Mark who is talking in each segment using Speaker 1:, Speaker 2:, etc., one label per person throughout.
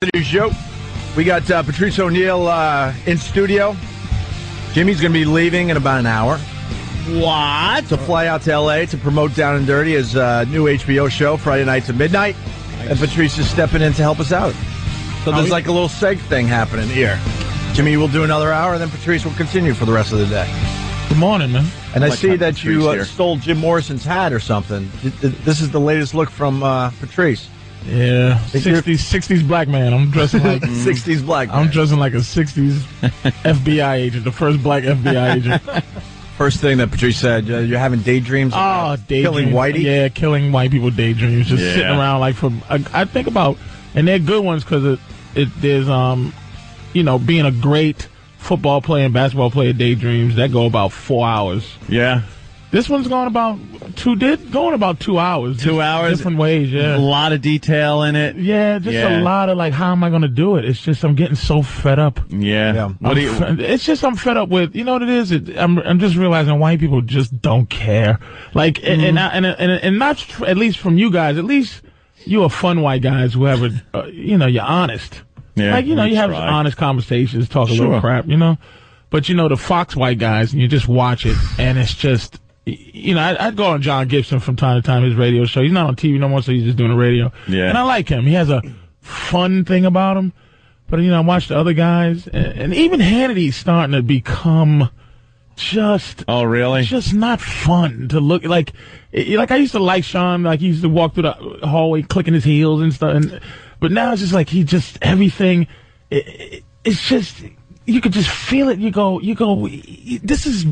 Speaker 1: the new show. We got uh, Patrice O'Neill uh, in studio. Jimmy's going to be leaving in about an hour
Speaker 2: What?
Speaker 1: to fly out to LA to promote Down and Dirty, his uh, new HBO show, Friday nights at midnight. And Patrice is stepping in to help us out. So there's
Speaker 2: we-
Speaker 1: like a little seg thing happening here. Jimmy will do another hour, and then Patrice will continue for the rest of the day.
Speaker 3: Good morning, man.
Speaker 1: And I
Speaker 2: like
Speaker 1: see
Speaker 2: how
Speaker 1: that
Speaker 2: Patrice
Speaker 1: you uh,
Speaker 2: here.
Speaker 1: stole Jim Morrison's hat or something. Th- th- This is the latest look from uh, Patrice.
Speaker 3: Yeah,
Speaker 1: Think you're-
Speaker 3: sixties sixties black man. I'm dressing like
Speaker 1: 60s black.
Speaker 3: I'm
Speaker 1: man.
Speaker 3: dressing like a sixties FBI agent, the first black FBI agent.
Speaker 1: First thing that Patrice said, uh, you're having daydreams.
Speaker 3: oh,
Speaker 1: about
Speaker 3: daydreams.
Speaker 1: Killing Whitey.
Speaker 3: Yeah, killing white people daydreams. Just
Speaker 2: Yeah.
Speaker 3: sitting around like for I, I think about, and they're good ones because it, it there's um, you know, being a great football player and basketball player daydreams that go about four hours.
Speaker 2: Yeah.
Speaker 3: This one's going about two did going about two hours.
Speaker 2: Two
Speaker 3: Just
Speaker 2: hours?
Speaker 3: different ways. Yeah,
Speaker 2: A lot of detail in it.
Speaker 3: Yeah, just
Speaker 2: Yeah.
Speaker 3: a lot of like, how am I going to do it? It's just I'm getting so fed up.
Speaker 2: Yeah.
Speaker 1: Yeah.
Speaker 2: What do you?
Speaker 3: I'm fe- it's just I'm fed up with. You know what it is? It, I'm I'm just realizing white people just don't care. Like and
Speaker 2: Mm-hmm.
Speaker 3: and, I, and and and not tr- at least from you guys. At least you are fun white guys who have a uh, you know you're honest.
Speaker 2: Yeah,
Speaker 3: like you know
Speaker 2: we
Speaker 3: you have
Speaker 2: try.
Speaker 3: honest conversations, talk a
Speaker 2: Sure.
Speaker 3: little crap, you know. But you know the Fox white guys, and you just watch it, and it's just. y- You know, I, I'd go on John Gibson from time to time, his radio show. He's not on TV no more, so he's just doing the radio.
Speaker 2: Yeah.
Speaker 3: And I like him. He has a fun thing about him. But you know, I watched the other guys, and, and even Hannity's starting to become just
Speaker 2: Oh, really?
Speaker 3: just not fun to look like. it- Like I used to like Sean, like he used to walk through the hallway clicking his heels and stuff. And, but now it's just like he just everything. It, it, it's just you could just feel it. You go, you go. y- y- This is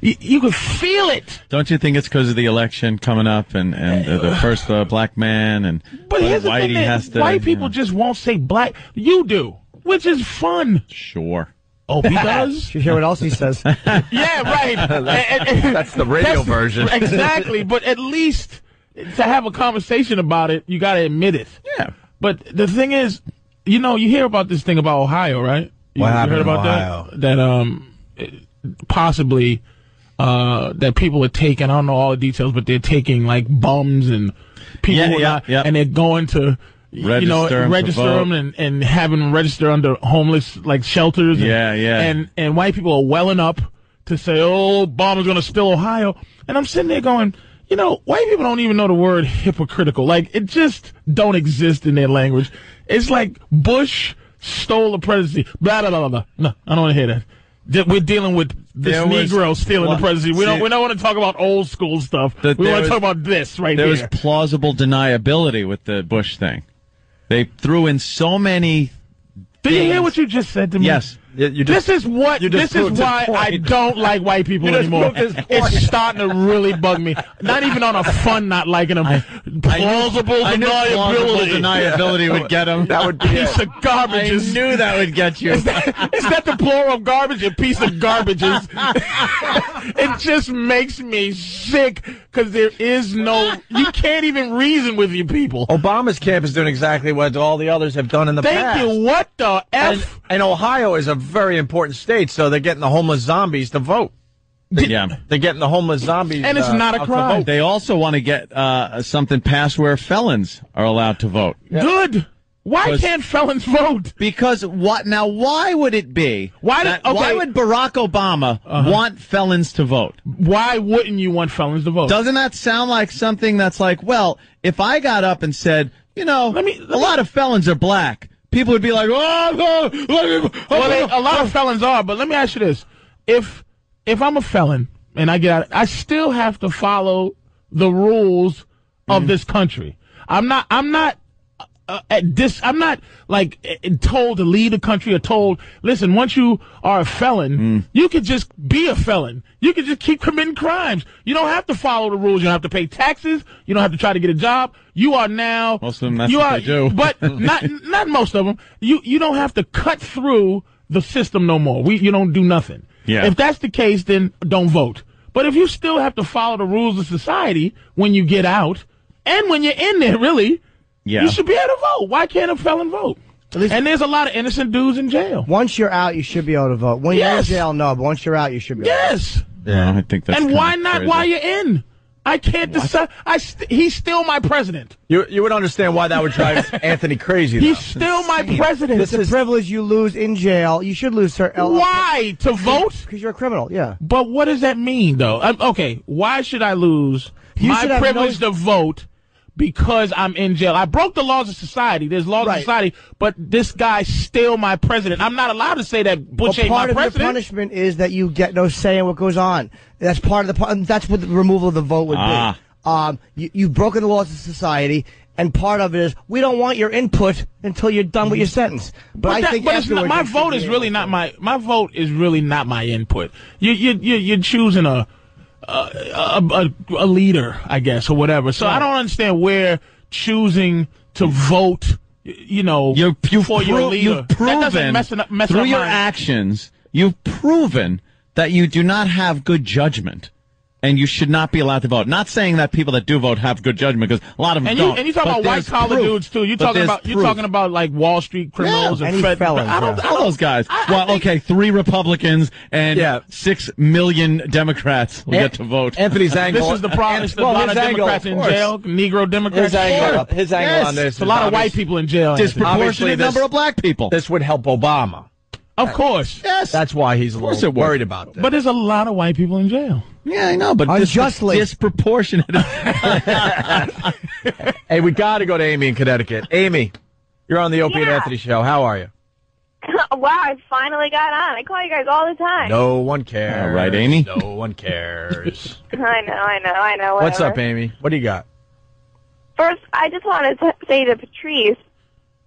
Speaker 3: you, you could feel it.
Speaker 2: Don't you think it's because of the election coming up and and uh, the first uh, black man and
Speaker 3: But here's the
Speaker 2: Whitey
Speaker 3: thing: that
Speaker 2: has to.
Speaker 3: white people just won't say black. You do, which is fun.
Speaker 2: Sure.
Speaker 3: Opie Oh, does.
Speaker 1: You hear what else he says?
Speaker 3: Yeah, right. And- and-
Speaker 1: That's the radio
Speaker 3: that's-
Speaker 1: version.
Speaker 3: exactly. But at least to have a conversation about it, you got to admit it.
Speaker 2: Yeah.
Speaker 3: But the thing is, you know, you hear about this thing about Ohio, right? You,
Speaker 1: What
Speaker 3: you
Speaker 1: happened
Speaker 3: heard
Speaker 1: in
Speaker 3: about
Speaker 1: Ohio?
Speaker 3: that? That um, it- possibly uh, that people are taking. I don't know all the details, but they're taking like bums and people
Speaker 2: Yeah,
Speaker 3: who are
Speaker 2: yeah,
Speaker 3: not-
Speaker 2: yeah.
Speaker 3: and they're going to. you know,
Speaker 2: Register 'em to
Speaker 3: register
Speaker 2: vote.
Speaker 3: them and, and have them register under homeless like shelters. And,
Speaker 2: Yeah, yeah.
Speaker 3: And and white people are welling up to say, "Oh, Obama's going to steal Ohio," and I'm sitting there going, you know, white people don't even know the word hypocritical. Like it just don't exist in their language. It's like Bush stole the presidency. Blah blah blah blah. blah. No, I don't want to hear that. That We're dealing with this
Speaker 2: There was-
Speaker 3: Negro stealing
Speaker 2: Well,
Speaker 3: the presidency. We
Speaker 2: see-
Speaker 3: don't. We don't want to talk about old school stuff.
Speaker 2: That
Speaker 3: we
Speaker 2: there
Speaker 3: want to
Speaker 2: was-
Speaker 3: talk about this right
Speaker 2: There
Speaker 3: here.
Speaker 2: was plausible deniability with the Bush thing. They threw in so many.
Speaker 3: Did you hear what you just said to me?
Speaker 2: Yes.
Speaker 1: You- you just-
Speaker 3: this is what.
Speaker 1: you just
Speaker 3: This is
Speaker 1: proved his
Speaker 3: why I
Speaker 1: point.
Speaker 3: don't like white people
Speaker 1: just
Speaker 3: anymore.
Speaker 1: proved his point.
Speaker 3: It's starting to really bug me. Not even on a fun not liking them. plausible
Speaker 2: I knew plausible
Speaker 3: deniability.
Speaker 2: deniability would get him.
Speaker 1: that would be
Speaker 3: Piece of
Speaker 2: I
Speaker 3: garbage. is-
Speaker 2: knew that would get you.
Speaker 3: Is that, is that the plural of garbage? A piece of garbage is. it just makes me sick because there is no. You can't even reason with you people.
Speaker 1: Obama's camp is doing exactly what all the others have done in the
Speaker 3: Thank
Speaker 1: past.
Speaker 3: you. What the f?
Speaker 1: And, and Ohio is a very important state, so they're getting the homeless zombies to vote.
Speaker 2: yeah.
Speaker 1: They're getting the homeless zombies,
Speaker 3: And it's
Speaker 1: uh,
Speaker 3: not a
Speaker 1: out to
Speaker 3: crime.
Speaker 1: vote.
Speaker 2: They also want to get uh, something passed where felons are allowed to vote.
Speaker 3: Good. Why
Speaker 2: Was-
Speaker 3: can't felons vote?
Speaker 2: Because what now? Why would it be?
Speaker 3: Why did-
Speaker 2: that- why
Speaker 3: okay. Uh-huh.
Speaker 2: would Barack Obama want felons to vote?
Speaker 3: Why wouldn't you want felons to vote?
Speaker 2: Doesn't that sound like something that's like, well, if I got up and said, you know,
Speaker 3: Let me- let
Speaker 2: a
Speaker 3: me-
Speaker 2: lot of felons are black, people would be like, oh, no, let me- oh,
Speaker 3: well, they,
Speaker 2: no."
Speaker 3: a lot of felons are, but let me ask you this: if if I'm a felon and I get out, I still have to follow the rules
Speaker 2: Mm-hmm.
Speaker 3: of this country. I'm not. I'm not. Uh, at this, I'm not like uh, told to leave the country or told. Listen, once you are a felon,
Speaker 2: Mm.
Speaker 3: you could just be a felon. You could just keep committing crimes. You don't have to follow the rules. You don't have to pay taxes. You don't have to try to get a job. You are now
Speaker 2: Most of them, that's
Speaker 3: you
Speaker 2: what
Speaker 3: are,
Speaker 2: they do.
Speaker 3: But not not most of them. You you don't have to cut through the system no more. We you don't do nothing.
Speaker 2: Yeah.
Speaker 3: If that's the case, then don't vote. But if you still have to follow the rules of society when you get out and when you're in there, really,
Speaker 2: Yeah.
Speaker 3: you should be able to vote. Why can't a felon vote? and there's a lot of innocent dudes in jail.
Speaker 4: Once you're out, you should be able to vote. When you're in
Speaker 3: Yes.
Speaker 4: jail, no, but once you're out, you should be. Able to vote.
Speaker 3: Yes.
Speaker 2: Yeah, I think that's
Speaker 3: and
Speaker 2: kinda
Speaker 3: why not
Speaker 2: crazy.
Speaker 3: while you're in? I can't decide. I st- he's still my president.
Speaker 1: You you would understand why that would drive Anthony crazy. though.
Speaker 3: He's still my president.
Speaker 1: This
Speaker 4: It's a
Speaker 1: is-
Speaker 4: privilege you lose in jail. You should lose, sir.
Speaker 3: Why to vote?
Speaker 4: Because you're a criminal. Yeah.
Speaker 3: But what does that mean, though? Um, okay, why should I lose
Speaker 4: You should
Speaker 3: my
Speaker 4: have
Speaker 3: privilege to vote because I'm in jail? I broke the laws of society. There's laws of
Speaker 4: Right.
Speaker 3: society, but this guy's still my president. I'm not allowed to say that Bush
Speaker 4: But
Speaker 3: ain't my
Speaker 4: part of your
Speaker 3: president.
Speaker 4: punishment is that you get no say in what goes on. That's part of the. pu- That's what the removal of the vote would
Speaker 2: Ah.
Speaker 4: be. Um, you, you've broken the laws of society, and part of it is we don't want your input until you're done with your sentence. But,
Speaker 3: But,
Speaker 4: I
Speaker 3: that-
Speaker 4: think
Speaker 3: but it's not,
Speaker 4: afterwards
Speaker 3: my
Speaker 4: you should
Speaker 3: vote
Speaker 4: be
Speaker 3: is
Speaker 4: able
Speaker 3: really
Speaker 4: to-
Speaker 3: not my my vote is really not my input. You you you you're choosing a a, a, a leader, I guess, or whatever. So I don't understand where choosing to vote, y- you know,
Speaker 2: You, you've,
Speaker 3: for your
Speaker 2: pro-
Speaker 3: leader
Speaker 2: you've proven
Speaker 3: that doesn't mess, up, mess
Speaker 2: through
Speaker 3: up
Speaker 2: your
Speaker 3: my-
Speaker 2: actions, you've proven that you do not have good judgment, and you should not be allowed to vote. Not saying that people that do vote have good judgment, because a lot of them
Speaker 3: And you
Speaker 2: don't.
Speaker 3: and you talking
Speaker 2: but
Speaker 3: about white
Speaker 2: there's
Speaker 3: collar
Speaker 2: proof.
Speaker 3: dudes too. You
Speaker 2: But
Speaker 3: talking
Speaker 2: there's
Speaker 3: about you
Speaker 2: proof.
Speaker 3: talking about like Wall Street criminals
Speaker 4: Yeah,
Speaker 3: and
Speaker 4: any
Speaker 3: Fred.
Speaker 4: felons,
Speaker 3: I don't,
Speaker 4: yeah.
Speaker 3: I
Speaker 2: all
Speaker 3: don't-
Speaker 2: those guys.
Speaker 3: I- I
Speaker 2: well,
Speaker 3: think-
Speaker 2: okay, three Republicans and
Speaker 1: Yeah.
Speaker 2: six million Democrats will get to vote.
Speaker 1: Anthony's angle.
Speaker 3: This is the problem. It's a
Speaker 1: Well,
Speaker 3: lot
Speaker 1: his
Speaker 3: of
Speaker 1: angle,
Speaker 3: Democrats in
Speaker 1: course.
Speaker 3: jail, Negro Democrats.
Speaker 1: His angle,
Speaker 3: Sure.
Speaker 1: his angle
Speaker 2: Yes.
Speaker 1: on this.
Speaker 3: It's a lot
Speaker 1: is
Speaker 3: of white
Speaker 1: obvious-
Speaker 3: people in jail. Anthony.
Speaker 1: Obviously,
Speaker 2: disproportionate
Speaker 1: this-
Speaker 2: number of black people.
Speaker 1: This would help Obama.
Speaker 3: Of course.
Speaker 2: yes,
Speaker 1: That's why he's a
Speaker 2: course
Speaker 1: little
Speaker 2: it would.
Speaker 1: worried about this.
Speaker 3: But there's a lot of white people in jail.
Speaker 2: yeah, I know, but dis-
Speaker 4: Unjustly.
Speaker 2: disproportionate.
Speaker 1: hey, we got to go to Amy in Connecticut. Amy, you're on the Opie and
Speaker 5: Yeah.
Speaker 1: Anthony show. How are you?
Speaker 5: wow, I finally got on. I call you guys all the time.
Speaker 1: No one cares.
Speaker 2: All right, Amy.
Speaker 1: No one cares.
Speaker 5: I know, I know, I know.
Speaker 1: What's
Speaker 5: whatever.
Speaker 1: up, Amy? What do you got?
Speaker 5: First, I just want to say to Patrice,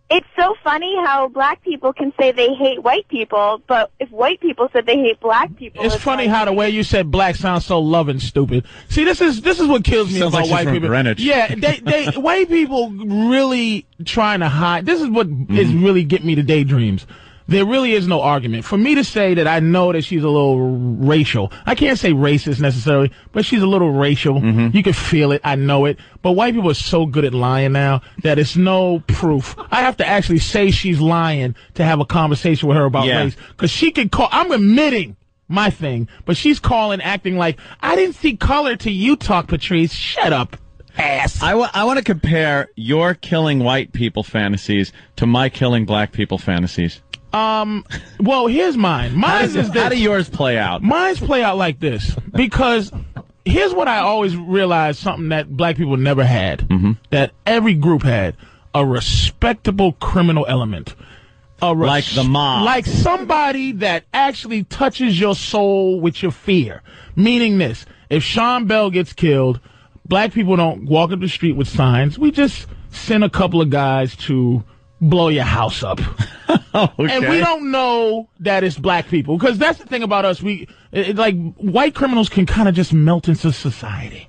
Speaker 5: it's so funny how black people can say they hate white people, but if white people said they hate black people,
Speaker 3: It's funny
Speaker 5: like-
Speaker 3: how the way you said black sounds so loving, stupid. See, this is this is what kills me
Speaker 2: Sounds
Speaker 3: about
Speaker 2: like she's
Speaker 3: white
Speaker 2: from
Speaker 3: people.
Speaker 2: Greenwich.
Speaker 3: Yeah, they they white people really trying to hide. This is what is really get me to daydreams. There really is no argument for me to say that I know that she's a little racial. I can't say racist necessarily, but she's a little racial. You can feel it. I know it. But white people are so good at lying now that it's no proof. I have to actually say she's lying to have a conversation with her about
Speaker 2: Yeah.
Speaker 3: race because she could call. I'm admitting my thing, but she's calling, acting like I didn't see color to you talk, Patrice. Shut up, ass.
Speaker 2: I want to compare your killing white people fantasies to my killing black people fantasies.
Speaker 3: um, well, here's mine.
Speaker 2: How
Speaker 3: Mine
Speaker 2: does,
Speaker 3: is
Speaker 2: how do
Speaker 3: this.
Speaker 2: yours play out?
Speaker 3: Mine's play out like this because here's what I always realized: something that black people never had,
Speaker 2: Mm-hmm.
Speaker 3: that every group had a respectable criminal element. A res-
Speaker 2: Like the mob.
Speaker 3: Like somebody that actually touches your soul with your fear. Meaning this if Sean Bell gets killed, black people don't walk up the street with signs. We just send a couple of guys to blow your house up. And we don't know that it's black people because that's the thing about us. We it, it- like white criminals can kind of just melt into society.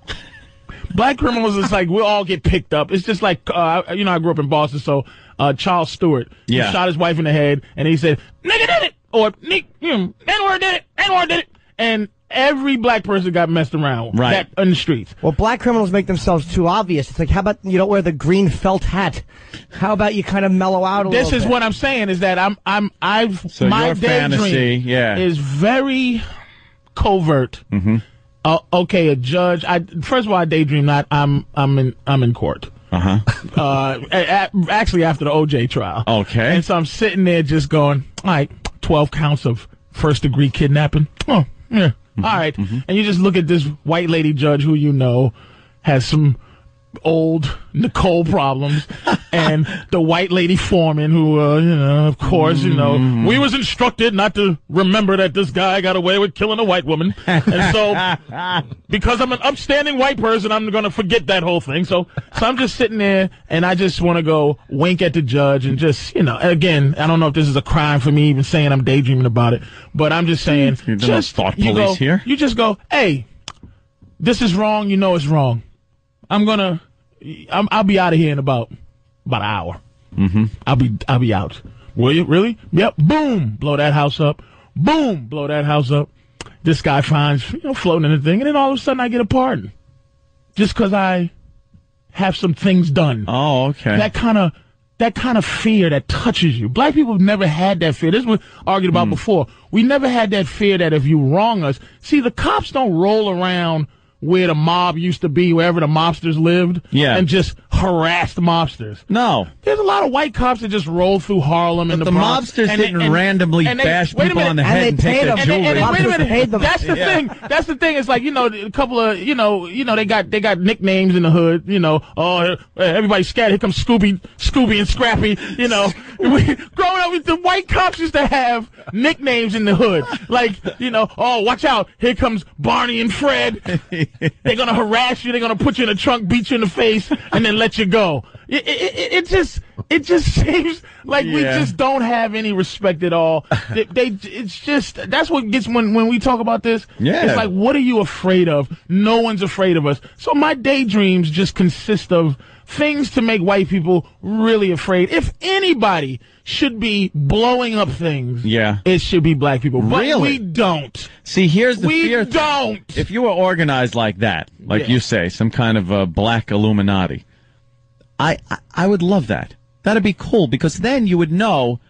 Speaker 3: Black criminals, it's like we'll all get picked up. It's just like uh, you know, I grew up in Boston, so uh, Charles Stewart he
Speaker 2: Yeah.
Speaker 3: shot his wife in the head, and he said, "Nigga did it," or "Nick, N word did it," "N word did it," and every black person got messed around
Speaker 2: Right.
Speaker 3: that, in the streets.
Speaker 4: Well, black criminals make themselves too obvious. It's like, how about you don't wear the green felt hat? How about you kind of mellow out a
Speaker 3: this
Speaker 4: little
Speaker 3: is
Speaker 4: bit?
Speaker 3: what I'm saying is that I'm I'm I've
Speaker 2: So
Speaker 3: my
Speaker 2: your
Speaker 3: daydream
Speaker 2: fantasy, yeah.
Speaker 3: is very covert. Mm-hmm. Uh, okay, a judge. I first of all, I daydream that I'm I'm in I'm in court.
Speaker 2: Uh-huh.
Speaker 3: Uh, a- a- actually, after the OJ trial.
Speaker 2: Okay.
Speaker 3: And so I'm sitting there just going, all right, 12 counts of first degree kidnapping. Oh, yeah. All right. And you just look at this white lady judge who you know has some old Nicole problems and the white lady foreman who, uh, you know, of course, you
Speaker 2: Mm-hmm.
Speaker 3: know, we was instructed not to remember that this guy got away with killing a white woman. And so because I'm an upstanding white person, I'm gonna forget that whole thing. So, so I'm just sitting there, and I just want to go wink at the judge and just, you know, again, I don't know if this is a crime for me even saying I'm daydreaming about it, but I'm just saying,
Speaker 2: You're not
Speaker 3: just
Speaker 2: thought
Speaker 3: you
Speaker 2: police
Speaker 3: go-
Speaker 2: here.
Speaker 3: You just go, hey, this is wrong. You know it's wrong. I'm gonna, I'm, I'll be out of here in about about an hour.
Speaker 2: Mm-hmm.
Speaker 3: I'll be I'll be out. Will you really? Yep. Boom, blow that house up. Boom, blow that house up. This guy finds you know floating in the thing, and then all of a sudden I get a pardon, just because I have some things done.
Speaker 2: Oh, okay.
Speaker 3: That kind of that kind of fear that touches you. Black people have never had that fear. This is what I argued
Speaker 2: Hmm.
Speaker 3: about before. We never had that fear that if you wrong us, see the cops don't roll around where the mob used to be, wherever the mobsters lived,
Speaker 2: Yeah.
Speaker 3: and just harassed mobsters.
Speaker 2: No.
Speaker 3: There's a lot of white cops that just roll through Harlem and
Speaker 2: But
Speaker 3: the,
Speaker 2: the
Speaker 3: Bronx,
Speaker 2: mobsters
Speaker 3: and they-
Speaker 2: didn't
Speaker 3: and-
Speaker 2: randomly
Speaker 3: and they-
Speaker 2: bash
Speaker 3: wait a
Speaker 2: people on the
Speaker 3: minute,
Speaker 2: head
Speaker 4: they
Speaker 2: and take
Speaker 4: paid
Speaker 2: their
Speaker 3: and,
Speaker 4: them.
Speaker 3: and, and,
Speaker 2: jewelry.
Speaker 3: wait a
Speaker 4: Mobsters paid
Speaker 3: minute.
Speaker 4: them.
Speaker 3: That's the
Speaker 2: Yeah.
Speaker 3: thing. That's the thing. It's like you know, a couple of you know, you know, they got they got nicknames in the hood. You know, oh, everybody scared. Here comes Scooby, Scooby and Scrappy. You know, we, growing up, the white cops used to have nicknames in the hood. Like you know, oh, watch out! Here comes Barney and Fred. They're gonna harass you. They're gonna put you in a trunk, beat you in the face, and then let you go. It, it, it, it just it just seems like we
Speaker 2: Yeah.
Speaker 3: just don't have any respect at all. they, they it's just that's what gets when when we talk about this.
Speaker 2: Yeah.
Speaker 3: it's like what are you afraid of? No one's afraid of us. So my daydreams just consist of things to make white people really afraid. If anybody should be blowing up things,
Speaker 2: Yeah.
Speaker 3: it should be black people. But we
Speaker 2: Really?
Speaker 3: don't.
Speaker 2: See, here's the
Speaker 3: we
Speaker 2: fear.
Speaker 3: don't.
Speaker 2: if you were organized like that, like
Speaker 3: Yeah.
Speaker 2: you say, some kind of uh, black Illuminati, I, I I would love that. That'd be cool because then you would know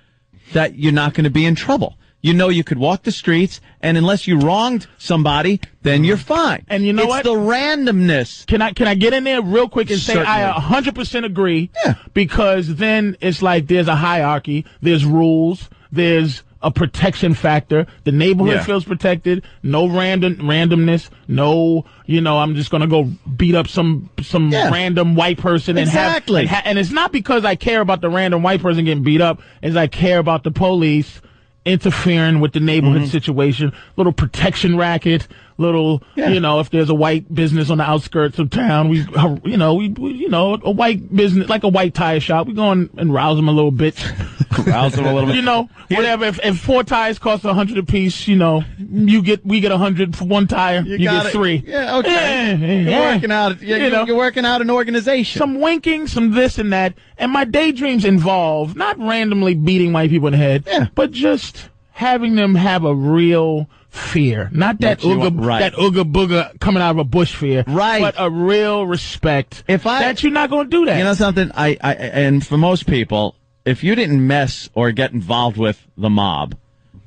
Speaker 2: that you're not going to be in trouble. You know you could walk the streets, and unless you wronged somebody, then you're fine.
Speaker 3: And you know
Speaker 2: it's
Speaker 3: what?
Speaker 2: the randomness.
Speaker 3: Can I can I get in there real quick and say I
Speaker 2: Certainly.
Speaker 3: 100% agree?
Speaker 2: Yeah.
Speaker 3: Because then it's like there's a hierarchy, there's rules, there's a protection factor. The neighborhood
Speaker 2: Yeah.
Speaker 3: feels protected. No random randomness. No, you know, I'm just gonna go beat up some some
Speaker 2: Yeah.
Speaker 3: random white person and have-
Speaker 2: Exactly.
Speaker 3: and ha- and it's not because I care about the random white person getting beat up. It's I care about the police interfering with the neighborhood
Speaker 2: Mm-hmm.
Speaker 3: situation. Little protection racket. Little,
Speaker 2: Yeah.
Speaker 3: you know, if there's a white business on the outskirts of town, we, you know, we, we you know, a white business like a white tire shop, we go in and rouse them a little bit.
Speaker 2: Rouse them a little bit.
Speaker 3: you know, whatever. If, if four tires cost a hundred apiece, you know, you get we get a hundred for one tire. You,
Speaker 2: got
Speaker 3: get
Speaker 2: it.
Speaker 3: three.
Speaker 2: Yeah, okay.
Speaker 3: Yeah,
Speaker 2: you're
Speaker 3: yeah.
Speaker 2: working out. Yeah,
Speaker 3: You
Speaker 2: you
Speaker 3: know.
Speaker 2: are working out an organization.
Speaker 3: Some winking, some this and that, and my daydreams involve not randomly beating white people in the head,
Speaker 2: Yeah.
Speaker 3: but just having them have a real fear, not that
Speaker 2: you
Speaker 3: ooga,
Speaker 2: want- right.
Speaker 3: that ooga booga coming out of a bush fear,
Speaker 2: Right.
Speaker 3: But a real respect.
Speaker 2: If I-
Speaker 3: that you're not going to do that,
Speaker 2: You know something? I, I and for most people, if you didn't mess or get involved with the mob,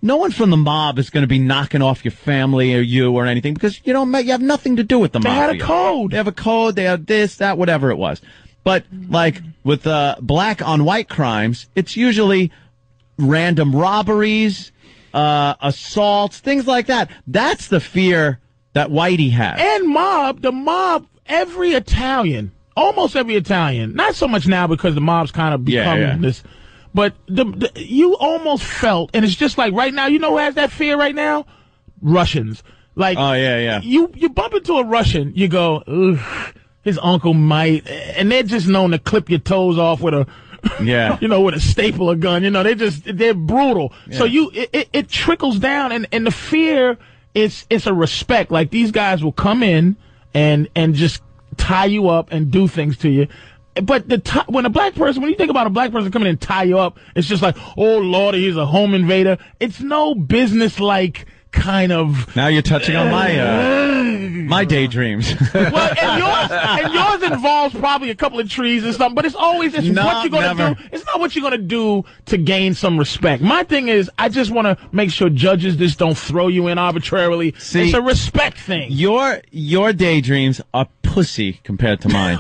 Speaker 2: no one from the mob is going to be knocking off your family or you or anything because you don't ma- you have nothing to do with the
Speaker 3: They
Speaker 2: mob.
Speaker 3: had a code.
Speaker 2: They have a code. They have this, that, whatever it was. But like with uh, black on white crimes, it's usually random robberies, uh, assaults, things like that. That's the fear that Whitey has.
Speaker 3: and mob, the mob, every Italian, almost every Italian, not so much now because the mob's kind of
Speaker 2: Yeah,
Speaker 3: become
Speaker 2: yeah.
Speaker 3: this, but the, the you almost felt, and it's just like right now, you know who has that fear right now? Russians. Like,
Speaker 2: Oh, yeah, yeah.
Speaker 3: You you bump into a Russian, you go, Ugh, his uncle might, and they're just known to clip your toes off with a.
Speaker 2: Yeah.
Speaker 3: you know, with a stapler gun. You know, they just they're brutal. So you it, it, it trickles down, and and the fear is it's a respect. Like these guys will come in and and just tie you up and do things to you. But the ti when a black person, when you think about a black person coming in and tie you up, it's just like, oh lord, he's a home invader. It's no business like kind of
Speaker 2: Now you're touching on my uh, my daydreams.
Speaker 3: well, and yours, and yours involves probably a couple of trees and something, but it's always it's
Speaker 2: No,
Speaker 3: what you're gonna
Speaker 2: never.
Speaker 3: do. It's not what you're gonna do to gain some respect. My thing is, I just want to make sure judges just don't throw you in arbitrarily.
Speaker 2: See-
Speaker 3: it's a respect thing.
Speaker 2: Your your daydreams are pussy compared to mine.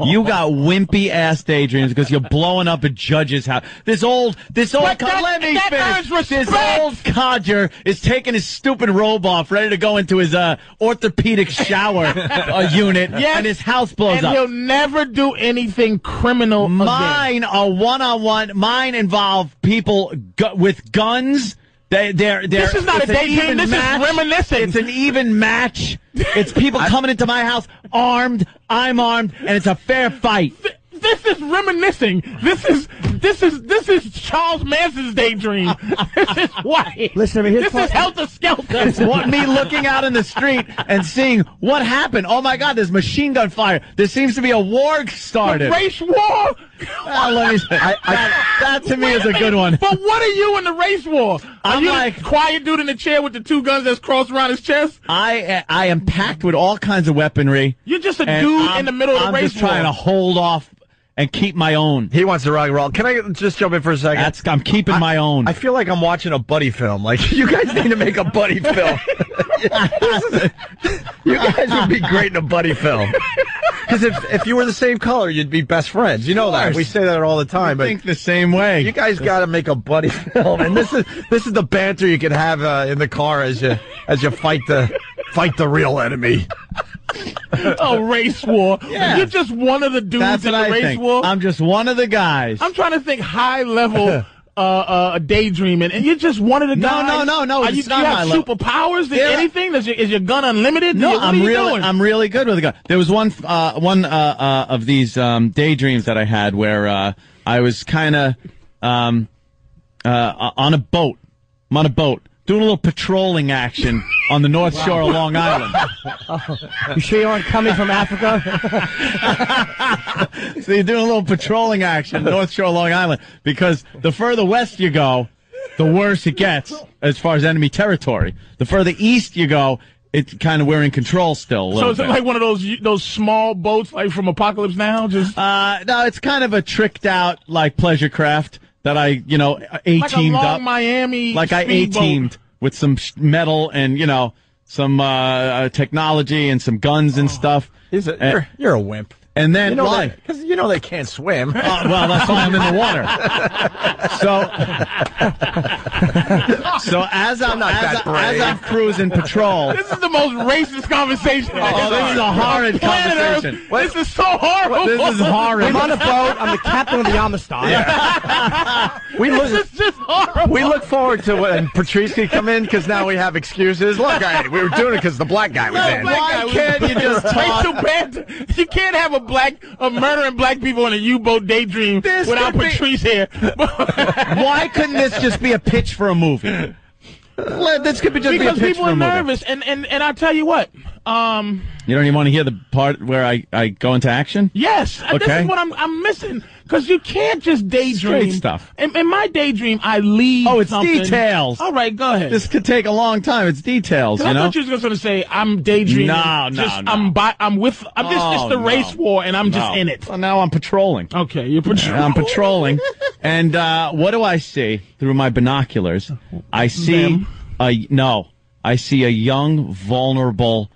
Speaker 2: You got wimpy ass daydreams because you're blowing up a judge's house. This old this old
Speaker 3: But that-
Speaker 2: let me
Speaker 3: that
Speaker 2: finish.
Speaker 3: earns
Speaker 2: This
Speaker 3: respect.
Speaker 2: old codger is taking his stupid robe off, ready to go into his uh, orthopedic shower uh, unit,
Speaker 3: Yes.
Speaker 2: and his house blows
Speaker 3: and
Speaker 2: up.
Speaker 3: he'll never do anything criminal. again.
Speaker 2: Mine are one on one. Mine involve people gu- with guns. They, they're, they're,
Speaker 3: This is not
Speaker 2: it's
Speaker 3: a
Speaker 2: an
Speaker 3: daydream.
Speaker 2: even
Speaker 3: This is reminiscent.
Speaker 2: It's an even match. It's people coming into my house armed. I'm armed, and it's a fair fight.
Speaker 3: Th- This is reminiscing. This is this is this is Charles Manson's daydream. this is why.
Speaker 4: Listen to me, here's
Speaker 3: This
Speaker 4: part-
Speaker 3: is helter skelter.
Speaker 2: It's what me looking out in the street and seeing what happened. Oh my God! There's machine gun fire. There seems to be a war started.
Speaker 3: race war.
Speaker 2: Ah, let me say- that, that to me is a good one.
Speaker 3: But what are you in the race war? Are
Speaker 2: I'm
Speaker 3: you the
Speaker 2: like-
Speaker 3: quiet dude in the chair with the two guns that's crossed around his chest.
Speaker 2: I I am packed with all kinds of weaponry.
Speaker 3: You're just a
Speaker 2: And
Speaker 3: dude
Speaker 2: I'm-
Speaker 3: in the middle of the
Speaker 2: I'm
Speaker 3: race
Speaker 2: just trying
Speaker 3: war.
Speaker 2: to hold off and keep my own.
Speaker 1: He wants the rock and roll. Can I just jump in for a second?
Speaker 2: That's I'm keeping my own.
Speaker 1: I feel like I'm watching a buddy film. Like you guys need to make a buddy film. you guys would be great in a buddy film. Because if if you were the same color, you'd be best friends. You know that. We say that all the time. But
Speaker 2: think the same way.
Speaker 1: you guys got to make a buddy film, and this is this is the banter you can have uh, in the car as you as you fight the fight the real enemy.
Speaker 3: a race war. You're just one of the dudes
Speaker 2: That's
Speaker 3: in
Speaker 2: what
Speaker 3: the
Speaker 2: I
Speaker 3: race
Speaker 2: think.
Speaker 3: war.
Speaker 2: I'm just one of the guys.
Speaker 3: I'm trying to think high level. Uh, uh, daydreaming, and you're just one of the
Speaker 2: No,
Speaker 3: guys.
Speaker 2: no, no, no,
Speaker 3: Are you,
Speaker 2: it's not
Speaker 3: you have
Speaker 2: high level.
Speaker 3: superpowers? Did
Speaker 2: Yeah.
Speaker 3: Anything? Is your, is your gun unlimited?
Speaker 2: No,
Speaker 3: What are
Speaker 2: I'm
Speaker 3: you
Speaker 2: really,
Speaker 3: doing?
Speaker 2: I'm really good with a gun. There was one, uh, one uh, uh, of these um, daydreams that I had where uh, I was kind of um, uh, on a boat. I'm on a boat doing a little patrolling action on the North Shore of Long Island.
Speaker 6: Oh.
Speaker 4: You sure you aren't coming from Africa?
Speaker 2: so you're doing a little patrolling action, North Shore, Long Island, because the further west you go, the worse it gets as far as enemy territory. The further east you go, it's kind of we're in control still. a
Speaker 3: so
Speaker 2: little
Speaker 3: is it
Speaker 2: bit.
Speaker 3: like one of those those small boats, like from Apocalypse Now? Just
Speaker 2: Uh, no, it's kind of a tricked out like pleasure craft that I, you know, a
Speaker 3: like a
Speaker 2: teamed
Speaker 3: long
Speaker 2: up.
Speaker 3: Miami,
Speaker 2: like I a
Speaker 3: speedboat.
Speaker 2: teamed with some sh- metal and you know some uh, uh, technology and some guns
Speaker 3: Oh.
Speaker 2: and stuff.
Speaker 1: He's a,
Speaker 2: And-
Speaker 1: you're, you're a wimp.
Speaker 2: and then
Speaker 1: You know
Speaker 2: why?
Speaker 1: because you know they can't swim.
Speaker 2: Uh, well, that's why I'm in the water. So, so as I'm,
Speaker 1: not
Speaker 2: as,
Speaker 1: that
Speaker 2: I,
Speaker 1: brave.
Speaker 2: as I'm cruising patrol.
Speaker 3: This is the most racist conversation.
Speaker 2: Oh, this is a horrid
Speaker 3: Planet Earth,
Speaker 2: conversation.
Speaker 3: This is so horrible.
Speaker 2: This is horrid.
Speaker 4: I'm on a boat. I'm the captain of the Amistad.
Speaker 1: We look
Speaker 3: This is just horrible.
Speaker 1: we look forward to when Patrice can come in because now we have excuses. Look, I, we were doing it because the black guy was
Speaker 3: No,
Speaker 1: in.
Speaker 3: black guy
Speaker 2: Why
Speaker 3: was-
Speaker 2: can't you just talk?
Speaker 3: Racial banter. You can't have a black, a murdering black people in a U-boat daydream
Speaker 2: This
Speaker 3: without
Speaker 2: could be-
Speaker 3: Patrice here.
Speaker 2: Why couldn't this just be a pitch for a movie? Let- This could be just
Speaker 3: because
Speaker 2: be a pitch
Speaker 3: people
Speaker 2: for
Speaker 3: are
Speaker 2: a movie.
Speaker 3: nervous, and and and I tell you what, um,
Speaker 2: You don't even want to hear the part where I, I go into action?
Speaker 3: yes, uh, this
Speaker 2: Okay.
Speaker 3: is what I'm I'm missing because you can't just daydream
Speaker 2: Straight stuff.
Speaker 3: In, in my daydream, I leave.
Speaker 2: Oh, it's
Speaker 3: something.
Speaker 2: details.
Speaker 3: All right, go ahead.
Speaker 2: This could take a long time. It's details, you
Speaker 3: I
Speaker 2: know?
Speaker 3: thought you was going to say I'm daydreaming.
Speaker 2: No, no,
Speaker 3: just,
Speaker 2: no.
Speaker 3: I'm by, I'm with. I'm just.
Speaker 2: Oh,
Speaker 3: it's the
Speaker 2: no.
Speaker 3: race war, and I'm just
Speaker 2: No.
Speaker 3: in it.
Speaker 2: Well, now I'm patrolling.
Speaker 3: Okay, you're patrolling.
Speaker 2: I'm patrolling. and uh, what do I see through my binoculars? I see
Speaker 3: Them.
Speaker 2: a no. I see a young, vulnerable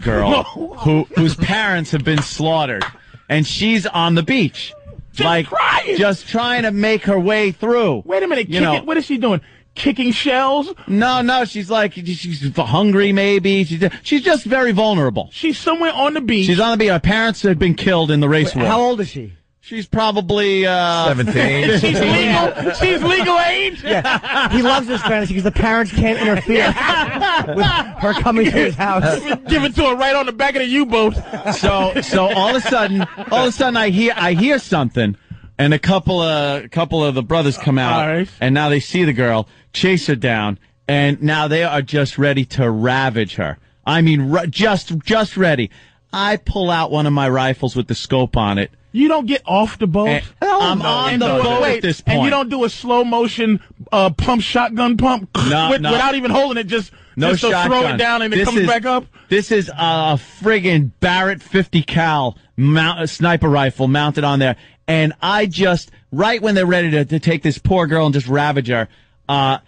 Speaker 2: girl who whose parents have been slaughtered, and she's on the beach,
Speaker 3: Just
Speaker 2: like
Speaker 3: crying.
Speaker 2: just trying to make her way through.
Speaker 3: Wait a minute.
Speaker 2: you
Speaker 3: kick
Speaker 2: know.
Speaker 3: it. What is she doing? Kicking shells?
Speaker 2: No, no, she's like she's hungry. Maybe she's she's just very vulnerable.
Speaker 3: She's somewhere on the beach.
Speaker 2: She's on the beach. Her parents have been killed in the race war.
Speaker 4: How old is she?
Speaker 2: She's probably uh,
Speaker 1: Seventeen.
Speaker 3: She's legal. She's legal age.
Speaker 4: He loves this fantasy because the parents can't interfere with her coming to his house.
Speaker 3: Give it to her right on the back of the U-boat.
Speaker 2: So so all of a sudden, all of a sudden, I hear I hear something, and a couple of a couple of the brothers come out,
Speaker 3: All right.
Speaker 2: and now they see the girl, chase her down, and now they are just ready to ravage her. I mean, ru- just just ready. I pull out one of my rifles with the scope on it.
Speaker 3: You don't get off the boat.
Speaker 2: And Eh, I'm on
Speaker 3: And
Speaker 2: the
Speaker 3: do a-
Speaker 2: boat
Speaker 3: wait,
Speaker 2: at this
Speaker 3: And you
Speaker 2: point.
Speaker 3: don't do a slow motion uh, pump shotgun pump
Speaker 2: No,
Speaker 3: with-
Speaker 2: no.
Speaker 3: without even holding it. Just
Speaker 2: No
Speaker 3: just to
Speaker 2: shotgun.
Speaker 3: throw it down and it
Speaker 2: This
Speaker 3: comes
Speaker 2: is-
Speaker 3: back up.
Speaker 2: This is a friggin' Barrett 50 cal mount, uh, sniper rifle mounted on there, and I just right when they're ready to, to take this poor girl and just ravage her, uh,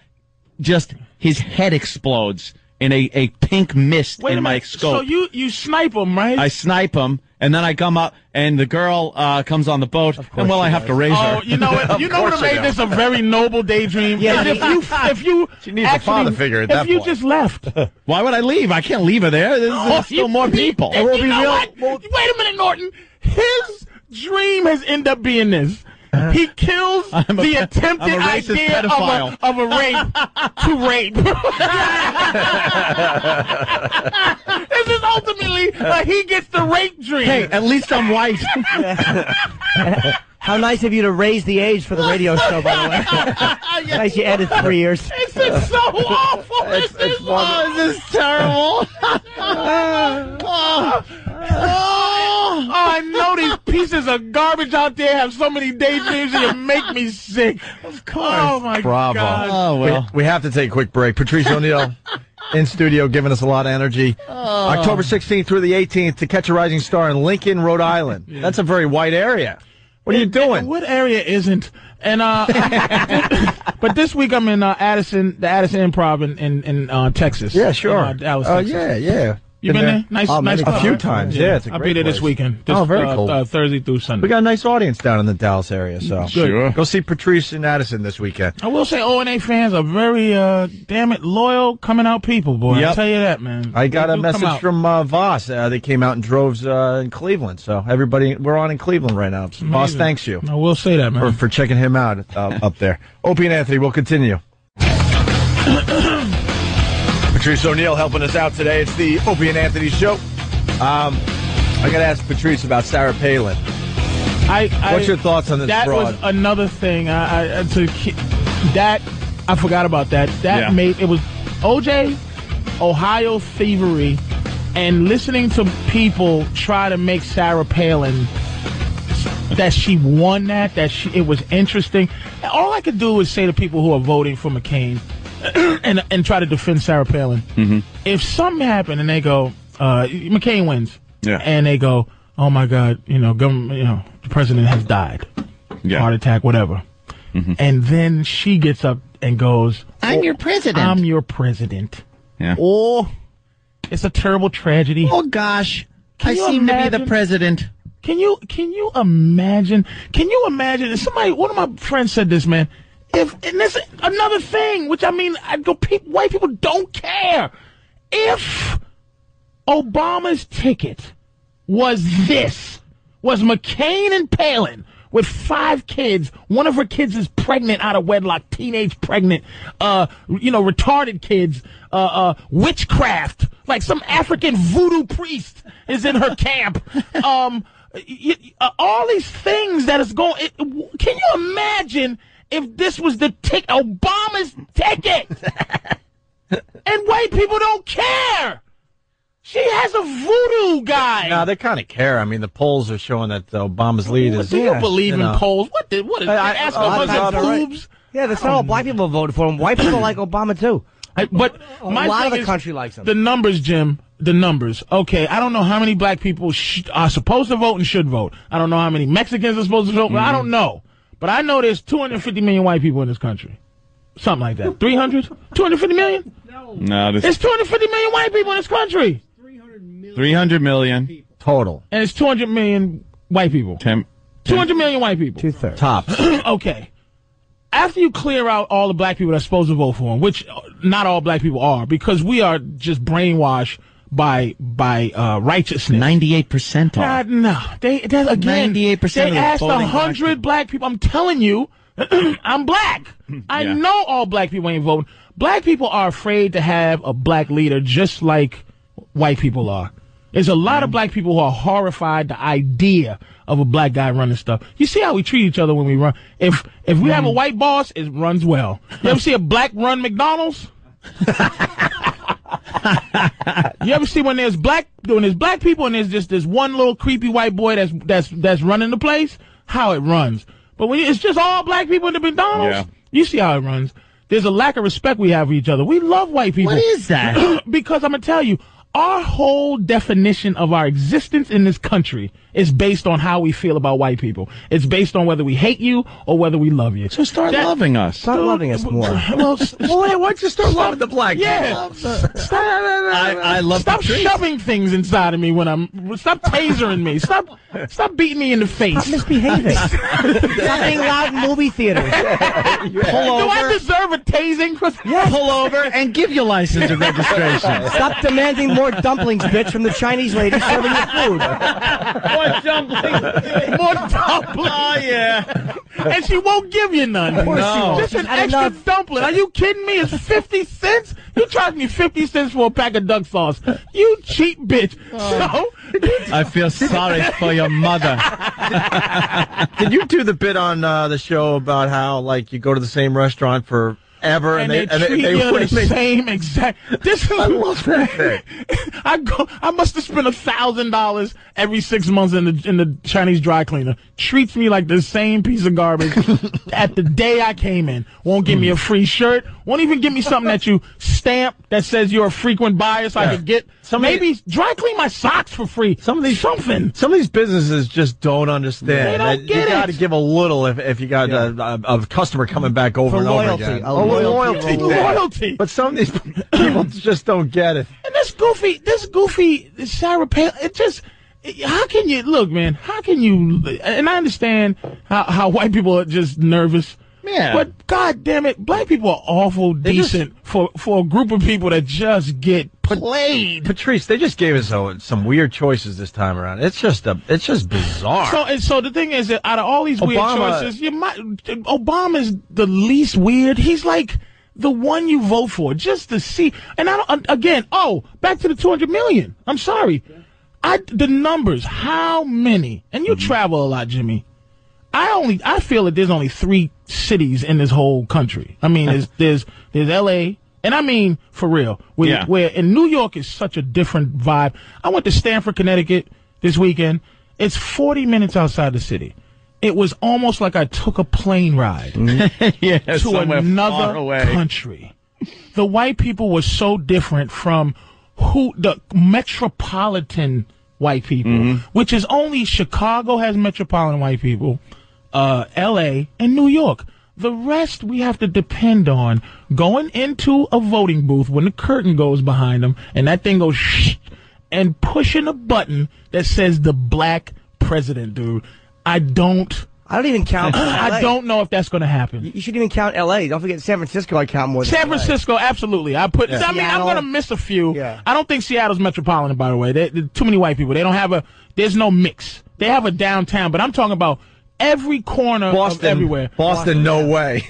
Speaker 2: just his head explodes in a, a pink mist
Speaker 3: Wait
Speaker 2: in
Speaker 3: a
Speaker 2: my
Speaker 3: minute.
Speaker 2: scope.
Speaker 3: So you you snipe them right?
Speaker 2: I snipe him, and then I come up, and the girl uh, comes on the boat, and well, I have to raise
Speaker 3: Oh,
Speaker 2: her.
Speaker 3: you know what? You know what
Speaker 1: course I
Speaker 3: made
Speaker 1: know.
Speaker 3: this a very noble daydream.
Speaker 4: Yeah,
Speaker 3: Is if you if you
Speaker 1: needs a
Speaker 3: actually-
Speaker 1: father figure at
Speaker 3: if
Speaker 1: that
Speaker 3: you
Speaker 1: point.
Speaker 3: just left,
Speaker 2: Why would I leave? I can't leave her there. There's, there's
Speaker 3: Oh,
Speaker 2: still more people.
Speaker 3: You know what? Wait a minute, Norton. His dream has ended up being this. He kills
Speaker 2: Uh-huh. I'm a
Speaker 3: the
Speaker 2: pe-
Speaker 3: attempted
Speaker 2: I'm a racist
Speaker 3: idea of
Speaker 2: pedophile.
Speaker 3: a, of a rape to rape. this is ultimately
Speaker 4: Uh,
Speaker 3: a he gets the rape dream.
Speaker 2: Hey, at least I'm white.
Speaker 4: How nice of you to raise the age for the radio show, by the way. nice you added three years.
Speaker 3: This is so awful. This is
Speaker 2: oh, this is terrible.
Speaker 3: Oh, I know these pieces of garbage out there have so many daydreams and you make me sick. Of course. Oh my
Speaker 1: Bravo.
Speaker 3: god.
Speaker 2: Oh well.
Speaker 1: We have to take a quick break. Patrice O'Neill in studio giving us a lot of energy.
Speaker 3: Oh.
Speaker 1: October 16th through the 18th to catch a rising star in Lincoln, Rhode Island. That's a very white area. What are you doing?
Speaker 3: What area isn't? And uh, but this week I'm in uh, Addison, the Addison Improv in in, in uh, Texas.
Speaker 1: Yeah, sure.
Speaker 3: In, uh, Dallas,
Speaker 1: Uh,
Speaker 3: Texas.
Speaker 1: yeah, yeah.
Speaker 3: You been there? Nice,
Speaker 1: Oh,
Speaker 3: nice.
Speaker 1: many-
Speaker 3: club,
Speaker 1: A few
Speaker 3: right?
Speaker 1: times. Yeah, it's a
Speaker 3: I'll
Speaker 1: great
Speaker 3: be there this
Speaker 1: place.
Speaker 3: weekend. This,
Speaker 1: Oh, very
Speaker 3: uh,
Speaker 1: cool.
Speaker 3: uh, Thursday through Sunday.
Speaker 1: We got a nice audience down in the Dallas area, so
Speaker 2: Sure.
Speaker 1: go see Patrice and Addison this weekend.
Speaker 3: I will say, O and A fans are very, uh, damn it, loyal coming out people, boy. I'll
Speaker 1: Yep.
Speaker 3: tell you that, man.
Speaker 1: I got
Speaker 3: They
Speaker 1: a
Speaker 3: do come
Speaker 1: message
Speaker 3: out.
Speaker 1: from uh, Voss. Uh, they came out in droves uh, in Cleveland, so everybody we're on in Cleveland right now. So Voss,
Speaker 3: Amazing.
Speaker 1: thanks you
Speaker 3: I will say that, man.
Speaker 1: for, for checking him out uh, up there. Opie and Anthony, we'll continue. Patrice O'Neill helping us out today. It's the Opie and Anthony show. Um, I got to ask Patrice about Sarah Palin.
Speaker 3: I, I,
Speaker 1: What's your thoughts on this
Speaker 3: That
Speaker 1: broad?
Speaker 3: was another thing. I, I I- to ki- that I forgot about that. That
Speaker 2: Yeah.
Speaker 3: made it was OJ, Ohio thievery, and listening to people try to make Sarah Palin that she won that that she it was interesting. All I could do is say to people who are voting for McCain and and try to defend Sarah Palin.
Speaker 2: Mm-hmm.
Speaker 3: If something happened and they go, uh, McCain wins,
Speaker 2: Yeah.
Speaker 3: and they go, oh my God, you know, government, you know, the president has died heart
Speaker 2: Yeah.
Speaker 3: attack, whatever.
Speaker 2: Mm-hmm.
Speaker 3: And then she gets up and goes, "Oh,
Speaker 2: I'm your president.
Speaker 3: I'm your president.
Speaker 2: yeah.
Speaker 3: Oh, it's a terrible tragedy.
Speaker 2: Oh gosh, I
Speaker 3: you
Speaker 2: seem to be
Speaker 3: imagine-
Speaker 2: the president.
Speaker 3: Can you can you imagine? Can you imagine? and Somebody, one of my friends said this, man. If and this another thing, which I mean, I go. Pe- white people don't care. If Obama's ticket was this, was McCain and Palin with five kids. One of her kids is pregnant out of wedlock, teenage pregnant, uh, you know, retarded kids, uh, uh, witchcraft, like some African voodoo priest is in her camp. Um, y- y- uh, all these things that is going, it, w- can you imagine if this was the tick, Obama's ticket? and white people don't care. She has a voodoo guy.
Speaker 1: No, they kind of care. I mean, the polls are showing that Obama's lead
Speaker 3: What,
Speaker 1: is.
Speaker 3: do you believe
Speaker 1: know.
Speaker 3: in polls? What did what is
Speaker 1: I- I-
Speaker 3: they ask
Speaker 1: a lot
Speaker 3: a
Speaker 1: of
Speaker 3: bunch of
Speaker 1: times they're right.
Speaker 3: boobs?
Speaker 4: Yeah, that's not all oh, black people voted for him. White people like Obama too.
Speaker 3: I- but my
Speaker 4: lot of
Speaker 3: thing
Speaker 4: the
Speaker 3: is,
Speaker 4: country likes him.
Speaker 3: The numbers, Jim. The numbers. Okay, I don't know how many black people sh- are supposed to vote and should vote. I don't know how many Mexicans are supposed to vote. I
Speaker 4: Mm-hmm.
Speaker 3: don't know. But I know there's 250 million white people in this country. Something like that. 300? 250 million?
Speaker 2: No, this
Speaker 3: There's 250 million white people in this country.
Speaker 2: 300 million.
Speaker 1: Total.
Speaker 3: And it's 200 million white people.
Speaker 2: Tim,
Speaker 3: 200 million white people.
Speaker 4: thirds.
Speaker 1: Tops.
Speaker 3: okay. After you clear out all the black people that's supposed to vote for him, which uh, not all black people are, because we are just brainwashed by by uh, righteousness.
Speaker 2: 98 percent
Speaker 3: God, no. They that again.
Speaker 2: 98% of
Speaker 3: They
Speaker 2: the
Speaker 3: asked
Speaker 2: voting black
Speaker 3: hundred black people. I'm telling you, I'm black. I
Speaker 2: Yeah.
Speaker 3: know all black people ain't voting. Black people are afraid to have a black leader, just like white people are. There's a lot of black people who are horrified the idea of a black guy running stuff. You see how we treat each other when we run. If if we have a white boss, it runs well. You ever see a black run McDonald's? You ever see when there's black when there's black people and there's just this one little creepy white boy that's that's that's running the place? How it runs. But when it's just all black people in the McDonald's,
Speaker 2: Yeah.
Speaker 3: you see how it runs. There's a lack of respect we have for each other. We love white people.
Speaker 2: What is that?
Speaker 3: because I'm gonna tell you, our whole definition of our existence in this country is based on how we feel about white people. It's based on whether we hate you or whether we love you.
Speaker 2: So start
Speaker 3: That-
Speaker 2: loving us.
Speaker 4: Stop loving us more.
Speaker 3: Well, s-
Speaker 1: well, hey, why don't you start loving the black?
Speaker 3: yeah. Stop,
Speaker 2: I, I love
Speaker 3: Stop
Speaker 2: Patrice.
Speaker 3: shoving things inside of me when I'm. Stop tasering me. Stop. Stop beating me in the face. Do
Speaker 4: Misbehaving. Stop being loud in movie theaters.
Speaker 2: Pull
Speaker 3: I
Speaker 2: over.
Speaker 3: deserve a tasing? Chris?
Speaker 2: Pull over and give your license and registration.
Speaker 4: Stop demanding more dumplings, bitch, from the Chinese lady serving you food.
Speaker 2: More dumplings.
Speaker 3: More dumplings.
Speaker 2: Oh yeah.
Speaker 3: and she won't give you none.
Speaker 2: No.
Speaker 3: Just an
Speaker 4: She's had
Speaker 3: extra
Speaker 4: enough.
Speaker 3: dumpling. Are you kidding me? It's 50 cents? You charged me 50 cents for a pack of duck sauce. You cheap bitch.
Speaker 4: Oh.
Speaker 3: So,
Speaker 2: I feel sorry for your mother.
Speaker 1: Did you do the bit on uh, the show about how like you go to the same restaurant for
Speaker 7: ever,
Speaker 3: and,
Speaker 7: and,
Speaker 3: they,
Speaker 7: and
Speaker 3: treat
Speaker 7: they,
Speaker 3: you
Speaker 7: wouldn't
Speaker 3: the
Speaker 7: make-
Speaker 3: same exact. This is
Speaker 7: I love that thing.
Speaker 3: I go. I must have spent a thousand dollars every six months in the in the Chinese dry cleaner. Treats me like the same piece of garbage at the day I came in. Won't give me a free shirt. Won't even give me something that you stamp that says you're a frequent buyer, so I could get.
Speaker 7: Some of the-
Speaker 3: maybe dry clean my socks for free.
Speaker 7: Some of these
Speaker 3: something.
Speaker 7: Some of these businesses just don't understand.
Speaker 3: They don't
Speaker 7: that
Speaker 3: get
Speaker 7: you
Speaker 3: it.
Speaker 7: got to give a little if, if you got a, a, a customer coming back over
Speaker 4: For
Speaker 7: and
Speaker 4: loyalty.
Speaker 7: over again.
Speaker 4: A loyalty.
Speaker 7: thing.
Speaker 3: Loyalty.
Speaker 7: But some of these people just don't get it.
Speaker 3: And this goofy, this goofy Sarah Palin, it just, how can you, look, man, how can you, and I understand how, how white people are just nervous.
Speaker 8: Yeah.
Speaker 3: But god damn it, black people are awful
Speaker 7: just-
Speaker 3: decent for, for a group of people that just get played.
Speaker 7: Patrice, they just gave us uh, some weird choices this time around. It's just a, it's just bizarre.
Speaker 3: So and so the thing is that out of all these
Speaker 7: Obama-
Speaker 3: weird choices, you might Obama's the least weird. He's like the one you vote for just to see. And I don't again. Oh, back to the two hundred million. I'm sorry. I the numbers. How many? And you travel a lot, Jimmy. I only I feel that there's only three cities in this whole country. I mean, there's there's there's L.A. and I mean for real. Where,
Speaker 8: Yeah.
Speaker 3: where in New York is such a different vibe. I went to Stamford, Connecticut this weekend. It's 40 minutes outside the city. It was almost like I took a plane ride
Speaker 8: yeah,
Speaker 3: to
Speaker 8: somewhere far
Speaker 3: another
Speaker 8: away.
Speaker 3: country. The white people were so different from who the metropolitan white people, which is only Chicago has metropolitan white people, uh, L.A. and New York. The rest we have to depend on going into a voting booth when the curtain goes behind them and that thing goes shh and pushing a button that says the black president, dude. I don't,
Speaker 4: I don't even count. LA.
Speaker 3: I don't know if that's going to happen.
Speaker 4: You should even count L.A. Don't forget San Francisco. I count more. Than
Speaker 3: San
Speaker 4: LA.
Speaker 3: Francisco, absolutely. I put. I mean, I'm
Speaker 4: Seattle.
Speaker 3: gonna miss a few.
Speaker 4: Yeah.
Speaker 3: I don't think Seattle's metropolitan, by the way. They, they- too many white people. They don't have a. There's no mix. They have a downtown, but I'm talking about every corner of
Speaker 7: Boston,
Speaker 3: everywhere.
Speaker 7: Boston, no way.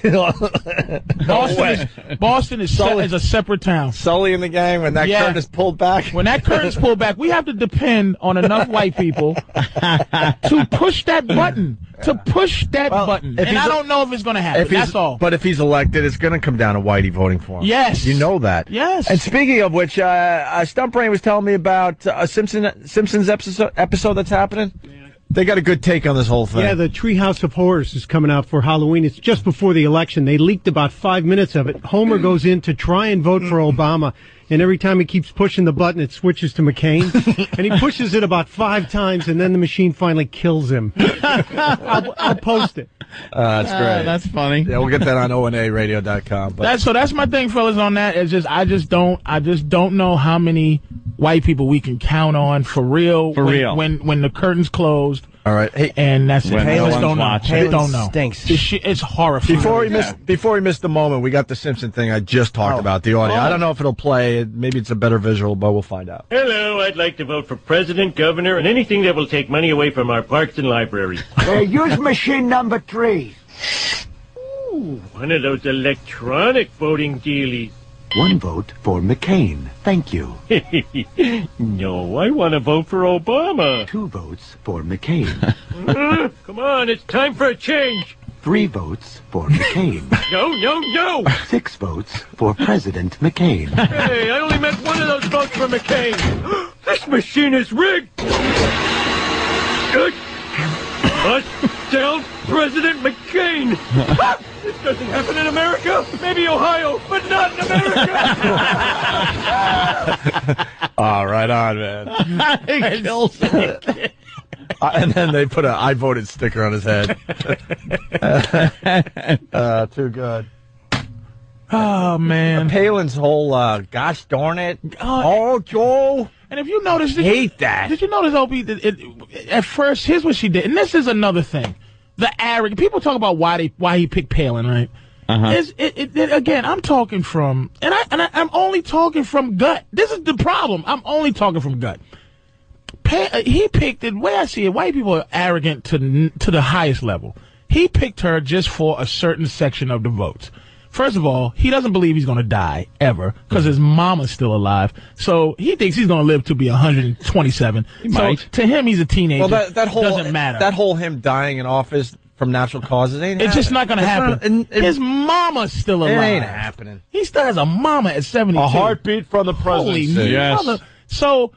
Speaker 3: Boston, is, Boston is, se-
Speaker 7: Sully.
Speaker 3: is a separate town.
Speaker 7: Sully in the gang when that
Speaker 3: Yeah.
Speaker 7: curtain is pulled back.
Speaker 3: When that curtain's pulled back, we have to depend on enough white people to push that button. To push that button,
Speaker 7: if
Speaker 3: and
Speaker 7: he's
Speaker 3: I
Speaker 7: a-
Speaker 3: don't know if it's gonna happen.
Speaker 7: If he's-
Speaker 3: That's all.
Speaker 7: But if he's elected, it's going to come down to Whitey voting for him.
Speaker 3: Yes.
Speaker 7: you know that.
Speaker 3: Yes.
Speaker 7: And speaking of which, uh, uh, Stump Brain was telling me about uh, a Simpson Simpsons episode episode that's happening. They got a good take on this whole thing.
Speaker 9: Yeah, the Treehouse of Horrors is coming out for Halloween. It's just before the election. They leaked about five minutes of it. Homer goes in to try and vote for Obama, and every time he keeps pushing the button, it switches to McCain, and he pushes it about five times, and then the machine finally kills him. I'll, I'll post it.
Speaker 7: uh, that's great.
Speaker 8: Ah, That's funny.
Speaker 7: yeah, we'll get that on onaradio.com. But
Speaker 3: That's so that's my thing, fellas, on that. It's just I just don't I just don't know how many white people we can count on for real.
Speaker 8: For
Speaker 3: when,
Speaker 8: real.
Speaker 3: When when the curtain's closed
Speaker 7: all right. Hey,
Speaker 3: and that's it.
Speaker 8: When
Speaker 3: I
Speaker 8: no
Speaker 3: just don't
Speaker 8: one's
Speaker 3: know. I
Speaker 8: watching.
Speaker 3: don't know.
Speaker 4: Stinks.
Speaker 3: This shit it's horrifying.
Speaker 7: Before we miss, before we miss the moment, we got the Simpson thing I just
Speaker 8: Oh.
Speaker 7: talked about. The audio. I don't know if it'll play. Maybe it's a better visual, but we'll find out.
Speaker 10: Hello, I'd like to vote for president, governor, and anything that will take money away from our parks and libraries.
Speaker 2: Uh, use machine number three.
Speaker 10: One of those electronic voting dealies.
Speaker 2: One vote for McCain. Thank you.
Speaker 10: no, I want to vote for Obama. Uh,
Speaker 2: Two votes for McCain.
Speaker 10: Come on, it's time for a change.
Speaker 2: Three votes for McCain.
Speaker 10: No, no, no.
Speaker 2: Six votes for President McCain.
Speaker 10: Hey, I only meant one of those votes for McCain. this machine is rigged. Good. Myself, President McCain. this doesn't happen in America. Maybe Ohio, but not in America.
Speaker 7: All right, on man.
Speaker 8: It kills him.
Speaker 7: Uh, and then they put a "I voted" sticker on his head. uh, too good.
Speaker 3: Oh man.
Speaker 7: Palin's whole uh, gosh darn it.
Speaker 3: Oh,
Speaker 7: Joe.
Speaker 3: And if you notice did you,
Speaker 7: Hate that.
Speaker 3: Did you notice OB that it, at first here's what she did. And this is another thing. The arrogant people talk about why they why he picked Palin, right? Uh-huh. It, it, it, again, I'm talking from, and I and I, I'm only talking from gut. This is the problem. I'm only talking from gut. pa- uh, he picked the way I see it. White people are arrogant to n- to the highest level. He picked her just for a certain section of the votes. First of all, he doesn't believe he's going to die ever because his mama's still alive. So he thinks he's going to live to be 127. so
Speaker 8: might.
Speaker 3: to him, he's a teenager.
Speaker 7: Well, that, that whole
Speaker 3: doesn't matter.
Speaker 7: That whole him dying in office
Speaker 1: from natural causes. It ain't
Speaker 3: It's just not going to
Speaker 1: happening.
Speaker 3: happen.
Speaker 1: It's not- and- and-
Speaker 3: His mama's still
Speaker 1: it
Speaker 3: alive.
Speaker 1: ain't happening.
Speaker 3: He still has a mama at 72.
Speaker 11: A heartbeat from the
Speaker 3: Holy
Speaker 11: presidency.
Speaker 2: Yes.
Speaker 3: mother. So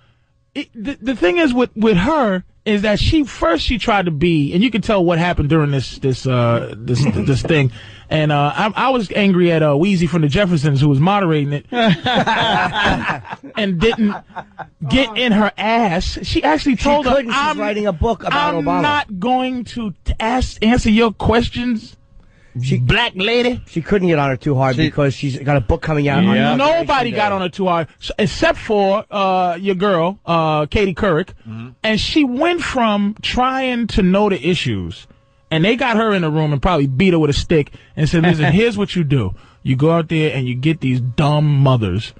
Speaker 3: it, the, the thing is with, with her is that she first she tried to be, and you can tell what happened during this this uh, this this thing. And uh, I, I was angry at uh, Wheezy from the Jeffersons who was moderating it, and didn't get in her ass. She actually told her,
Speaker 4: couldn't. She's
Speaker 3: "I'm
Speaker 4: writing a book about
Speaker 3: I'm
Speaker 4: Obama."
Speaker 3: not going to t- ask answer your questions."
Speaker 4: She-
Speaker 3: black lady.
Speaker 4: She couldn't get on her too hard
Speaker 1: She-
Speaker 4: because she's got a book coming out.
Speaker 2: Yeah.
Speaker 4: On
Speaker 3: Nobody got on a two hour s- except for uh, your girl, uh, Katie Couric, and she went from trying to know the issues, and they got her in the room and probably beat her with a stick and said, "Listen, here's what you do: you go out there and you get these dumb mothers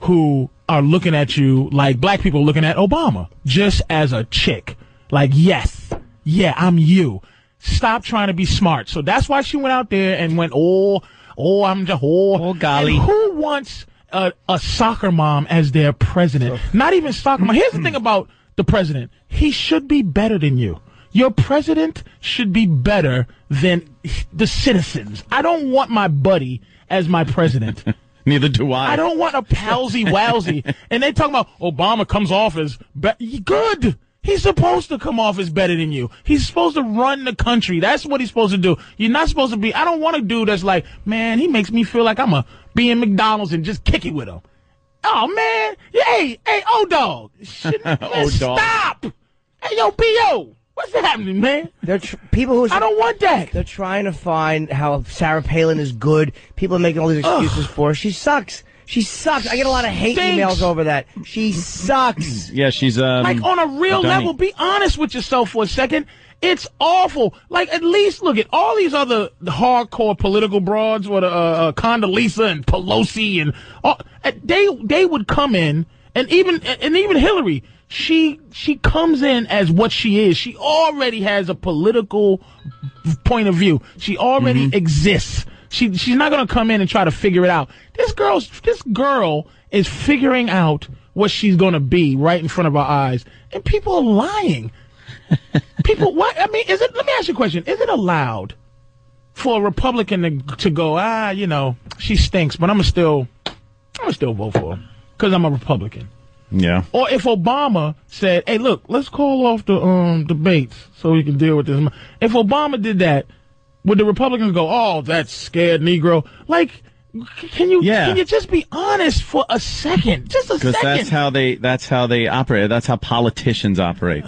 Speaker 3: who are looking at you like black people looking at Obama, just as a chick. Like, yes, yeah, I'm you. Stop trying to be smart." So that's why she went out there and went, "Oh." Oh, I'm just oh,
Speaker 2: Oh, golly.
Speaker 3: And who wants a, a soccer mom as their president? Not even soccer mom. Here's the thing about the president. He should be better than you. Your president should be better than the citizens. I don't want my buddy as my president.
Speaker 2: Neither do I.
Speaker 3: I don't want a palsy wowsy. and they talking about Obama comes off as be- good. He's supposed to come off as better than you. He's supposed to run the country. That's what he's supposed to do. You're not supposed to be. I don't want a dude that's like, man, he makes me feel like I'm a be in McDonald's and just kick it with him. Oh man, Yeah, hey, hey, old dog,
Speaker 1: Oh,
Speaker 3: Shit, man,
Speaker 2: Old dog.
Speaker 3: stop. Hey, yo, po, what's happening, man?
Speaker 4: They're tr- people who
Speaker 3: I don't want that.
Speaker 4: They're trying to find how Sarah Palin is good. People are making all these excuses for her. She sucks. She sucks. I get a lot of hate
Speaker 3: Stinks.
Speaker 4: emails over that. She sucks.
Speaker 2: Yeah, she's um,
Speaker 3: Like on a real
Speaker 2: Donnie.
Speaker 3: level, be honest with yourself for a second. It's awful. Like at least look at all these other hardcore political broads, with uh, uh, Condoleezza and Pelosi, and all, uh, they they would come in, and even and even Hillary, she she comes in as what she is. She already has a political point of view. She already
Speaker 2: Mm-hmm.
Speaker 3: exists. She she's not gonna come in and try to figure it out. This girl's this girl is figuring out what she's gonna be right in front of our eyes, and people are lying. people, what? I mean, is it? Let me ask you a question. Is it allowed for a Republican to, to go? Ah, you know, she stinks, but I'm gonna still, I'm gonna still vote for her because I'm a Republican.
Speaker 2: Yeah.
Speaker 3: Or if Obama said, "Hey, look, let's call off the um debates so we can deal with this." If Obama did that, would the Republicans go, "Oh, that scared Negro"? Like, c- can you
Speaker 2: Yeah.
Speaker 3: can you just be honest for a second? Just a
Speaker 2: Because
Speaker 3: second.
Speaker 2: that's how they that's how they operate. That's how politicians operate.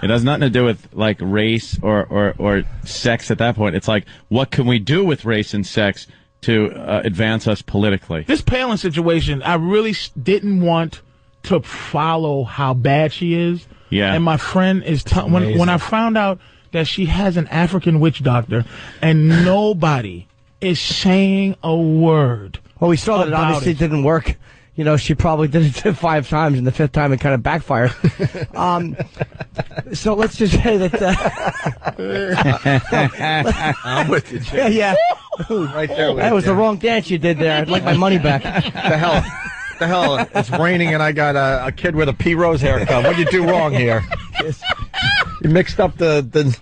Speaker 2: it has nothing to do with like race or, or or sex at that point. It's like what can we do with race and sex to uh, advance us politically?
Speaker 3: this Palin situation, I really s- didn't want to follow how bad she is.
Speaker 2: Yeah.
Speaker 3: And my friend is t- when when I found out that she has an African witch doctor, and nobody is saying a word.
Speaker 2: Oh,
Speaker 4: Well, we saw that it
Speaker 3: About
Speaker 4: obviously
Speaker 3: it.
Speaker 4: didn't work. You know, she probably did it five times, and the fifth time it kind of backfired. um, so let's just say that. Uh,
Speaker 1: I'm with you, Jim.
Speaker 4: yeah, yeah,
Speaker 1: Right there with
Speaker 4: that
Speaker 1: you,
Speaker 4: was the
Speaker 1: Jim.
Speaker 4: wrong dance you did there. I'd like my money back.
Speaker 1: The hell, the hell, it's raining and I got a, a kid with a P. Rose haircut. What'd you do wrong here? You mixed up the, the,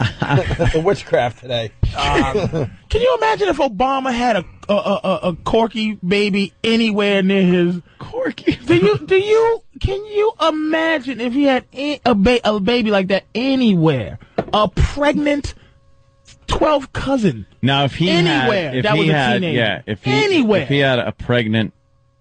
Speaker 1: the, witchcraft today.
Speaker 4: Um,
Speaker 3: Can you imagine if Obama had a a, a, a- a corky baby anywhere near his corky? Do you do you can you imagine if he had a, a, ba- a baby like that anywhere? A pregnant twelfth cousin.
Speaker 2: Now, if he
Speaker 3: Anywhere
Speaker 2: had, if
Speaker 3: that
Speaker 2: he
Speaker 3: was a
Speaker 2: had,
Speaker 3: teenager.
Speaker 2: yeah, if he,
Speaker 3: Anywhere.
Speaker 2: if he had a pregnant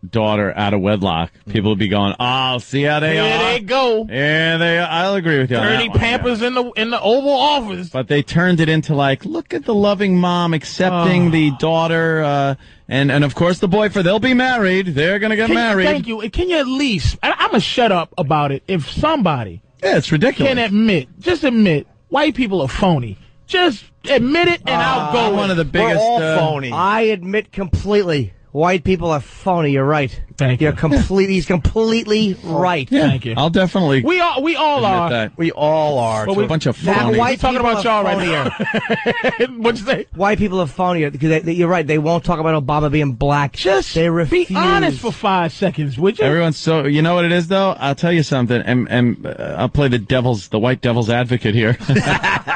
Speaker 2: daughter out of wedlock, people would be going, "Oh, see how they
Speaker 3: There
Speaker 2: are."
Speaker 3: they go.
Speaker 2: Yeah, they. I'll agree with you. on that
Speaker 3: Dirty
Speaker 2: one, yeah.
Speaker 3: Pampers in the in the Oval Office.
Speaker 2: But they turned it into like, look at the loving mom accepting
Speaker 3: Ah.
Speaker 2: the daughter, uh, and and of course the boyfriend. They'll be married. They're gonna get
Speaker 3: Can you-
Speaker 2: married.
Speaker 3: thank you. Can you at least? I, I'm gonna shut up about it. If somebody
Speaker 2: Yeah, it's ridiculous.
Speaker 3: can admit, just admit, white people are phony. Just admit it, and I'll go.
Speaker 2: Ah, One of the
Speaker 1: We're
Speaker 2: biggest.
Speaker 1: all
Speaker 2: uh,
Speaker 1: phony.
Speaker 4: I admit completely White people are phony. You're right.
Speaker 3: Thank
Speaker 4: You're
Speaker 3: you.
Speaker 4: completely. He's completely right.
Speaker 2: Yeah,
Speaker 3: Thank you.
Speaker 2: I'll definitely
Speaker 3: We all we all
Speaker 2: admit
Speaker 3: are.
Speaker 2: that.
Speaker 1: We all are.
Speaker 2: It's
Speaker 3: we-
Speaker 2: a bunch of
Speaker 4: That
Speaker 2: phonies.
Speaker 4: white
Speaker 3: talking
Speaker 4: people
Speaker 3: about y'all
Speaker 4: are
Speaker 3: right
Speaker 4: phonier.
Speaker 3: What'd you say?
Speaker 4: White people are phonier because they, they- you're right. They won't talk about Obama being black.
Speaker 3: Just
Speaker 4: they refuse.
Speaker 3: be honest for five seconds, would you?
Speaker 2: Everyone's so you know what it is though. I'll tell you something, and and uh, I'll play the devil's the white devil's advocate here.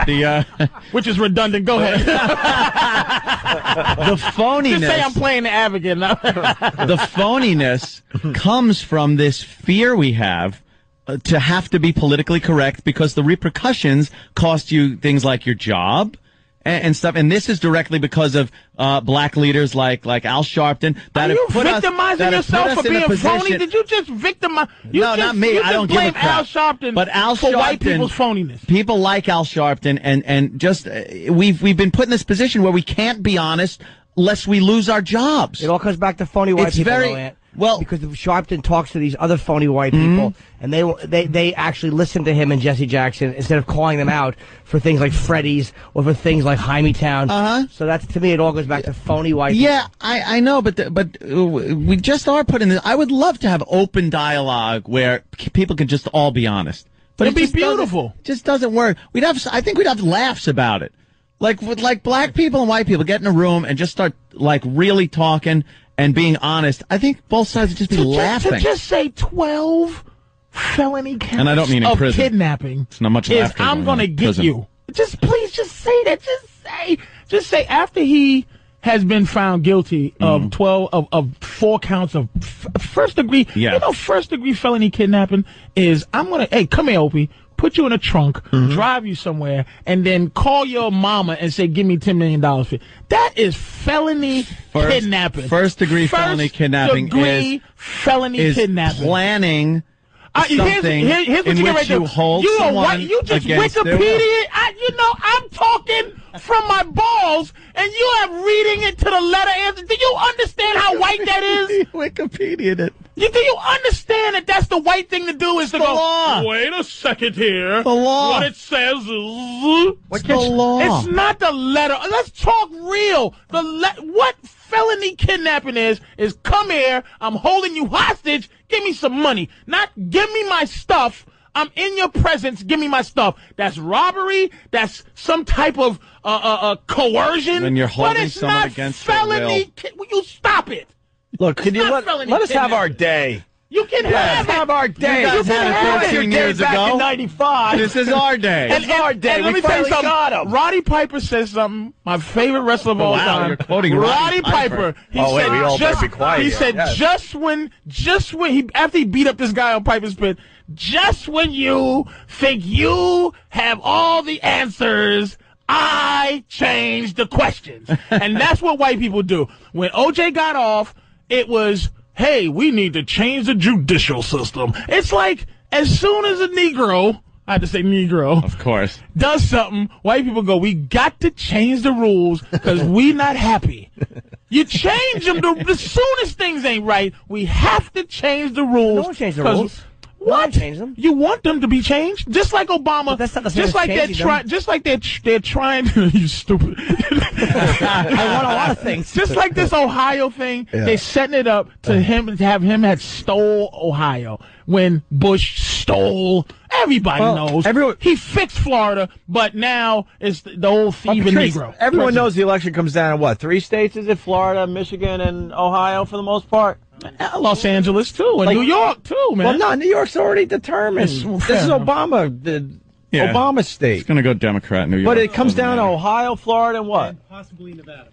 Speaker 2: the uh,
Speaker 3: Which is redundant. Go ahead.
Speaker 2: the phoniness.
Speaker 3: Just say I'm playing the advocate.
Speaker 2: the phoniness comes from this fear we have uh, to have to be politically correct because the repercussions cost you things like your job and, and stuff. And this is directly because of uh, black leaders like like Al Sharpton
Speaker 3: Are
Speaker 2: that have
Speaker 3: you
Speaker 2: put us-
Speaker 3: victimizing
Speaker 2: that have put
Speaker 3: yourself
Speaker 2: us
Speaker 3: for
Speaker 2: in a
Speaker 3: being phony?
Speaker 2: position-
Speaker 3: Did you just victimize? You
Speaker 2: no,
Speaker 3: just,
Speaker 2: not me.
Speaker 3: You
Speaker 2: I
Speaker 3: just
Speaker 2: don't
Speaker 3: blame
Speaker 2: give a crap.
Speaker 3: Al Sharpton
Speaker 2: but Al
Speaker 3: for
Speaker 2: Sharpton,
Speaker 3: white people's phoniness.
Speaker 2: People like Al Sharpton, and and just uh, we've we've been put in this position where we can't be honest, lest we lose our jobs.
Speaker 4: It all comes back to phony white
Speaker 2: It's
Speaker 4: people.
Speaker 2: very-
Speaker 4: though, Ant.
Speaker 2: well-
Speaker 4: because Sharpton talks to these other phony white
Speaker 3: Mm-hmm.
Speaker 4: people, and they they they actually listen to him and Jesse Jackson instead of calling them out for things like Freddy's or for things like Town.
Speaker 2: Uh-huh.
Speaker 4: So that's to me, it all goes back to phony white.
Speaker 2: Yeah, I, I know, but the, but uh, we just are put in this. I would love to have open dialogue where c- people can just all be honest. But
Speaker 3: It'd
Speaker 2: it
Speaker 3: be
Speaker 2: just doesn't-
Speaker 3: beautiful.
Speaker 2: just doesn't work. We'd have s- I think we'd have laughs about it. Like with like black people and white people get in a room and just start like really talking and being honest. I think both sides would just be
Speaker 3: To just,
Speaker 2: laughing.
Speaker 3: to just say twelve felony counts
Speaker 2: And I don't mean in
Speaker 3: of
Speaker 2: prison.
Speaker 3: kidnapping.
Speaker 2: It's not much
Speaker 3: is
Speaker 2: laughter
Speaker 3: I'm
Speaker 2: going on
Speaker 3: gonna
Speaker 2: in
Speaker 3: get
Speaker 2: prison.
Speaker 3: you. Just please, just say that. Just say, just say after he has been found guilty
Speaker 2: Mm-hmm.
Speaker 3: of twelve of, of four counts of f- first degree.
Speaker 2: Yeah.
Speaker 3: You know, first degree felony kidnapping is I'm gonna hey come here Opie. Put you in a trunk,
Speaker 2: Mm-hmm.
Speaker 3: drive you somewhere, and then call your mama and say, "Give me ten million dollars for you." That is felony
Speaker 2: First-
Speaker 3: kidnapping.
Speaker 2: first degree felony kidnapping
Speaker 3: degree
Speaker 2: is-
Speaker 3: felony
Speaker 2: is
Speaker 3: kidnapping.
Speaker 2: planning
Speaker 3: I-
Speaker 2: something
Speaker 3: here- Uh, here's what
Speaker 2: in
Speaker 3: you get
Speaker 2: which
Speaker 3: right there.
Speaker 2: you hold
Speaker 3: you
Speaker 2: someone
Speaker 3: a white, you just
Speaker 2: against their will.
Speaker 3: Wikipedia. I, you know, I'm talking from my balls, and you are reading it to the letter. And do you understand how white that is?
Speaker 2: Wikipedia it.
Speaker 3: You, do you understand that that's the white thing to do? Is to
Speaker 2: the
Speaker 3: go.
Speaker 2: law.
Speaker 3: Wait a second here.
Speaker 2: The law.
Speaker 3: What it says is.
Speaker 2: What's the law?
Speaker 3: It's not the letter. Let's talk real. The le- what felony kidnapping is is come here. I'm holding you hostage. Give me some money. Not give me my stuff. I'm in your presence. Give me my stuff. That's robbery. That's some type of uh, uh, uh, coercion.
Speaker 2: When you're holding
Speaker 3: but it's
Speaker 2: someone
Speaker 3: not
Speaker 2: against their
Speaker 3: felony.
Speaker 2: will.
Speaker 3: Ki- will you stop it?
Speaker 1: Look, can you
Speaker 3: not
Speaker 1: let,
Speaker 3: felony
Speaker 1: let us have
Speaker 3: kidnapping.
Speaker 1: our day?
Speaker 3: You can have,
Speaker 1: Let's have our day.
Speaker 2: You guys
Speaker 1: You can
Speaker 2: had it
Speaker 1: have
Speaker 2: 13
Speaker 1: your day
Speaker 2: years
Speaker 1: back
Speaker 2: ago.
Speaker 1: in 95.
Speaker 2: This is our day.
Speaker 1: And- our day.
Speaker 3: let
Speaker 1: We
Speaker 3: me tell you
Speaker 1: finally got
Speaker 3: something.
Speaker 1: him.
Speaker 3: Roddy Piper says something. My favorite wrestler of all
Speaker 2: Wow,
Speaker 3: time.
Speaker 2: you're quoting Roddy
Speaker 3: Roddy
Speaker 2: Piper.
Speaker 3: Piper. He
Speaker 1: Oh, wait,
Speaker 3: said
Speaker 1: we all better
Speaker 3: just,
Speaker 1: be quiet
Speaker 3: He
Speaker 1: here.
Speaker 3: said
Speaker 1: Yes.
Speaker 3: just when, just when he after he beat up this guy on Piper's pit, just when you think you have all the answers. I change the questions. and that's what white people do. When OJ got off, it was, hey, we need to change the judicial system. It's like, as soon as a Negro, I had to say Negro,
Speaker 2: of course.
Speaker 3: does something, white people go, we got to change the rules because we not happy. You change them the, the soonest things ain't right. We have to change the rules.
Speaker 4: one changed the
Speaker 3: 'cause-
Speaker 4: rules. No one
Speaker 3: What?
Speaker 4: changed them.
Speaker 3: You want them to be changed, just like Obama.
Speaker 4: But that's not the same as
Speaker 3: just like they're
Speaker 4: changing them.
Speaker 3: trying. Just like they're tr- they're trying. you stupid.
Speaker 4: I want a lot of things.
Speaker 3: Just like this Ohio thing, they setting it up to him to have him had stole Ohio when Bush stole. Everybody
Speaker 1: Well,
Speaker 3: knows.
Speaker 1: everyone-
Speaker 3: he fixed Florida, but now it's the, the old thieving
Speaker 1: Patrice,
Speaker 3: Negro.
Speaker 1: Everyone knows the election comes down to what? Three states? Is it Florida, Michigan, and Ohio for the most part?
Speaker 3: Uh, Los Angeles too, and
Speaker 1: Like-
Speaker 3: New York too, man.
Speaker 1: Well, no, New York's already determined.
Speaker 3: It's-
Speaker 1: this is Obama, the
Speaker 2: Yeah.
Speaker 1: Obama state.
Speaker 2: It's going to go Democrat in New York.
Speaker 1: But it comes
Speaker 2: Doesn't
Speaker 1: down to
Speaker 2: matter.
Speaker 1: Ohio, Florida, and what?
Speaker 12: Possibly Nevada.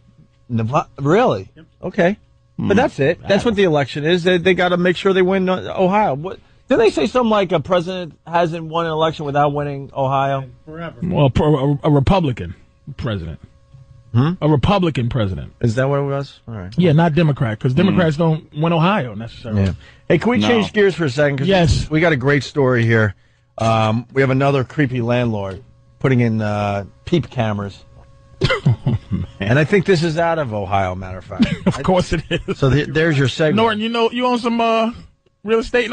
Speaker 1: Nevada. Really? Okay.
Speaker 3: Hmm.
Speaker 1: But that's it. That's what the election is. They, they got to make sure they win uh, Ohio. What? Did they say something like a president hasn't won an election without winning Ohio?
Speaker 12: Forever.
Speaker 3: Well, pro- a, a Republican president, a Republican president.
Speaker 1: Hmm? Is that what it was? All right.
Speaker 3: Yeah, not Democrat, because Democrats don't win Ohio necessarily.
Speaker 1: Yeah. Hey, can we
Speaker 2: No.
Speaker 1: change gears for a second? 'Cause
Speaker 3: Yes.
Speaker 1: We got a great story here. Um, we have another creepy landlord putting in uh, peep cameras. and I think this is out of Ohio, matter of fact.
Speaker 3: Of course it is.
Speaker 1: so th- there's your segment.
Speaker 3: Norton, you know you own some uh, real estate in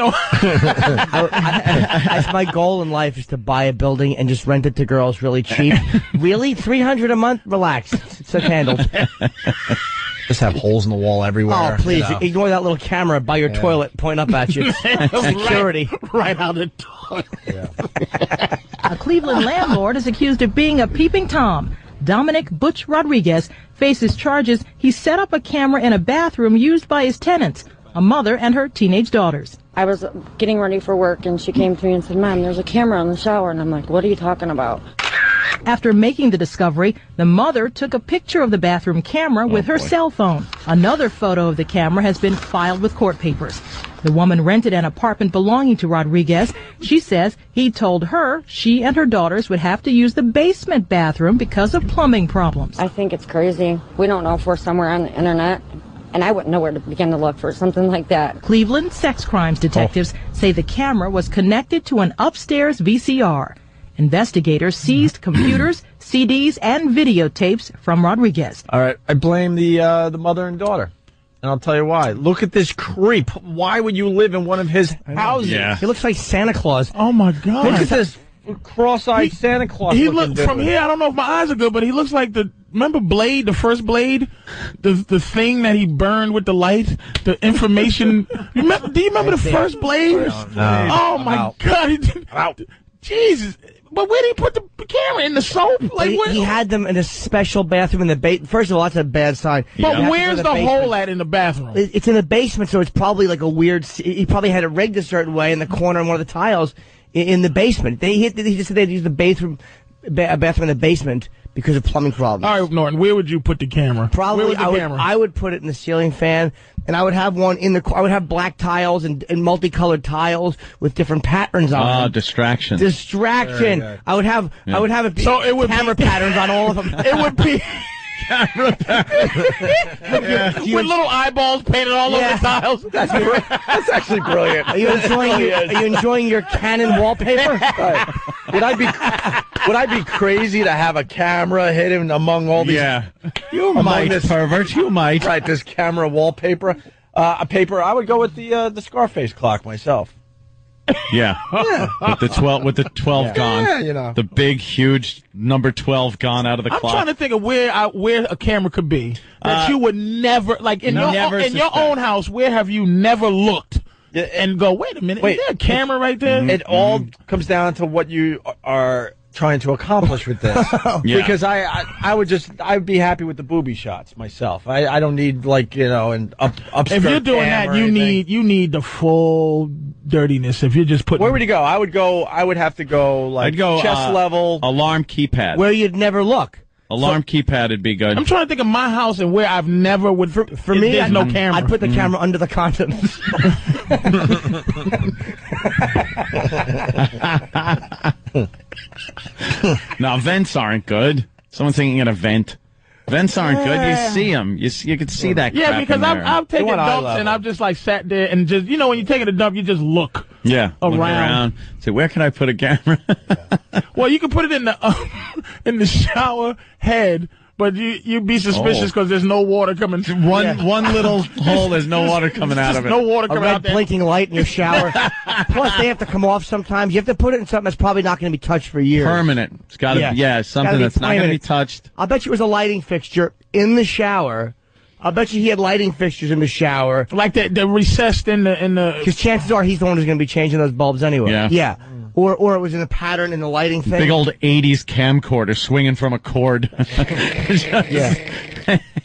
Speaker 3: Ohio.
Speaker 4: That's my goal in life is to buy a building and just rent it to girls really cheap. really, three hundred a month? Relax, it's handled.
Speaker 7: Just have holes in the wall everywhere.
Speaker 4: Oh, please
Speaker 7: you know.
Speaker 4: ignore that little camera by your toilet point up at you. Security.
Speaker 3: right out of the toilet.
Speaker 11: A Cleveland landlord is accused of being a peeping Tom. Dominic Butch Rodriguez faces charges he set up a camera in a bathroom used by his tenants, a mother and her teenage daughters.
Speaker 6: I was getting ready for work and she came to me and said, Mom, there's a camera in the shower. And I'm like, What are you talking about?
Speaker 11: After making the discovery, the mother took a picture of the bathroom camera with her cell phone. Another photo of the camera has been filed with court papers. The woman rented an apartment belonging to Rodriguez. She says he told her she and her daughters would have to use the basement bathroom because of plumbing problems.
Speaker 6: I think it's crazy. We don't know if we're somewhere on the internet. And I wouldn't know where to begin to look for something like that.
Speaker 11: Cleveland sex crimes detectives say the camera was connected to an upstairs VCR. Investigators seized computers, CDs, and videotapes from Rodriguez.
Speaker 7: All right, I blame the uh, the mother and daughter, and I'll tell you why. Look at this creep. Why would you live in one of his houses?
Speaker 2: Yeah.
Speaker 4: He looks like Santa Claus.
Speaker 3: Oh my
Speaker 7: Look
Speaker 3: god!
Speaker 7: at this cross-eyed Santa Claus.
Speaker 3: He
Speaker 7: looking
Speaker 3: looked from
Speaker 7: dude.
Speaker 3: here. I don't know if my eyes are good, but he looks like the remember Blade, the first Blade, the the thing that he burned with the light, the information. remember, do you remember the first Blade? Oh my
Speaker 7: out.
Speaker 3: god! He did- Jesus! But where did he put the, the camera in the soap? Like
Speaker 4: he,
Speaker 3: what?
Speaker 4: he had them in a special bathroom in the ba- First of all, that's a bad sign. You
Speaker 3: but
Speaker 4: have to go to
Speaker 3: where's the,
Speaker 4: basement.
Speaker 3: hole at in the bathroom?
Speaker 4: It- It's in the basement, so it's probably like a weird. s- He probably had it rigged a certain way in the corner on one of the tiles i- in the basement. They he, he just said they had to use the bathroom, ba- a bathroom in the basement because of plumbing problems.
Speaker 3: All right, Norton, where would you put the camera?
Speaker 4: Probably,
Speaker 3: where would the
Speaker 4: I would.
Speaker 3: camera?
Speaker 4: I would put it in the ceiling fan, and I would have one in the. cor- I would have black tiles and, and multicolored tiles with different patterns on
Speaker 2: Ah,
Speaker 4: them.
Speaker 2: distraction.
Speaker 4: Distraction. I would have. I would have it. be
Speaker 3: So it would
Speaker 4: camera
Speaker 3: be-
Speaker 4: patterns on all of them.
Speaker 3: it would be. With little eyeballs painted all
Speaker 4: Yeah.
Speaker 3: over the tiles. That's
Speaker 7: That's actually brilliant.
Speaker 4: Are you enjoying? your, are you enjoying your Canon wallpaper?
Speaker 7: Would I be would I be crazy to have a camera hidden among all these?
Speaker 2: Yeah.
Speaker 7: you
Speaker 2: might, pervert. You might.
Speaker 7: Right, this camera wallpaper, uh, a paper. I would go with the uh, the Scarface clock myself.
Speaker 2: Yeah. With the twelve, with the twelve gone.
Speaker 7: Yeah, you know.
Speaker 2: The big, huge number twelve gone out of the
Speaker 3: I'm
Speaker 2: clock.
Speaker 3: trying to think of where I, where a camera could be that
Speaker 2: Uh,
Speaker 3: you would never like in your
Speaker 2: Never
Speaker 3: own, in your
Speaker 2: suspect.
Speaker 3: own house. Where have you never looked
Speaker 7: Yeah,
Speaker 3: and go? Wait a minute,
Speaker 7: Wait.
Speaker 3: is there a camera right there? Mm-hmm.
Speaker 7: It all comes down to what you are trying to accomplish with this.
Speaker 2: Yeah.
Speaker 7: Because I, I, I would just, I'd be happy with the booby shots myself. I, I don't need like you know an up
Speaker 3: if
Speaker 7: upskirt
Speaker 3: you're doing
Speaker 7: cam
Speaker 3: that,
Speaker 7: or
Speaker 3: you
Speaker 7: anything.
Speaker 3: need you need the full dirtiness. If you're just putting
Speaker 7: Where would you go? I would go. I would have to go like
Speaker 2: I'd go
Speaker 7: chest
Speaker 2: uh,
Speaker 7: level.
Speaker 2: alarm keypad.
Speaker 4: Where you'd never look.
Speaker 2: alarm keypad would be good.
Speaker 3: I'm trying to think of my house and where I've never would. For,
Speaker 4: For me,
Speaker 3: there's
Speaker 4: I,
Speaker 3: no camera.
Speaker 4: I'd put the camera under the condoms.
Speaker 2: Now vents aren't good. Someone's thinking at a vent. Vents aren't good. You see them. You see, you can see that.
Speaker 3: Yeah,
Speaker 2: crap
Speaker 3: because
Speaker 2: in
Speaker 3: I've,
Speaker 2: there.
Speaker 3: I've taken
Speaker 7: want eye
Speaker 3: dumps
Speaker 7: level.
Speaker 3: and I've just like sat there and just you know when you're taking a dump you just look.
Speaker 2: yeah look
Speaker 3: around.
Speaker 2: around. Say, where can I put a camera?
Speaker 3: Well, you can put it in the um, in the shower head, but you you'd be suspicious
Speaker 2: Oh.
Speaker 3: because there's no water coming.
Speaker 2: one one little hole. There's no water coming out
Speaker 3: There's
Speaker 2: of it.
Speaker 3: no water
Speaker 4: a
Speaker 3: coming out
Speaker 4: red
Speaker 3: there.
Speaker 4: blinking light in your shower. Plus, they have to come off sometimes. You have to put it in something that's probably not going to be touched for years.
Speaker 2: Permanent. It's got to
Speaker 4: Yeah.
Speaker 2: yeah. yeah something
Speaker 4: Gotta be
Speaker 2: that's not going to be
Speaker 4: permanent.
Speaker 2: touched.
Speaker 4: I bet you it was a lighting fixture in the shower. I bet you he had lighting fixtures in the shower.
Speaker 3: Like that, the recessed in the in the.
Speaker 4: Because chances are he's the one who's going to be changing those bulbs anyway.
Speaker 2: Yeah.
Speaker 4: Yeah. Or, or it was in the pattern in the lighting thing.
Speaker 2: Big old '80s camcorder swinging from a cord.
Speaker 4: yeah.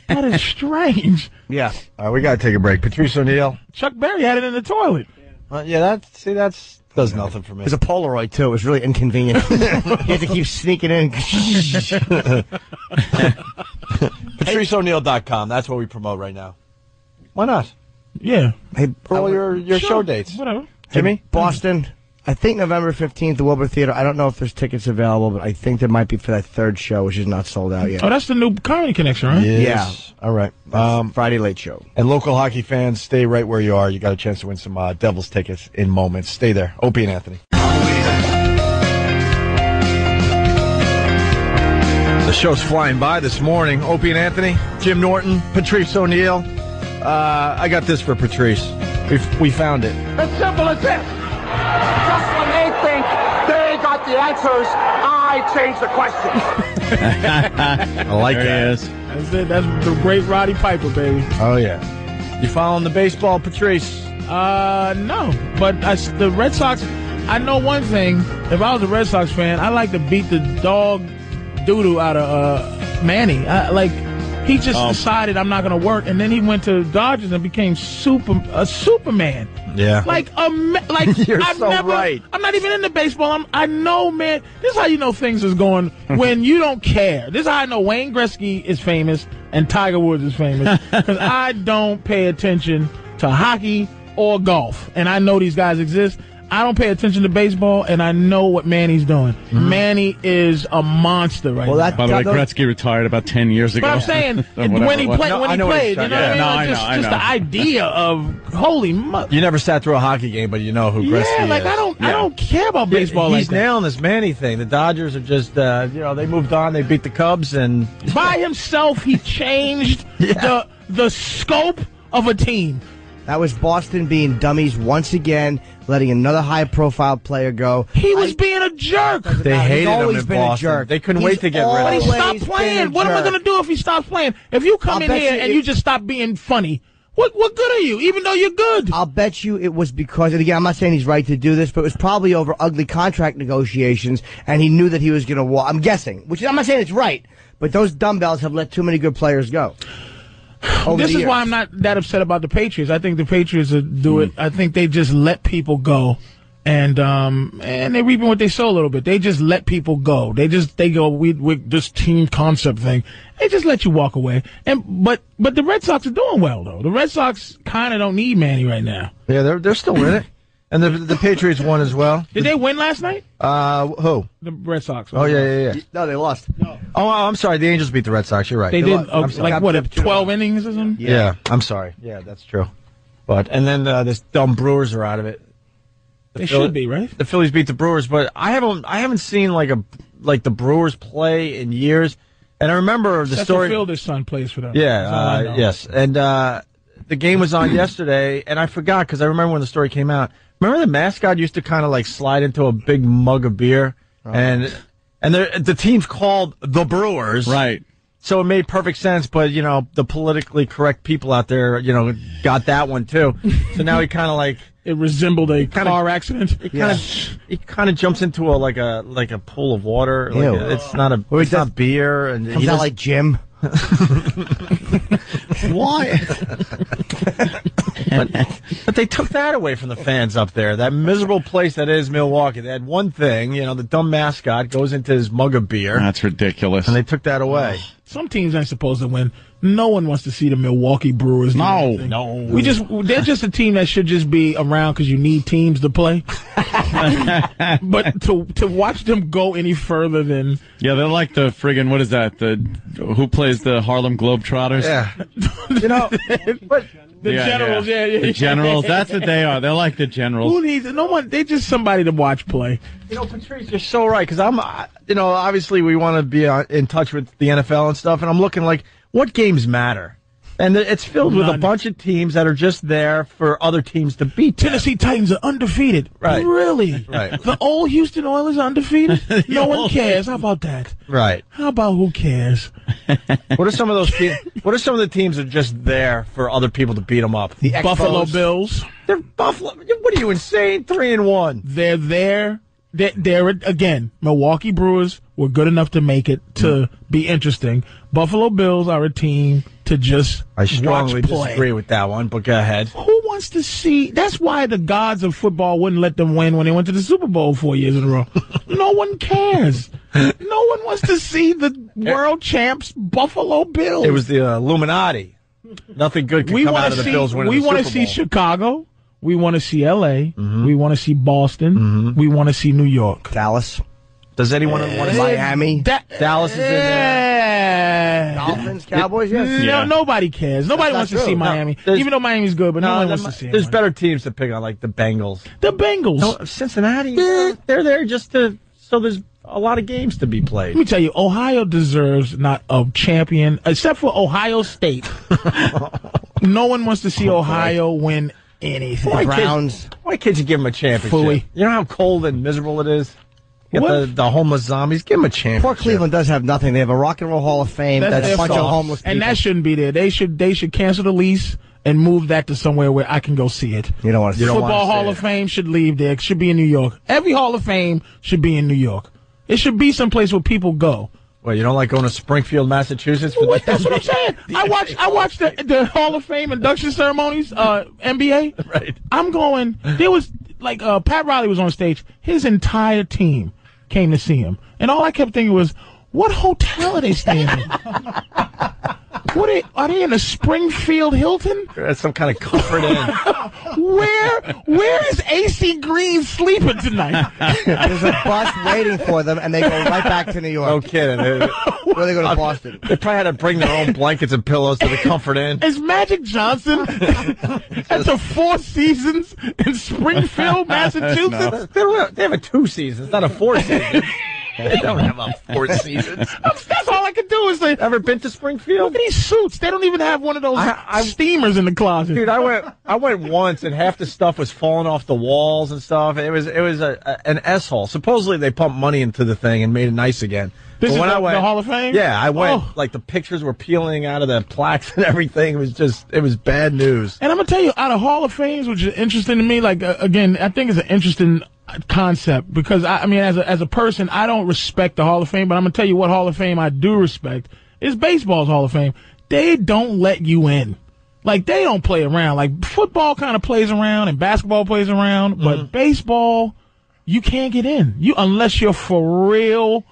Speaker 3: That is strange.
Speaker 4: Yeah.
Speaker 7: All right, we gotta take a break. Patrice O'Neill.
Speaker 3: Chuck Berry had it in the toilet.
Speaker 7: Uh, yeah, that see, that's does nothing for me.
Speaker 4: It was a Polaroid, too. It was really inconvenient. you had to keep sneaking in.
Speaker 7: PatriceO'Neill.com. That's what we promote right now. Why not?
Speaker 3: Yeah,
Speaker 4: hey,
Speaker 7: For all your, your show dates.
Speaker 3: whatever.
Speaker 7: Jimmy?
Speaker 4: Boston. I think November 15th, the Wilbur Theater. I don't know if there's tickets available, but I think there might be for that third show, which is not sold out yet.
Speaker 3: Oh, that's the new comedy connection, right?
Speaker 7: Yeah. All right.
Speaker 4: Um,
Speaker 7: Um,
Speaker 4: Friday late show.
Speaker 7: and local hockey fans, stay right where you are. You got a chance to win some uh, Devils tickets in moments. Stay there. Opie and Anthony. The show's flying by this morning. Opie and Anthony, Jim Norton, Patrice O'Neill. Uh, I got this for Patrice. We, we found it.
Speaker 13: As simple as this. Just when they think they got the answers, I change the question.
Speaker 7: I like
Speaker 2: There he
Speaker 7: that.
Speaker 2: is.
Speaker 3: That's it. That's the great Roddy Piper, baby.
Speaker 7: Oh yeah. You following the baseball, Patrice?
Speaker 3: Uh, no. But I s the Red Sox, I know one thing. If I was a Red Sox fan, I like to beat the dog doodoo out of uh, Manny. I, like he just
Speaker 7: Um.
Speaker 2: Oh.
Speaker 3: decided I'm not going to work, and then he went to Dodgers and became super a Superman.
Speaker 7: Yeah.
Speaker 3: Like a ma- like
Speaker 7: You're
Speaker 3: I've
Speaker 7: so
Speaker 3: never.
Speaker 7: right.
Speaker 3: I'm not even into baseball. I'm, I know, man. This is how you know things is going when you don't care. This is how I know Wayne Gretzky is famous and Tiger Woods is famous because I don't pay attention to hockey or golf, and I know these guys exist. I don't pay attention to baseball, and I know what Manny's doing. Manny is a monster right
Speaker 4: Well,
Speaker 3: now.
Speaker 4: that,
Speaker 2: By the way,
Speaker 4: that-
Speaker 2: Gretzky retired about 10 years ago.
Speaker 3: But I'm saying
Speaker 2: Or whatever
Speaker 3: when he
Speaker 2: it was.
Speaker 3: played,
Speaker 7: No,
Speaker 3: when
Speaker 7: I
Speaker 3: he
Speaker 7: know what
Speaker 3: played,
Speaker 7: he's
Speaker 3: you know,
Speaker 7: talking
Speaker 3: what
Speaker 2: about.
Speaker 3: I mean?
Speaker 2: Yeah,
Speaker 3: just,
Speaker 2: no, I know, I
Speaker 3: just
Speaker 2: know.
Speaker 3: the idea of holy muck.
Speaker 7: You never sat through a hockey game, but you know who Gretzky
Speaker 3: Yeah, like
Speaker 7: is.
Speaker 3: I don't, I
Speaker 2: Yeah.
Speaker 3: don't care about
Speaker 7: Yeah,
Speaker 3: baseball
Speaker 7: He's
Speaker 3: like that.
Speaker 7: nailing this Manny thing. The Dodgers are just, uh, you know, they moved on. They beat the Cubs, and
Speaker 3: by himself he changed the the scope of a team.
Speaker 4: that was Boston being dummies once again, letting another high profile player go.
Speaker 3: He was being a jerk.
Speaker 7: they
Speaker 4: Now, he's
Speaker 7: hated him
Speaker 4: always
Speaker 7: in
Speaker 4: been a
Speaker 7: Boston.
Speaker 4: jerk.
Speaker 7: They couldn't
Speaker 4: He's
Speaker 7: wait to get rid
Speaker 3: But he
Speaker 7: of him.
Speaker 4: always-
Speaker 3: stopped
Speaker 4: been
Speaker 3: playing.
Speaker 4: a
Speaker 3: What am I
Speaker 4: jerk.
Speaker 3: going to do if he stops playing? If you come
Speaker 4: I'll
Speaker 3: in
Speaker 4: bet
Speaker 3: here
Speaker 4: you
Speaker 3: and
Speaker 4: it-
Speaker 3: you just stop being funny, what what good are you? Even though you're good.
Speaker 4: I'll bet you it was because, and again, I'm not saying he's right to do this, but it was probably over ugly contract negotiations, and he knew that he was going to walk. I'm guessing, which I'm not saying it's right, but those dumbbells have let too many good players go. over
Speaker 3: this
Speaker 4: the
Speaker 3: is
Speaker 4: years.
Speaker 3: why I'm not that upset about the Patriots. I think the Patriots are do it.
Speaker 7: Mm.
Speaker 3: I think they just let people go, and um, and they reaping what they sow a little bit. They just let people go. They just they go we with this team concept thing. They just let you walk away. And but but the Red Sox are doing well though. The Red Sox kind of don't need Manny right now.
Speaker 7: Yeah, they're they're still in it, and the the Patriots won as well.
Speaker 3: Did they win last night?
Speaker 7: Uh, who?
Speaker 3: The Red Sox.
Speaker 7: Oh yeah, yeah, yeah.
Speaker 4: No, they lost.
Speaker 7: Oh, I'm sorry. The Angels beat the Red Sox. You're right.
Speaker 3: They did
Speaker 7: lost.
Speaker 3: uh,
Speaker 7: I'm sorry.
Speaker 3: like what, twelve innings or something?
Speaker 7: Yeah. I'm sorry. Yeah, that's true. But and then uh, this dumb Brewers are out of it. The
Speaker 3: They
Speaker 7: Philly-
Speaker 3: should be right.
Speaker 7: The Phillies beat the Brewers, but I haven't I haven't seen like a like the Brewers play in years. And I remember the
Speaker 3: That's
Speaker 7: story.
Speaker 3: Fielder's son plays for them.
Speaker 7: Yeah,
Speaker 3: That's all I
Speaker 7: uh,
Speaker 3: know.
Speaker 7: yes. And uh, the game was on yesterday, and I forgot because I remember when the story came out. Remember the mascot used to kind of like slide into a big mug of beer, and and the the team's called the Brewers,
Speaker 2: Right.
Speaker 7: So it made perfect sense, but you know the politically correct people out there, you know, got that one too. So now he kind of like
Speaker 3: It resembled a
Speaker 7: Kinda-
Speaker 3: car accident.
Speaker 7: it kind of he kind of jumps into a like a like a pool of water. Like
Speaker 4: Ew.
Speaker 7: a- it's not a
Speaker 4: Or he
Speaker 7: it's
Speaker 4: does-
Speaker 7: not beer, and he
Speaker 4: Comes out
Speaker 7: does-
Speaker 4: like Jim.
Speaker 7: Why? but, but they took that away from the fans up there. That miserable place that is Milwaukee. They had one thing, you know, the dumb mascot goes into his mug of beer, and
Speaker 2: That's ridiculous.
Speaker 7: they took that away.
Speaker 3: Some teams ain't supposed to win. No one wants to see the Milwaukee Brewers. do
Speaker 2: No,
Speaker 3: anything.
Speaker 2: no.
Speaker 3: We just they're just a team that should just be around because you need teams to play. but to to watch them go any further than
Speaker 2: Yeah, they're like the friggin' what is that? The who plays the Harlem Globetrotters?
Speaker 7: you know, but
Speaker 3: the Generals, yeah, yeah,
Speaker 2: The Generals. That's what they are. They're like the
Speaker 3: who
Speaker 2: Generals.
Speaker 3: needs no one. They just somebody to watch play.
Speaker 7: you know, Patrice, you're so right because I'm, uh, you know, obviously we want to be uh, in touch with the NFL and stuff, and I'm looking like what games matter. And th- it's filled with a
Speaker 3: None.
Speaker 7: bunch of teams that are just there for other teams to beat. them.
Speaker 3: Tennessee Titans are undefeated.
Speaker 7: Right.
Speaker 3: Really?
Speaker 7: Right.
Speaker 3: The old Houston Oilers are undefeated. No one
Speaker 2: old-
Speaker 3: cares. How about that?
Speaker 7: Right.
Speaker 3: How about who cares?
Speaker 7: What are some of those? Te- what are some of the teams that are just there for other people to beat them up? The
Speaker 3: Buffalo Bills.
Speaker 7: They're Buffalo. What are you insane? Three and one.
Speaker 3: they're there. They're, they're again. Milwaukee Brewers were good enough to make it to
Speaker 7: Mm.
Speaker 3: be interesting. Buffalo Bills are a team to just
Speaker 7: I strongly
Speaker 3: watch play.
Speaker 7: disagree with that one, but go ahead.
Speaker 3: Who wants to see? That's why the gods of football wouldn't let them win when they went to the Super Bowl four years in a row. no one cares. No one wants to see the world champs Buffalo Bills.
Speaker 7: It was the uh, Illuminati. Nothing good can
Speaker 3: we
Speaker 7: come
Speaker 3: want
Speaker 7: out of
Speaker 3: to
Speaker 7: the
Speaker 3: see.
Speaker 7: Bills winning
Speaker 3: we
Speaker 7: the
Speaker 3: wanna
Speaker 7: Super
Speaker 3: see
Speaker 7: Bowl. Mm-hmm.
Speaker 3: Chicago. We want to see L.A. We want to see Boston. We want to see New York.
Speaker 4: Dallas,
Speaker 7: Does anyone want to see?
Speaker 4: Miami,
Speaker 3: That,
Speaker 7: Dallas is in
Speaker 3: there.
Speaker 4: Dolphins, Cowboys. Yes.
Speaker 3: No,
Speaker 2: Yeah.
Speaker 3: nobody cares. Nobody
Speaker 4: That's
Speaker 3: wants
Speaker 4: not
Speaker 3: to
Speaker 4: true.
Speaker 3: see
Speaker 4: No,
Speaker 3: Miami,
Speaker 7: there's-
Speaker 3: even though Miami's good, but no, one
Speaker 7: there
Speaker 3: wants
Speaker 7: mi-
Speaker 3: to see.
Speaker 7: there's
Speaker 3: Miami.
Speaker 7: better teams to pick on, like the Bengals.
Speaker 3: The Bengals. Eh.
Speaker 7: No, Cincinnati.
Speaker 4: uh,
Speaker 7: yeah, They're there just to. So there's a lot of games to be
Speaker 3: Let me
Speaker 7: played.
Speaker 3: tell you, Ohio deserves not a champion, except for Ohio State. no one wants to see
Speaker 4: Oh,
Speaker 3: Ohio win anything.
Speaker 7: Why can't-
Speaker 4: Browns.
Speaker 7: Why can't you give them a championship?
Speaker 3: Phooey.
Speaker 7: You know how cold and miserable it is. You got the, the homeless zombies. Give them a chance.
Speaker 4: Poor Cleveland does have nothing. They have a Rock and Roll Hall of Fame. That's,
Speaker 3: their
Speaker 4: a bunch
Speaker 3: fault.
Speaker 4: of homeless people.
Speaker 3: And that shouldn't be there. They should they should cancel the lease and move that to somewhere where I can go see it.
Speaker 4: you don't want to.
Speaker 3: Football Hall of Fame should leave there. It should be in New York. Every Hall of Fame should be in New York. It should be someplace where people go.
Speaker 7: Well, you don't like going to Springfield, Massachusetts? For
Speaker 3: Wait,
Speaker 7: the-
Speaker 3: that's what I'm saying. I watch I watch the, the Hall of Fame induction ceremonies, uh, NBA.
Speaker 7: Right.
Speaker 3: I'm going. There was like uh, Pat Riley was on stage. His entire team came to see him, and all I kept thinking was, "What hotel are they staying in? what are, are they in a Springfield Hilton?
Speaker 7: That's some kind of comfort in.
Speaker 3: Where where is AC Green sleeping tonight?
Speaker 4: There's a bus waiting for them, and they go right back to New York.
Speaker 7: No kidding. They,
Speaker 4: Or they go to Boston.
Speaker 7: they probably had to bring their own blankets and pillows to the comfort inn.
Speaker 3: Is Magic Johnson at the Four Seasons in Springfield, Massachusetts?
Speaker 7: They don't- they have a two season. It's not a four season. they don't have a four seasons.
Speaker 3: I'm- That's all I could do is say,
Speaker 7: Ever been to Springfield?
Speaker 3: Look at these suits. They don't even have one of those
Speaker 7: I- I-
Speaker 3: steamers in the closet.
Speaker 7: Dude, I went. I went once, and half the stuff was falling off the walls and stuff. It was it was a, a- an s hole. Supposedly they pumped money into the thing and made it nice again.
Speaker 3: This
Speaker 7: But
Speaker 3: is
Speaker 7: when
Speaker 3: the-
Speaker 7: I went,
Speaker 3: the Hall of Fame?
Speaker 7: Yeah, I went.
Speaker 3: Oh.
Speaker 7: Like the pictures were peeling out of the plaques and everything. It was just it was bad news.
Speaker 3: and I'm gonna tell you, out of Hall of Fames, which is interesting to me, like uh, again, I think it's an interesting uh, concept because I, I mean, as a, as a person, I don't respect the Hall of Fame, but I'm gonna tell you what Hall of Fame I do respect is baseball's Hall of Fame. They don't let you in. Like they don't play around. Like football kind of plays around and basketball plays around, but baseball, you can't get in. You unless you're for real.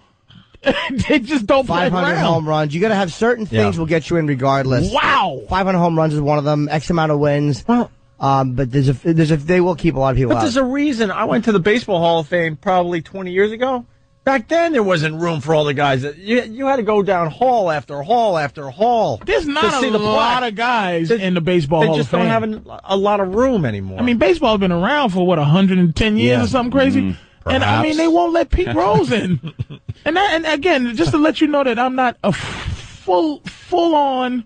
Speaker 3: they just don't play
Speaker 4: 500
Speaker 3: around.
Speaker 4: home runs. You got to have certain things will get you in regardless.
Speaker 3: Wow.
Speaker 4: 500 home runs is one of them. X amount of wins. um, but there's a there's a they will keep a lot of people
Speaker 7: But
Speaker 4: out.
Speaker 7: there's a reason I went to the Baseball Hall of Fame probably 20 years ago. Back then, there wasn't room for all the guys. That, you, you had to go down hall after hall after hall.
Speaker 3: There's
Speaker 7: to
Speaker 3: not
Speaker 7: see
Speaker 3: a
Speaker 7: the
Speaker 3: lot
Speaker 7: plaque.
Speaker 3: of guys
Speaker 7: They-
Speaker 3: in the baseball
Speaker 7: They
Speaker 3: Hall
Speaker 7: just
Speaker 3: of Fame.
Speaker 7: don't have an, a lot of room anymore.
Speaker 3: I mean, baseball's been around for what 110 years
Speaker 7: Yeah. Mm-hmm.
Speaker 3: or something crazy.
Speaker 2: Mm-hmm.
Speaker 3: and I
Speaker 7: perhaps.
Speaker 3: mean, they won't let Pete Rose in. And that, and again, just to let you know that I'm not a f- full full on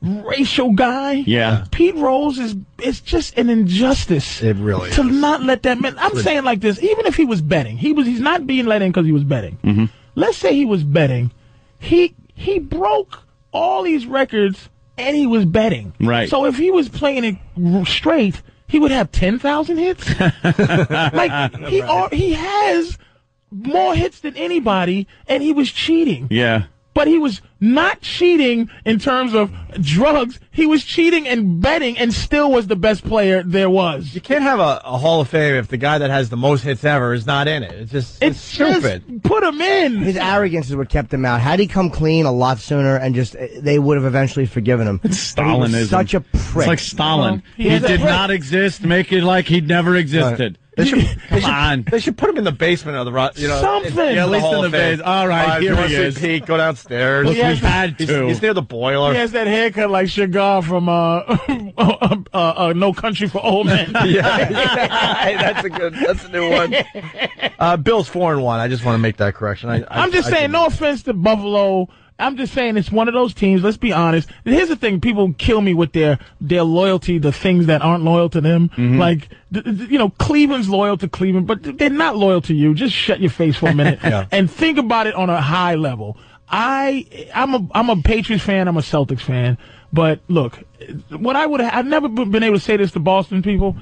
Speaker 3: racial guy.
Speaker 2: Yeah.
Speaker 3: Pete Rose is it's just an injustice.
Speaker 7: It really
Speaker 3: to not let that man. I'm saying like this. Even if he was betting, he was he's not being let in because he was betting.
Speaker 2: Mm-hmm.
Speaker 3: Let's say he was betting. He he broke all these records and he was betting.
Speaker 2: Right.
Speaker 3: So if he was playing it r- straight, he would have ten thousand hits. like he al- he has more hits than anybody, and he was cheating
Speaker 2: Yeah.
Speaker 3: but he was not cheating in terms of drugs. He was cheating and betting and still was the best player there was.
Speaker 7: you can't have a, a Hall of Fame if the guy that has the most hits ever is not in it. It's just it's,
Speaker 3: It's just-
Speaker 7: stupid.
Speaker 3: put him in.
Speaker 4: His arrogance is what kept him out. Had he come clean a lot sooner, and just they would have eventually forgiven him. But he was
Speaker 2: Stalinism.
Speaker 4: such a
Speaker 2: It's
Speaker 4: prick.
Speaker 2: like Stalin.
Speaker 3: He
Speaker 2: he
Speaker 3: is a
Speaker 2: did
Speaker 3: prick.
Speaker 2: not exist. Make it like he never existed.
Speaker 7: They should, they,
Speaker 2: Come
Speaker 7: should,
Speaker 2: on.
Speaker 7: they should put him in the basement of the ro- you know
Speaker 3: Something.
Speaker 7: in-
Speaker 3: Yeah, at
Speaker 7: the
Speaker 2: least
Speaker 7: Hall
Speaker 2: in
Speaker 7: of
Speaker 2: the
Speaker 7: Fame.
Speaker 2: base. All right,
Speaker 7: All right
Speaker 2: here
Speaker 7: if
Speaker 2: he
Speaker 7: you want
Speaker 2: is.
Speaker 7: to see Pete, go downstairs.
Speaker 2: Look, we had
Speaker 7: he's,
Speaker 2: to.
Speaker 7: he's near the boiler.
Speaker 3: He has that haircut like Sugar from uh, uh, uh, uh, No Country for Old Men.
Speaker 7: yeah, that's a good. That's a new one. Uh, Bill's four and one. I just want to make that correction. I, I,
Speaker 3: I'm just
Speaker 7: I
Speaker 3: saying,
Speaker 7: can-
Speaker 3: no offense to Buffalo. I'm just saying it's one of those teams. Let's be honest. And Here's the thing: people kill me with their their loyalty to things that aren't loyal to them.
Speaker 7: Mm-hmm.
Speaker 3: Like, th- th- you know, Cleveland's loyal to Cleveland, but th- they're not loyal to you. Just shut your face for a minute and think about it on a high level. I I'm a I'm a Patriots fan. I'm a Celtics fan. But look, what I would I've never been able to say this to Boston people.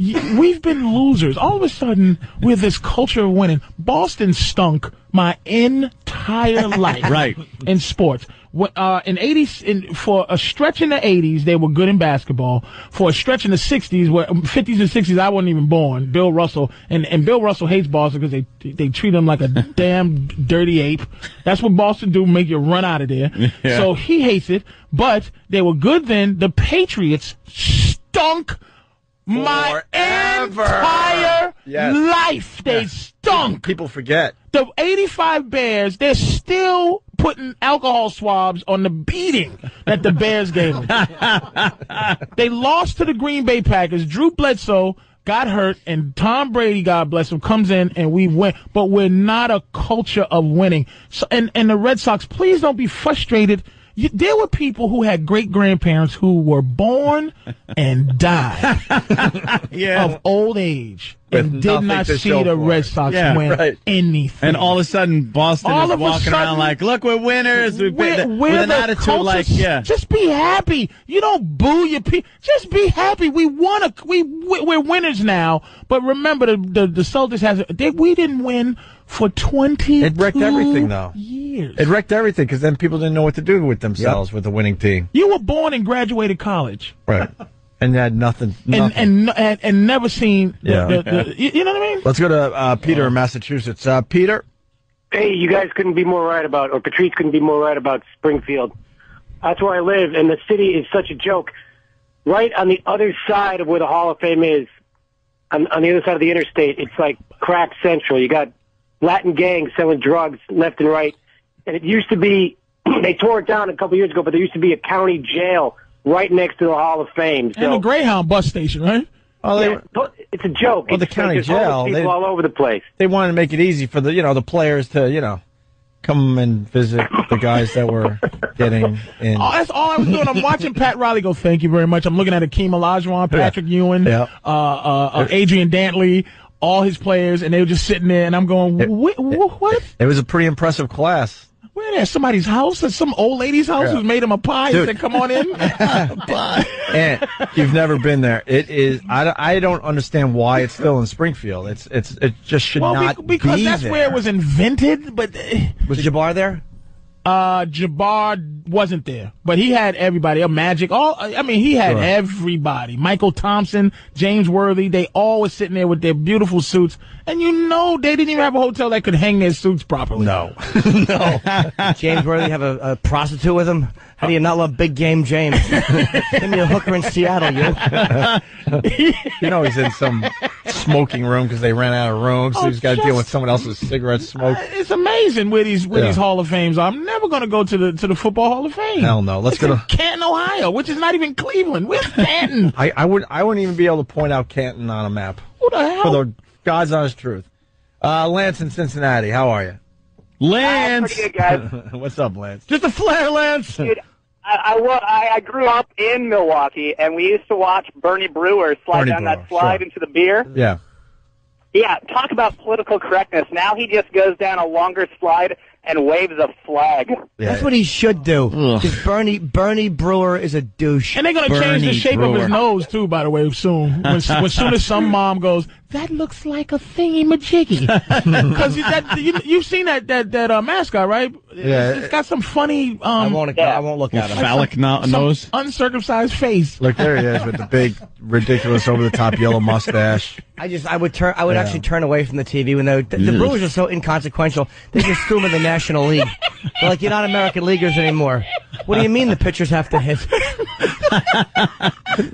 Speaker 3: Y- We've been losers. All of a sudden, we're this culture of winning. Boston stunk my entire life.
Speaker 2: Right.
Speaker 3: In sports. Wh- Uh, in 80s, in, for a stretch in the 80s, they were good in basketball. For a stretch in the 60s, where 50s and 60s, I wasn't even born. Bill Russell. And, and Bill Russell hates Boston because they, they treat him like a damn dirty ape. That's what Boston do, make you run out of there.
Speaker 2: Yeah.
Speaker 3: So he hates it. But they were good then. The Patriots stunk my
Speaker 7: Forever.
Speaker 3: entire
Speaker 7: Yes.
Speaker 3: life. They stunk.
Speaker 7: People forget.
Speaker 3: The 85 Bears, they're still putting alcohol swabs on the beating that the Bears gave them. they lost to the Green Bay Packers. Drew Bledsoe got hurt, and Tom Brady, God bless him, comes in and we win. But we're not a culture of winning. So, and, and the Red Sox, please don't be frustrated. you, there were people who had great grandparents who were born and died of old age
Speaker 2: With
Speaker 3: and did
Speaker 2: nothing
Speaker 3: not
Speaker 2: to
Speaker 3: see
Speaker 2: show
Speaker 3: the
Speaker 2: for
Speaker 3: Red
Speaker 2: it.
Speaker 3: Sox
Speaker 2: Yeah,
Speaker 3: win
Speaker 2: right.
Speaker 3: anything.
Speaker 2: And all of a sudden, Boston
Speaker 3: All
Speaker 2: is
Speaker 3: of a
Speaker 2: walking
Speaker 3: sudden-
Speaker 2: around like, "Look, we're winners." We
Speaker 3: We're-
Speaker 2: with,
Speaker 3: we're
Speaker 2: an
Speaker 3: the
Speaker 2: attitude
Speaker 3: culture.
Speaker 2: like, "Yeah,
Speaker 3: Just be happy. You don't boo your people. Just be happy. We won a we we- we're winners now. But remember the the, the Celtics has they, we didn't win for twenty.
Speaker 7: It wrecked everything, though.
Speaker 3: Years.
Speaker 7: It wrecked everything because then people didn't know what to do with themselves with the winning team.
Speaker 3: you were born and graduated college.
Speaker 7: Right. and they had nothing.
Speaker 3: And,
Speaker 7: nothing.
Speaker 3: and and and never seen. the-
Speaker 7: Yeah.
Speaker 3: the- the- you- you know what I mean?
Speaker 7: Let's go to uh, Peter in Massachusetts. Uh, Peter?
Speaker 9: Hey, you guys couldn't be more right about, or Patrice couldn't be more right about Springfield. That's where I live, and the city is such a joke. Right on the other side of where the Hall of Fame is, on, on the other side of the interstate, it's like crack central. You got Latin gangs selling drugs left and right. And it used to be, they tore it down a couple years ago, but there used to be a county jail right next to the Hall of Fame. So
Speaker 3: And the Greyhound bus station, right?
Speaker 7: Oh, they,
Speaker 9: it's a joke.
Speaker 7: Well, the
Speaker 9: It's like
Speaker 7: county
Speaker 9: there's homeless
Speaker 7: jail,
Speaker 9: People
Speaker 7: they-
Speaker 9: all over the place.
Speaker 7: they wanted to make it easy for the you know the players to you know come and visit the guys that were getting in.
Speaker 3: Oh, that's all I was doing. I'm watching Pat Riley go, thank you very much. I'm looking at Akeem Olajuwon, Patrick Ewing,
Speaker 7: Yeah.
Speaker 3: uh, uh, uh, Adrian Dantley, all his players, and they were just sitting there, and I'm going, what? what?
Speaker 7: It was a pretty impressive class.
Speaker 3: Where at somebody's house? At some old lady's house
Speaker 7: Yeah.
Speaker 3: who's made him a pie and
Speaker 7: Dude.
Speaker 3: said, come on in? Bye.
Speaker 7: And you've never been there. It is. I, don't- I don't understand why it's still in Springfield. It's it's it just should
Speaker 3: Well, be-
Speaker 7: not
Speaker 3: because
Speaker 7: be
Speaker 3: that's
Speaker 7: there.
Speaker 3: where it was invented, but eh,
Speaker 7: Was Jabbar there?
Speaker 3: uh, Jabbar wasn't there, but he had everybody. A Magic, all I mean, he had
Speaker 7: Sure.
Speaker 3: everybody. Michael Thompson, James Worthy, they all were sitting there with their beautiful suits, and you know they didn't even have a hotel that could hang their suits properly.
Speaker 7: No.
Speaker 4: James Worthy have a, a prostitute with him? How do you not love Big Game James? Give me a hooker in Seattle, you.
Speaker 7: You know he's in some smoking room because they ran out of room, so
Speaker 3: Oh,
Speaker 7: he's got to deal with
Speaker 3: just-
Speaker 7: someone else's cigarette smoke.
Speaker 3: It's amazing where these where
Speaker 7: Yeah.
Speaker 3: these Hall of Fames are. I'm never going to go to the to the football Hall of Fame.
Speaker 7: Hell no. Let's
Speaker 3: It's
Speaker 7: go
Speaker 3: in
Speaker 7: to-
Speaker 3: Canton, Ohio, which is not even Cleveland. Where's Canton?
Speaker 7: I, I would I wouldn't even be able to point out Canton on a map.
Speaker 3: Who the hell?
Speaker 7: For the God's honest truth. Uh, Lance in Cincinnati, how are you?
Speaker 2: Lance."
Speaker 9: Pretty good, guys.
Speaker 7: What's up, Lance?
Speaker 3: Just a flare, Lance.
Speaker 9: Dude, I, I, wa- I, I grew up in Milwaukee, and we used to watch Bernie Brewer slide
Speaker 7: Bernie
Speaker 9: down
Speaker 7: Brewer,
Speaker 9: that slide
Speaker 7: sure.
Speaker 9: into the beer.
Speaker 7: Yeah.
Speaker 9: Yeah, talk about political correctness. Now he just goes down a longer slide and waves a flag.
Speaker 7: yeah.
Speaker 4: That's what he should do.
Speaker 2: Ugh.
Speaker 4: 'Cause Bernie Bernie Brewer is a douche.
Speaker 3: And they're going to change
Speaker 2: Bernie
Speaker 3: the shape of
Speaker 2: Brewer.
Speaker 3: his nose too, by the way, soon. When, when soon as some mom goes, that looks like a thingy majiggy, because you, you've seen that that that uh, mascot, right?
Speaker 7: Yeah.
Speaker 3: it's got some funny
Speaker 4: I
Speaker 3: um,
Speaker 4: won't. I won't look at him.
Speaker 2: Phallic no-
Speaker 3: some
Speaker 2: nose.
Speaker 3: uncircumcised face.
Speaker 7: Look, there he is with the big, ridiculous, over the top yellow mustache.
Speaker 4: I just, I would turn, I would
Speaker 7: Yeah.
Speaker 4: actually turn away from the TV when they, the, the Brewers are so inconsequential. They just threw them in the National League. They're like, you're not American leaguers anymore. What do you mean the pitchers have to hit?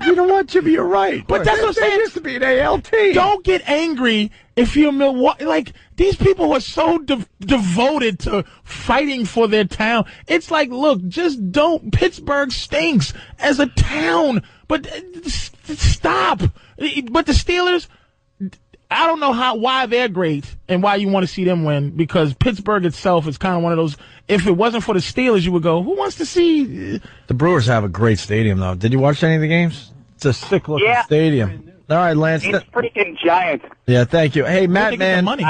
Speaker 7: You know what, Jimmy? You're right.
Speaker 3: But that's what I'm saying.
Speaker 7: used to be an ALT. Don't.
Speaker 3: Don't get angry if you're Milwaukee. Like these people are so de- devoted to fighting for their town. It's like, look, just don't. Pittsburgh stinks as a town, but uh, s- stop. But the Steelers, I don't know how why they're great and why you want to see them win because Pittsburgh itself is kind of one of those. If it wasn't for the Steelers, you would go, who wants to see?
Speaker 7: The Brewers have a great stadium, though. Did you watch any of the games? It's a sick looking
Speaker 9: Yeah.
Speaker 7: stadium. All right, Lance.
Speaker 9: It's freaking giant.
Speaker 7: yeah, thank you. Hey,
Speaker 3: they
Speaker 7: Matt,
Speaker 3: get the
Speaker 7: man.
Speaker 3: money?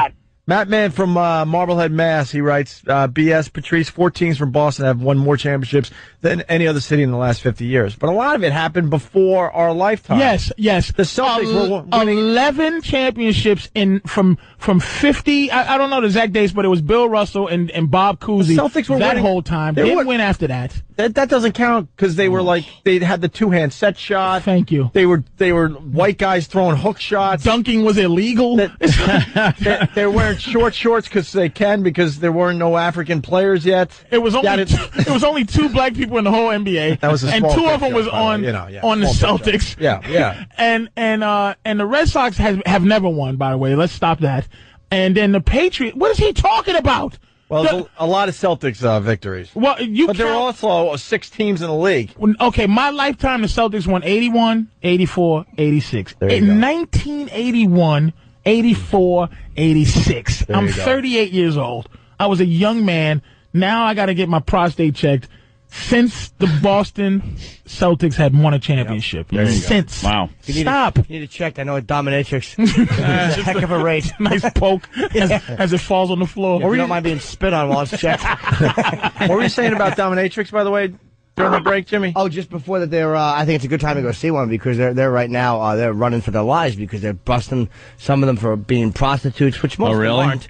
Speaker 7: Matt Mann from uh, Marblehead, Mass. He writes, uh, BS, Patrice, 14s from Boston have won more championships than any other city in the last 50 years. But a lot of it happened before our lifetime.
Speaker 3: Yes, yes. Um,
Speaker 7: The Celtics were
Speaker 3: Ele-
Speaker 7: winning-
Speaker 3: eleven championships in from from fifty. I, I don't know the exact dates, but it was Bill Russell and, and Bob Cousy.
Speaker 7: The Celtics were
Speaker 3: that
Speaker 7: winning-
Speaker 3: whole time.
Speaker 7: They
Speaker 3: They didn't
Speaker 7: were-
Speaker 3: win after that.
Speaker 7: That, that doesn't count because they were like, they had the two hand set shot.
Speaker 3: Oh. Thank you.
Speaker 7: They were they were white guys throwing hook shots.
Speaker 3: Dunking was illegal.
Speaker 7: they, they're wearing short shorts because they can because there weren't no African players yet.
Speaker 3: It was only
Speaker 7: That
Speaker 3: it,
Speaker 7: is-
Speaker 3: it was only two black people in the whole NBA.
Speaker 7: That was a
Speaker 3: and
Speaker 7: small
Speaker 3: two of them
Speaker 7: picture,
Speaker 3: was
Speaker 7: by the way,
Speaker 3: on
Speaker 7: you know, yeah,
Speaker 3: on the
Speaker 7: small
Speaker 3: Celtics.
Speaker 7: picture. Yeah, yeah.
Speaker 3: And and uh and the Red Sox has have never won. By the way, let's stop that. And then the Patriot. What is he talking about?
Speaker 7: well,
Speaker 3: The-
Speaker 7: there's a a lot of Celtics uh, victories,
Speaker 3: well, you
Speaker 7: but there were
Speaker 3: count-
Speaker 7: also six teams in the league.
Speaker 3: When- okay, my lifetime, the Celtics won 81, 84, 86.
Speaker 7: you
Speaker 3: In
Speaker 7: go.
Speaker 3: 1981, 84, 86. I'm
Speaker 7: you go.
Speaker 3: 38 years old. I was a young man. Now I got to get my prostate checked. since the Boston Celtics had won a championship.
Speaker 4: There you go.
Speaker 3: since.
Speaker 4: Wow. You need to-
Speaker 3: Stop.
Speaker 4: you need to check. I know a dominatrix. It's a heck of a rate.
Speaker 3: nice poke as, as it falls on the floor.
Speaker 4: Or you don't mind being spit on while it's checked.
Speaker 1: what were you saying about dominatrix, by the way, during the break, Jimmy?
Speaker 4: Oh, just before that, they're. Uh, I think it's a good time to go see one because they're they're right now. Uh, they're running for their lives because they're busting some of them for being prostitutes, which most
Speaker 2: Oh,
Speaker 4: of them
Speaker 2: really?
Speaker 4: aren't.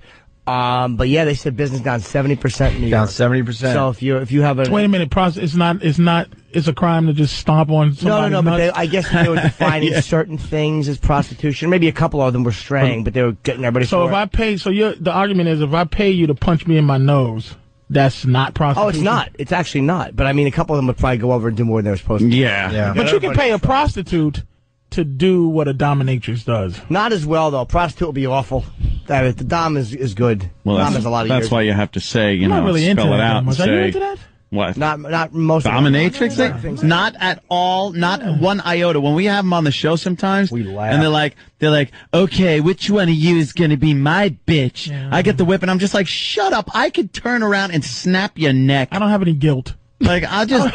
Speaker 4: Um, but yeah, they said business down seventy percent in New
Speaker 1: Down
Speaker 4: York.
Speaker 1: 70%.
Speaker 4: So if you if you have a
Speaker 3: Wait a minute, process. It's not. It's not. It's a crime to just stomp on.
Speaker 4: no no
Speaker 3: Somebody's
Speaker 4: no, but they,
Speaker 3: nuts.
Speaker 4: I guess they were defining certain things as prostitution. Maybe a couple of them were straying, but they were getting everybody.
Speaker 3: So
Speaker 4: for
Speaker 3: if
Speaker 4: it.
Speaker 3: I pay, so you the argument is if I pay you to punch me in my nose, that's not prostitution.
Speaker 4: oh, it's not. It's actually not. But I mean, a couple of them would probably go over and do more than they were supposed to.
Speaker 2: Yeah.
Speaker 3: But you can pay a prostitute to do what a dominatrix does.
Speaker 4: Not as well though. Prostitute would be awful. That the dom is, is good.
Speaker 2: Well,
Speaker 4: dom
Speaker 2: that's,
Speaker 4: is a lot of
Speaker 2: that's
Speaker 4: years.
Speaker 2: why you have to say, you
Speaker 3: I'm
Speaker 2: know,
Speaker 3: not really into
Speaker 2: spell it
Speaker 3: that
Speaker 2: out. and
Speaker 3: much. Are you
Speaker 2: say-
Speaker 3: into that?
Speaker 2: What?
Speaker 4: Not not most of them.
Speaker 2: Dominatrix thing? Not at all. Not one iota. When we have them on the show sometimes, we
Speaker 4: laugh.
Speaker 2: And they're like, they're like, okay, which one of you is going to be my bitch? I get the whip and I'm just like, shut up. I could turn around and snap your neck.
Speaker 3: I don't have any guilt.
Speaker 2: Like, I'll just,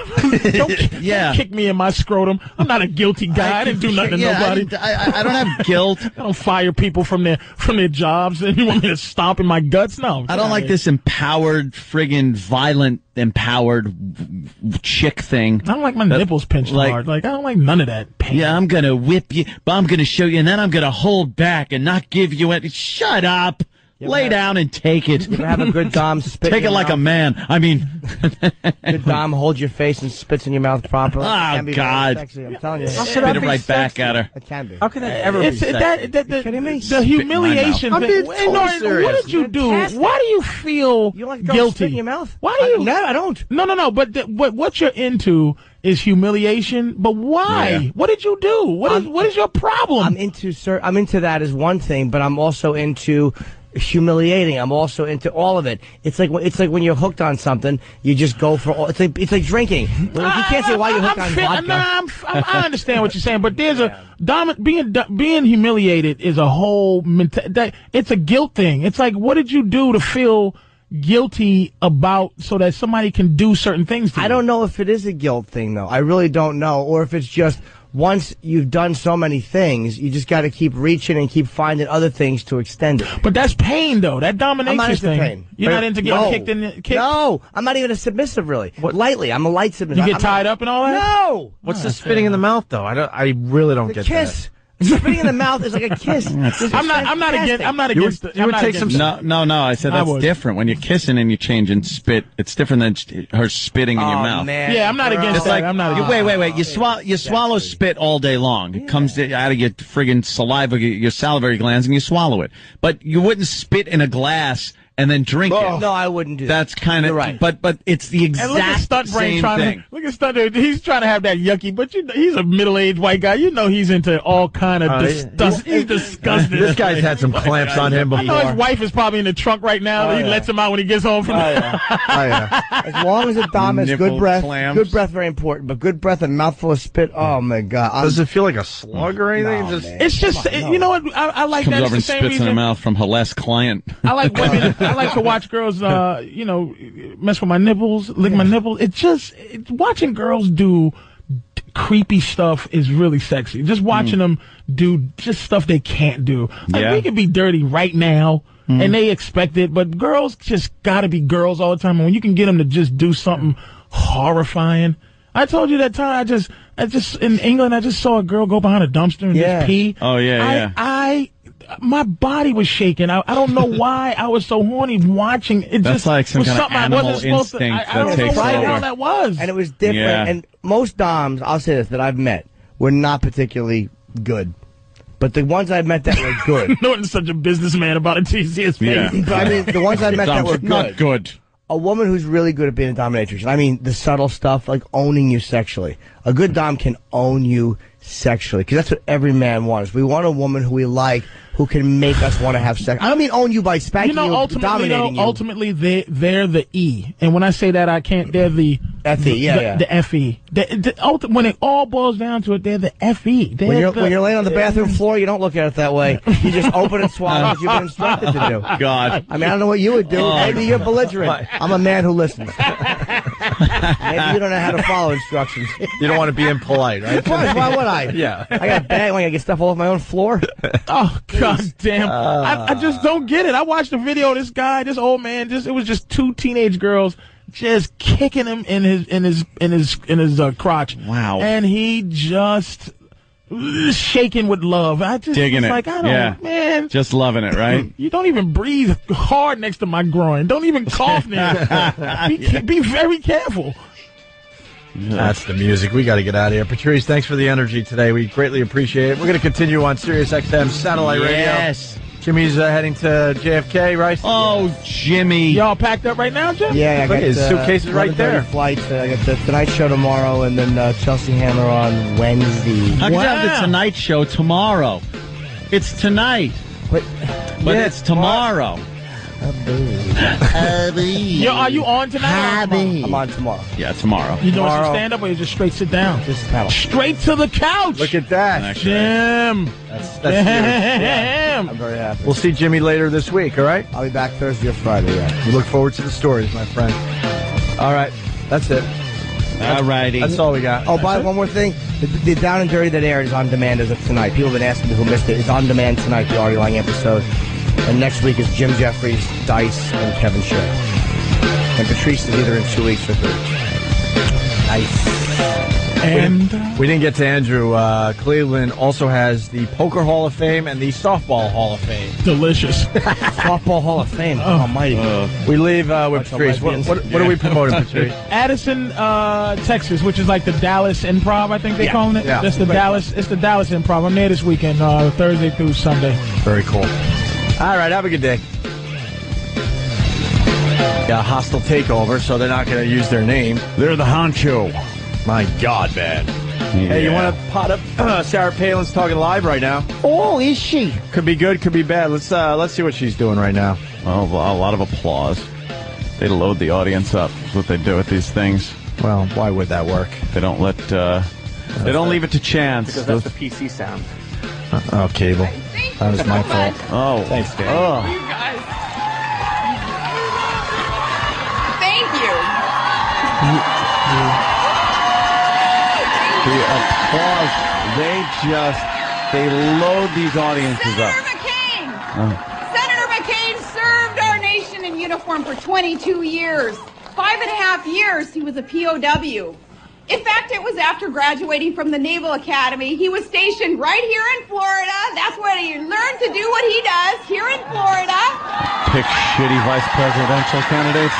Speaker 3: Don't,
Speaker 2: Yeah.
Speaker 3: don't kick me in my scrotum. I'm not a guilty guy. I, didn't do nothing to
Speaker 2: yeah, I
Speaker 3: nobody.
Speaker 2: didn't- I, I, I don't have guilt.
Speaker 3: I don't fire people from their from their jobs, and you want me to stomp in my guts? No,
Speaker 2: I don't like this empowered, friggin' violent, empowered chick thing.
Speaker 3: I don't like my
Speaker 2: That-
Speaker 3: nipples pinched
Speaker 2: like-
Speaker 3: hard. Like I don't like none of that pain.
Speaker 2: Yeah, I'm gonna whip you, but I'm gonna show you, and then I'm gonna hold back and not give you any. Shut up. Lay down and take it.
Speaker 4: You have a good dom spit.
Speaker 2: Take
Speaker 4: in
Speaker 2: it
Speaker 4: your
Speaker 2: like a
Speaker 4: mouth.
Speaker 2: man. I mean,
Speaker 4: good dom holds your face and spits in your mouth properly. It
Speaker 2: Oh,
Speaker 4: can be very
Speaker 2: God.
Speaker 4: Sexy, I'm telling you,
Speaker 2: spit it right back at her.
Speaker 4: it can be.
Speaker 1: How can that ever
Speaker 3: It's
Speaker 1: be
Speaker 3: it- that, that, that,
Speaker 4: kidding me?
Speaker 3: The humiliation
Speaker 1: I'm
Speaker 3: thing.
Speaker 1: being
Speaker 3: Wait,
Speaker 1: totally
Speaker 3: Norton,
Speaker 1: serious.
Speaker 3: What did you do? Why do you feel
Speaker 4: You like girls
Speaker 3: guilty?
Speaker 4: spit in your mouth?
Speaker 3: Why do
Speaker 4: I-
Speaker 3: you?
Speaker 4: no, I don't.
Speaker 3: No, no, no. But th- what what you're into is humiliation. But why?
Speaker 2: Yeah.
Speaker 3: What did you do? What is what is your problem?
Speaker 4: I'm into sir. I'm into that is one thing, but I'm also into humiliating. I'm also into all of it. It's like it's like when you're hooked on something, you just go for all. It's like it's like drinking. Well, you can't say why you're hooked
Speaker 3: I'm
Speaker 4: on
Speaker 3: fe-
Speaker 4: vodka.
Speaker 3: Nah, I'm, f- I'm, I understand what you're saying, but there's a dom- being do- being humiliated is a whole menta- that it's a guilt thing. It's like what did you do to feel guilty about so that somebody can do certain things to you?
Speaker 4: I don't know if it is a guilt thing though. I really don't know, or if it's just once you've done so many things, you just got to keep reaching and keep finding other things to extend it.
Speaker 3: But that's pain though. That domination
Speaker 4: I'm not into
Speaker 3: thing.
Speaker 4: pain.
Speaker 3: You're not into getting
Speaker 4: no.
Speaker 3: kicked in the kicked.
Speaker 4: No, I'm not even a submissive really. Lightly, I'm a light submissive.
Speaker 3: You get
Speaker 4: I'm-
Speaker 3: tied up and all that? Ah,
Speaker 4: No,
Speaker 1: What's the spitting in the mouth though? I don't. I really don't
Speaker 4: the
Speaker 1: get
Speaker 4: kiss. Spitting in the mouth is like a kiss.
Speaker 3: I'm not I'm not against I'm not
Speaker 1: You would-
Speaker 3: against the-
Speaker 1: you
Speaker 3: I'm
Speaker 1: would
Speaker 3: not
Speaker 1: take some
Speaker 3: against
Speaker 2: no, no, no. I said
Speaker 3: I
Speaker 2: that's
Speaker 3: would.
Speaker 2: different. When you're kissing and you're changing spit, it's different than sh- her spitting in your mouth.
Speaker 4: Oh, man.
Speaker 3: Yeah, I'm not
Speaker 4: Girl.
Speaker 3: against
Speaker 2: It's
Speaker 3: that.
Speaker 2: like
Speaker 3: I'm not
Speaker 2: you,
Speaker 3: against
Speaker 2: wait, wait, wait. You swallow, you swallow spit all day long. It comes to- out of your friggin' saliva, your salivary glands, and you swallow it. But you wouldn't spit in a glass and then drink it.
Speaker 4: Oh. No, I wouldn't do that.
Speaker 2: That's kind
Speaker 4: You're
Speaker 2: of
Speaker 4: right.
Speaker 2: But but it's the
Speaker 3: And look at
Speaker 2: exact
Speaker 3: Stunt Brain
Speaker 2: same
Speaker 3: trying
Speaker 2: thing.
Speaker 3: to look at Stunt. Brain. He's trying to have that yucky, but you know, he's a middle-aged white guy. You know he's into all kind of
Speaker 1: Oh, yeah.
Speaker 3: disgust. He's
Speaker 1: that.
Speaker 3: disgusted.
Speaker 1: This guy's had some clamps on him
Speaker 3: I know his
Speaker 1: before.
Speaker 3: wife is probably in the trunk right now. he lets him out when he gets home from.
Speaker 1: Oh, yeah.
Speaker 4: As long as it dominates good
Speaker 2: Nipple
Speaker 4: breath,
Speaker 2: clamps.
Speaker 4: good breath very important, but good breath and mouthful of spit. Oh my god, I'm
Speaker 1: Does it feel like a slug or anything?
Speaker 4: No,
Speaker 1: Just
Speaker 4: man.
Speaker 3: It's just it- you know what I, I like
Speaker 2: Comes
Speaker 3: that. It's
Speaker 2: over
Speaker 3: the
Speaker 2: and
Speaker 3: same
Speaker 2: spits in her
Speaker 3: reason
Speaker 2: mouth from her last client.
Speaker 3: I like women. I like to watch girls. Uh, you know, mess with my nipples, lick my nipples. It just it, watching girls do d- creepy stuff is really sexy. Just watching them do just stuff they can't do. Like
Speaker 2: Mm. Yeah. Mm.
Speaker 3: we could be dirty right now. And they expect it, but girls just gotta be girls all the time. And when you can get them to just do something horrifying, I told you that time. I just, I just in England, I just saw a girl go behind a dumpster and
Speaker 4: Yeah.
Speaker 3: just pee.
Speaker 2: Oh, yeah,
Speaker 3: I-
Speaker 2: yeah.
Speaker 3: I my body was shaking. I, I don't know why I was so horny watching. It
Speaker 2: That's
Speaker 3: just
Speaker 2: like some
Speaker 3: was
Speaker 2: kind of
Speaker 3: something I
Speaker 2: animal
Speaker 3: wasn't supposed to.
Speaker 2: instinct
Speaker 3: I, I
Speaker 2: that
Speaker 3: don't know
Speaker 2: takes
Speaker 3: why the
Speaker 4: over.
Speaker 3: hell that was.
Speaker 4: and it was different.
Speaker 2: Yeah.
Speaker 4: And most doms, I'll say this, that I've met were not particularly good, but the ones I met that were good.
Speaker 3: Norton's such a businessman about it. You see his face.
Speaker 2: Yeah.
Speaker 4: but I mean, the ones I met that were
Speaker 2: Dom's Not
Speaker 4: good.
Speaker 2: good.
Speaker 4: A woman who's really good at being a dominatrix. and I mean, the subtle stuff like owning you sexually. A good dom can own you sexually because that's what every man wants. We want a woman who we like who can make us want to have sex. I don't mean own you by spanking
Speaker 3: you know,
Speaker 4: or
Speaker 3: ultimately,
Speaker 4: dominating
Speaker 3: though,
Speaker 4: you.
Speaker 3: ultimately they they're the E, and when I say that, I can't. They're the
Speaker 4: FE, E, yeah,
Speaker 3: the,
Speaker 4: yeah.
Speaker 3: the FE. The, the, ulti- when it all boils down to it, they're the FE. They're
Speaker 4: when you're
Speaker 3: the-
Speaker 4: when you're laying on the bathroom floor, you don't look at it that way. You just open and swallow as you've been instructed to do.
Speaker 2: God.
Speaker 4: I mean, I don't know what you would do.
Speaker 2: Oh,
Speaker 4: Maybe you're belligerent. I'm a man who listens. Maybe you don't know how to follow instructions.
Speaker 7: You don't want to be impolite, right?
Speaker 4: Why, why would I?
Speaker 7: Yeah.
Speaker 4: I got a bag. I got to get stuff all over my own floor. Uh,
Speaker 3: Oh god damn! I, I just don't get it. I watched the video. This guy, this old man, just it was just two teenage girls just kicking him in his in his in his in his uh, crotch.
Speaker 2: Wow.
Speaker 3: And he just shaking with love. I just
Speaker 2: Digging
Speaker 3: was
Speaker 2: it.
Speaker 3: Like I don't,
Speaker 2: yeah.
Speaker 3: man.
Speaker 2: Just loving it, right?
Speaker 3: You don't even breathe hard next to my groin. Don't even cough near. it. be, ca- be very careful.
Speaker 7: That's the music. We got to get out of here. Patrice, thanks for the energy today. We greatly appreciate it. We're going to continue on Sirius XM satellite radio.
Speaker 2: Yes.
Speaker 7: Jimmy's uh, heading to JFK, right?
Speaker 2: Oh, Jimmy.
Speaker 3: Y'all packed up right now, Jim?
Speaker 4: Yeah, I
Speaker 7: Look,
Speaker 4: got
Speaker 7: his
Speaker 4: uh,
Speaker 7: suitcase is right
Speaker 4: 11:30
Speaker 7: there.
Speaker 4: Flight. uh, I got the Tonight Show tomorrow, and then uh, Chelsea Handler on Wednesday.
Speaker 2: How could you have
Speaker 3: Wow.
Speaker 2: the Tonight Show tomorrow? It's tonight,
Speaker 4: But
Speaker 2: but it's tomorrow.
Speaker 3: Yo, are you on tonight?
Speaker 4: I'm on tomorrow.
Speaker 2: Yeah, tomorrow.
Speaker 3: You doing some
Speaker 4: Tomorrow.
Speaker 3: stand up or you just straight sit down?
Speaker 4: Just paddle.
Speaker 3: Straight to the couch.
Speaker 7: Look at that.
Speaker 2: Actually,
Speaker 3: Jim.
Speaker 7: That's, that's huge.
Speaker 3: Damn.
Speaker 4: I'm very happy.
Speaker 7: We'll see Jimmy later this week, all right?
Speaker 4: I'll be back Thursday or Friday. Yeah.
Speaker 7: We look forward to the stories, my friend. All right. That's it.
Speaker 2: All righty.
Speaker 7: That's all we got.
Speaker 4: Oh, by one more thing, the, the Down and Dirty that aired is on demand as of tonight. People have been asking me who missed it. It's on demand tonight, the Artie Lang episode. And next week is Jim Jeffries, Dice, and Kevin Sher. And Patrice is either in two weeks or three. Nice.
Speaker 3: And uh,
Speaker 7: We didn't get to Andrew. Uh, Cleveland also has the Poker Hall of Fame and the Softball Hall of Fame.
Speaker 3: delicious. Oh.
Speaker 4: Softball Hall of Fame. Almighty.
Speaker 7: Oh, We leave uh, with
Speaker 4: Bunch of
Speaker 7: Patrice. What,
Speaker 4: lesbians.
Speaker 7: what, what are we promoting, Patrice?
Speaker 3: Addison, uh, Texas, which is like the Dallas Improv, I think they calling it.
Speaker 7: yeah.
Speaker 3: That's the Dallas. It's the Dallas Improv. I'm there this weekend, uh, Thursday through Sunday.
Speaker 14: Oh
Speaker 7: Very cool. All right, have a good day. Yeah, hostile takeover, so they're not going to use their name.
Speaker 2: They're the honcho.
Speaker 7: My God, man. Hey, you want to pot up Sarah Palin's talking live right now?
Speaker 4: Oh, is she?
Speaker 7: Could be good, could be bad. Let's uh, let's see what she's doing right now.
Speaker 2: Oh, Well, a lot of applause. They load the audience up. That's what they do with these things.
Speaker 7: Well, why would that work?
Speaker 2: They don't let. Uh, they don't leave it to chance. Those-
Speaker 8: PC sound.
Speaker 7: Oh, cable. That was my fault.
Speaker 2: oh,
Speaker 7: Thanks, Dan.
Speaker 2: Oh,
Speaker 14: Thank you.
Speaker 2: the applause. They just they load these audiences up.
Speaker 14: Senator McCain. Senator McCain served our nation in uniform for 22 years. Five and a half years he was a POW. In fact, it was after graduating from the Naval Academy. He was stationed right here in Florida. That's where he learned to do what he does here in Florida.
Speaker 2: Pick shitty vice presidential candidates.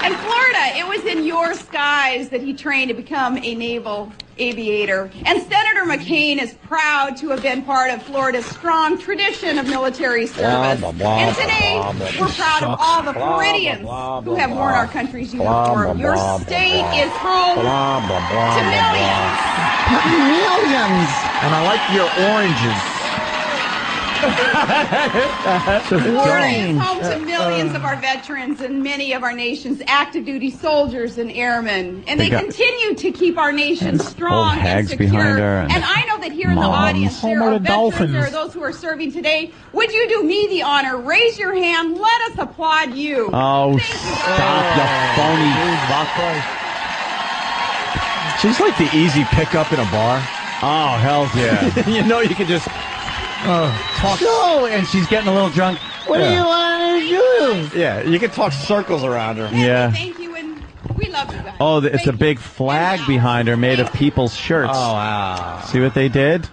Speaker 14: And Florida, it was in your skies that he trained to become a naval aviator. And Senator McCain is proud to have been part of Florida's strong tradition of military service.
Speaker 2: blah, blah,
Speaker 14: and today,
Speaker 2: blah, blah, blah.
Speaker 14: we're proud of all the
Speaker 2: Blah, blah,
Speaker 14: Floridians
Speaker 2: blah,
Speaker 14: who have worn
Speaker 2: blah.
Speaker 14: our country's
Speaker 2: Blah,
Speaker 14: uniform.
Speaker 2: blah,
Speaker 14: your
Speaker 2: blah,
Speaker 14: state
Speaker 2: blah,
Speaker 14: is home
Speaker 2: Blah blah blah.
Speaker 14: to millions.
Speaker 2: Millions.
Speaker 7: And I like your oranges.
Speaker 2: Oh,
Speaker 14: Florida is home
Speaker 2: Uh,
Speaker 14: to millions of our veterans and many of our nation's active duty soldiers and airmen. And
Speaker 2: They
Speaker 14: they
Speaker 2: got-
Speaker 14: continue to keep our nation
Speaker 2: And
Speaker 14: strong
Speaker 2: old
Speaker 14: and
Speaker 2: hags
Speaker 14: secure.
Speaker 2: behind her and
Speaker 14: I know that here in the
Speaker 2: moms.
Speaker 14: audience there
Speaker 3: Home
Speaker 14: are
Speaker 3: of the
Speaker 14: veterans,
Speaker 3: dolphins.
Speaker 14: there are those who are serving today. Would you do me the honor? Raise your hand. Let us applaud you.
Speaker 2: Oh,
Speaker 14: Thank you.
Speaker 2: stop you phony fuck.
Speaker 7: She's like the easy pickup in a bar.
Speaker 2: Oh, hell yeah.
Speaker 7: you know, you can just uh, talk.
Speaker 2: oh, and she's getting a little drunk. What
Speaker 7: Yeah.
Speaker 2: do you want to do?
Speaker 7: Yeah, you can talk circles around her.
Speaker 2: Yeah.
Speaker 14: Thank you, and we love you guys.
Speaker 2: Oh, th- it's
Speaker 14: Thank
Speaker 2: a big
Speaker 14: you.
Speaker 2: flag
Speaker 14: And, uh,
Speaker 2: behind her made of people's shirts.
Speaker 15: Oh,
Speaker 7: wow.
Speaker 2: See what they did?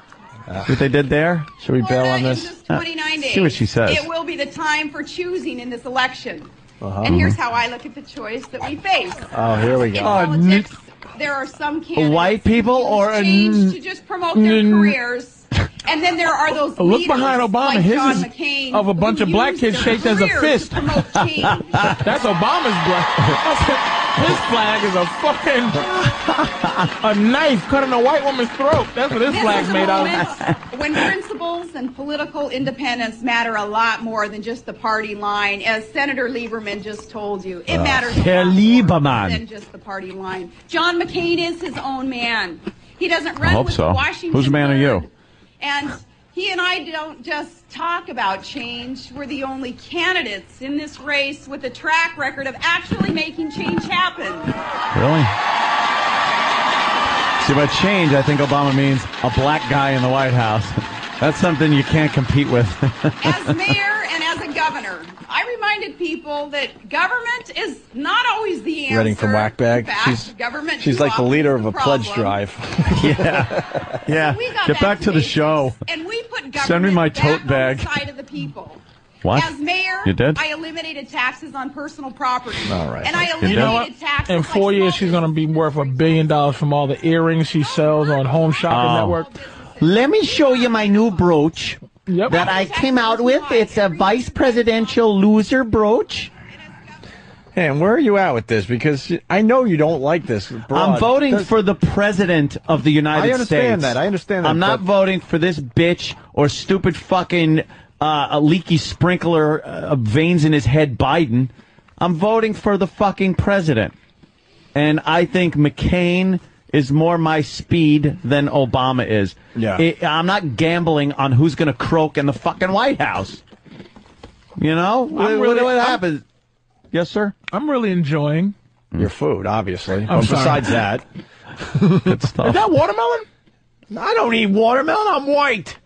Speaker 15: Uh.
Speaker 2: See what they did there? Should we
Speaker 14: Florida
Speaker 2: bail on
Speaker 14: is
Speaker 2: this?
Speaker 14: just 29
Speaker 2: Uh,
Speaker 14: days.
Speaker 2: see what she says.
Speaker 14: It will be the time for choosing in this election.
Speaker 15: Uh-huh.
Speaker 2: Uh-huh.
Speaker 14: And here's how I look at the choice that we face.
Speaker 7: Oh, here we
Speaker 14: In
Speaker 7: go.
Speaker 14: politics, there are some candidates
Speaker 2: White people
Speaker 14: who
Speaker 2: or a
Speaker 14: change
Speaker 2: n-
Speaker 14: to just promote their
Speaker 2: n-
Speaker 14: careers. And then there are those
Speaker 3: Look
Speaker 14: leaders
Speaker 3: behind Obama.
Speaker 14: like
Speaker 3: His
Speaker 14: John
Speaker 3: is
Speaker 14: McCain
Speaker 3: of a
Speaker 14: who
Speaker 3: bunch of black
Speaker 14: use
Speaker 3: kids
Speaker 14: their
Speaker 3: shaped as a
Speaker 14: careers
Speaker 3: fist.
Speaker 14: To promote change.
Speaker 3: That's Obama's black. His flag is a fucking a knife cutting a white woman's throat. That's what his
Speaker 14: This
Speaker 3: flag's
Speaker 14: is a
Speaker 3: made out
Speaker 14: moment
Speaker 3: of.
Speaker 14: when principles and political independence matter a lot more than just the party line, as Senator Lieberman just told you.
Speaker 3: Oh,
Speaker 15: Uh.
Speaker 14: It matters a
Speaker 15: Herr
Speaker 14: lot more
Speaker 15: Lieberman.
Speaker 14: than just the party line. John McCain is his own man. He doesn't
Speaker 2: I
Speaker 14: run
Speaker 2: hope
Speaker 14: with
Speaker 2: so.
Speaker 14: Washington.
Speaker 2: Whose man are you?
Speaker 14: And he and I don't just talk about change. We're the only candidates in this race with a track record of actually making change happen.
Speaker 2: Really? See, by change, I think Obama means a black guy in the White House. That's something you can't compete with.
Speaker 14: as mayor and as a governor, I reminded people that government is not always the answer.
Speaker 7: Reading from Whackbag.
Speaker 14: In fact,
Speaker 7: She's
Speaker 14: government
Speaker 7: she's
Speaker 14: too
Speaker 7: like the
Speaker 14: often
Speaker 7: leader
Speaker 14: is
Speaker 7: of a pledge
Speaker 14: problem.
Speaker 7: drive.
Speaker 2: yeah, yeah.
Speaker 14: We got
Speaker 2: Get back to the show.
Speaker 14: And we put government
Speaker 2: Send me my
Speaker 14: back
Speaker 2: tote
Speaker 14: on
Speaker 2: bag.
Speaker 14: the side of the people.
Speaker 2: What?
Speaker 14: As mayor,
Speaker 2: You did?
Speaker 14: I eliminated taxes on personal property.
Speaker 3: All right.
Speaker 14: And I eliminated
Speaker 3: You know what?
Speaker 14: taxes
Speaker 3: In four years, she's going to be worth a billion dollars from all the earrings she sells on Home Shopping
Speaker 15: Oh.
Speaker 3: Network.
Speaker 15: Let me show you my new brooch that I came out with. It's a vice presidential loser brooch.
Speaker 7: And where are you at with this? Because I know you don't like this.
Speaker 2: I'm
Speaker 7: broad.
Speaker 2: voting
Speaker 7: Does-
Speaker 2: for the president of the United States.
Speaker 7: I understand that. I understand that,
Speaker 2: I'm not
Speaker 7: but-
Speaker 2: voting for this bitch or stupid fucking uh, a leaky sprinkler uh, of veins in his head, Biden. I'm voting for the fucking president, and I think McCain is more my speed than Obama is.
Speaker 7: Yeah.
Speaker 2: It- I'm not gambling on who's going to croak in the fucking White House. You know what,
Speaker 3: I'm
Speaker 2: what,
Speaker 3: really-
Speaker 2: what
Speaker 3: I'm-
Speaker 2: happens? Yes, sir. Mm.
Speaker 3: I'm really enjoying
Speaker 7: your food, obviously.
Speaker 3: I'm
Speaker 7: Well,
Speaker 3: sorry.
Speaker 7: besides that,
Speaker 2: good stuff.
Speaker 3: Is that watermelon?
Speaker 7: I don't eat watermelon. I'm white.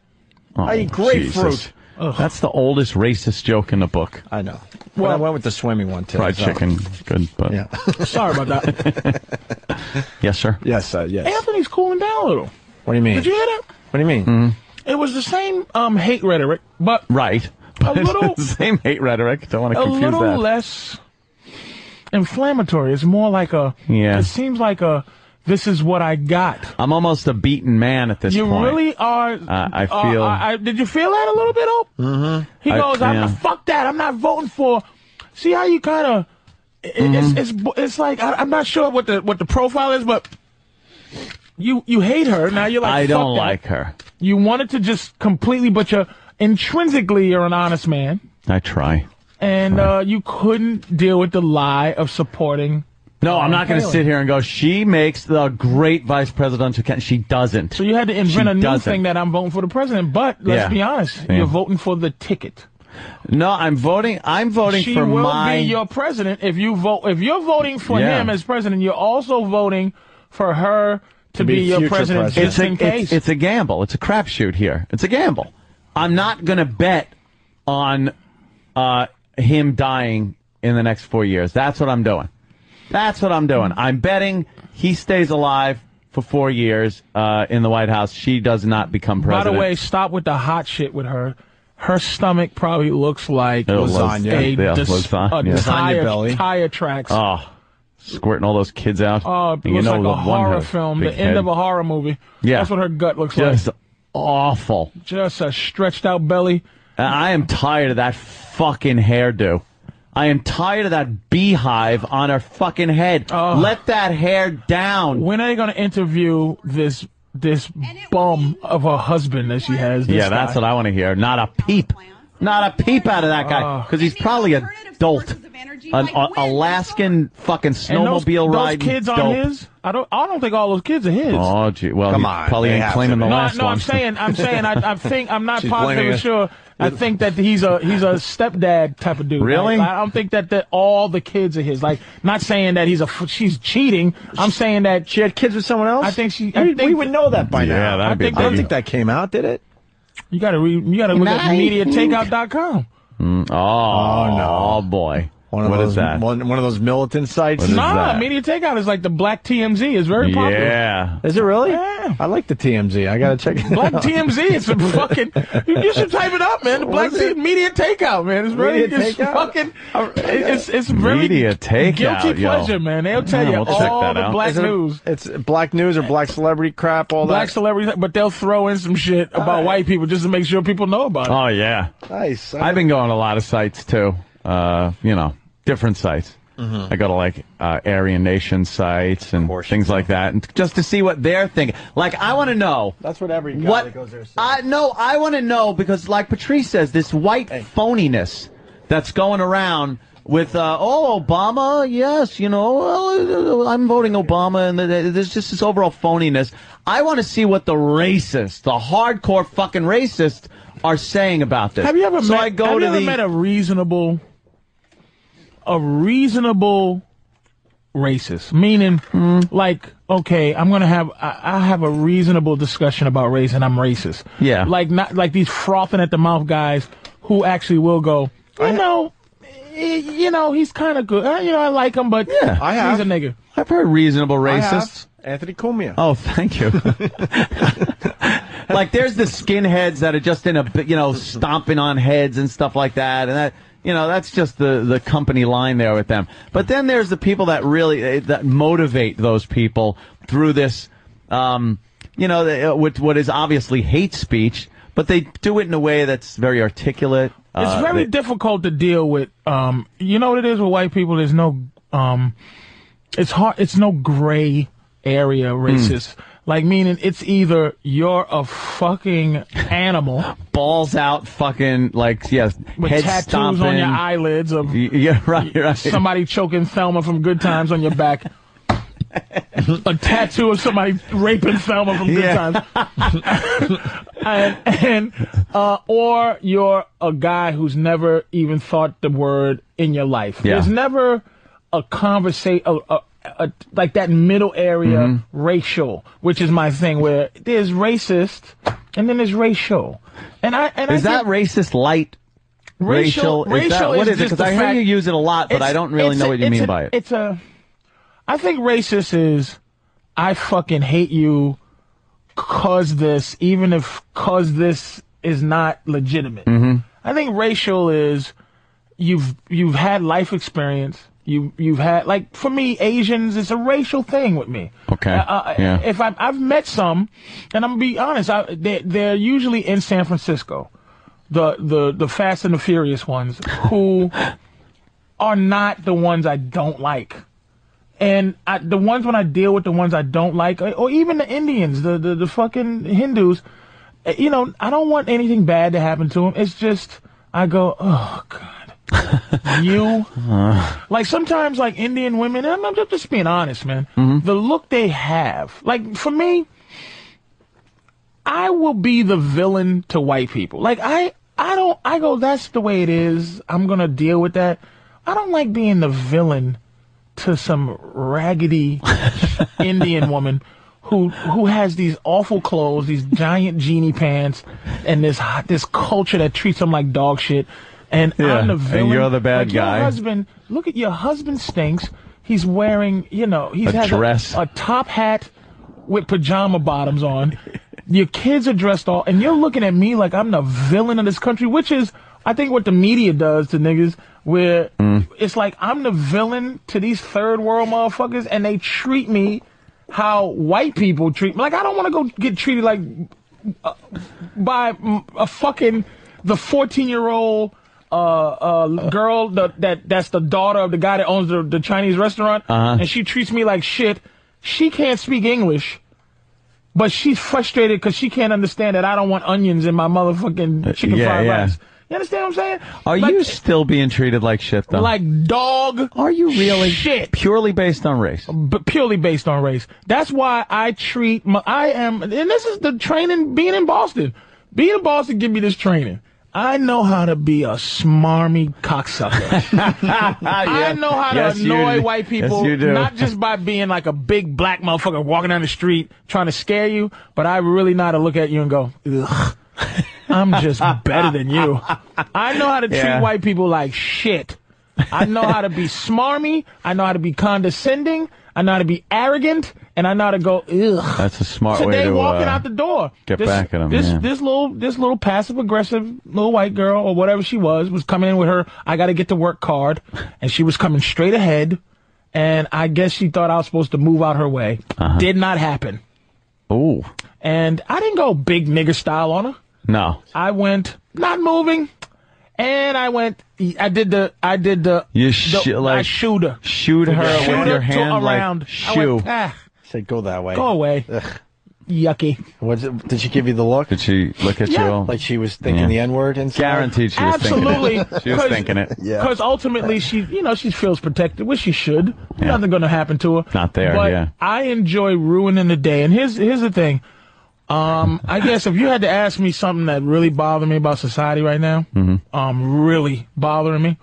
Speaker 7: I eat grapefruit.
Speaker 2: Jesus. That's the oldest racist joke in the book.
Speaker 7: I know. Well, I went with the swimming one too.
Speaker 2: Fried
Speaker 7: so-
Speaker 2: chicken, good, but
Speaker 3: Sorry about that.
Speaker 2: yes, sir.
Speaker 7: Yes, uh, yes.
Speaker 3: Anthony's cooling down a little.
Speaker 7: What do you mean?
Speaker 3: Did you hear that?
Speaker 7: What do you mean?
Speaker 3: It was the same um, hate rhetoric, but
Speaker 2: Mm-hmm. right.
Speaker 3: A little,
Speaker 2: Same hate rhetoric. Don't want to
Speaker 3: a
Speaker 2: confuse
Speaker 3: little
Speaker 2: that.
Speaker 3: less inflammatory. It's more like a.
Speaker 2: Yeah.
Speaker 3: It seems like a. This is what I got.
Speaker 2: I'm almost a beaten man at this
Speaker 3: you
Speaker 2: point.
Speaker 3: really are.
Speaker 2: Uh, I
Speaker 3: are-
Speaker 2: feel-
Speaker 3: I, I- did you feel that a little bit? Oh,
Speaker 2: Mm-hmm.
Speaker 3: he goes. I'm
Speaker 2: yeah.
Speaker 3: not, fuck that. I'm not voting for. See how you kind of.
Speaker 2: Mm-hmm.
Speaker 3: It's, it's bu- it's like I, I'm not sure what the what the profile is, but you you hate her now. You're like
Speaker 2: I
Speaker 3: fuck
Speaker 2: don't
Speaker 3: that.
Speaker 2: like her.
Speaker 3: You wanted to just completely, but you're intrinsically you're an honest man,
Speaker 2: I try.
Speaker 3: and uh, you couldn't deal with the lie of supporting.
Speaker 2: No, Oh, I'm not going to
Speaker 3: Palin.
Speaker 2: sit here and go. She makes the great vice presidential candidate. She doesn't. So
Speaker 3: you had to
Speaker 2: she
Speaker 3: invent a new
Speaker 2: doesn't.
Speaker 3: thing that I'm voting for the president. But let's
Speaker 2: Yeah.
Speaker 3: be honest,
Speaker 2: Yeah.
Speaker 3: you're voting for the ticket.
Speaker 2: No, I'm voting. I'm voting
Speaker 3: she
Speaker 2: for
Speaker 3: will
Speaker 2: my.
Speaker 3: be your president if you vote. If you're voting for
Speaker 2: Yeah.
Speaker 3: him as president, you're also voting for her to, be, your president, just
Speaker 2: It's a,
Speaker 3: in
Speaker 2: it's-
Speaker 3: case.
Speaker 2: It's, a gamble. It's a crapshoot here. It's a gamble. I'm not going to bet on uh, him dying in the next four years. That's what I'm doing. That's what I'm doing. I'm betting he stays alive for four years uh, in the White House. She does not become
Speaker 3: By
Speaker 2: president.
Speaker 3: the way, stop with the hot shit with her. Her stomach probably looks like
Speaker 2: It was-
Speaker 3: a,
Speaker 2: yeah,
Speaker 3: dis-
Speaker 2: lasagna.
Speaker 3: a
Speaker 2: Yeah.
Speaker 3: tire,
Speaker 2: Lasagna belly.
Speaker 3: tire tracks.
Speaker 2: oh, squirting all those kids out.
Speaker 3: Oh, it
Speaker 2: And you
Speaker 3: looks
Speaker 2: know
Speaker 3: like
Speaker 2: the
Speaker 3: a
Speaker 2: one
Speaker 3: horror
Speaker 2: had
Speaker 3: film, the
Speaker 2: big
Speaker 3: end
Speaker 2: head.
Speaker 3: of a horror movie.
Speaker 2: Yeah.
Speaker 3: That's what her gut looks
Speaker 2: Just
Speaker 3: like.
Speaker 2: awful.
Speaker 3: Just a stretched out belly.
Speaker 2: And I am tired of that fucking hairdo. I am tired of that beehive on her fucking head.
Speaker 3: Oh.
Speaker 2: Let that hair down.
Speaker 3: When are they going to interview this this bum of a husband that she has? This
Speaker 2: yeah, that's
Speaker 3: guy?
Speaker 2: what I want to hear. Not a peep. Not a peep out of that guy. Because he's probably a dolt. An a- Alaskan fucking
Speaker 3: And those,
Speaker 2: snowmobile
Speaker 3: those
Speaker 2: ride.
Speaker 3: kids aren't his. I don't. I don't think all those kids are his.
Speaker 2: Oh, gee. Well,
Speaker 7: Come
Speaker 2: he
Speaker 7: on,
Speaker 2: probably
Speaker 7: they
Speaker 2: ain't
Speaker 7: have
Speaker 2: claiming the
Speaker 7: to be.
Speaker 3: no,
Speaker 2: last
Speaker 3: no,
Speaker 2: one.
Speaker 3: I'm saying, I'm saying, I, I think I'm not
Speaker 2: She's blaming
Speaker 3: positively
Speaker 2: us.
Speaker 3: sure. I think that he's a he's a stepdad type of dude.
Speaker 2: Really?
Speaker 3: Like, I don't think that that all the kids are his. Like, not saying that he's a f- she's cheating. I'm saying that
Speaker 7: she had kids with someone else.
Speaker 3: I think she. I
Speaker 7: We,
Speaker 3: think
Speaker 7: we would know that by
Speaker 3: Yeah,
Speaker 7: now.
Speaker 3: that'd
Speaker 7: I,
Speaker 3: be
Speaker 7: think,
Speaker 3: a
Speaker 7: I don't
Speaker 3: biggie.
Speaker 7: think that came out, did it?
Speaker 3: You gotta read. You gotta look at
Speaker 7: Nice.
Speaker 3: MediaTakeout.com.
Speaker 2: Mm, oh, no. Oh, boy. What is
Speaker 7: of those-
Speaker 2: that?
Speaker 7: One, one of those militant sites.
Speaker 3: Nah, Media Takeout is like the black TMZ. It's very popular.
Speaker 7: Is it really? I like the TMZ. I gotta check it
Speaker 3: Black
Speaker 7: out.
Speaker 3: TMZ is a fucking. You, you should type it up, man. The Black T- Media Takeout, man. It's really
Speaker 7: Media
Speaker 3: it's
Speaker 7: Takeout?
Speaker 3: fucking. It's it's really
Speaker 2: Media Takeout,
Speaker 3: Guilty
Speaker 2: yo.
Speaker 3: pleasure, man. They'll tell
Speaker 2: Yeah,
Speaker 3: you
Speaker 2: we'll check
Speaker 3: all
Speaker 2: that
Speaker 3: the
Speaker 2: out.
Speaker 3: black
Speaker 7: Is it-
Speaker 3: news,
Speaker 7: It's black news or black celebrity crap. All
Speaker 3: black
Speaker 7: that.
Speaker 3: celebrities, but they'll throw in some shit about white people just to make sure people know about it.
Speaker 2: Oh yeah.
Speaker 7: Nice.
Speaker 2: I've been going to a lot of sites too. Uh, you know, different sites. I go to like uh, Aryan Nation sites and things like that, and just to see what they're thinking. Like, I want to know.
Speaker 1: That's what every guy
Speaker 2: What-
Speaker 1: that goes there says.
Speaker 2: I no, I want to know because, like Patrice says, this white phoniness that's going around with uh, oh Obama, yes, you know, well, uh, I'm voting Obama, and th- th- there's just this overall phoniness. I want to see what the racist, the hardcore fucking racist, are saying about this.
Speaker 3: Have you ever
Speaker 2: so
Speaker 3: met?
Speaker 2: I go
Speaker 3: have
Speaker 2: to
Speaker 3: you ever
Speaker 2: the,
Speaker 3: met a reasonable, a reasonable racist? Meaning,
Speaker 2: Hmm.
Speaker 3: like, okay, I'm gonna have I, I have a reasonable discussion about race, and I'm racist.
Speaker 2: Yeah.
Speaker 3: like not like these frothing at the mouth guys who actually will go. You know, eh, you know, he's kind of good. Uh, You know, I like him, but
Speaker 1: I have.
Speaker 3: he's a nigger.
Speaker 2: I've heard reasonable
Speaker 1: I
Speaker 2: racists.
Speaker 1: have Anthony Cumia.
Speaker 2: Oh, thank you. like there's the skinheads that are just in a bi- you know stomping on heads and stuff like that, and that you know that's just the the company line there with them. But then there's the people that really eh, that motivate those people through this, um, you know, the- eh, what what is obviously hate speech, but they do it in a way that's very articulate.
Speaker 3: It's
Speaker 2: Uh,
Speaker 3: very
Speaker 2: they-
Speaker 3: difficult to deal with. Um, you know what it is with white people? There's no, um, it's hard. It's no gray area racist.
Speaker 2: Hmm.
Speaker 3: Like meaning it's either you're a fucking animal
Speaker 2: balls out, fucking like yes,
Speaker 3: with
Speaker 2: head
Speaker 3: tattoos
Speaker 2: stomping.
Speaker 3: on your eyelids of
Speaker 2: Y- Yeah, right, right.
Speaker 3: somebody choking Thelma from Good Times on your back. a tattoo of somebody raping Thelma from Good Times. and and uh, or you're a guy who's never even thought the word in your life.
Speaker 2: Yeah.
Speaker 3: There's never a conversation a, a, a, like that middle area
Speaker 2: Mhm.
Speaker 3: racial, which is my thing where there's racist and then there's racial. And I and
Speaker 2: is
Speaker 3: I
Speaker 2: that
Speaker 3: think-
Speaker 2: racist light?
Speaker 3: Racial-
Speaker 2: Racial, is that,
Speaker 3: racial is
Speaker 2: what is, it?
Speaker 3: just
Speaker 2: Because I
Speaker 3: the
Speaker 2: hear
Speaker 3: fact-
Speaker 2: you use it a lot, but
Speaker 3: It's-
Speaker 2: I don't really
Speaker 3: it's
Speaker 2: know
Speaker 3: a-
Speaker 2: what you
Speaker 3: it's
Speaker 2: mean
Speaker 3: a-
Speaker 2: by it.
Speaker 3: It's a. I think racist is, I fucking hate you, cause this, even if cause this is not legitimate.
Speaker 2: Mm-hmm.
Speaker 10: Mhm.
Speaker 3: I think racial is, you've you've had life experience. You you've had like for me Asians, it's a racial thing with me.
Speaker 2: Okay.
Speaker 3: Uh, uh,
Speaker 2: Yeah.
Speaker 3: If I, I've met some, and I'm gonna be honest, I, they, they're usually in San Francisco, the the the Fast and the Furious ones, who are not the ones I don't like. And I, the ones when I deal with the ones I don't like, or- or even the Indians, the, the, the fucking Hindus, eh, you know, I don't want anything bad to happen to them. It's just, I go, oh, God. you. Like sometimes, like Indian women, and I'm, I'm just being honest, man.
Speaker 2: Mm-hmm.
Speaker 3: The look they have, like for me, I will be the villain to white people. Like I, I don't. I go. That's the way it is. I'm gonna deal with that. I don't like being the villain to some raggedy Indian woman who who has these awful clothes, these giant genie pants, and this hot this culture that treats them like dog shit. And
Speaker 2: Yeah,
Speaker 3: I'm the
Speaker 2: and
Speaker 3: villain.
Speaker 2: you're the bad
Speaker 3: Like, your
Speaker 2: guy.
Speaker 3: husband, look at your husband stinks. He's wearing, you know, he's
Speaker 2: A
Speaker 3: has
Speaker 2: dress.
Speaker 3: a top hat with pajama bottoms on. Your kids are dressed all, and you're looking at me like I'm the villain of this country, which is, I think, what the media does to niggas, where
Speaker 2: Mm.
Speaker 3: it's like I'm the villain to these third world motherfuckers, and they treat me how white people treat me. Like, I don't want to go get treated like uh, by mm, a fucking, the 14 year old. Uh, uh, girl the, that that's the daughter of the guy that owns the, the Chinese restaurant,
Speaker 2: Uh-huh.
Speaker 3: and she treats me like shit. She can't speak English, but she's frustrated because she can't understand that I don't want onions in my motherfucking chicken
Speaker 2: Uh, yeah,
Speaker 3: fried
Speaker 2: yeah.
Speaker 3: rice. You understand what I'm saying?
Speaker 2: Are you still being treated like shit, though?
Speaker 3: Like dog.
Speaker 2: Are you really
Speaker 3: shit?
Speaker 2: purely based on race?
Speaker 3: But purely based on race. That's why I treat my. I am, and this is the training. Being in Boston, being in Boston, give me this training. I know how to be a smarmy cocksucker. I know how to
Speaker 10: Yes, you
Speaker 3: annoy
Speaker 10: do.
Speaker 3: white
Speaker 10: Yes,
Speaker 3: people,
Speaker 10: you do.
Speaker 3: not just by being like a big black motherfucker walking down the street trying to scare you, but I really know how to look at you and go, ugh. I'm just better than you. I know how to treat
Speaker 10: Yeah.
Speaker 3: white people like shit. I know how to be smarmy. I know how to be condescending. I know how to be arrogant, and I know how to go ugh.
Speaker 2: That's a smart way
Speaker 3: Today,
Speaker 2: to
Speaker 3: walking
Speaker 2: uh,
Speaker 3: out the door,
Speaker 2: get
Speaker 3: this,
Speaker 2: back at 'em,
Speaker 3: This
Speaker 2: yeah.
Speaker 3: this little this little passive aggressive little white girl or whatever she was was coming in with her. I got to get to work card, and she was coming straight ahead, and I guess she thought I was supposed to move out her way.
Speaker 2: Uh-huh.
Speaker 3: Did not happen,
Speaker 2: Oh
Speaker 3: and I didn't go big nigger style on her.
Speaker 2: no,
Speaker 3: I went not moving, And I went. I did the. I did the.
Speaker 2: You
Speaker 3: the-
Speaker 2: sh- like
Speaker 3: I shoot her.
Speaker 2: shoot her with
Speaker 3: Shoot to
Speaker 2: your hand, like,
Speaker 3: around. I
Speaker 2: shoo.
Speaker 3: went, ah,
Speaker 7: Said go that way.
Speaker 3: Go away. Yucky.
Speaker 7: What's it, did she give you the look?
Speaker 2: Did she look at you?
Speaker 7: Yeah.
Speaker 2: all?
Speaker 7: Like she was thinking the N word and
Speaker 2: Guaranteed she was
Speaker 3: Absolutely.
Speaker 2: thinking it. She was
Speaker 3: 'Cause-
Speaker 2: thinking it.
Speaker 3: Because ultimately, she, you know, she feels protected, which she should. Nothing going to happen to her.
Speaker 2: Not there,
Speaker 3: But
Speaker 2: yeah.
Speaker 3: I enjoy ruining the day. And here's here's the thing. Um, I guess if you had to ask me something that really bothered me about society right now,
Speaker 2: Mm-hmm.
Speaker 3: um, really bothering me,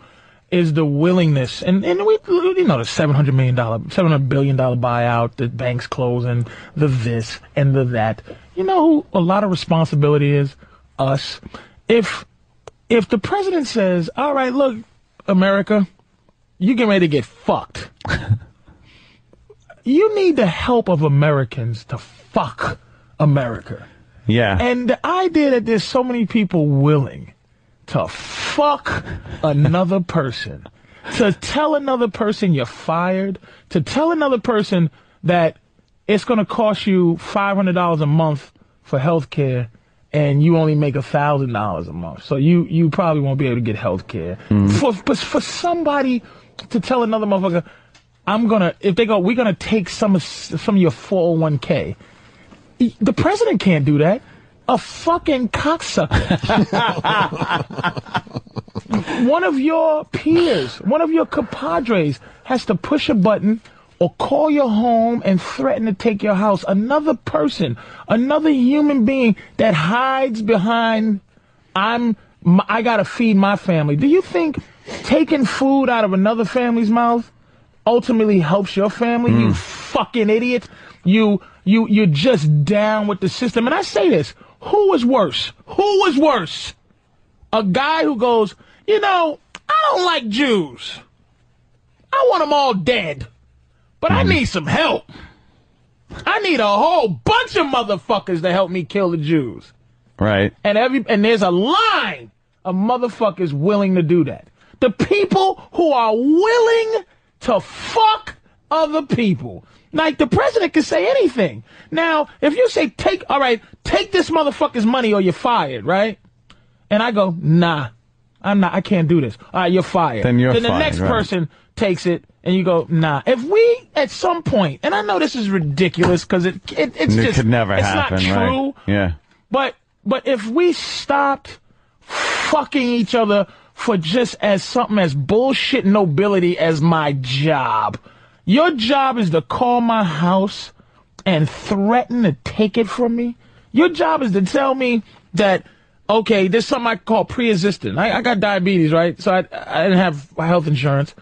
Speaker 3: is the willingness and and we you know the seven hundred million dollar seven hundred billion dollar buyout, the banks closing, the this and the that. You know who a lot of responsibility is us. If if the president says, "All right, look, America, you get ready to get fucked." you need the help of Americans to fuck America.
Speaker 2: Yeah.
Speaker 3: And the idea that there's so many people willing to fuck another person, to tell another person you're fired, to tell another person that it's going to cost you $500 a month for health care and you only make $1,000 a month. So you, you probably won't be able to get health care. For, but for somebody to tell another motherfucker, I'm going to, if they go, we're going to take some of, s- some of your 401k. E, The president can't do that. A fucking cocksucker. one of your peers, one of your compadres has to push a button or call your home and threaten to take your house. Another person, another human being that hides behind, I'm, m- I gotta feed my family. Do you think taking food out of another family's mouth ultimately helps your family? You fucking idiot. You, you, you're just down with the system. And I say this, who is worse? Who is worse? a guy who goes, you know, I don't like Jews. I want them all dead, but I need some help. I need a whole bunch of motherfuckers to help me kill the Jews.
Speaker 2: Right.
Speaker 3: And every and there's a line of motherfuckers willing to do that. The people who are willing to fuck other people. Like the president can say anything. Now, if you say take all right, take this motherfucker's money or you're fired, right? And I go, nah, I'm not. I can't do this. All right, you're fired.
Speaker 2: Then you're
Speaker 3: the
Speaker 2: fired,
Speaker 3: next
Speaker 2: right.
Speaker 3: person takes it, and you go, nah. If we at some point, and I know this is ridiculous because it, it it's
Speaker 2: it
Speaker 3: just
Speaker 2: could never
Speaker 3: it's
Speaker 2: happen,
Speaker 3: not true.
Speaker 2: right? Yeah.
Speaker 3: But but if we stopped fucking each other for just as something as bullshit nobility as my job, your job is to call my house and threaten to take it from me. Your job is to tell me that okay, there's something I call pre-existing. I, I got diabetes, right? So I I didn't have health insurance.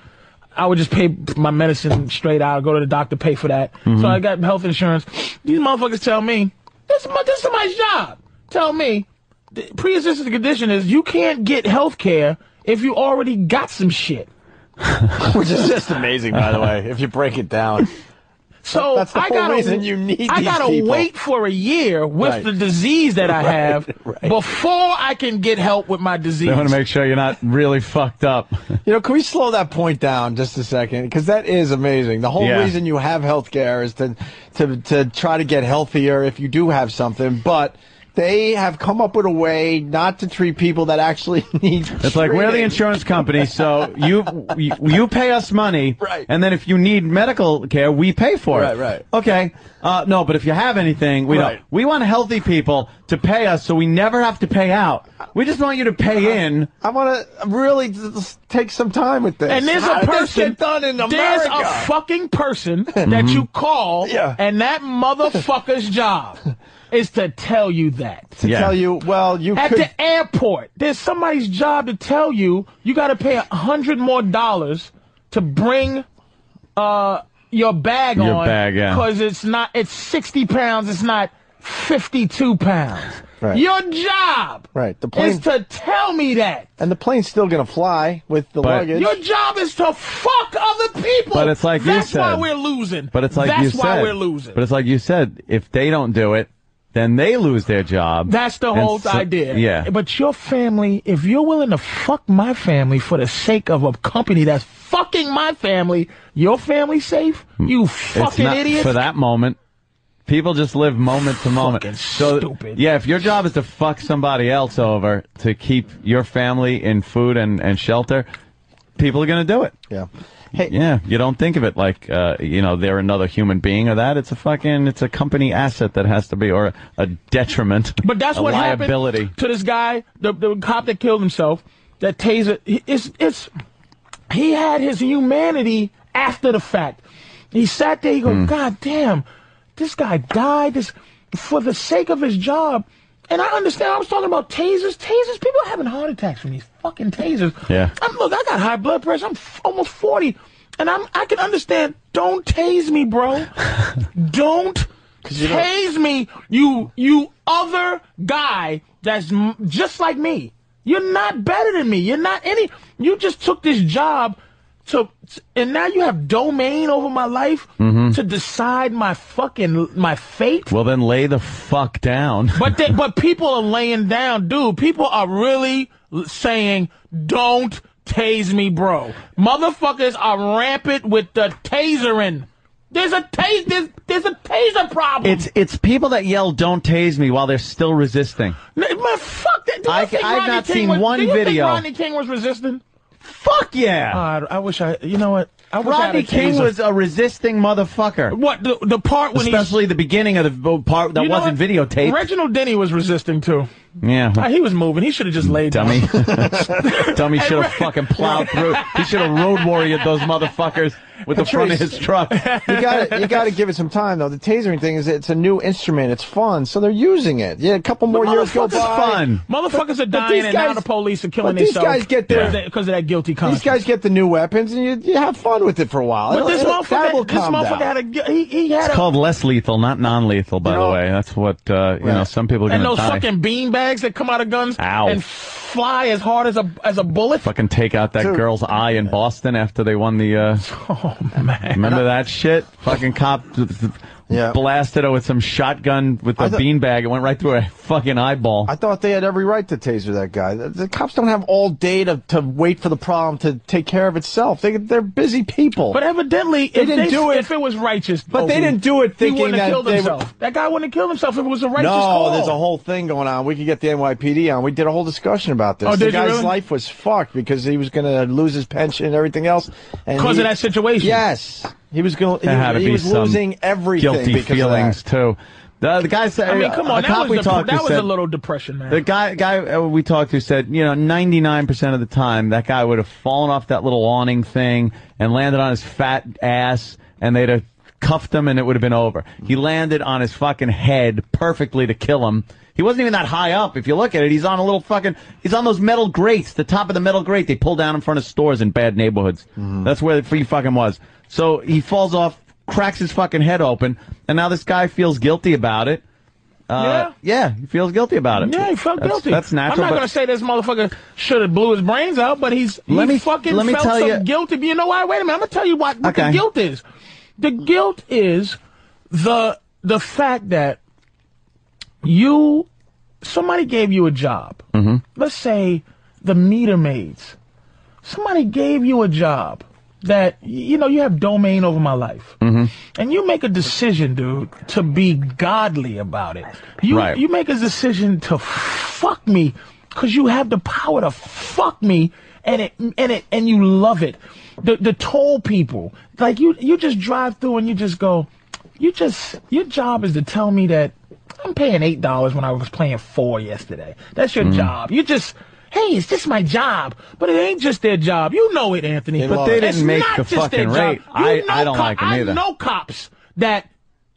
Speaker 3: I would just pay my medicine straight out. Go to the doctor, pay for that.
Speaker 10: Mhm.
Speaker 3: So I got health insurance. These motherfuckers tell me this is my this is my job. Tell me, the pre-existing condition is you can't get health care if you already got some shit.
Speaker 7: Which is just amazing, by the way, if you break it down.
Speaker 3: So
Speaker 7: That's the
Speaker 3: I
Speaker 7: whole
Speaker 3: gotta,
Speaker 7: reason you need
Speaker 3: I
Speaker 7: these
Speaker 3: gotta
Speaker 7: people.
Speaker 3: wait for a year with
Speaker 7: Right.
Speaker 3: the disease that I
Speaker 2: Right,
Speaker 3: have before I can get help with my disease.
Speaker 2: They want to make sure you're not really fucked up.
Speaker 7: You know, can we slow that point down just a second? Because that is amazing. The whole
Speaker 2: Yeah.
Speaker 7: reason you have health care is to, to, to try to get healthier if you do have something, but they have come up with a way not to treat people that actually need
Speaker 2: It's like we're the insurance company, so you you, you pay us money,
Speaker 7: Right.
Speaker 2: And then if you need medical care, we pay for
Speaker 7: Right,
Speaker 2: it.
Speaker 7: right.
Speaker 2: Okay. Uh, no, but if you have anything, we
Speaker 7: Right.
Speaker 2: don't. We want healthy people to pay us, so we never have to pay out. We just want you to pay in.
Speaker 7: I want to really just take some time with this.
Speaker 3: And there's
Speaker 7: How
Speaker 3: a
Speaker 7: did this
Speaker 3: person.
Speaker 7: get done in America. Mm-hmm.
Speaker 3: there's a fucking person that you call, and that motherfucker's job is to tell you that.
Speaker 7: to tell you, well, you
Speaker 3: At
Speaker 7: could.
Speaker 3: the airport, there's somebody's job to tell you you got to pay a hundred more dollars to bring uh, your bag
Speaker 2: Your
Speaker 3: on
Speaker 2: bag, yeah.
Speaker 3: because it's not it's sixty pounds, it's not fifty-two pounds.
Speaker 7: Right.
Speaker 3: Your job
Speaker 7: right, the
Speaker 3: is
Speaker 7: plane,
Speaker 3: to tell me that.
Speaker 7: and the plane's still going to fly with the
Speaker 2: But-
Speaker 7: luggage.
Speaker 3: Your job is to fuck other people.
Speaker 2: But it's like you
Speaker 3: That's why
Speaker 2: said.
Speaker 3: we're losing.
Speaker 2: But it's like
Speaker 3: That's
Speaker 2: you said.
Speaker 3: why we're losing.
Speaker 2: But it's like you said. If they don't do it, then they lose their job.
Speaker 3: That's the
Speaker 2: Um, And
Speaker 3: whole
Speaker 2: so-
Speaker 3: idea.
Speaker 2: Yeah.
Speaker 3: But your family, if you're willing to fuck my family for the sake of a company that's fucking my family, your family safe? You
Speaker 2: Mm. It's
Speaker 3: fucking
Speaker 2: not
Speaker 3: idiots.
Speaker 2: for that moment. People just live moment to moment. so,
Speaker 3: stupid.
Speaker 2: Yeah, if your job is to fuck somebody else over to keep your family in food and, and shelter, people are going to do it.
Speaker 7: Yeah.
Speaker 2: yeah, you don't think of it like uh, you know they're another human being or that. It's a fucking it's a company asset that has to be or a, a detriment.
Speaker 3: But that's
Speaker 2: a
Speaker 3: what
Speaker 2: liability.
Speaker 3: happened to this guy, the, the cop that killed himself, that taser. he- It's, it's, he had his humanity after the fact. He sat there, he go,
Speaker 2: Hmm.
Speaker 3: God damn, this guy died this, for the sake of his job. And I understand, I was talking about tasers. Tasers, people are having heart attacks from these fucking tasers.
Speaker 2: Yeah.
Speaker 3: I'm, look, I got high blood pressure. I'm f- almost 40. And I'm, I can understand, don't tase me, bro. don't tase me, you, you other guy that's m- just like me. You're not better than me. You're not any, you just took this job to, and now you have domain over my life
Speaker 2: Mhm.
Speaker 3: to decide my fucking, my fate.
Speaker 2: Well, then lay the fuck down.
Speaker 3: But they, but people are laying down, dude. People are really l- saying, "Don't tase me, bro." Motherfuckers are rampant with the tasering. There's a tase. There's, there's a taser problem.
Speaker 2: It's it's people that yell "Don't tase me" while they're still resisting.
Speaker 3: Man, man, fuck that. Do you
Speaker 2: I-
Speaker 3: think
Speaker 2: I've
Speaker 3: Rodney
Speaker 2: not
Speaker 3: King
Speaker 2: seen
Speaker 3: was,
Speaker 2: one
Speaker 3: do you
Speaker 2: video.
Speaker 3: Think Rodney King was resisting.
Speaker 2: Fuck yeah.
Speaker 3: God, I wish I. You know what? I wish I had a
Speaker 2: Rodney King
Speaker 3: taser.
Speaker 2: was a resisting motherfucker.
Speaker 3: What the, the part when he's-
Speaker 2: especially the beginning of the bo- part that
Speaker 3: You know
Speaker 2: wasn't
Speaker 3: what?
Speaker 2: videotaped.
Speaker 3: Reginald Denny was resisting too.
Speaker 2: yeah,
Speaker 3: Ah, he was moving. He should have just laid
Speaker 2: dummy,
Speaker 3: down.
Speaker 2: dummy should have fucking plowed through. He should have road warriored those motherfuckers with the front of his truck.
Speaker 7: you got to you got to give it some time though. The tasering thing is it's a new instrument. It's fun, so they're using it. Yeah, a couple more years go
Speaker 3: Motherfuckers-
Speaker 7: by.
Speaker 3: Motherfuckers are
Speaker 7: But- but these
Speaker 3: dying, and now
Speaker 7: guys-
Speaker 3: the police are killing
Speaker 7: but these
Speaker 3: themselves.
Speaker 7: guys get their-
Speaker 3: because of that guilty
Speaker 7: These
Speaker 3: conscience.
Speaker 7: guys get the new weapons, and you, you have fun with it for a while.
Speaker 3: But this
Speaker 7: It'll-
Speaker 3: motherfucker,
Speaker 7: that will
Speaker 3: this
Speaker 7: calm
Speaker 3: motherfucker had
Speaker 7: down.
Speaker 3: a gu- he, he had
Speaker 2: It's
Speaker 3: a,
Speaker 2: called less lethal, not non-lethal. By the way, that's what uh, you know. Some people are
Speaker 3: and
Speaker 2: gonna
Speaker 3: those
Speaker 2: die.
Speaker 3: fucking bean bags that come out of guns
Speaker 2: Ow.
Speaker 3: and fly as hard as a as a bullet.
Speaker 2: Fucking take out that girl's eye in Boston after they won the. Uh,
Speaker 3: oh man!
Speaker 2: Remember that shit? Fucking cop th- th- blasted her with some shotgun with a
Speaker 7: I thought-
Speaker 2: beanbag. It went right through her fucking eyeball.
Speaker 7: I thought they had every right to taser that guy. The, the cops don't have all day to, to wait for the problem to take care of itself. They, they're busy people.
Speaker 3: But evidently,
Speaker 7: They
Speaker 3: if
Speaker 7: didn't
Speaker 3: they,
Speaker 7: do it-
Speaker 3: If it was righteous,
Speaker 7: But they
Speaker 3: Oakley,
Speaker 7: didn't do it thinking
Speaker 3: he wouldn't
Speaker 7: that
Speaker 3: have killed
Speaker 7: they
Speaker 3: himself.
Speaker 7: would-
Speaker 3: That guy wouldn't have killed himself if it was a righteous
Speaker 7: no,
Speaker 3: call.
Speaker 7: there's a whole thing going on. We could get the NYPD on. We did a whole discussion about this.
Speaker 3: Oh,
Speaker 7: the
Speaker 3: did you
Speaker 7: guy's
Speaker 3: really?
Speaker 7: life was fucked because he was going to lose his pension and everything else. and
Speaker 3: 'Cause
Speaker 7: he-
Speaker 3: of that situation.
Speaker 7: Yes. He was going.
Speaker 2: There had
Speaker 7: He,
Speaker 2: to
Speaker 7: he
Speaker 2: be
Speaker 7: was
Speaker 2: some
Speaker 7: losing everything.
Speaker 2: guilty
Speaker 7: because of
Speaker 2: feelings too. The, the guy said,
Speaker 3: I mean, come
Speaker 2: a
Speaker 3: on, that
Speaker 2: cop
Speaker 3: was,
Speaker 2: we
Speaker 3: dep-
Speaker 2: talked to
Speaker 3: that was
Speaker 2: said-
Speaker 3: a little depression, man.
Speaker 2: The guy, guy uh, we talked to said, you know, 99% of the time, that guy would have fallen off that little awning thing and landed on his fat ass, and they'd have cuffed him, and it would have been over. He landed on his fucking head perfectly to kill him. He wasn't even that high up. If you look at it, he's on a little fucking, he's on those metal grates, the top of the metal grate they pull down in front of stores in bad neighborhoods. That's where he fucking was. So he falls off, cracks his fucking head open, and now this guy feels guilty about it. Uh, yeah. he feels guilty about it.
Speaker 3: yeah, he felt
Speaker 2: that's,
Speaker 3: guilty.
Speaker 2: That's
Speaker 3: I'm
Speaker 2: natural.
Speaker 3: not gonna
Speaker 2: but
Speaker 3: say this motherfucker should have blew his brains out, but he's he
Speaker 2: Let me-
Speaker 3: fucking
Speaker 2: let me
Speaker 3: felt
Speaker 2: tell
Speaker 3: some
Speaker 2: you-
Speaker 3: guilty. But you know why? Wait a minute. I'm gonna tell you what, what the
Speaker 2: Okay.
Speaker 3: guilt is. The guilt is the the fact that you somebody gave you a job.
Speaker 2: Mm-hmm.
Speaker 3: Let's say the meter maids. Somebody gave you a job that y- you know you have domain over my life.
Speaker 2: Mm-hmm.
Speaker 3: And you make a decision, dude, to be godly about it. You
Speaker 2: Right.
Speaker 3: you make a decision to fuck me because you have the power to fuck me, and it and it and you love it. The the toll people, like you you just drive through and you just go. You just your job is to tell me that I'm paying eight dollars when I was paying four yesterday. That's your job. You just. Hey, it's just my job, but it ain't just their job. You know it, Anthony.
Speaker 2: They But love they it. didn't
Speaker 3: It's
Speaker 2: make
Speaker 3: not
Speaker 2: the
Speaker 3: just their
Speaker 2: fucking
Speaker 3: job.
Speaker 2: rate.
Speaker 3: You
Speaker 2: I-
Speaker 3: know
Speaker 2: I don't
Speaker 3: co-
Speaker 2: like 'em either.
Speaker 3: I know cops that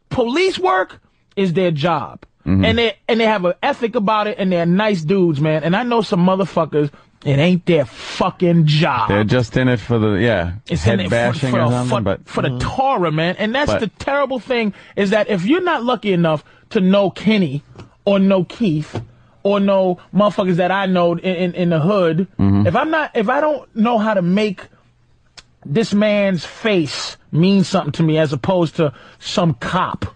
Speaker 3: police work is their job.
Speaker 2: Mm-hmm.
Speaker 3: And they and they have an ethic about it and they're nice dudes, man. And I know some motherfuckers, it ain't their fucking job.
Speaker 2: they're just in it for the yeah
Speaker 3: Ah. It's in
Speaker 2: head
Speaker 3: it for-
Speaker 2: bashing
Speaker 3: for,
Speaker 2: or
Speaker 3: the-
Speaker 2: something.
Speaker 3: for-
Speaker 2: but
Speaker 3: for the Torah, man. And that's
Speaker 2: But-
Speaker 3: the terrible thing is that if you're not lucky enough to know Kenny or know Keith or know motherfuckers that I know in, in, in the hood, if I'm not if I don't know how to make this man's face means something to me as opposed to some cop.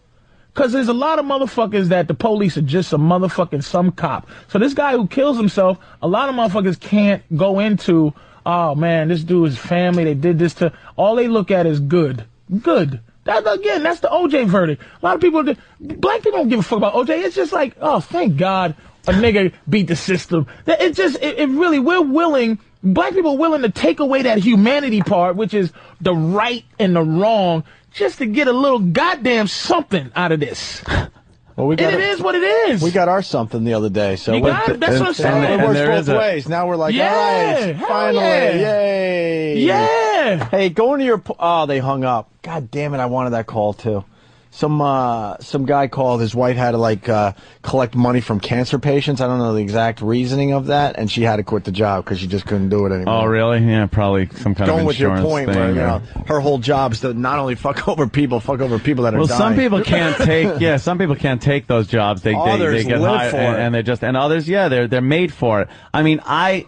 Speaker 3: Cause there's a lot of motherfuckers that the police are just a motherfucking some cop. So this guy who kills himself, a lot of motherfuckers can't go into, oh man, this dude's family, they did this to all they look at is good. Good. That, again, that's the OJ verdict. A lot of people, do- black people don't give a fuck about OJ. It's just like, oh, thank God a nigga beat the system. That- It just, it, it really, we're willing, black people are willing to take away that humanity part, which is the right and the wrong, just to get a little goddamn something out of this.
Speaker 7: Well, we
Speaker 3: And
Speaker 7: got
Speaker 3: it
Speaker 7: our-
Speaker 3: is what it is.
Speaker 7: We got our something the other day. So
Speaker 3: You
Speaker 7: we're-
Speaker 3: got it? That's what I'm saying.
Speaker 7: and-
Speaker 3: And
Speaker 7: it works
Speaker 3: there
Speaker 7: both
Speaker 3: is a-
Speaker 7: ways. Now we're like,
Speaker 3: Yeah,
Speaker 7: all right,
Speaker 3: hell
Speaker 7: finally,
Speaker 3: yeah.
Speaker 7: yay,
Speaker 3: yeah.
Speaker 7: Hey, going to your po- oh, they hung up. God damn it, I wanted that call too. Some uh, some guy called. His wife had to like uh, collect money from cancer patients. I don't know the exact reasoning of that, and she had to quit the job because she just couldn't do it anymore.
Speaker 2: Oh, really? Yeah, probably some kind
Speaker 7: Going
Speaker 2: of
Speaker 7: with your
Speaker 2: insurance
Speaker 7: point,
Speaker 2: thing.
Speaker 7: where you
Speaker 2: or-
Speaker 7: know her whole job's to not only fuck over people, fuck over people that are
Speaker 2: well,
Speaker 7: dying.
Speaker 2: some people can't take. Yeah, some people can't take those jobs. They they,
Speaker 7: Others
Speaker 2: they get hired
Speaker 7: live for
Speaker 2: and,
Speaker 7: it.
Speaker 2: and they just and others. Yeah, they're they're made for it. I mean, I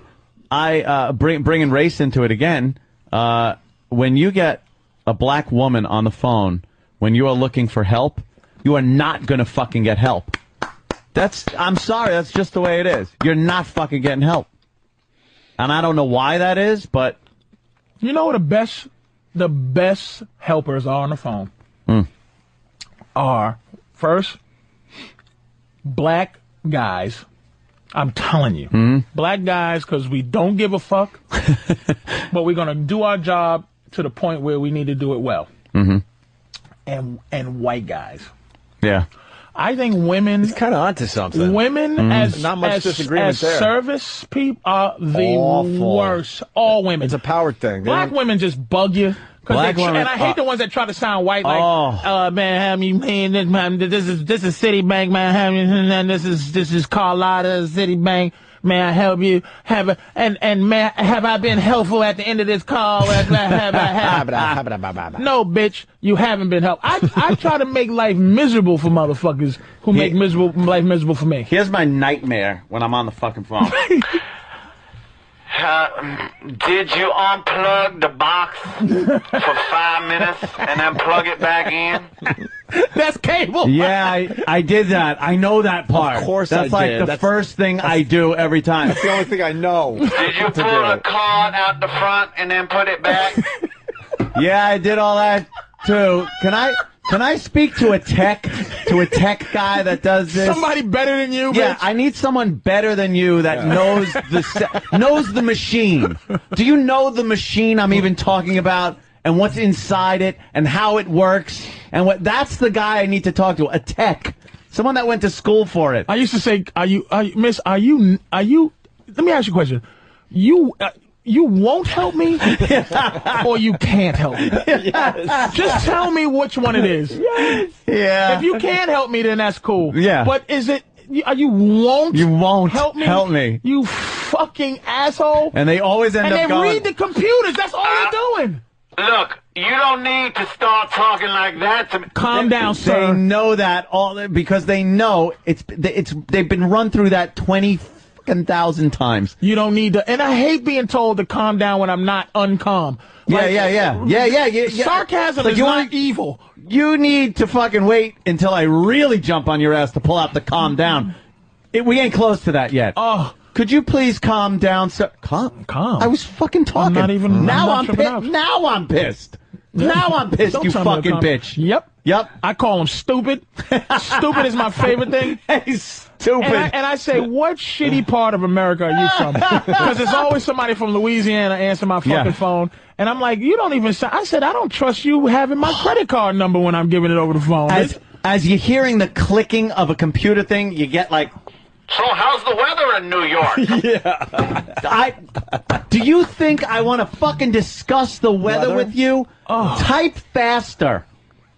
Speaker 2: I uh, bring bringing race into it again. Uh, when you get a black woman on the phone when you are looking for help, you are not going to fucking get help. That's I'm sorry. That's just the way it is. You're not fucking getting help. And I don't know why that is, but
Speaker 3: You know what the best, the best helpers are on the phone
Speaker 2: mm,
Speaker 3: are first black guys. I'm telling you,
Speaker 2: Mhm.
Speaker 3: black guys, because we don't give a fuck, but we're gonna do our job to the point where we need to do it well.
Speaker 2: hmm
Speaker 3: And and white guys.
Speaker 2: yeah.
Speaker 3: I think women. It's
Speaker 7: kind of onto something.
Speaker 3: Women
Speaker 7: Hmm.
Speaker 2: Mm.
Speaker 3: as
Speaker 7: Not much
Speaker 3: as-
Speaker 7: disagreement
Speaker 3: as uh,
Speaker 7: there.
Speaker 3: service people are the
Speaker 7: Awful.
Speaker 3: worst. All women. It's a
Speaker 7: power thing. They
Speaker 3: Black
Speaker 7: don't-
Speaker 3: women just bug you. 'cause
Speaker 2: Black
Speaker 3: they tr-
Speaker 2: women-
Speaker 3: and I hate
Speaker 2: uh,
Speaker 3: the ones that try to sound white. Like,
Speaker 2: Oh.
Speaker 3: oh, man, I mean, man, this, man, this is this is Citibank, man. I mean, and then this is this is Carlotta Citibank. May I help you? Have a, and and may I- have I been helpful at the end of this call? Have I- have I- have I- no, bitch, you haven't been helped. I, I try to make life miserable for motherfuckers who make miserable life miserable for me.
Speaker 2: Here's my nightmare when I'm on the fucking phone.
Speaker 7: Uh,
Speaker 16: Did you unplug the box for five minutes and then plug it back in?
Speaker 3: That's cable.
Speaker 2: Yeah, I, I did that. I know that part. Of
Speaker 16: course
Speaker 2: that's
Speaker 16: I
Speaker 2: like
Speaker 16: did.
Speaker 2: the
Speaker 16: That's-
Speaker 2: first thing I do every time. That's
Speaker 7: the only thing I know.
Speaker 16: Did you pull a card out the front and then put it back?
Speaker 2: yeah, I did all that too. Can I? Can I speak to a tech to a tech guy that does this?
Speaker 3: Somebody better than you.
Speaker 2: Yeah,
Speaker 3: bitch.
Speaker 2: I need someone better than you that knows the se- knows the machine. Do you know the machine I'm even talking about and what's inside it and how it works and what? That's the guy I need to talk to. A tech, someone that went to school for it.
Speaker 3: I used to say, "Are you, are you Miss? Are you, are you?" Let me ask you a question. You, uh, you won't help me, or you can't help me. Just tell me which one it is.
Speaker 2: Yeah.
Speaker 3: If you can help me, then that's cool.
Speaker 2: Yeah.
Speaker 3: But is it? you- Are you won't?
Speaker 2: You won't
Speaker 3: help me.
Speaker 2: help me.
Speaker 3: You fucking asshole.
Speaker 2: And they always end
Speaker 3: And
Speaker 2: up
Speaker 3: they
Speaker 2: going-
Speaker 3: read the computers. That's all they're doing.
Speaker 16: Uh, Look, you don't need to start talking like that to me.
Speaker 2: they, They know that all because they know it's it's they've been run through that twenty fucking thousand times.
Speaker 3: You don't need to. And I hate being told to calm down when I'm not uncalm.
Speaker 2: Yeah,
Speaker 3: Like, uh,
Speaker 2: yeah, yeah, yeah, yeah, yeah, yeah.
Speaker 3: Sarcasm
Speaker 2: Like,
Speaker 3: is
Speaker 2: you
Speaker 3: not
Speaker 2: wanna-
Speaker 3: evil.
Speaker 2: You need to fucking wait until I really jump on your ass to pull out the calm down. It, we ain't close to that yet. Oh. Could you please calm down, sir? Calm, calm. I was fucking talking.
Speaker 3: not even- I'm
Speaker 2: Now
Speaker 3: not
Speaker 2: I'm,
Speaker 3: tripping out.
Speaker 2: pissed. Now I'm pissed. Now I'm pissed.
Speaker 3: Don't
Speaker 2: you
Speaker 3: tell me to
Speaker 2: fucking
Speaker 3: calm-
Speaker 2: bitch.
Speaker 3: Yep.
Speaker 2: Yep.
Speaker 3: I call him stupid. stupid is my favorite thing.
Speaker 2: Hey, stupid.
Speaker 3: And I, and I say, what shitty part of America are you from? Because it's always somebody from Louisiana answering my fucking
Speaker 2: Yeah.
Speaker 3: phone. And I'm like, you don't even. sa- I said, I don't trust you having my credit card number when I'm giving it over the phone.
Speaker 2: As as you're hearing the clicking of a computer thing, you get like,
Speaker 16: So how's the weather in New York?
Speaker 2: I. Do you think I want to fucking discuss the weather,
Speaker 16: Weather?
Speaker 2: with you?
Speaker 3: Oh.
Speaker 2: Type faster.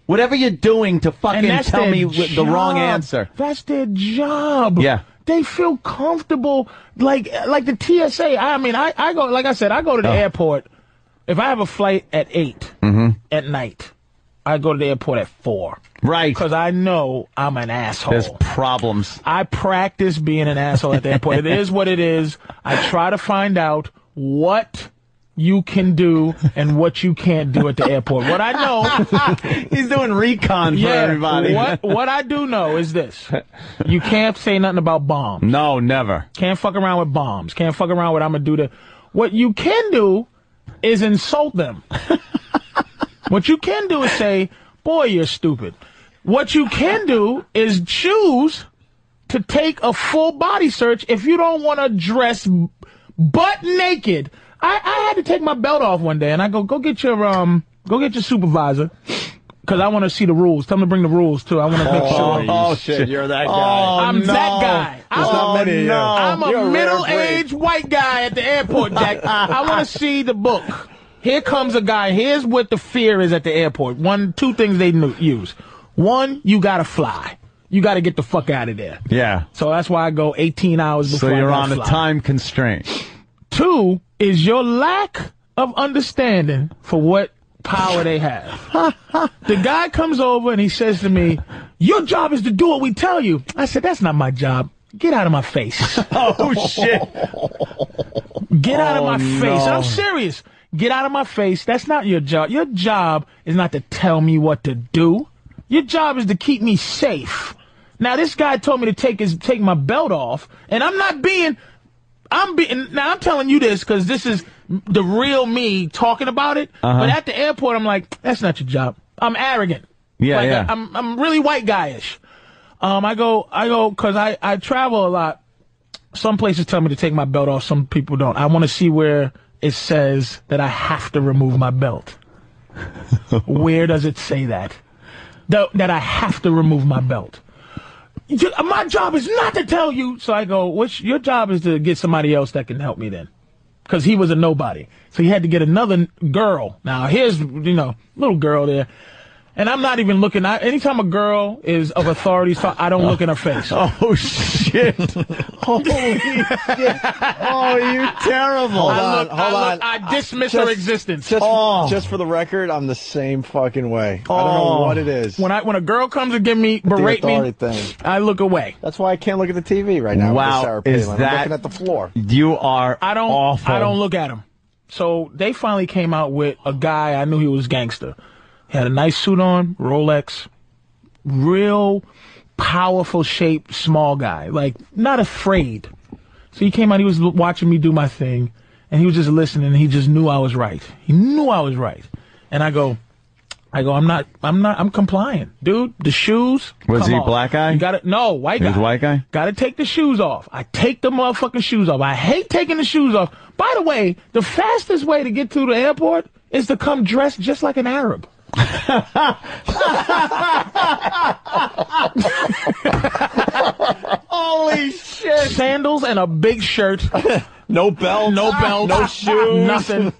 Speaker 2: Whatever you're doing to
Speaker 3: and
Speaker 2: fucking
Speaker 3: that's
Speaker 2: tell
Speaker 3: their
Speaker 2: me wh- the wrong
Speaker 3: job.
Speaker 2: answer.
Speaker 3: That's their job.
Speaker 2: Yeah.
Speaker 3: They feel comfortable, like like the TSA. I mean, I, I go like I said, I go to
Speaker 2: Oh.
Speaker 3: the airport. If I have a flight at eight
Speaker 2: Mm-hmm.
Speaker 3: at night, I go to the airport at four.
Speaker 2: Right.
Speaker 3: Because I know I'm an asshole.
Speaker 2: There's problems.
Speaker 3: I practice being an asshole at the airport. it is what it is. I try to find out what you can do and what you can't do at the airport. What I know,
Speaker 2: he's doing recon for everybody.
Speaker 3: What what I do know is this: you can't say nothing about bombs.
Speaker 2: No, never.
Speaker 3: Can't fuck around with bombs. Can't fuck around with I'm gonna do the. What you can do is insult them. what you can do is say, boy, you're stupid. What you can do is choose to take a full body search if you don't want to dress butt naked. I, I had to take my belt off one day, and I go, go get your um, go get your supervisor, because I want to see the rules. Tell him to bring the rules too. I want to make sure.
Speaker 7: Oh, shit, you're that guy.
Speaker 3: I'm
Speaker 7: no.
Speaker 3: that guy. Oh, I'm
Speaker 7: There's
Speaker 3: a-
Speaker 7: not many of you.
Speaker 3: I'm
Speaker 7: You're a
Speaker 3: a
Speaker 7: rare
Speaker 3: middle-aged white guy at the airport, Jack. I want to see the book. Here comes a guy. Here's what the fear is at the airport. One, two things they knew, use. One, you gotta fly. You gotta get the fuck out of there.
Speaker 2: Yeah.
Speaker 3: So that's why I go 18 hours
Speaker 2: So
Speaker 3: before. I
Speaker 2: you're
Speaker 3: gotta
Speaker 2: on a
Speaker 3: fly.
Speaker 2: time constraint.
Speaker 3: Two is your lack of understanding for what power they have. the guy comes over and he says to me, Your job is to do what we tell you. I said, That's not my job. Get out of my face. oh, shit. Get out of
Speaker 10: Oh,
Speaker 3: my face.
Speaker 10: no.
Speaker 3: And I'm serious. Get out of my face. That's not your job. Your job is not to tell me what to do. Your job is to keep me safe. Now this guy told me to take his take my belt off, and I'm not being I'm being now I'm telling you this because this is the real me talking about it.
Speaker 2: Uh-huh.
Speaker 3: But at the airport I'm like, that's not your job. I'm arrogant.
Speaker 2: Yeah,
Speaker 3: Like,
Speaker 2: yeah.
Speaker 3: I, am I'm really white guyish. Um, I go, I go, cause I, I travel a lot. Some places tell me to take my belt off. Some people don't. I want to see where it says that I have to remove my belt. where does it say that? Tho- that I have to remove my belt. You- My job is not to tell you. So I go, what's your job is to get somebody else that can help me then. Cause he was a nobody. So he had to get another n- girl. Now here's, you know, little girl there. And I'm not even looking. I, anytime a girl is of authority, so I don't look in her face. Oh shit! Holy shit!
Speaker 7: Oh, you terrible. Hold
Speaker 3: I
Speaker 7: on,
Speaker 3: look,
Speaker 7: hold
Speaker 3: I,
Speaker 7: on.
Speaker 3: look, I dismiss her
Speaker 7: Just-
Speaker 3: existence.
Speaker 7: Just, just for the record, I'm the same fucking way. I don't know
Speaker 3: Oh.
Speaker 7: what it is.
Speaker 3: When I when a girl comes and give me
Speaker 7: The
Speaker 3: berate me,
Speaker 7: authority thing.
Speaker 3: I look away.
Speaker 7: That's why I can't look at the TV right now. with
Speaker 2: Wow,
Speaker 7: the Sarah
Speaker 2: is
Speaker 7: Palin.
Speaker 2: that-
Speaker 7: I'm looking at the floor?
Speaker 2: You are
Speaker 3: I don't
Speaker 2: awful.
Speaker 3: I don't look at him. So they finally came out with a guy I knew he was gangster. He had a nice suit on, Rolex, real powerful shape, small guy, like not afraid. So he came out, he was l- watching me do my thing, and he was just listening, and he just knew I was right. He knew I was right. And I go, I go, I'm not, I'm not, I'm complying. Dude, the shoes.
Speaker 2: Was
Speaker 3: come
Speaker 2: he
Speaker 3: off.
Speaker 2: black guy?
Speaker 3: You gotta, no, white
Speaker 2: He
Speaker 3: guy.
Speaker 2: was white guy?
Speaker 3: Gotta take the shoes off. I take the motherfucking shoes off. I hate taking the shoes off. By the way, the fastest way to get to the airport is to come dressed just like an Arab. Holy shit! Sandals and a big shirt. no belt. No belt.
Speaker 7: No shoes.
Speaker 3: Nothing.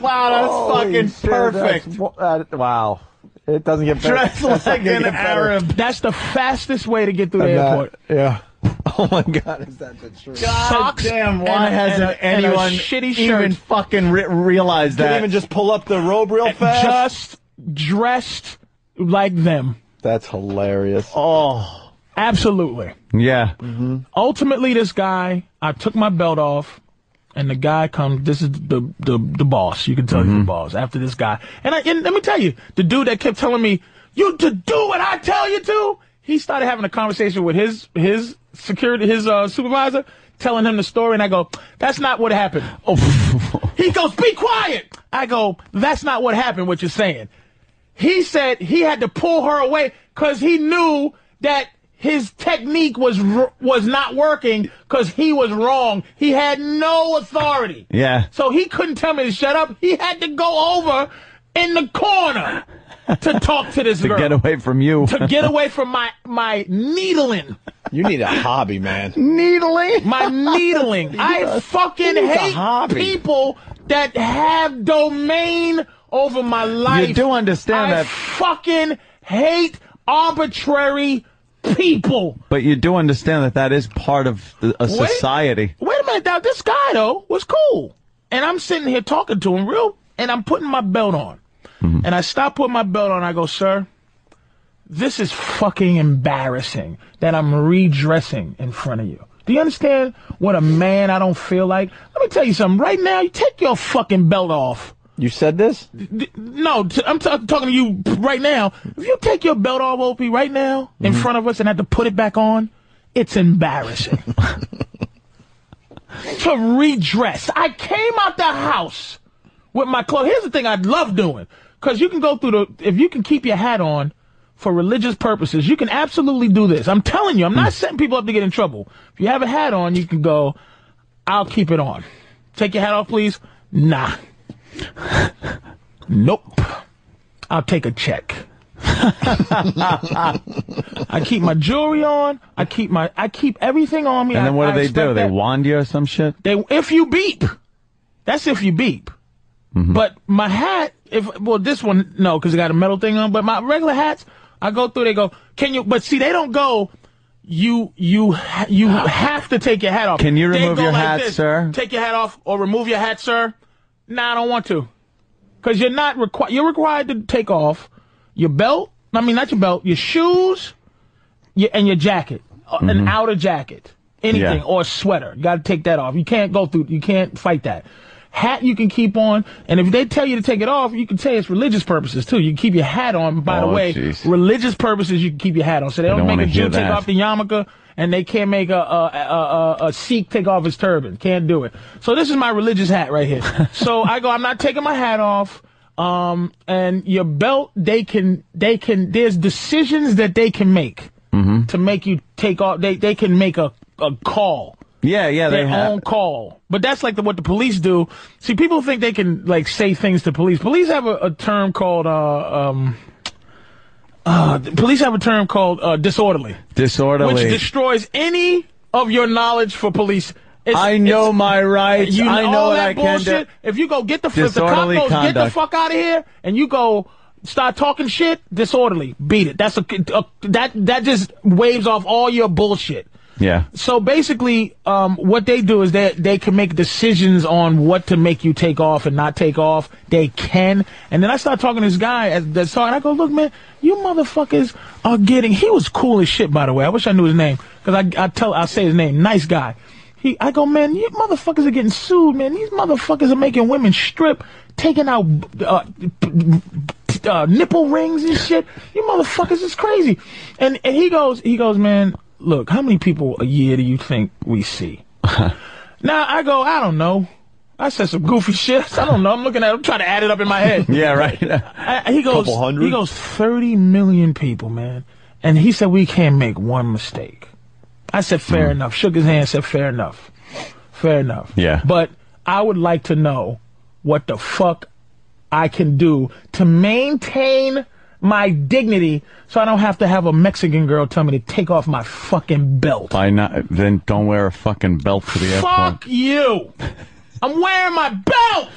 Speaker 7: Wow, that's fucking perfect.
Speaker 3: wow. It doesn't get
Speaker 7: better. Dress That's not like gonna an get better. Arab.
Speaker 3: That's the fastest way to get through the
Speaker 7: I'm not-
Speaker 3: airport.
Speaker 7: yeah. Oh my God, is that the truth?
Speaker 3: Socks
Speaker 2: damn,
Speaker 3: and
Speaker 2: why
Speaker 3: a-
Speaker 2: hasn't
Speaker 3: and a- and a
Speaker 2: anyone
Speaker 3: shitty shirt.
Speaker 2: even fucking re- realized
Speaker 7: Didn't
Speaker 2: that?
Speaker 7: even just pull up the robe real fast.
Speaker 3: Just dressed like them.
Speaker 7: That's hilarious. Mm-hmm.
Speaker 3: Oh, absolutely.
Speaker 2: yeah.
Speaker 3: Ultimately, this guy, I took my belt off, and the guy comes. This is the the, the boss. You can tell he's the boss after this guy. And, I, and let me tell you, the dude that kept telling me you to do what I tell you to, he started having a conversation with his his security his uh, supervisor, telling him the story. And I go, that's not what happened. Oh, he goes, be quiet. I go, that's not what happened. What you're saying. He said he had to pull her away because he knew that his technique was r- was not working because he was wrong. He had no authority.
Speaker 2: Yeah.
Speaker 3: So he couldn't tell me to shut up. He had to go over in the corner to talk to this
Speaker 2: To
Speaker 3: girl.
Speaker 2: get away from you.
Speaker 3: to get away from my my needling.
Speaker 7: You need a hobby, man.
Speaker 3: Needling? My needling. I fucking
Speaker 7: It's a
Speaker 3: hate
Speaker 7: hobby.
Speaker 3: people that have domain over my life.
Speaker 2: do understand
Speaker 3: I
Speaker 2: that-
Speaker 3: fucking hate arbitrary people.
Speaker 2: But you do understand that that is part of a a
Speaker 3: Wait.
Speaker 2: society.
Speaker 3: Wait a minute, now this guy though was cool, and I'm sitting here talking to him real, and I'm putting my belt on,
Speaker 7: Mm-hmm.
Speaker 3: and I stop putting my belt on. I go, sir, this is fucking embarrassing that I'm redressing in front of you. Do you understand what a man I don't feel like? Let me tell you something. Right now, you take your fucking belt off.
Speaker 7: You said this?
Speaker 3: D- No, t- I'm t- talking to you right now. If you take your belt off, OP, right now, in
Speaker 7: Mm-hmm.
Speaker 3: front of us and have to put it back on, it's embarrassing. to redress. I came out the house with my clothes. Here's the thing I love doing Because you can go through the, if you can keep your hat on for religious purposes, you can absolutely do this. I'm telling you, I'm not setting people up to get in trouble. If you have a hat on, you can go, I'll keep it on. Take your hat off, please. Nah. nope. I'll take a check. I keep my jewelry on. I keep my, I keep everything on me.
Speaker 2: And then what
Speaker 3: I-
Speaker 2: do
Speaker 3: I
Speaker 2: they
Speaker 3: expect
Speaker 2: do? They
Speaker 3: that.
Speaker 2: wand you or some shit?
Speaker 3: They if you beep, that's if you beep.
Speaker 2: Mm-hmm.
Speaker 3: But my hat, if well, this one no, because it got a metal thing on. But my regular hats, I go through. They go, can you? But see, they don't go. You you ha- you have to take your hat off.
Speaker 2: Can you
Speaker 3: They
Speaker 2: remove
Speaker 3: go
Speaker 2: your
Speaker 3: like
Speaker 2: hat,
Speaker 3: this,
Speaker 2: sir?
Speaker 3: Take your hat off or remove your hat, sir. Nah, I don't want to, because you're not required. You're required to take off your belt. I mean, not your belt, your shoes, your, and your jacket, Uh,
Speaker 2: Mm-hmm.
Speaker 3: an outer jacket, anything
Speaker 2: Yeah.
Speaker 3: or a sweater. You got to take that off. You can't go through. You can't fight that. Hat you can keep on, and if they tell you to take it off, you can say it's religious purposes too. You can keep your hat on. By the
Speaker 2: Oh,
Speaker 3: way,
Speaker 2: jeez.
Speaker 3: religious purposes you can keep your hat on. So they
Speaker 2: I
Speaker 3: don't,
Speaker 2: don't
Speaker 3: make
Speaker 2: wanna
Speaker 3: a Jew
Speaker 2: hear
Speaker 3: take
Speaker 2: that.
Speaker 3: off the yarmulke, and they can't make a a, a, a a Sikh take off his turban. Can't do it. So this is my religious hat right here. so I go. I'm not taking my hat off. Um, and your belt, they can, they can. There's decisions that they can make
Speaker 2: Mm-hmm.
Speaker 3: to make you take off. They they can make a a call.
Speaker 2: Yeah, yeah,
Speaker 3: their
Speaker 2: they have.
Speaker 3: own call. But that's like the, what the police do. See, people think they can like say things to police. Police have a, a term called uh, um, uh, the police have a term called uh, disorderly,
Speaker 2: Disorderly.
Speaker 3: which destroys any of your knowledge for police.
Speaker 2: I know my rights.
Speaker 3: You,
Speaker 2: I know
Speaker 3: all
Speaker 2: what
Speaker 3: that
Speaker 2: I can
Speaker 3: bullshit.
Speaker 2: do.
Speaker 3: If you go get the if the cop
Speaker 2: Disorderly
Speaker 3: goes get the
Speaker 2: conduct.
Speaker 3: fuck out of here, and you go start talking shit, disorderly, beat it. That's a, a that that just waves off all your bullshit.
Speaker 2: Yeah.
Speaker 3: So basically, um, what they do is they they can make decisions on what to make you take off and not take off. They can, and then I start talking to this guy as that's talking. I go, look, man, you motherfuckers are getting. He was cool as shit, by the way. I wish I knew his name because I I tell I say his name. Nice guy. He, I go, man, you motherfuckers are getting sued, man. These motherfuckers are making women strip, taking out uh, uh, nipple rings and shit. You motherfuckers is crazy. And, and he goes, he goes, man, look, how many people a year do you think we see? now I go, I don't know. I said some goofy shit. I don't know. I'm looking at. I'm trying to add it up in my head.
Speaker 2: yeah, right.
Speaker 3: I, he goes.
Speaker 2: Couple hundred?
Speaker 3: He goes. Thirty million people, man. And he said we can't make one mistake. I said
Speaker 2: Hmm.
Speaker 3: fair enough. Shook his hand. Said fair enough. Fair enough.
Speaker 2: Yeah.
Speaker 3: But I would like to know what the fuck I can do to maintain my dignity, so I don't have to have a Mexican girl tell me to take off my fucking belt.
Speaker 2: Why not? Then don't wear a fucking belt to the airport.
Speaker 3: Fuck you! I'm wearing my belt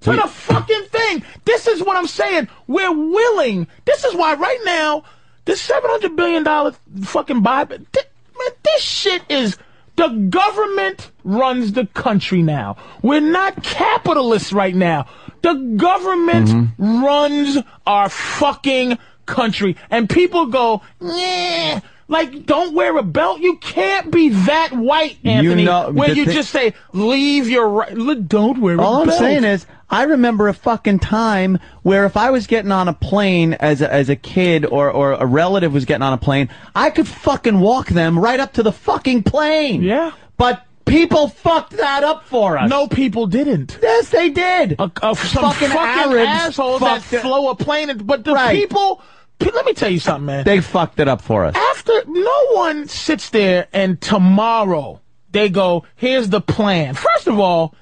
Speaker 3: for
Speaker 2: Wait.
Speaker 3: the fucking thing. This is what I'm saying. We're willing. This is why right now this 700 billion dollar fucking Bible. Th- man, this shit is. The government runs the country now. We're not capitalists right now. The government
Speaker 2: Mm-hmm.
Speaker 3: runs our fucking country. And people go, yeah, like, don't wear a belt. You can't be that white,
Speaker 2: You
Speaker 3: Anthony,
Speaker 2: know-
Speaker 3: where
Speaker 2: the
Speaker 3: you
Speaker 2: thi-
Speaker 3: just say, leave your right. Look, Don't wear a
Speaker 2: All I'm
Speaker 3: belt.
Speaker 2: saying is, I remember a fucking time where if I was getting on a plane as a, as a kid or, or a relative was getting on a plane, I could fucking walk them right up to the fucking plane. Yeah. But people fucked that up for us.
Speaker 3: No, people didn't.
Speaker 2: Yes, they did.
Speaker 3: some
Speaker 2: fucking, Arabs
Speaker 3: assholes that
Speaker 2: fucked it-
Speaker 3: flow a plane. and- But the
Speaker 2: Right.
Speaker 3: people, p- let me tell you something, man.
Speaker 2: They fucked it up for us.
Speaker 3: After no one sits there and tomorrow they go, here's the plan. First of all,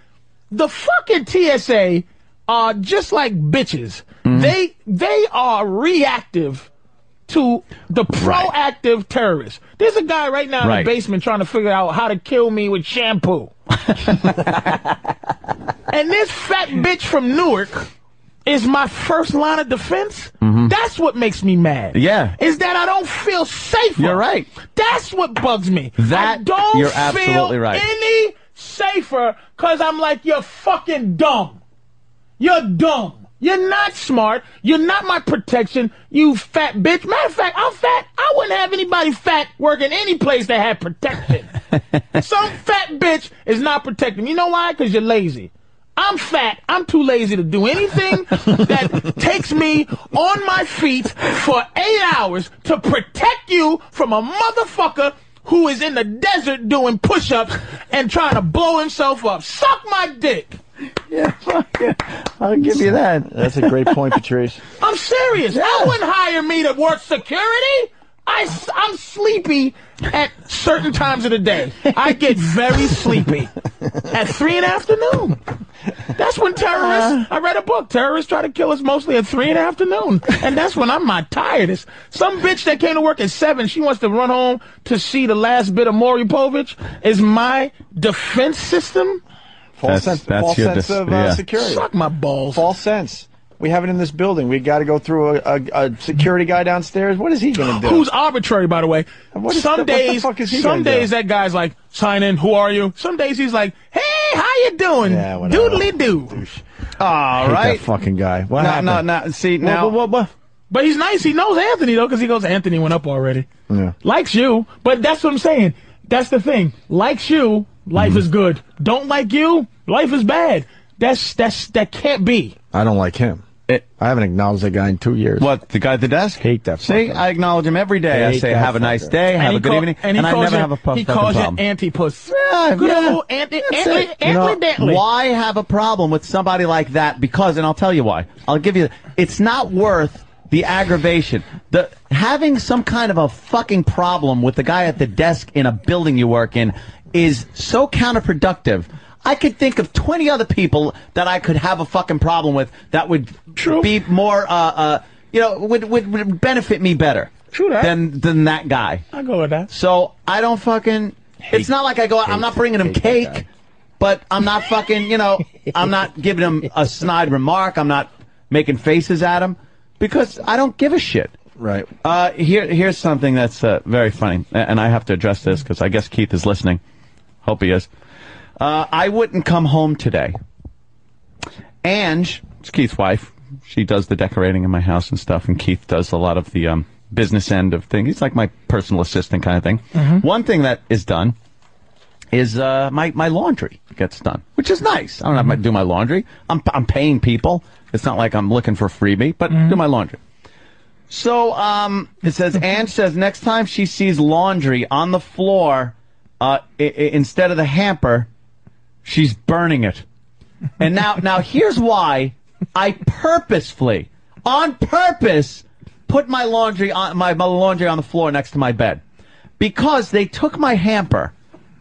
Speaker 3: the fucking TSA are just like bitches. They they are reactive to the proactive terrorists. There's a guy right now in
Speaker 2: Right.
Speaker 3: the basement trying to figure out how to kill me with shampoo. and this fat bitch from Newark is my first line of defense. That's what makes me mad.
Speaker 2: Yeah.
Speaker 3: Is that I don't feel safe.
Speaker 2: You're right.
Speaker 3: That's what bugs me.
Speaker 2: That-
Speaker 3: I don't
Speaker 2: you're
Speaker 3: feel
Speaker 2: absolutely right.
Speaker 3: any safer because I'm like, you're fucking dumb. You're dumb. You're not smart. You're not my protection, you fat bitch. Matter of fact, I'm fat. I wouldn't have anybody fat working any place that had protection. Some fat bitch is not protecting. me. You know why? Because you're lazy. I'm fat. I'm too lazy to do anything that takes me on my feet for eight hours to protect you from a motherfucker who is in the desert doing push ups and trying to blow himself up. Suck my dick.
Speaker 7: I'll give you that. That's a great point, Patrice.
Speaker 3: I'm serious. I wouldn't hire me to work security. I, am sleepy at certain times of the day. I get very sleepy at three in the afternoon. That's when terrorists, I read a book, terrorists try to kill us mostly at three in the afternoon. And that's when I'm my tiredest. Some bitch that came to work at seven, she wants to run home to see the last bit of Maury Povich is my defense system.
Speaker 7: False sense, false sense of uh, security.
Speaker 3: Suck my balls.
Speaker 7: False sense. We have it in this building. We got to go through a, a, a security guy downstairs. What is he going to do?
Speaker 3: Who's arbitrary, by the way.
Speaker 7: What is
Speaker 3: some
Speaker 7: the- what the
Speaker 3: days,
Speaker 7: fuck is he
Speaker 3: some
Speaker 7: gonna do?
Speaker 3: days that guy's like, sign in. Who are you? Some days he's like, hey, how you doing?
Speaker 7: Yeah, whatever.
Speaker 3: Doodly doo.
Speaker 7: All
Speaker 3: Hate
Speaker 7: right.
Speaker 3: that
Speaker 7: fucking guy. What happened? See
Speaker 3: Wha-
Speaker 7: now.
Speaker 3: wha- wha- wha- But he's nice. He knows Anthony though, because he goes, Anthony went up already.
Speaker 7: Yeah.
Speaker 3: Likes you, but that's what I'm saying. That's the thing. Likes you, life is good. Don't like you, life is bad. That's that's that can't be.
Speaker 7: I don't like him. I haven't acknowledged that guy in two years.
Speaker 2: What the guy at the desk?
Speaker 7: Hate that.
Speaker 2: See, I acknowledge him every day. I
Speaker 7: Hate
Speaker 2: say,
Speaker 7: that
Speaker 2: "Have a nice
Speaker 7: fucker.
Speaker 2: day, have
Speaker 3: he
Speaker 2: a good
Speaker 3: call-
Speaker 2: evening," and,
Speaker 3: he
Speaker 2: I
Speaker 3: calls
Speaker 2: never
Speaker 3: you-
Speaker 2: have a puff
Speaker 3: He
Speaker 2: fucking
Speaker 3: calls you
Speaker 2: problem.
Speaker 3: anti-puss.
Speaker 2: Yeah,
Speaker 3: good
Speaker 2: yeah.
Speaker 3: old anti
Speaker 2: That's
Speaker 3: anti
Speaker 2: it. You know,
Speaker 3: Dantley.
Speaker 2: Why have a problem with somebody like that? Because, and I'll tell you why. I'll give you. It's not worth the aggravation. The having some kind of a fucking problem with the guy at the desk in a building you work in is so counterproductive. I could think of twenty other people that I could have a fucking problem with that would be more, uh, uh, you know, would, would would benefit me better
Speaker 3: True that.
Speaker 2: than than that guy.
Speaker 3: I go with that.
Speaker 2: So I don't fucking. it's not like I go. I'm not bringing him cake, but I'm not fucking. You know, I'm not giving him a snide remark. I'm not making faces at him because I don't give a shit.
Speaker 7: Right.
Speaker 2: Uh, here, here's something that's uh, very funny, a- and I have to address this because I guess Keith is listening. Hope he is. Uh, I wouldn't come home today. Ange, it's Keith's wife. She does the decorating in my house and stuff, and Keith does a lot of the um, business end of things. He's like my personal assistant kind of thing. One thing that is done is uh, my my laundry gets done, which is nice. I don't have to do my laundry. I'm I'm paying people. It's not like I'm looking for freebie, but do my laundry. So um, it says Ange says next time she sees laundry on the floor, uh, i- i- instead of the hamper, she's burning it. And now, now here's why I purposefully, on purpose, put my laundry on my, my laundry on the floor next to my bed because they took my hamper.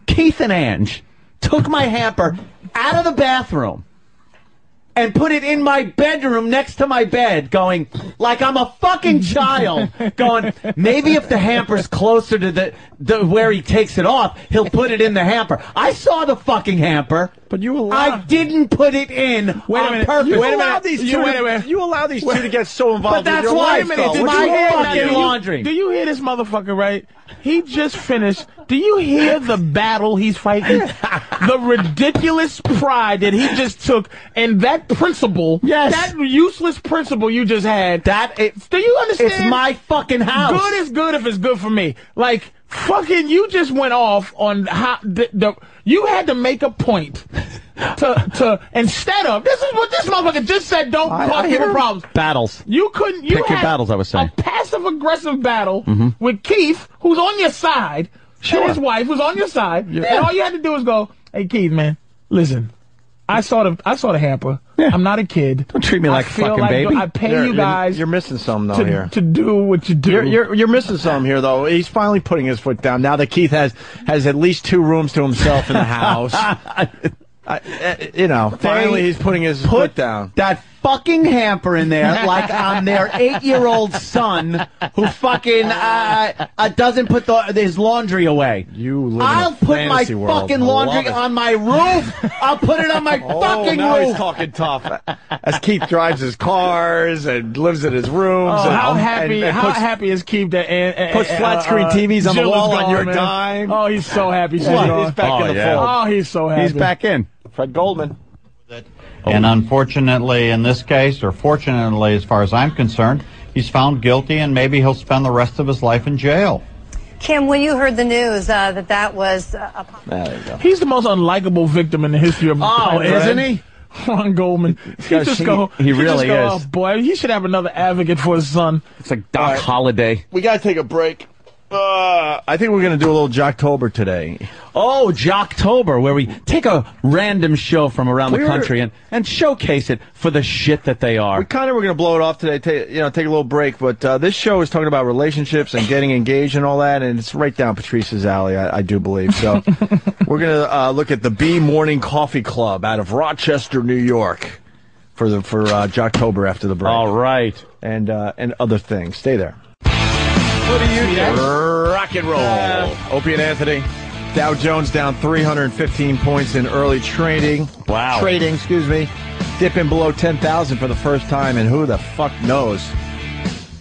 Speaker 2: Keith and Ange took my hamper out of the bathroom and put it in my bedroom next to my bed, going like I'm a fucking child. going maybe if the hamper's closer to the, the where he takes it off, he'll put it in the hamper. I saw the fucking hamper, but you allowed. I didn't put it in
Speaker 7: Wait
Speaker 2: on
Speaker 7: a minute.
Speaker 2: purpose.
Speaker 7: You Wait a allow minute. these You- two- wait a minute. you allow these two to get so involved
Speaker 2: But
Speaker 7: with
Speaker 2: that's
Speaker 7: your
Speaker 2: why
Speaker 7: life, though.
Speaker 2: it's
Speaker 7: What
Speaker 2: my
Speaker 7: you want?
Speaker 2: fucking
Speaker 7: Did you-
Speaker 2: laundry.
Speaker 3: Do you hear this motherfucker, right? He just finished. Do you hear the battle he's fighting? the ridiculous pride that he just took and that principle, yes. that useless principle you just had.
Speaker 2: That it,
Speaker 3: Do you understand?
Speaker 2: It's my fucking house.
Speaker 3: Good is good if it's good for me. Like fucking, you just went off on how the, the you had to make a point to to instead of this is what this motherfucker just said. Don't
Speaker 2: I-
Speaker 3: cause
Speaker 2: I
Speaker 3: people
Speaker 2: hear
Speaker 3: problems.
Speaker 2: battles.
Speaker 3: You couldn't. You
Speaker 2: Pick your
Speaker 3: had
Speaker 2: battles, I was saying.
Speaker 3: A passive aggressive battle
Speaker 2: Mhm.
Speaker 3: with Keith, who's on your side, and his wife, who's on your side, and all you had to do was go, "Hey, Keith, man, listen." I saw the I saw the hamper. I'm not a kid. Don't
Speaker 2: treat me
Speaker 3: I
Speaker 2: like a
Speaker 3: feel
Speaker 2: fucking
Speaker 3: like
Speaker 2: baby.
Speaker 3: I pay
Speaker 7: You're-
Speaker 3: you
Speaker 7: you're-
Speaker 3: guys.
Speaker 7: You're missing something though
Speaker 3: to-
Speaker 7: here.
Speaker 3: to do what you do.
Speaker 7: You're, you're you're missing something here though. He's finally putting his foot down now that Keith has has at least two rooms to himself in the house. I, I- you know, finally
Speaker 2: They
Speaker 7: he's putting his foot down.
Speaker 2: that fucking hamper in there like I'm their eight-year-old son who fucking uh, uh, doesn't put the, his laundry away.
Speaker 7: You live in a
Speaker 2: I'll put my
Speaker 7: fantasy world.
Speaker 2: fucking
Speaker 7: I love
Speaker 2: laundry
Speaker 7: it.
Speaker 2: on my roof. I'll put it on my fucking
Speaker 7: now
Speaker 2: roof.
Speaker 7: he's talking tough. As Keith drives his cars and lives in his rooms.
Speaker 3: Oh,
Speaker 7: and,
Speaker 3: how happy!
Speaker 7: and- and
Speaker 3: how
Speaker 7: puts-
Speaker 3: happy is Keith that and, and,
Speaker 7: puts
Speaker 3: and, uh,
Speaker 7: flat screen TVs on the
Speaker 3: Jill is
Speaker 7: wall on
Speaker 3: gone,
Speaker 7: your
Speaker 3: man.
Speaker 7: dime.
Speaker 3: Oh, he's so happy. she's
Speaker 7: What?
Speaker 3: gone.
Speaker 7: He's back in the fold.
Speaker 3: Oh, he's so happy.
Speaker 2: He's back in.
Speaker 7: Fred Goldman.
Speaker 17: And unfortunately, in this case, or fortunately, as far as I'm concerned, he's found guilty and maybe he'll spend the rest of his life in jail.
Speaker 18: Kim, when you heard the news uh, that that was uh, a
Speaker 3: He's the most unlikable victim in the history of.
Speaker 18: Oh,
Speaker 3: planet Earth.
Speaker 2: isn't he?
Speaker 3: Ron Goldman. He
Speaker 2: got
Speaker 3: just
Speaker 2: shame.
Speaker 3: go.
Speaker 2: He
Speaker 3: just
Speaker 2: really
Speaker 3: go,
Speaker 2: is.
Speaker 3: Oh boy, he should have another advocate for his son.
Speaker 2: It's like Doc Holliday.
Speaker 7: We gotta take a break. Uh, I think we're going to do a little Jocktober today.
Speaker 2: Oh, Jocktober, where we take a random show from around
Speaker 7: We
Speaker 2: the
Speaker 7: were-
Speaker 2: country and, and showcase it for the shit that they are.
Speaker 7: We kind of were going to blow it off today, take, you know, take a little break, but uh, this show is talking about relationships and getting engaged and all that, and it's right down Patrice's alley, I, I do believe. So we're going to uh, look at the B Morning Coffee Club out of Rochester, New York, for the for uh, Jocktober after the break. All
Speaker 2: right,
Speaker 7: and uh, and other things. Stay there.
Speaker 2: What do Uh, you
Speaker 7: Rock and roll. Opie and Anthony. Dow Jones down 315 points in early trading.
Speaker 2: Wow.
Speaker 7: Trading, excuse me. Dipping below 10,000 for the first time, and who the fuck knows?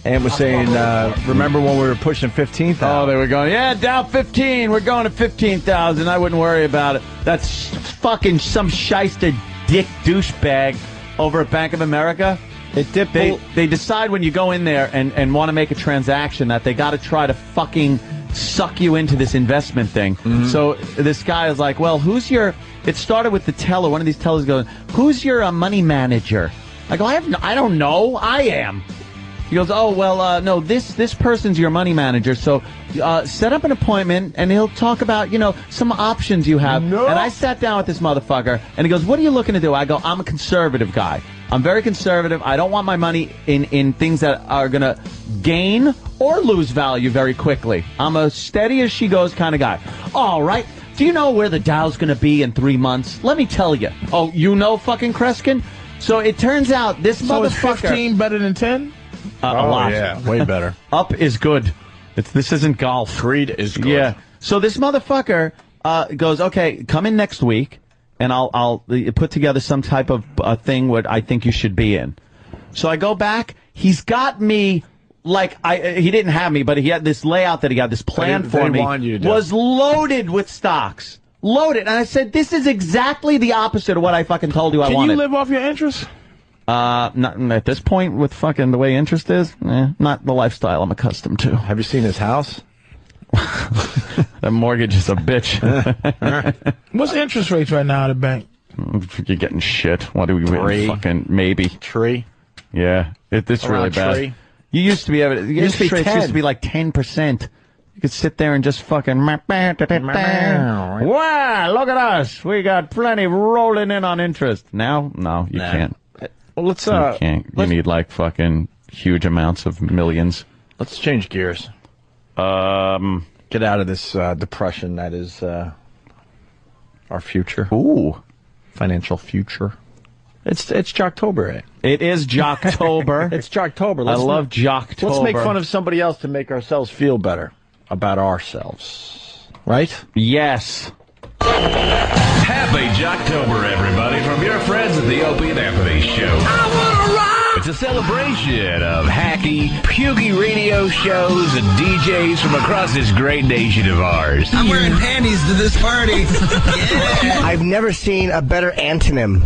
Speaker 7: And was saying, uh, remember when we were pushing 15,000?
Speaker 2: Oh, they were going, yeah, down 15. We're going to 15,000. I wouldn't worry about it. That's fucking some shyster dick douchebag over at Bank of America.
Speaker 7: It dipped.
Speaker 2: They, they decide when you go in there and, and want to make a transaction that they got to try to fucking suck you into this investment thing. So this guy is like, well, who's your. It started with the teller. One of these tellers goes, who's your uh, money manager? I go, I, have no, I don't know. I am. He goes, oh well, uh, no, this this person's your money manager, so uh, set up an appointment, and he'll talk about you know some options you have. And I sat down with this motherfucker, and he goes, what are you looking to do? I go, I'm a conservative guy. I'm very conservative. I don't want my money in in things that are gonna gain or lose value very quickly. I'm a steady as she goes kind of guy. All right. Do you know where the Dow's going to be in three months? Let me tell you. Oh, you know fucking Kreskin? So it turns out this
Speaker 3: So is
Speaker 2: motherfucker.
Speaker 3: 15 better than 10?
Speaker 2: Uh, a
Speaker 3: Oh,
Speaker 2: lot.
Speaker 3: yeah.
Speaker 7: Way better.
Speaker 2: Up is good. It's, this isn't golf. Creed is good. Yeah. So this motherfucker uh, goes, okay, come in next week, and I'll I'll uh, put together some type of uh, thing what I think you should be in. So I go back. He's got me like I uh, he didn't have me, but he had this layout that he had this plan
Speaker 7: They-
Speaker 2: for
Speaker 7: they
Speaker 2: me
Speaker 7: wanted you to do.
Speaker 2: was loaded with stocks. Loaded, and I said, "This is exactly the opposite of what I fucking told you I
Speaker 3: Can
Speaker 2: wanted."
Speaker 3: you live off your interest?
Speaker 2: Uh, not at this point with fucking the way interest is. Eh, not the lifestyle I'm accustomed to. Have
Speaker 7: you seen his house?
Speaker 2: that mortgage is a bitch.
Speaker 3: What's the interest rates right now at a bank?
Speaker 2: You're getting shit. What do we
Speaker 3: Three.
Speaker 2: fucking maybe
Speaker 7: tree?
Speaker 2: Yeah, it, it's really
Speaker 7: Around
Speaker 2: bad.
Speaker 7: three?
Speaker 2: You used to be able. to-
Speaker 7: Used to be
Speaker 2: interest rates used
Speaker 7: 10.
Speaker 2: to be like ten percent. You could sit there and just fucking. Wow, look at us. We got plenty rolling in on interest. Now, no, you
Speaker 7: Nah.
Speaker 2: can't.
Speaker 7: Well, let's uh,
Speaker 2: you can't. You need like fucking huge amounts of millions.
Speaker 7: Let's change gears.
Speaker 2: Um,
Speaker 7: get out of this uh, depression that is uh, our future.
Speaker 2: Ooh,
Speaker 7: financial future. It's it's Jocktober. Eh?
Speaker 2: It is Jocktober.
Speaker 7: it's Jocktober.
Speaker 2: I love Jocktober.
Speaker 7: Let's make fun of somebody else to make ourselves feel better about ourselves. Right?
Speaker 2: Yes.
Speaker 19: Happy Jocktober, everybody, from your friends at the Opie and Anthony Show. I wanna rock! It's a celebration of hacky, pugy radio shows and DJs from across this great nation of ours.
Speaker 4: I'm wearing panties to this party. I've never seen a better antonym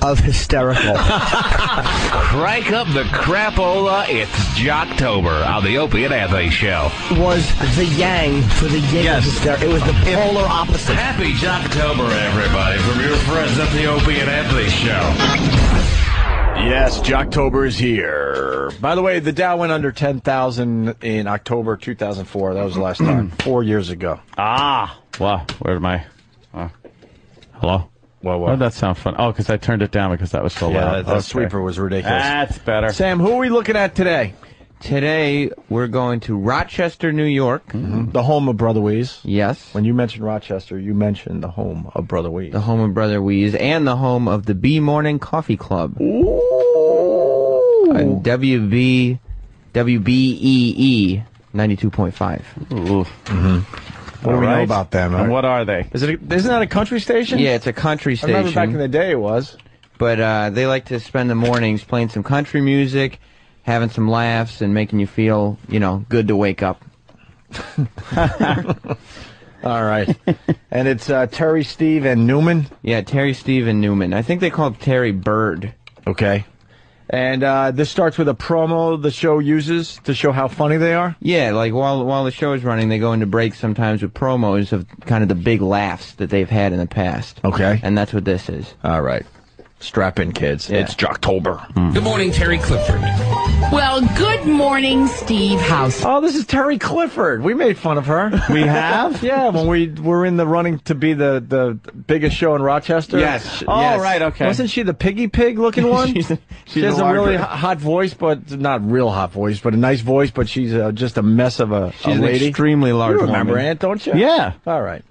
Speaker 4: of hysterical.
Speaker 19: Crank up the crapola, it's Jocktober on the Opie and Anthony Show.
Speaker 4: was the yang for the yin. Yes. It was the polar opposite.
Speaker 19: Happy Jocktober, everybody, from your friends at the Opie and Anthony Show.
Speaker 7: Yes, Jocktober is here. By the way, the Dow went under 10,000 in October 2004. That was the last time, four years ago.
Speaker 2: Ah. Wow. Where did my? Uh, hello.
Speaker 7: Whoa, whoa.
Speaker 2: Why did that sound fun? Oh, because I turned it down because that was so
Speaker 7: Yeah,
Speaker 2: loud.
Speaker 7: that, that
Speaker 2: uh, Okay. Ah,
Speaker 7: sweeper was ridiculous.
Speaker 2: That's better.
Speaker 7: Sam, who are we looking at today?
Speaker 20: Today we're going to Rochester, New York,
Speaker 7: Mm-hmm. the home of Brother Weeze.
Speaker 20: Yes.
Speaker 7: When you mentioned Rochester, you mentioned the home of Brother Weeze.
Speaker 20: the home of Brother Weeze, and the home of the B Morning Coffee Club. Ooh. On WB, E WBEE 92.5.
Speaker 2: Ooh.
Speaker 7: Mm-hmm. What do we know about them?
Speaker 20: And
Speaker 2: what are they?
Speaker 7: Is it? A, isn't that a country station?
Speaker 20: Yeah, it's a country
Speaker 7: I remember back
Speaker 20: station.
Speaker 7: in the day it was.
Speaker 20: But uh, they like to spend the mornings playing some country music, having some laughs, and making you feel, you know, good to wake up.
Speaker 7: All right. and it's uh, Terry, Steve, and Newman.
Speaker 20: Yeah, Terry, Steve, and Newman. I think they call him Terry Bird.
Speaker 7: Okay. And uh, this starts with a promo the show uses to show how funny they are.
Speaker 20: Yeah, like while while the show is running, they go into breaks sometimes with promos of kind of the big laughs that they've had in the past.
Speaker 7: Okay.
Speaker 20: And that's what this is.
Speaker 7: All right. Strap in, kids. It's Jocktober. Mm.
Speaker 8: Good morning, Terry Clifford.
Speaker 21: Well, good morning, Steve House.
Speaker 7: Oh, this is Terry Clifford. We made fun of her.
Speaker 15: We have?
Speaker 7: yeah, when we were in the running to be the, the biggest show in Rochester.
Speaker 15: Yes,
Speaker 7: Oh,
Speaker 15: yes.
Speaker 7: right, okay. Wasn't she the piggy pig looking one?
Speaker 15: She's a-
Speaker 7: she
Speaker 15: she's
Speaker 7: has
Speaker 15: a
Speaker 7: a, really
Speaker 15: larger.
Speaker 7: h- hot voice, but not real hot voice, but a nice voice, but she's uh, just a mess of a,
Speaker 8: She's
Speaker 7: a
Speaker 8: an
Speaker 7: lady.
Speaker 8: extremely large
Speaker 7: You remember
Speaker 8: woman.
Speaker 7: Aunt, don't you?
Speaker 8: Yeah.
Speaker 7: All right.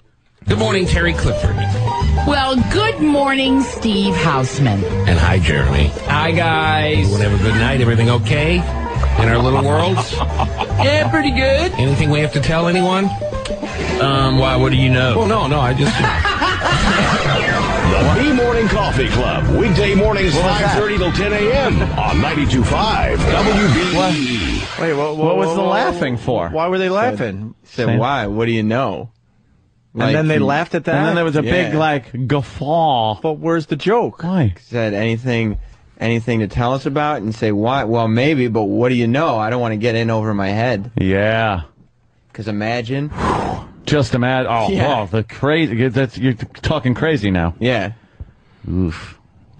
Speaker 8: Good morning, Terry Clifford.
Speaker 21: Well, good morning, Steve Houseman.
Speaker 8: And hi, Jeremy. Hi, guys. Everyone have a good night. Everything okay in our little worlds? yeah, pretty good. Anything we have to tell anyone? Um, why? What do you know? Well, no, no. I just.
Speaker 19: The B Morning Coffee Club, weekday mornings
Speaker 8: What was that?
Speaker 19: 5.30 till 10 a.m. on 92.5 E. WBE.
Speaker 7: Wait, what,
Speaker 19: what was the
Speaker 20: laughing for?
Speaker 7: Why were they laughing?
Speaker 20: Said, why? What do you know?
Speaker 7: And then they laughed at that?
Speaker 20: And then there was a big
Speaker 7: Yeah.
Speaker 20: like guffaw.
Speaker 7: But where's the joke?
Speaker 20: Why said anything? Anything to tell us about and say why? Well, maybe, but what do you know? I don't want to get in over my head.
Speaker 2: Yeah.
Speaker 20: Because imagine.
Speaker 2: Just imagine. Oh,
Speaker 20: Yeah.
Speaker 2: oh, the crazy. That's you're talking crazy now.
Speaker 20: Yeah.
Speaker 2: Oof.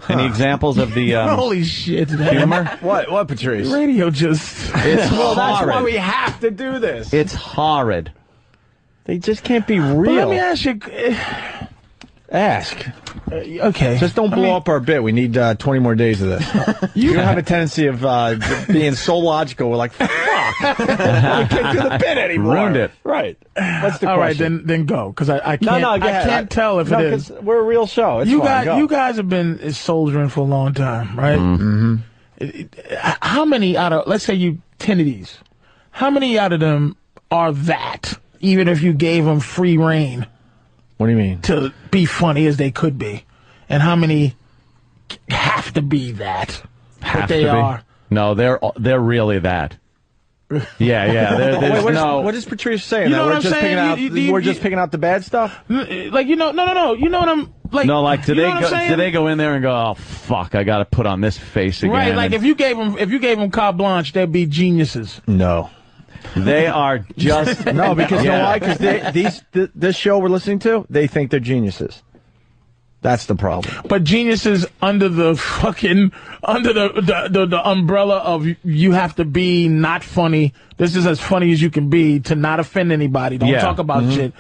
Speaker 2: Any examples of the um,
Speaker 3: Holy shit, man.
Speaker 2: humor?
Speaker 7: What? What, Patrice?
Speaker 3: Radio just.
Speaker 2: It's
Speaker 7: well, that's why
Speaker 2: horrid.
Speaker 7: we have to do this.
Speaker 2: It's horrid.
Speaker 7: They just can't be real.
Speaker 3: But let me ask you. eh,
Speaker 7: Ask.
Speaker 3: Okay.
Speaker 7: Just don't
Speaker 3: I
Speaker 7: blow
Speaker 3: mean-
Speaker 7: up our bit. We need uh, 20 more days of this. you have a tendency of uh, being so logical. We're like, fuck. we can't do the bit anymore.
Speaker 2: Ruined it.
Speaker 7: Right. That's the
Speaker 3: All right,
Speaker 7: question.
Speaker 3: then then go because I, I
Speaker 7: No,
Speaker 3: can't
Speaker 7: no, go
Speaker 3: I
Speaker 7: ahead.
Speaker 3: can't tell if
Speaker 7: No,
Speaker 3: it is.
Speaker 7: 'cause We're a real show. It's
Speaker 3: you
Speaker 7: fine.
Speaker 3: guys,
Speaker 7: Go.
Speaker 3: you guys have been soldiering for a long time, right? Mm-hmm. How many out of let's say you ten of these? How many out of them are that? Even if you gave them free reign
Speaker 7: What do you mean?
Speaker 3: to be funny as they could be, and how many have to be that?
Speaker 2: Have
Speaker 3: but they
Speaker 2: to be.
Speaker 3: are.
Speaker 2: No, they're they're really that. Yeah, yeah. There, there's
Speaker 7: Wait, what is-
Speaker 2: no.
Speaker 7: what is Patrice saying?
Speaker 3: You
Speaker 7: that
Speaker 3: know
Speaker 7: we're
Speaker 3: what I'm
Speaker 7: just
Speaker 3: saying?
Speaker 7: picking out.
Speaker 3: You- you- you-
Speaker 7: we're
Speaker 3: you-
Speaker 7: just picking out the bad stuff.
Speaker 3: Like you know, no, no, no. You know what I'm like?
Speaker 2: no, like do
Speaker 3: you know
Speaker 2: they
Speaker 3: what I'm
Speaker 2: go,
Speaker 3: saying?
Speaker 2: do they go in there and go, oh fuck, I got to put on this face again?
Speaker 3: Right, like
Speaker 2: and
Speaker 3: if you gave them, if you gave them carte blanche, they'd be geniuses.
Speaker 7: No.
Speaker 2: they are just
Speaker 7: No, because you
Speaker 2: Yeah.
Speaker 7: know why? Because these th- this show we're listening to, they think they're geniuses. That's the problem.
Speaker 3: But geniuses under the fucking under the the, the the umbrella of you have to be not funny. This is as funny as you can be to not offend anybody. Don't
Speaker 2: Yeah.
Speaker 3: talk about
Speaker 2: Mhm.
Speaker 3: shit.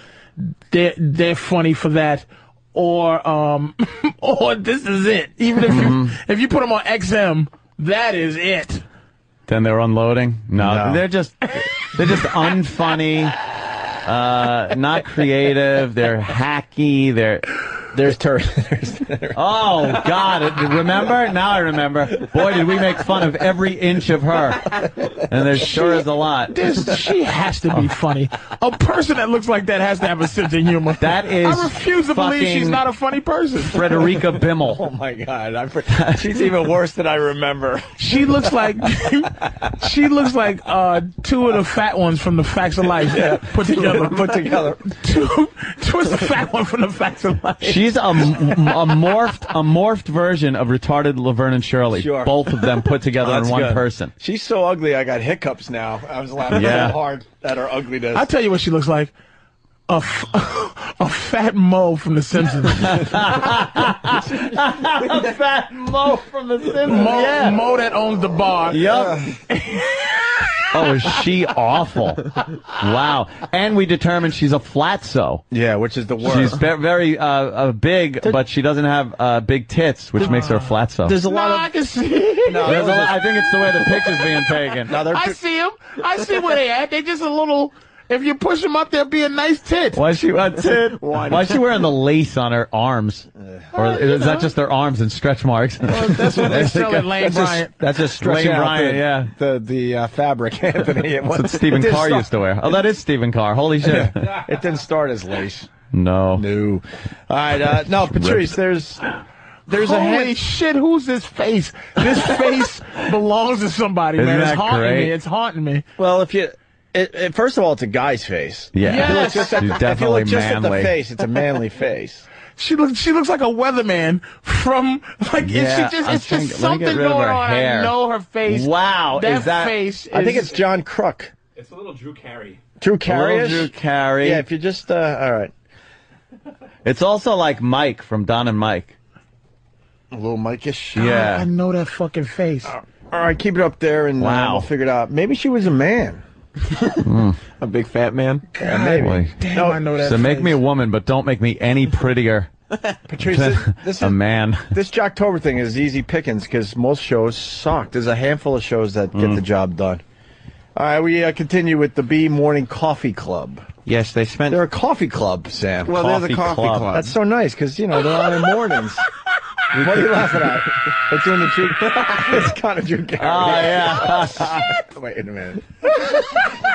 Speaker 3: They're they're funny for that. Or um or this is it. Even if you
Speaker 2: Mm-hmm.
Speaker 3: if you put them on XM, that is it.
Speaker 2: Then they're unloading. No,
Speaker 3: No.
Speaker 2: they're just they're just unfunny, uh, not creative. They're hacky. They're
Speaker 7: there's Terry.
Speaker 2: oh God! it- Remember now? I remember. Boy, did we make fun of every inch of her, and there sure is a lot.
Speaker 3: This she has to be funny. A person that looks like that has to have a sense of humor.
Speaker 2: That is
Speaker 3: I refuse to believe she's
Speaker 2: fucking
Speaker 3: not a funny person.
Speaker 2: Frederica Bimmel.
Speaker 7: Oh my God! I, for- she's even worse than I remember.
Speaker 3: She looks like she looks like uh, two of the fat ones from the Facts of Life put together.
Speaker 7: Put together.
Speaker 3: two, two is the fat one from the Facts of Life.
Speaker 2: She's a, m- a morphed a morphed version of retarded Laverne and Shirley.
Speaker 7: Sure.
Speaker 2: Both of them put together in
Speaker 7: That's
Speaker 2: one
Speaker 7: good.
Speaker 2: person.
Speaker 7: She's so ugly. I got hiccups now. I was laughing
Speaker 2: Yeah.
Speaker 7: so hard at her ugliness.
Speaker 3: I tell you what she looks like. A, f- a fat mole from The Simpsons.
Speaker 2: Fat Mo from the Simpsons.
Speaker 3: Mo, Mo that owns the bar.
Speaker 2: Yep. oh, is she awful? Wow. And we determined she's a flatso.
Speaker 7: Yeah, which is the worst.
Speaker 2: She's ve- very uh, uh, big, but she doesn't have uh, big tits, which makes her a flatso.
Speaker 7: there's a lot
Speaker 3: No,
Speaker 7: of.
Speaker 3: I can see.
Speaker 7: No,
Speaker 2: There's a lot- I think it's the way the picture's being taken.
Speaker 7: no, they're
Speaker 3: I see them. I see where they at. They just a little. If you push them up, they'll be a nice tit.
Speaker 2: Why is she uh, tit?
Speaker 7: One.
Speaker 2: Why is she wearing the lace on her arms?
Speaker 7: Uh,
Speaker 2: Or
Speaker 3: Well, you
Speaker 2: is that
Speaker 3: know.
Speaker 2: just their arms and stretch marks?
Speaker 3: That's what they sell at Lane
Speaker 7: that's
Speaker 3: Bryant.
Speaker 7: just, that's just stretching
Speaker 2: Lane
Speaker 7: out
Speaker 2: Bryant,
Speaker 7: the,
Speaker 2: yeah.
Speaker 7: the the uh, fabric, Anthony. It
Speaker 2: That's
Speaker 7: was-
Speaker 2: what Stephen
Speaker 7: it didn't
Speaker 2: Carr
Speaker 7: start-
Speaker 2: used to wear. Oh, that is Stephen Carr. Holy shit.
Speaker 7: It didn't start as lace.
Speaker 2: no.
Speaker 7: No. All right. Uh, no, Patrice. There's there's a
Speaker 3: Holy
Speaker 7: hand-
Speaker 3: shit, who's this face? This face belongs to somebody,
Speaker 2: Isn't
Speaker 3: man. It's
Speaker 2: that
Speaker 3: haunting me.
Speaker 2: great?
Speaker 3: It's haunting me.
Speaker 7: Well, if you, it, it, first of all, it's a guy's face.
Speaker 2: Yeah.
Speaker 7: If you look just at
Speaker 2: He's
Speaker 7: the, if you
Speaker 2: definitely
Speaker 7: look just at the
Speaker 2: manly.
Speaker 7: face, it's a manly face.
Speaker 3: She looks she looks like a weatherman from like it's-
Speaker 2: Yeah,
Speaker 3: she just
Speaker 2: I'm
Speaker 3: it's
Speaker 2: trying
Speaker 3: just
Speaker 2: to- let
Speaker 3: something
Speaker 2: me get
Speaker 3: going
Speaker 2: rid of her
Speaker 3: on. I
Speaker 2: hair.
Speaker 3: know her face.
Speaker 2: Wow,
Speaker 3: That
Speaker 2: is that-
Speaker 3: face is
Speaker 7: I think it's John Crook.
Speaker 10: It's a little Drew Carey.
Speaker 7: Drew
Speaker 2: Little
Speaker 7: Carey.
Speaker 2: Drew Carey.
Speaker 7: Yeah. If you just uh, all right.
Speaker 2: It's also like Mike from Don and Mike.
Speaker 7: A little Mike-ish.
Speaker 3: I know that fucking face.
Speaker 7: All right, keep it up there, and wow. we'll figure it out. Maybe she was a man. Hmm.
Speaker 2: A big fat man.
Speaker 7: God, maybe. damn, No, I know that
Speaker 2: So make
Speaker 7: face.
Speaker 2: me a woman, but don't make me any prettier.
Speaker 7: Patrice,
Speaker 2: than
Speaker 7: this- this is-
Speaker 2: a man.
Speaker 7: This Jocktober thing is easy pickings because most shows suck. There's a handful of shows that
Speaker 2: Mm.
Speaker 7: get the job done. All right, we uh, continue with the B Morning Coffee Club.
Speaker 20: Yes, they spent.
Speaker 7: They're a coffee club, Sam.
Speaker 20: Well, they're the Coffee coffee club. club.
Speaker 7: That's so nice because you know they're on in mornings. what are you laughing at? It's doing the Drew. it's kind of Drew Carey. Wait a minute.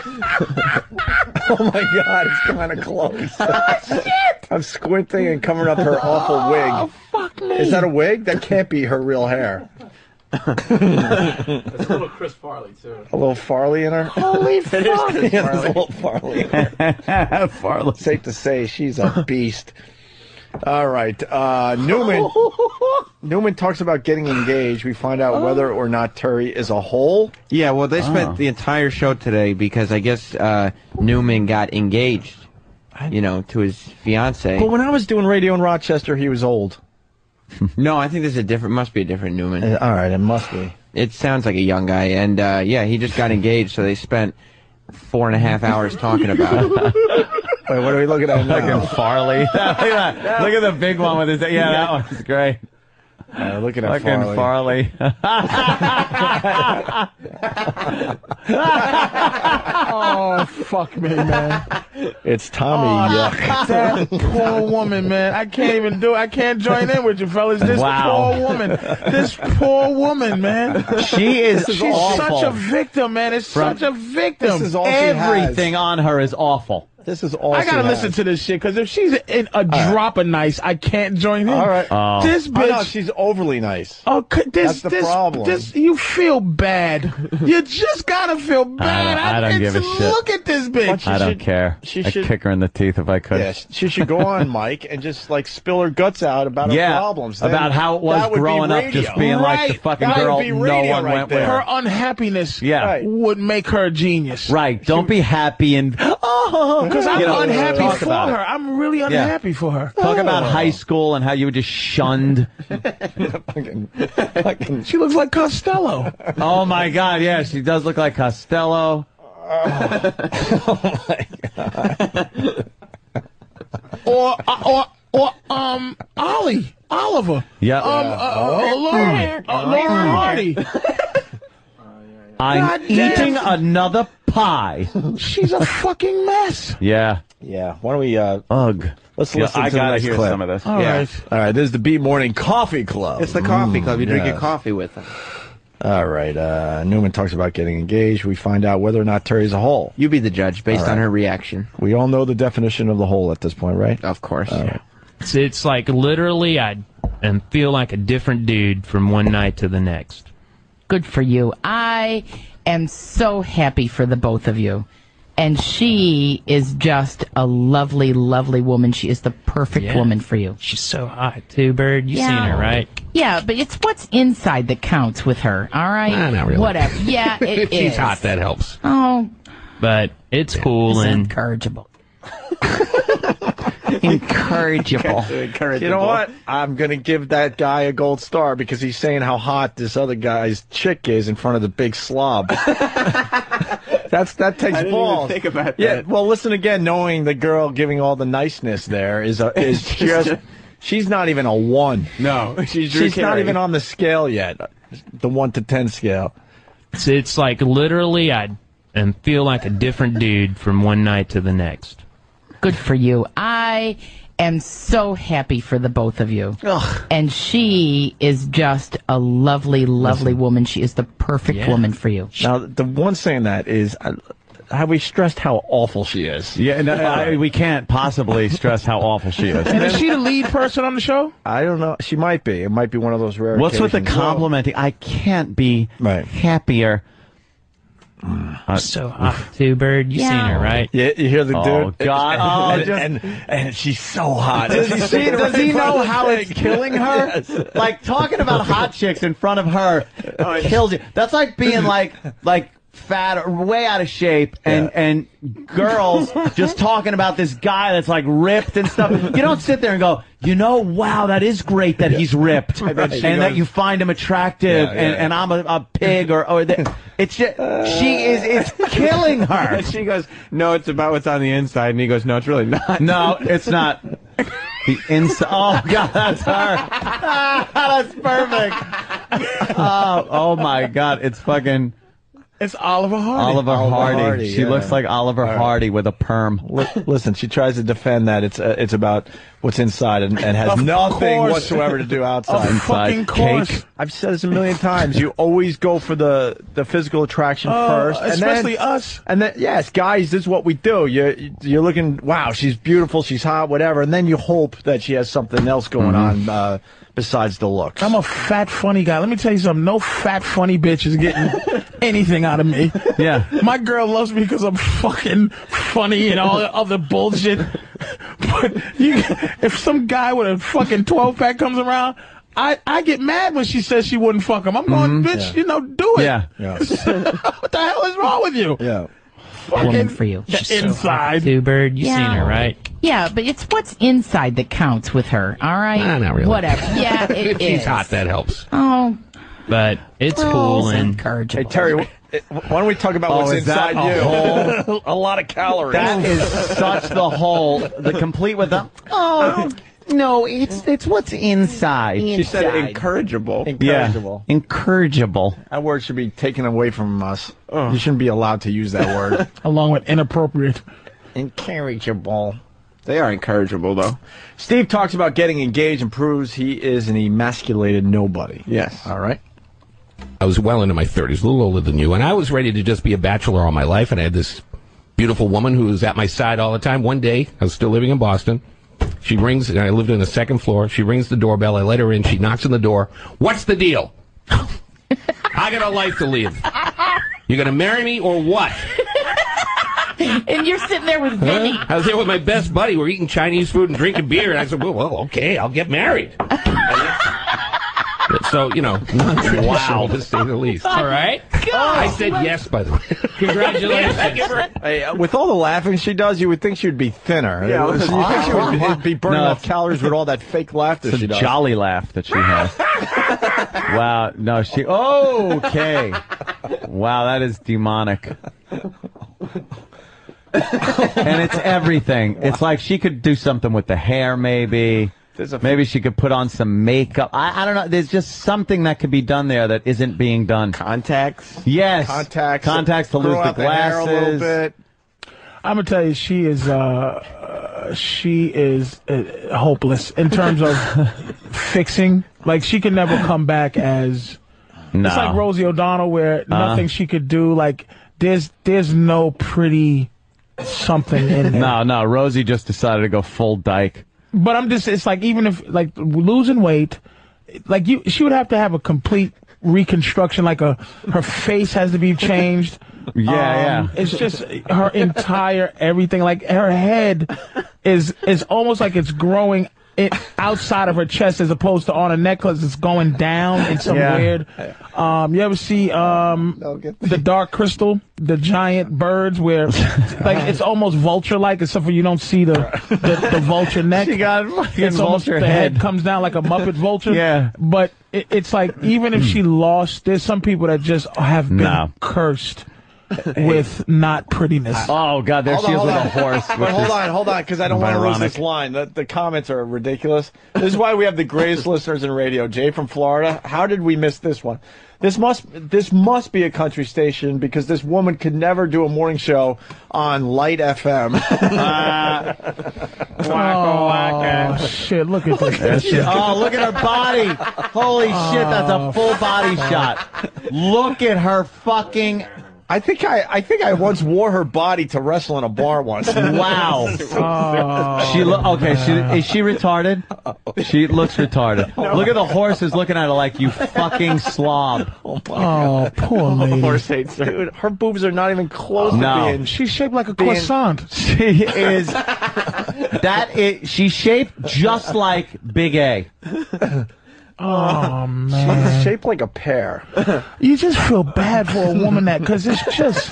Speaker 7: oh my God, it's kind of
Speaker 2: Ah,
Speaker 7: close. I'm squinting and covering up her awful wig. Oh, fuck me. Is that a wig? That can't be her real hair.
Speaker 3: That's a little Chris Farley too.
Speaker 7: A little Farley in her.
Speaker 3: Holy
Speaker 7: It is
Speaker 3: fuck.
Speaker 7: Chris yeah, there's a little Farley. in her. Safe to say, she's a beast. All right, uh, Newman. Newman talks about getting engaged. We find out whether
Speaker 3: Oh.
Speaker 7: or not Terry is a hole.
Speaker 20: Yeah, well, they spent
Speaker 7: Ah.
Speaker 20: the entire show today because I guess uh, Newman got engaged, you know, to his fiance.
Speaker 7: But when I was doing radio in Rochester, he was old. Uh,
Speaker 20: no, I think there's a different. Must be a different Newman.
Speaker 7: all right, it must be.
Speaker 20: It sounds like a young guy, and uh, yeah, he just got engaged, so they spent four and a half hours talking about it.
Speaker 7: Wait, what are we looking at now?
Speaker 2: Fucking Farley. Look at that. Look at the big one with his. Yeah, that one's great.
Speaker 7: Uh, look at
Speaker 2: that. Fucking Farley.
Speaker 3: oh fuck me, man.
Speaker 7: It's
Speaker 3: Oh,
Speaker 7: Tommy. Yuck.
Speaker 3: That poor woman, man. I can't even do. I can't join in with you, fellas. This
Speaker 7: Wow.
Speaker 3: poor woman. This poor woman, man.
Speaker 2: She is
Speaker 3: She's
Speaker 2: awful.
Speaker 3: such a victim, man. It's
Speaker 2: From-
Speaker 3: such a victim.
Speaker 2: Everything on her is awful.
Speaker 7: This is awful.
Speaker 3: I gotta listen to this shit because if she's in a drop of nice, I can't join in. All
Speaker 7: right,
Speaker 2: Oh.
Speaker 3: this bitch.
Speaker 7: I know, she's overly nice.
Speaker 3: Oh, could-
Speaker 7: That's
Speaker 3: this,
Speaker 7: the
Speaker 3: this,
Speaker 7: problem.
Speaker 3: this, you feel bad. you just gotta feel bad.
Speaker 2: I don't give a
Speaker 3: it's-
Speaker 2: shit.
Speaker 3: Look at this bitch.
Speaker 2: I don't care.
Speaker 7: she
Speaker 2: I'd
Speaker 7: should-
Speaker 2: kick her in the teeth if I could.
Speaker 7: Yeah, sh- she should go on, Mike, and just like spill her guts out about her
Speaker 2: Yeah,
Speaker 7: problems. Then
Speaker 2: about how it was
Speaker 7: that would be
Speaker 2: growing up,
Speaker 7: radio.
Speaker 2: just being like the
Speaker 7: Right,
Speaker 2: fucking
Speaker 7: that would
Speaker 2: girl
Speaker 7: be
Speaker 2: no
Speaker 7: radio
Speaker 2: one went
Speaker 7: there.
Speaker 2: with.
Speaker 3: Her unhappiness
Speaker 2: Yeah. Right.
Speaker 3: would make her a genius.
Speaker 2: Right. Don't be happy and oh,
Speaker 3: Because I'm
Speaker 2: you know,
Speaker 3: unhappy
Speaker 2: talk
Speaker 3: for
Speaker 2: about it.
Speaker 3: her. I'm really unhappy for her.
Speaker 2: Talk about
Speaker 3: Oh.
Speaker 2: high school and how you were just shunned.
Speaker 3: She looks like Costello.
Speaker 2: oh my God! Yeah, she does look like Costello.
Speaker 3: Oh, Or, uh, or, or, um, Ollie. Oliver.
Speaker 2: Yeah.
Speaker 3: Um, uh, uh, Laura, uh, Laura Hardy.
Speaker 2: I'm
Speaker 3: God damn.
Speaker 2: eating another pie.
Speaker 3: She's a fucking mess.
Speaker 2: yeah.
Speaker 7: Yeah. Why don't we? Uh,
Speaker 2: Ugh.
Speaker 7: Let's
Speaker 2: Yeah,
Speaker 7: listen
Speaker 2: I
Speaker 7: to the
Speaker 2: gotta
Speaker 7: next
Speaker 2: hear
Speaker 7: clip.
Speaker 2: some of this.
Speaker 7: All
Speaker 2: All
Speaker 7: right.
Speaker 2: right.
Speaker 7: All right. This is the B Morning Coffee Club.
Speaker 20: It's the coffee club. You drink your
Speaker 7: yes.
Speaker 20: coffee with them.
Speaker 7: All right. Uh, Newman talks about getting engaged. We find out whether or not Terry's a hole.
Speaker 20: You be the judge based
Speaker 7: All right.
Speaker 20: on her reaction.
Speaker 7: We all know the definition of the hole at this point, right?
Speaker 20: Of course.
Speaker 5: It's, it's like literally I and feel like a different dude from one night to the next.
Speaker 21: Good for you. I am so happy for the both of you. And she is just a lovely, lovely woman. She is the perfect
Speaker 5: Yeah.
Speaker 21: woman for you.
Speaker 5: She's so hot too, Bird. You
Speaker 21: Yeah.
Speaker 5: seen her, right?
Speaker 21: Yeah, but it's what's inside that counts with her, all right?
Speaker 5: Nah, not really.
Speaker 21: Whatever. Yeah, it
Speaker 5: if she's
Speaker 21: is.
Speaker 5: hot, that helps.
Speaker 21: Oh,
Speaker 5: But it's cool
Speaker 21: it's
Speaker 5: and
Speaker 21: incorrigible. incorrigible.
Speaker 7: You know what? I'm gonna give that guy a gold star because he's saying how hot this other guy's chick is in front of the big slob. That's that takes
Speaker 20: I didn't even
Speaker 7: balls.
Speaker 20: think about
Speaker 7: yeah,
Speaker 20: that.
Speaker 7: well, listen again. Knowing the girl giving all the niceness there is a, is just she's not even a one.
Speaker 5: No, she's Drew
Speaker 7: she's not
Speaker 5: Carey.
Speaker 7: even on the scale yet, the one to ten scale.
Speaker 5: it's, it's like literally I and feel like a different dude from one night to the next.
Speaker 21: Good for you. I am so happy for the both of you. And she is just a lovely, lovely woman. She is the perfect
Speaker 7: Yeah.
Speaker 21: woman for you.
Speaker 7: Now, the one saying that is, uh, have we stressed how awful she is?
Speaker 2: Yeah, no, I, we can't possibly stress how awful she
Speaker 3: And is
Speaker 2: is.
Speaker 3: she the lead person on the show?
Speaker 7: I don't know. She might be. It might be one of those rare.
Speaker 2: What's with the
Speaker 7: occasions.
Speaker 2: complimenting? I can't be happier. Uh,
Speaker 5: so hot too, Bird. You seen her, right?
Speaker 7: Yeah, you hear the
Speaker 2: Oh,
Speaker 7: dude.
Speaker 2: God.
Speaker 7: And,
Speaker 2: Oh, just-
Speaker 7: and, and, she's so hot.
Speaker 2: Does, she, does he know how it's killing her?
Speaker 7: Yes. Oh,
Speaker 2: Like talking about hot chicks in front of her kills you. That's like being like like fat, way out of shape, and and girls just talking about this guy that's like ripped and stuff. You don't sit there and go, you know, wow, that is great that he's ripped,
Speaker 7: I
Speaker 2: and
Speaker 7: bet she
Speaker 2: that
Speaker 7: goes-
Speaker 2: you find him attractive,
Speaker 7: Yeah, yeah.
Speaker 2: and, and I'm a, a pig, or or that it's just she is it's killing her.
Speaker 22: she goes, "No, it's about what's on the inside," and he goes, "No, it's really not.
Speaker 2: No, it's not." The inside. Oh God, that's her. that's perfect. Oh, oh my God, it's fucking.
Speaker 7: It's Oliver Hardy.
Speaker 2: Oliver, Hardy. She
Speaker 7: yeah.
Speaker 2: looks like Oliver Hardy with a perm.
Speaker 7: Li- Listen, she tries to defend that it's uh, it's about what's inside and, and has
Speaker 2: Of
Speaker 7: nothing
Speaker 2: course.
Speaker 7: whatsoever to do outside.
Speaker 2: Of Inside fucking course. cake.
Speaker 7: I've said this a million times. You always go for the, the physical attraction
Speaker 3: Oh,
Speaker 7: first, and then-
Speaker 3: especially us.
Speaker 7: And then yes, guys, this is what we do. You you're looking, wow, she's beautiful, she's hot, whatever, and then you hope that she has something else going on uh, besides the looks.
Speaker 3: I'm a fat funny guy. Let me tell you something. No fat funny bitch is getting anything out of me.
Speaker 2: Yeah.
Speaker 3: My girl loves me because I'm fucking funny and all the other bullshit. But you, if some guy with a fucking 12 pack comes around, I, I get mad when she says she wouldn't fuck him. I'm going,
Speaker 2: Mhm.
Speaker 3: bitch, you know, do it.
Speaker 2: Yeah.
Speaker 3: what the hell is wrong with you?
Speaker 7: Yeah.
Speaker 3: Fucking
Speaker 21: Woman for you.
Speaker 3: the
Speaker 21: She's so hot,
Speaker 3: inside.
Speaker 5: Two bird, you seen her, right?
Speaker 21: Yeah, but it's what's inside that counts with her. All right.
Speaker 5: Nah, not really.
Speaker 21: Whatever. Yeah, it
Speaker 5: She's
Speaker 21: is.
Speaker 5: hot. That helps.
Speaker 21: Oh,
Speaker 5: But it's
Speaker 21: Rules
Speaker 5: cool
Speaker 21: and
Speaker 5: and
Speaker 21: Hey
Speaker 7: Terry, wh- why don't we talk about
Speaker 2: Oh,
Speaker 7: what's
Speaker 2: is that
Speaker 7: inside
Speaker 2: a
Speaker 7: you? a lot of calories.
Speaker 2: That is such the whole, the complete with the. Oh no, it's it's what's inside.
Speaker 22: She said incorrigible.
Speaker 7: Incorrigible.
Speaker 2: Yeah. Incorrigible.
Speaker 7: That word should be taken away from us. You shouldn't be allowed to use that word.
Speaker 3: Along with inappropriate.
Speaker 7: Incorrigible. They are incorrigible, though. Steve talks about getting engaged and proves he is an emasculated nobody. Yes. All right.
Speaker 8: I was well into my 30s, a little older than you, and I was ready to just be a bachelor all my life. And I had this beautiful woman who was at my side all the time. One day, I was still living in Boston. She rings, and I lived on the second floor. She rings the doorbell. I let her in. She knocks on the door. What's the deal? I got a life to live. You gonna marry me or what?
Speaker 21: and you're sitting there with Vinny.
Speaker 8: I was there with my best buddy. We're eating Chinese food and drinking beer, and I said, "Well, well okay, I'll get married." so you know, non-traditional to say the least.
Speaker 5: All right.
Speaker 12: Oh.
Speaker 8: I said yes, by the way.
Speaker 5: Congratulations.
Speaker 7: Hey, uh, with all the laughing she does, you would think she'd be thinner.
Speaker 2: Yeah.
Speaker 7: you think she would be- be burning
Speaker 2: No.
Speaker 7: off calories with all that fake laughter
Speaker 2: It's
Speaker 7: she
Speaker 2: a
Speaker 7: does.
Speaker 2: jolly laugh that she has. wow. No, she. Okay. Wow, that is demonic. and it's everything. It's like she could do something with the hair, maybe. Maybe she could put on some makeup. I, I don't know. There's just something that could be done there that isn't being done.
Speaker 22: Contacts.
Speaker 2: Yes.
Speaker 7: Contacts.
Speaker 2: Contacts to
Speaker 7: Grow
Speaker 2: lose the
Speaker 7: out hair
Speaker 2: glasses.
Speaker 7: a little bit.
Speaker 3: I'm gonna tell you, she is uh, uh, she is uh, hopeless in terms of fixing. Like she can never come back as.
Speaker 2: No.
Speaker 3: It's like Rosie O'Donnell, where
Speaker 2: Uh-huh.
Speaker 3: nothing she could do. Like there's there's no pretty something in there.
Speaker 2: No, no. Rosie just decided to go full dyke.
Speaker 3: But I'm just it's like even if like losing weight, like you she would have to have a complete reconstruction. Like a her face has to be changed. Um,
Speaker 2: Yeah, yeah.
Speaker 3: It's just her entire everything. Like her head is is almost like it's growing it outside of her chest as opposed to on a necklace. It's going down in some
Speaker 2: Yeah.
Speaker 3: weird. Um, you ever see um the Dark Crystal, the giant birds where like it's almost vulture like except for you don't see the the, the vulture neck.
Speaker 2: She got fucking
Speaker 3: it's almost
Speaker 2: vulture
Speaker 3: the head.
Speaker 2: head.
Speaker 3: comes down like a Muppet vulture.
Speaker 2: Yeah.
Speaker 3: But it, it's like even if she lost, there's some people that just have been
Speaker 2: Hmm. No.
Speaker 3: cursed with not prettiness.
Speaker 2: Oh God, there
Speaker 7: Hold
Speaker 2: she is
Speaker 7: on,
Speaker 2: with a
Speaker 7: hold on.
Speaker 2: horse.
Speaker 7: But
Speaker 2: which
Speaker 7: hold
Speaker 2: is-
Speaker 7: on, hold on, because I don't want to lose
Speaker 2: ironic.
Speaker 7: this line. The, the comments are ridiculous. This is why we have the greatest listeners in radio. Jay from Florida. How did we miss this one? This must this must be a country station because this woman could never do a morning show on Light FM.
Speaker 2: Ah, Uh,
Speaker 3: Oh, shit, look at this.
Speaker 2: Oh, look at her body. Holy shit, that's
Speaker 7: Oh.
Speaker 2: a full body shot. Look at her fucking.
Speaker 7: I think I I think I once wore her body to wrestle in a bar once.
Speaker 2: Wow.
Speaker 7: Oh.
Speaker 2: She lo- okay, she is she retarded? She looks retarded. Look at the horses looking at her like you fucking slob.
Speaker 3: Oh, poor lady.
Speaker 7: Horse hates her. Dude, her boobs are not even close
Speaker 2: No.
Speaker 7: to being.
Speaker 3: She's shaped like a
Speaker 7: Being-
Speaker 3: croissant.
Speaker 2: She is that is she shaped just like Big A.
Speaker 3: Oh
Speaker 7: She's
Speaker 3: man.
Speaker 7: shaped like a pear.
Speaker 3: You just feel bad for a woman that because it's just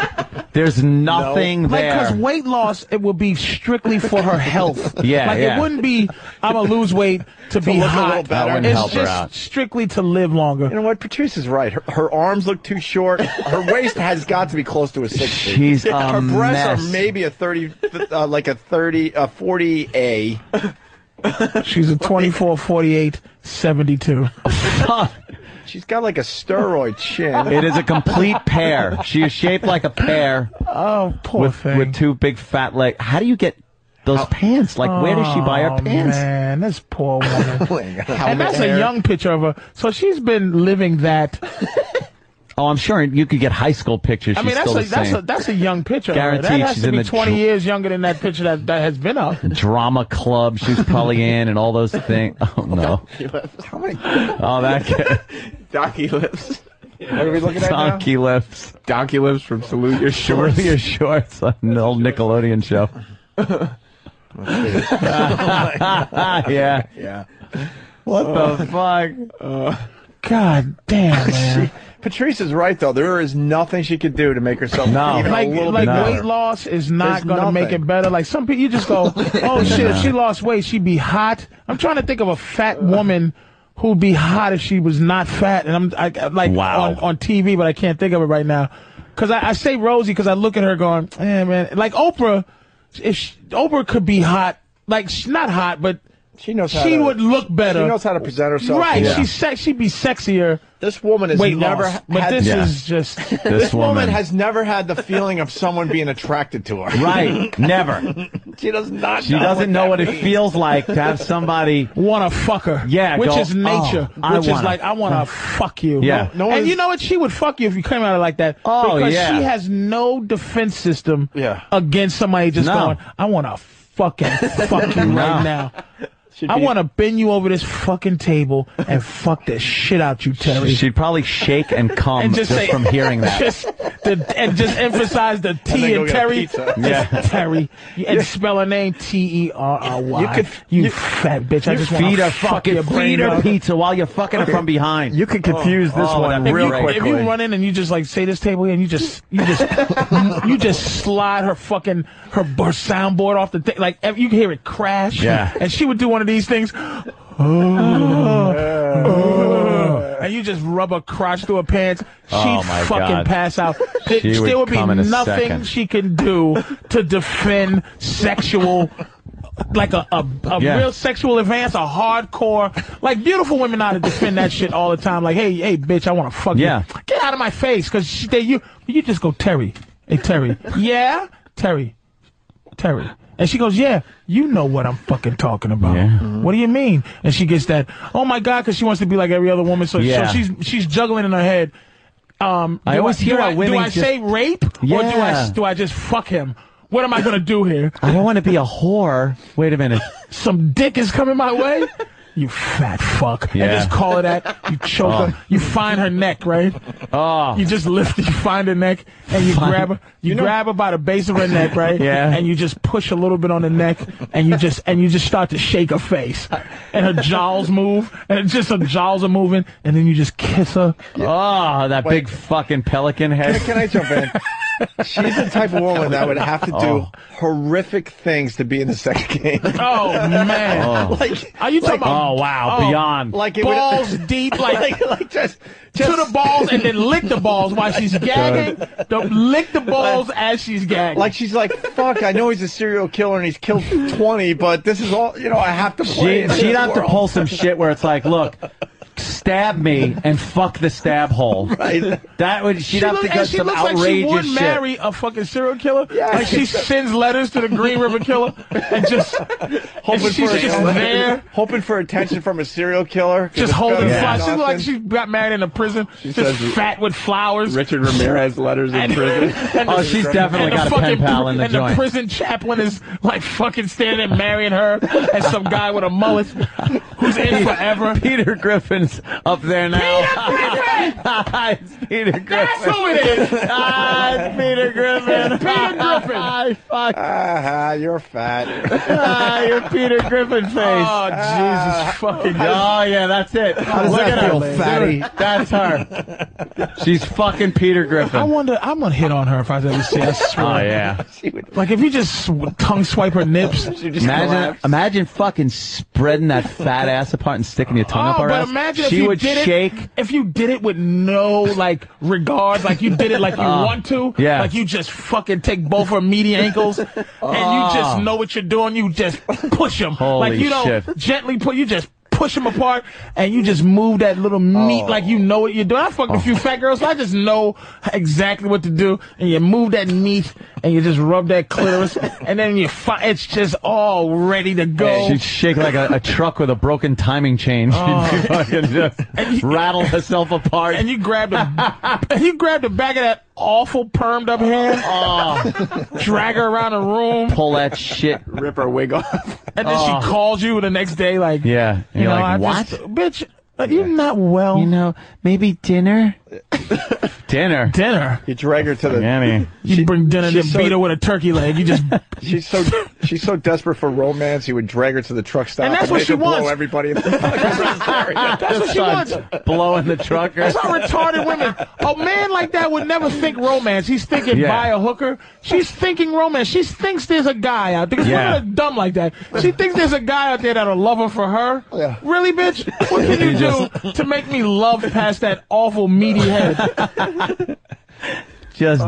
Speaker 2: There's nothing
Speaker 3: like
Speaker 2: there.
Speaker 3: because weight loss it would be strictly for her health.
Speaker 2: Yeah,
Speaker 3: like
Speaker 2: yeah.
Speaker 3: it wouldn't be I'm gonna lose weight to,
Speaker 7: To
Speaker 3: be
Speaker 7: look a
Speaker 3: hot.
Speaker 7: little better. That wouldn't
Speaker 3: It's
Speaker 7: help her
Speaker 3: just
Speaker 7: out.
Speaker 3: strictly to live longer. You
Speaker 7: know what? Patrice is right. Her, her arms look too short. Her waist has got to be close to a sixty.
Speaker 2: She's a
Speaker 7: her breasts
Speaker 2: mess.
Speaker 7: are maybe a thirty, uh, like a thirty, a forty a.
Speaker 3: She's a 24, 48, 72.
Speaker 7: She's got like a steroid chin.
Speaker 2: It is a complete pear. She is shaped like a pear.
Speaker 3: Oh, poor
Speaker 2: with,
Speaker 3: thing.
Speaker 2: With two big fat legs. How do you get those pants? Like, where does she buy her
Speaker 3: Oh,
Speaker 2: pants? Oh
Speaker 3: Man, this poor woman.
Speaker 2: How
Speaker 3: and that's
Speaker 2: many-
Speaker 3: a young picture of her. So she's been living that.
Speaker 2: Oh, I'm sure you could get high school pictures.
Speaker 3: I mean,
Speaker 2: She's
Speaker 3: that's
Speaker 2: still
Speaker 3: a,
Speaker 2: the
Speaker 3: that's
Speaker 2: same.
Speaker 3: a that's a young picture. of her. that
Speaker 2: Guaranteed
Speaker 3: has
Speaker 2: she's
Speaker 3: to
Speaker 2: in
Speaker 3: be
Speaker 2: the
Speaker 3: 20
Speaker 2: dr-
Speaker 3: years younger than that picture that, that has been up.
Speaker 2: drama club she's probably in and all those things. Oh, no.
Speaker 7: How many?
Speaker 2: Oh, that kid.
Speaker 8: Donkey lips.
Speaker 7: What are we looking at now?
Speaker 2: Donkey lips.
Speaker 8: Donkey lips from Salute Your Shorts.
Speaker 2: Salute Your Shorts, an old Nickelodeon show.
Speaker 7: Oh,
Speaker 3: Oh,
Speaker 2: yeah.
Speaker 7: Yeah.
Speaker 2: What
Speaker 20: Oh. Uh,
Speaker 2: the fuck?
Speaker 3: God damn, man.
Speaker 7: Patrice is right though. There is nothing she could do to make herself
Speaker 2: No.
Speaker 7: even
Speaker 3: like
Speaker 7: a little
Speaker 3: like
Speaker 7: bit better.
Speaker 3: weight loss is not
Speaker 7: There's
Speaker 3: going to make
Speaker 7: nothing.
Speaker 3: it better. Like some people, you just go, oh shit, if she lost weight, she'd be hot. I'm trying to think of a fat woman who'd be hot if she was not fat, and I'm I, I- like on, on TV, but I can't think of it right now. Cause I, I say Rosie, cause I look at her going, eh, man, like Oprah, if she, Oprah could be hot, like she's not hot, but
Speaker 7: she knows
Speaker 3: she
Speaker 7: how to-
Speaker 3: would look better.
Speaker 7: She knows how to present herself.
Speaker 3: Right,
Speaker 7: Yeah.
Speaker 3: she's sex. She'd be sexier.
Speaker 7: This woman has
Speaker 3: weight
Speaker 7: never
Speaker 3: loss, but
Speaker 7: had-
Speaker 3: this
Speaker 7: Yeah.
Speaker 3: is just
Speaker 7: This, woman. has never had the feeling of someone being attracted to her.
Speaker 2: Right. Never.
Speaker 7: She does not.
Speaker 2: She doesn't know what it feels like to have somebody
Speaker 3: want to fuck her.
Speaker 2: Yeah,
Speaker 3: which
Speaker 2: go,
Speaker 3: is nature.
Speaker 2: "Oh, I
Speaker 3: which is
Speaker 2: wanna
Speaker 3: like I want to fuck you.
Speaker 2: Yeah.
Speaker 3: No, and you know what? She would fuck you if you came out like that.
Speaker 2: Oh,
Speaker 3: because
Speaker 2: yeah.
Speaker 3: she has no defense system.
Speaker 7: Yeah.
Speaker 3: Against somebody just
Speaker 2: No.
Speaker 3: going, I want to fucking fuck you
Speaker 2: No.
Speaker 3: right now.
Speaker 2: Should
Speaker 3: I
Speaker 2: be-
Speaker 3: want to bend you over this fucking table and fuck the shit out you, Terry.
Speaker 2: She'd probably shake and come
Speaker 3: and
Speaker 2: just,
Speaker 3: just, say,
Speaker 2: from hearing that.
Speaker 3: just the- and just emphasize the
Speaker 7: then
Speaker 3: T
Speaker 7: go
Speaker 3: and
Speaker 7: get a
Speaker 3: Terry,
Speaker 7: pizza.
Speaker 3: Just
Speaker 2: Yeah.
Speaker 3: Terry, and spell her name T E R R Y.
Speaker 2: You could-
Speaker 3: you, fat bitch. I
Speaker 2: You
Speaker 3: just want
Speaker 2: feed
Speaker 3: to
Speaker 2: her fucking feed her pizza while you're fucking her from behind. Oh, You
Speaker 7: could confuse this
Speaker 2: one
Speaker 7: one
Speaker 3: If you, if you run in and you just like say this table here and you just you just you just slide her fucking her, her soundboard off the thing like ev- you can hear it crash
Speaker 2: Yeah.
Speaker 3: and she would do one of these things oh, oh, and you just rub her crotch through her pants she'd
Speaker 2: Oh, my
Speaker 3: fucking
Speaker 2: God.
Speaker 3: pass out Th-
Speaker 2: She would
Speaker 3: there would be
Speaker 2: come in a
Speaker 3: nothing
Speaker 2: second.
Speaker 3: she can do to defend sexual like a a, a
Speaker 2: Yeah.
Speaker 3: real sexual advance, a hardcore like beautiful women know how to defend that shit all the time. Like, hey, hey, bitch, I want to fuck
Speaker 2: Yeah.
Speaker 3: you. Get out of my face, cause they, you you just go Terry, hey Terry, yeah, Terry, Terry. And she goes, yeah, you know what I'm fucking talking about. Mm-hmm. What do you mean? And she gets that, oh my god, because she wants to be like every other woman. So,
Speaker 2: Yeah.
Speaker 3: so she's she's juggling in her head. Um,
Speaker 2: I
Speaker 3: do
Speaker 2: always
Speaker 3: do
Speaker 2: hear how
Speaker 3: I, do
Speaker 2: women
Speaker 3: I
Speaker 2: just-
Speaker 3: say rape or do I
Speaker 2: Yeah.
Speaker 3: do I just fuck him? What am I gonna do here?
Speaker 2: I don't want to be a whore. Wait a minute.
Speaker 3: some dick is coming my way. You fat fuck.
Speaker 2: Yeah.
Speaker 3: And just call her that. You choke
Speaker 2: Oh.
Speaker 3: her. You find her neck, right?
Speaker 2: Oh.
Speaker 3: You just lift, you find her neck, and you grab her. You, grab her by the base of her neck, right?
Speaker 2: Yeah.
Speaker 3: And you just push a little bit on the neck, and you just and you just start to shake her face, and her jowls move, and it's just her jowls are moving, and then you just kiss her.
Speaker 2: Oh, that big fucking pelican head.
Speaker 7: Can I jump in? She's the type of woman that would have to do
Speaker 2: Oh.
Speaker 7: horrific things to be in the sex game.
Speaker 3: Oh man!
Speaker 2: Oh.
Speaker 7: Like,
Speaker 3: Are you talking about?
Speaker 2: Oh, wow, beyond.
Speaker 7: Like it would-
Speaker 3: balls deep, like,
Speaker 7: like, like just,
Speaker 3: to
Speaker 7: just
Speaker 3: the balls and then lick the balls while she's gagging. Don't lick the balls as she's gagging.
Speaker 7: Like she's like, fuck. I know he's a serial killer and he's killed twenty, but this is all you know. I have to play.
Speaker 2: She,
Speaker 7: in this
Speaker 2: she'd have to
Speaker 7: world."
Speaker 2: pull some shit where it's like, look, stab me and fuck the stab hole.
Speaker 7: Right.
Speaker 2: That would
Speaker 3: she
Speaker 2: she'd have
Speaker 3: look-
Speaker 2: to
Speaker 3: and
Speaker 2: get
Speaker 3: she
Speaker 2: some
Speaker 3: looks like she
Speaker 2: outrageous
Speaker 3: would
Speaker 2: shit.
Speaker 3: marry a fucking serial killer. like she sends letters to the Green River Killer and just and
Speaker 7: Hoping
Speaker 3: she's
Speaker 7: for,
Speaker 3: just there,
Speaker 7: hoping for attention from a serial killer. 'cause
Speaker 3: just
Speaker 7: it's
Speaker 3: holding
Speaker 7: better
Speaker 3: flowers.
Speaker 7: than
Speaker 3: She look like
Speaker 7: nothing.
Speaker 3: she got married in a prison, just
Speaker 8: says-
Speaker 3: fat with flowers.
Speaker 8: Richard Ramirez letters in prison.
Speaker 3: And
Speaker 2: Oh,
Speaker 3: the-
Speaker 2: she's definitely
Speaker 3: and the
Speaker 2: got a pen
Speaker 3: fucking
Speaker 2: pal
Speaker 3: pr-
Speaker 2: in the
Speaker 3: and
Speaker 2: joint.
Speaker 3: the prison chaplain is like fucking standing there marrying her and some guy with a mullet who's in forever.
Speaker 2: Peter Griffin's up there now. Peter Griffin. it's Peter Griffin. That's who it is. ah, it's Peter Griffin. Peter Griffin. ah, fuck.
Speaker 7: Ah, you're fat.
Speaker 2: ah, your Peter Griffin face. Oh Jesus fucking! Oh yeah, that's it.
Speaker 7: Ah. How does
Speaker 2: Look
Speaker 7: that
Speaker 2: at
Speaker 7: feel,
Speaker 2: her,
Speaker 7: fatty?
Speaker 2: Dude, That's her. She's fucking Peter Griffin.
Speaker 3: I wonder. I'm gonna hit on her if I ever see. her, I swear.
Speaker 2: Oh, yeah.
Speaker 3: Like if you just sw- tongue swipe her nips.
Speaker 2: Imagine, imagine fucking spreading that fat ass apart and sticking your tongue
Speaker 3: Oh,
Speaker 2: up her
Speaker 3: but
Speaker 2: ass.
Speaker 3: imagine
Speaker 2: she
Speaker 3: if you
Speaker 2: would
Speaker 3: did
Speaker 2: shake.
Speaker 3: it. If you did it with no like regards, like you did it like you
Speaker 2: Uh,
Speaker 3: want to,
Speaker 2: yeah.
Speaker 3: like you just fucking take both her meaty ankles, and you just know what you're doing. You just push them, like you don't
Speaker 2: Ah. shit.
Speaker 3: gently put. You just push them apart, and you just move that little meat like you know what you're doing. I fucked
Speaker 2: Oh.
Speaker 3: a few fat girls, so I just know exactly what to do, and you move that meat, and you just rub that clitoris, and then you fi- it's just all ready to go.
Speaker 2: She'd shake like a, a truck with a broken timing chain. She'd
Speaker 3: Oh.
Speaker 2: fucking just rattle herself apart.
Speaker 3: and you grabbed the and you grabbed the back of that awful permed up hair,
Speaker 2: Oh.
Speaker 3: drag her around the room,
Speaker 2: pull that shit,
Speaker 3: rip her wig off, and then
Speaker 2: Oh.
Speaker 3: she calls you the next day like,
Speaker 2: Yeah.
Speaker 3: you
Speaker 2: You're
Speaker 3: know,
Speaker 2: like,
Speaker 3: I
Speaker 2: what?
Speaker 3: just- bitch, uh, you're not well. You
Speaker 2: know, maybe dinner. dinner.
Speaker 3: Dinner.
Speaker 7: You drag her to the.
Speaker 2: Annie.
Speaker 3: You bring dinner and
Speaker 7: she's
Speaker 3: then
Speaker 7: so-
Speaker 3: beat her with a turkey leg. You just
Speaker 7: She's so she's so desperate for romance. You would drag her to the truck stop
Speaker 3: And that's what
Speaker 7: make
Speaker 3: she
Speaker 7: her
Speaker 3: wants.
Speaker 7: blow everybody. In the
Speaker 3: that's what she wants.
Speaker 2: Blowing the trucker.
Speaker 3: That's how retarded women. A Oh, man like that would never think romance. He's thinking
Speaker 2: Yeah.
Speaker 3: buy a hooker. She's thinking romance. She thinks there's a guy out there. 'Cause
Speaker 2: Yeah.
Speaker 3: Women are dumb like that. She thinks there's a guy out there that'll love her for her. Really, bitch? What can you do to make me love past that awful meaty head?
Speaker 2: Just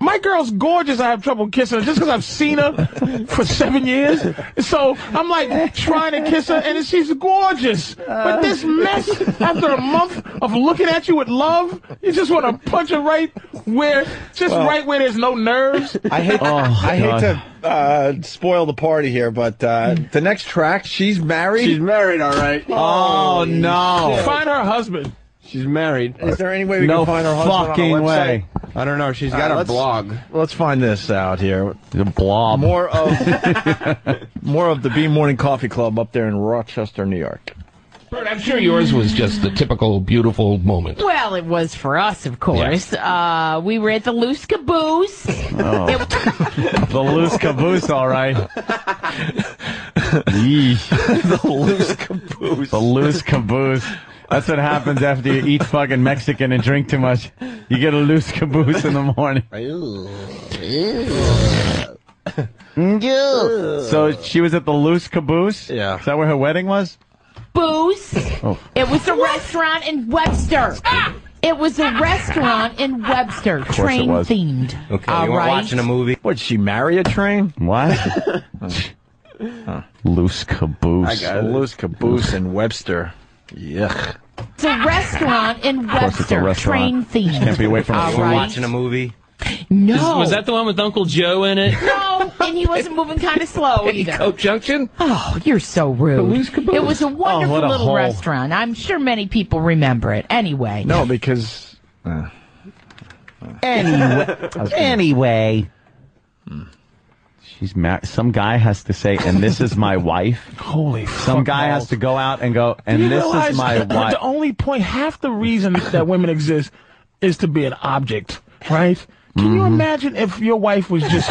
Speaker 3: My girl's gorgeous. I have trouble kissing her just because I've seen her for seven years. So I'm like trying to kiss her, and she's gorgeous. But this mess, after a month of looking at you with love, you just want to punch her right where, just
Speaker 7: Well-
Speaker 3: right where there's no nerves.
Speaker 7: I hate
Speaker 2: Oh,
Speaker 7: I hate to uh, spoil the party here, but uh, the next track, she's married.
Speaker 20: She's married, all right.
Speaker 7: Oh, no.
Speaker 3: Find her husband.
Speaker 20: She's married.
Speaker 7: Is there any way we can find her husband on a website?
Speaker 20: I don't know. She's
Speaker 7: All
Speaker 20: got
Speaker 7: right,
Speaker 20: a
Speaker 7: let's-
Speaker 20: blog.
Speaker 7: Let's find this out here.
Speaker 2: The blob.
Speaker 7: More of more of the B Morning Coffee Club up there in Rochester, New York.
Speaker 8: Bert, I'm sure yours was just the typical beautiful moment.
Speaker 21: Well, it was for us, of course. Uh, we were at the Loose Caboose.
Speaker 2: Oh.
Speaker 21: It-
Speaker 2: the loose caboose, all right. the loose caboose. The loose caboose. That's what happens after you eat fucking Mexican and drink too much. You get a loose caboose in the morning. So she was at the loose caboose? Yeah. Is that where her wedding was?
Speaker 21: Booze.
Speaker 2: Oh.
Speaker 21: It was a restaurant in Webster. It was a restaurant in Webster,
Speaker 2: course it
Speaker 21: train
Speaker 2: was.
Speaker 21: themed.
Speaker 2: Okay,
Speaker 21: All right.
Speaker 2: movie. What, she marry a train? What? Loose caboose.
Speaker 7: I got it. Loose caboose in Webster. Yuck.
Speaker 21: It's a restaurant in
Speaker 2: course it's a
Speaker 21: Webster, train
Speaker 2: restaurant.
Speaker 21: themed.
Speaker 2: Can't be away from
Speaker 21: All
Speaker 2: a
Speaker 21: right.
Speaker 2: watching
Speaker 20: a movie.
Speaker 21: No.
Speaker 5: Was that the one with Uncle Joe in it?
Speaker 21: No, and he wasn't moving kind of slow either.
Speaker 5: Coke Junction?
Speaker 21: Oh, you're so rude. It was
Speaker 2: Oh,
Speaker 21: a wonderful
Speaker 7: what a
Speaker 21: little
Speaker 7: hole.
Speaker 21: restaurant. I'm sure many people remember it. Anyway.
Speaker 7: No, because
Speaker 2: Uh. Anyway. anyway. She's married. Some guy has to say, and this is my wife.
Speaker 3: Holy
Speaker 2: Some guy has to go out and go, and
Speaker 3: Do you
Speaker 2: this
Speaker 3: realize
Speaker 2: is my
Speaker 3: that
Speaker 2: wife.
Speaker 3: The only point, half the reason that women exist is to be an object, right? Can you
Speaker 2: Mm-hmm.
Speaker 3: imagine if your wife was just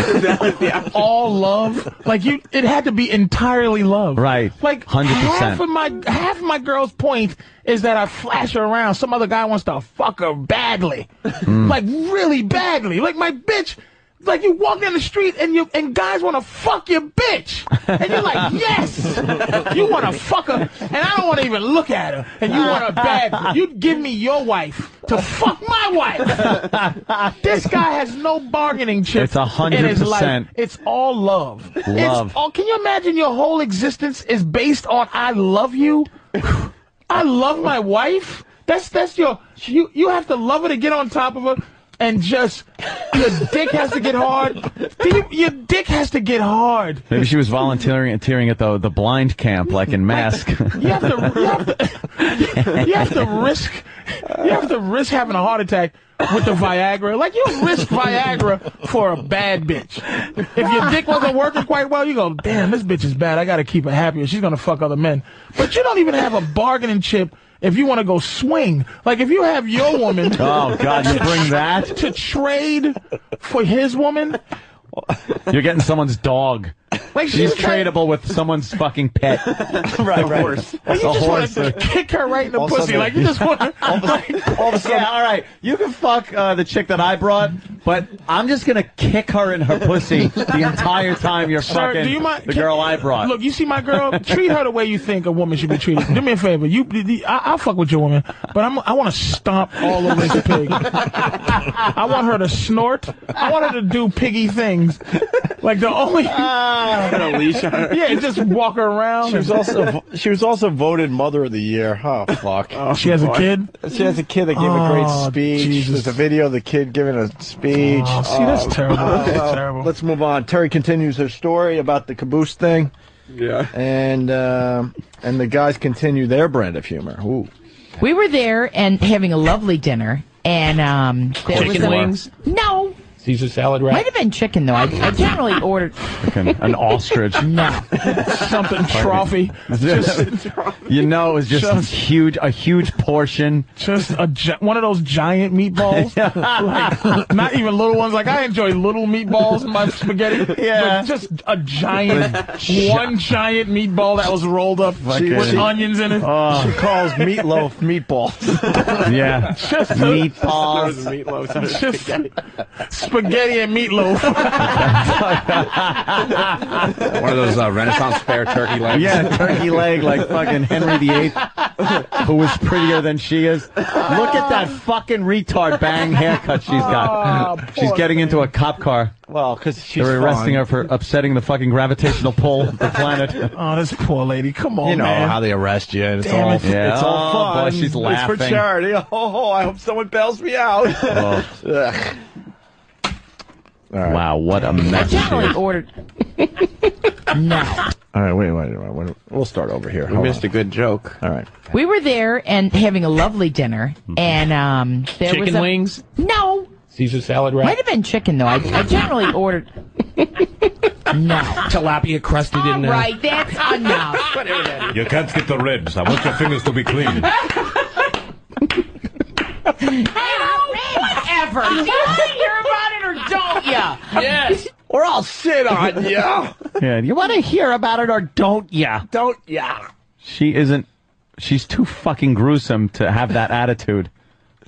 Speaker 3: all love? Like you, it had to be entirely love,
Speaker 2: Right.
Speaker 3: Like
Speaker 2: 100%.
Speaker 3: half of my half of my girl's point is that I flash her around. Some other guy wants to fuck her badly,
Speaker 2: Mm.
Speaker 3: like really badly. Like my bitch. Like you walk down the street and you and guys want to fuck your bitch, and you're like, yes, you want to fuck her, and I don't want to even look at her. And you want her bad? You'd give me your wife to fuck my wife. this guy has no bargaining chip.
Speaker 2: It's a hundred
Speaker 3: in his life.
Speaker 2: percent.
Speaker 3: It's all love.
Speaker 2: Love.
Speaker 3: It's all, can you imagine your whole existence is based on I love you? I love my wife. That's that's your you you have to love her to get on top of her and just your dick has to get hard. Your, your dick has to get hard.
Speaker 2: Maybe she was volunteering volunteering at the the blind camp, like in Mask.
Speaker 3: You have to you have to, you have to risk you have to risk having a heart attack with the Viagra. Like you risk Viagra for a bad bitch. If your dick wasn't working quite well, you go, damn, this bitch is bad. I gotta keep her happier. She's gonna fuck other men. But you don't even have a bargaining chip if you want to go swing. Like if you have your woman.
Speaker 2: Oh, God, you bring that?
Speaker 3: to trade for his woman.
Speaker 2: You're getting someone's dog.
Speaker 3: Like,
Speaker 2: She's
Speaker 3: she's trying-
Speaker 2: tradable with someone's fucking pet. right,
Speaker 3: right. Like, you just
Speaker 2: uh,
Speaker 3: wanted to kick her right in the pussy. like you just want.
Speaker 2: all, of a, all of a sudden, all right, you can fuck uh, the chick that I brought, but I'm just gonna kick her in her pussy the entire time you're
Speaker 3: Sir,
Speaker 2: fucking
Speaker 3: do you mind-
Speaker 2: the
Speaker 3: can-
Speaker 2: girl I brought.
Speaker 3: Look, you see my girl. Treat her the way you think a woman should be treated. Do me a favor. You, I, I'll fuck with your woman, but I'm, I want to stomp all over this pig. I want her to snort. I want her to do piggy things. Like the only.
Speaker 7: Gonna leash her.
Speaker 3: Yeah, just walk her around.
Speaker 7: She was also she was also voted Mother of the Year. Oh fuck!
Speaker 3: She has a kid?
Speaker 7: She has a kid that gave a
Speaker 3: Oh,
Speaker 7: great speech. There's a video of the kid giving a speech.
Speaker 3: Oh, see, that's terrible. That's terrible.
Speaker 7: Let's move on. Terry continues her story about the caboose thing.
Speaker 20: Yeah.
Speaker 7: and um and the guys continue their brand of humor. Ooh,
Speaker 21: We were there and having a lovely dinner, and um, there
Speaker 3: Chicken
Speaker 21: was a-
Speaker 3: wings?
Speaker 21: No,
Speaker 3: Caesar salad wrap.
Speaker 21: might have been chicken though. I, I generally ordered
Speaker 2: an ostrich.
Speaker 21: No,
Speaker 3: something trophy. Just-
Speaker 2: you know, it was just,
Speaker 3: Just-
Speaker 2: huge, a huge portion.
Speaker 3: Just a gi- one of those giant meatballs, like, not even little ones. Like I enjoy little meatballs in my spaghetti.
Speaker 2: Yeah.
Speaker 3: but just a giant,
Speaker 2: gi-
Speaker 3: one giant meatball that was rolled up
Speaker 2: Fucking-
Speaker 3: with onions in it.
Speaker 2: Oh.
Speaker 7: She calls meatloaf meatballs.
Speaker 2: Yeah,
Speaker 3: Just a-
Speaker 2: meatballs.
Speaker 3: It's just spaghetti and meatloaf.
Speaker 8: One of those uh, Renaissance fair turkey legs.
Speaker 2: Yeah, turkey leg like fucking Henry VIII, who was prettier than she is. Look at that fucking retard bang haircut she's got.
Speaker 3: Ah,
Speaker 7: Oh,
Speaker 2: she's
Speaker 7: poor
Speaker 2: getting into a cop car.
Speaker 7: Well, because she's
Speaker 2: They're arresting
Speaker 7: fun.
Speaker 2: her for upsetting the fucking gravitational pull of the planet.
Speaker 3: oh, this poor lady. Come on,
Speaker 7: you know
Speaker 3: man.
Speaker 7: how they arrest you. And it's
Speaker 3: Damn
Speaker 7: all
Speaker 3: it.
Speaker 2: Yeah.
Speaker 7: it's all
Speaker 2: Oh,
Speaker 7: fun.
Speaker 2: boy, she's
Speaker 7: It's
Speaker 2: laughing. Oh.
Speaker 7: for charity. Oh, oh, I hope someone bails me out. Ugh.
Speaker 2: Wow, what a
Speaker 21: I
Speaker 2: mess.
Speaker 21: generally ordered. No,
Speaker 7: All right, wait, wait, wait, wait. We'll start over here.
Speaker 20: We missed a good joke.
Speaker 7: All right.
Speaker 21: we were there and having a lovely dinner, and um, there was
Speaker 3: Chicken
Speaker 21: a-
Speaker 3: wings?
Speaker 21: No,
Speaker 3: Caesar salad
Speaker 21: might have been chicken though. I, I generally ordered. No.
Speaker 8: Tilapia crusted in there.
Speaker 21: Right, that's enough.
Speaker 23: You can't get the ribs. I want your fingers to be clean.
Speaker 21: Whatever. Do you want to hear about it or don't you?
Speaker 8: Yes.
Speaker 7: Or I'll sit on you.
Speaker 2: Yeah, you want to hear about it or don't ya?
Speaker 7: Don't ya?
Speaker 2: She isn't. She's too fucking gruesome to have that attitude.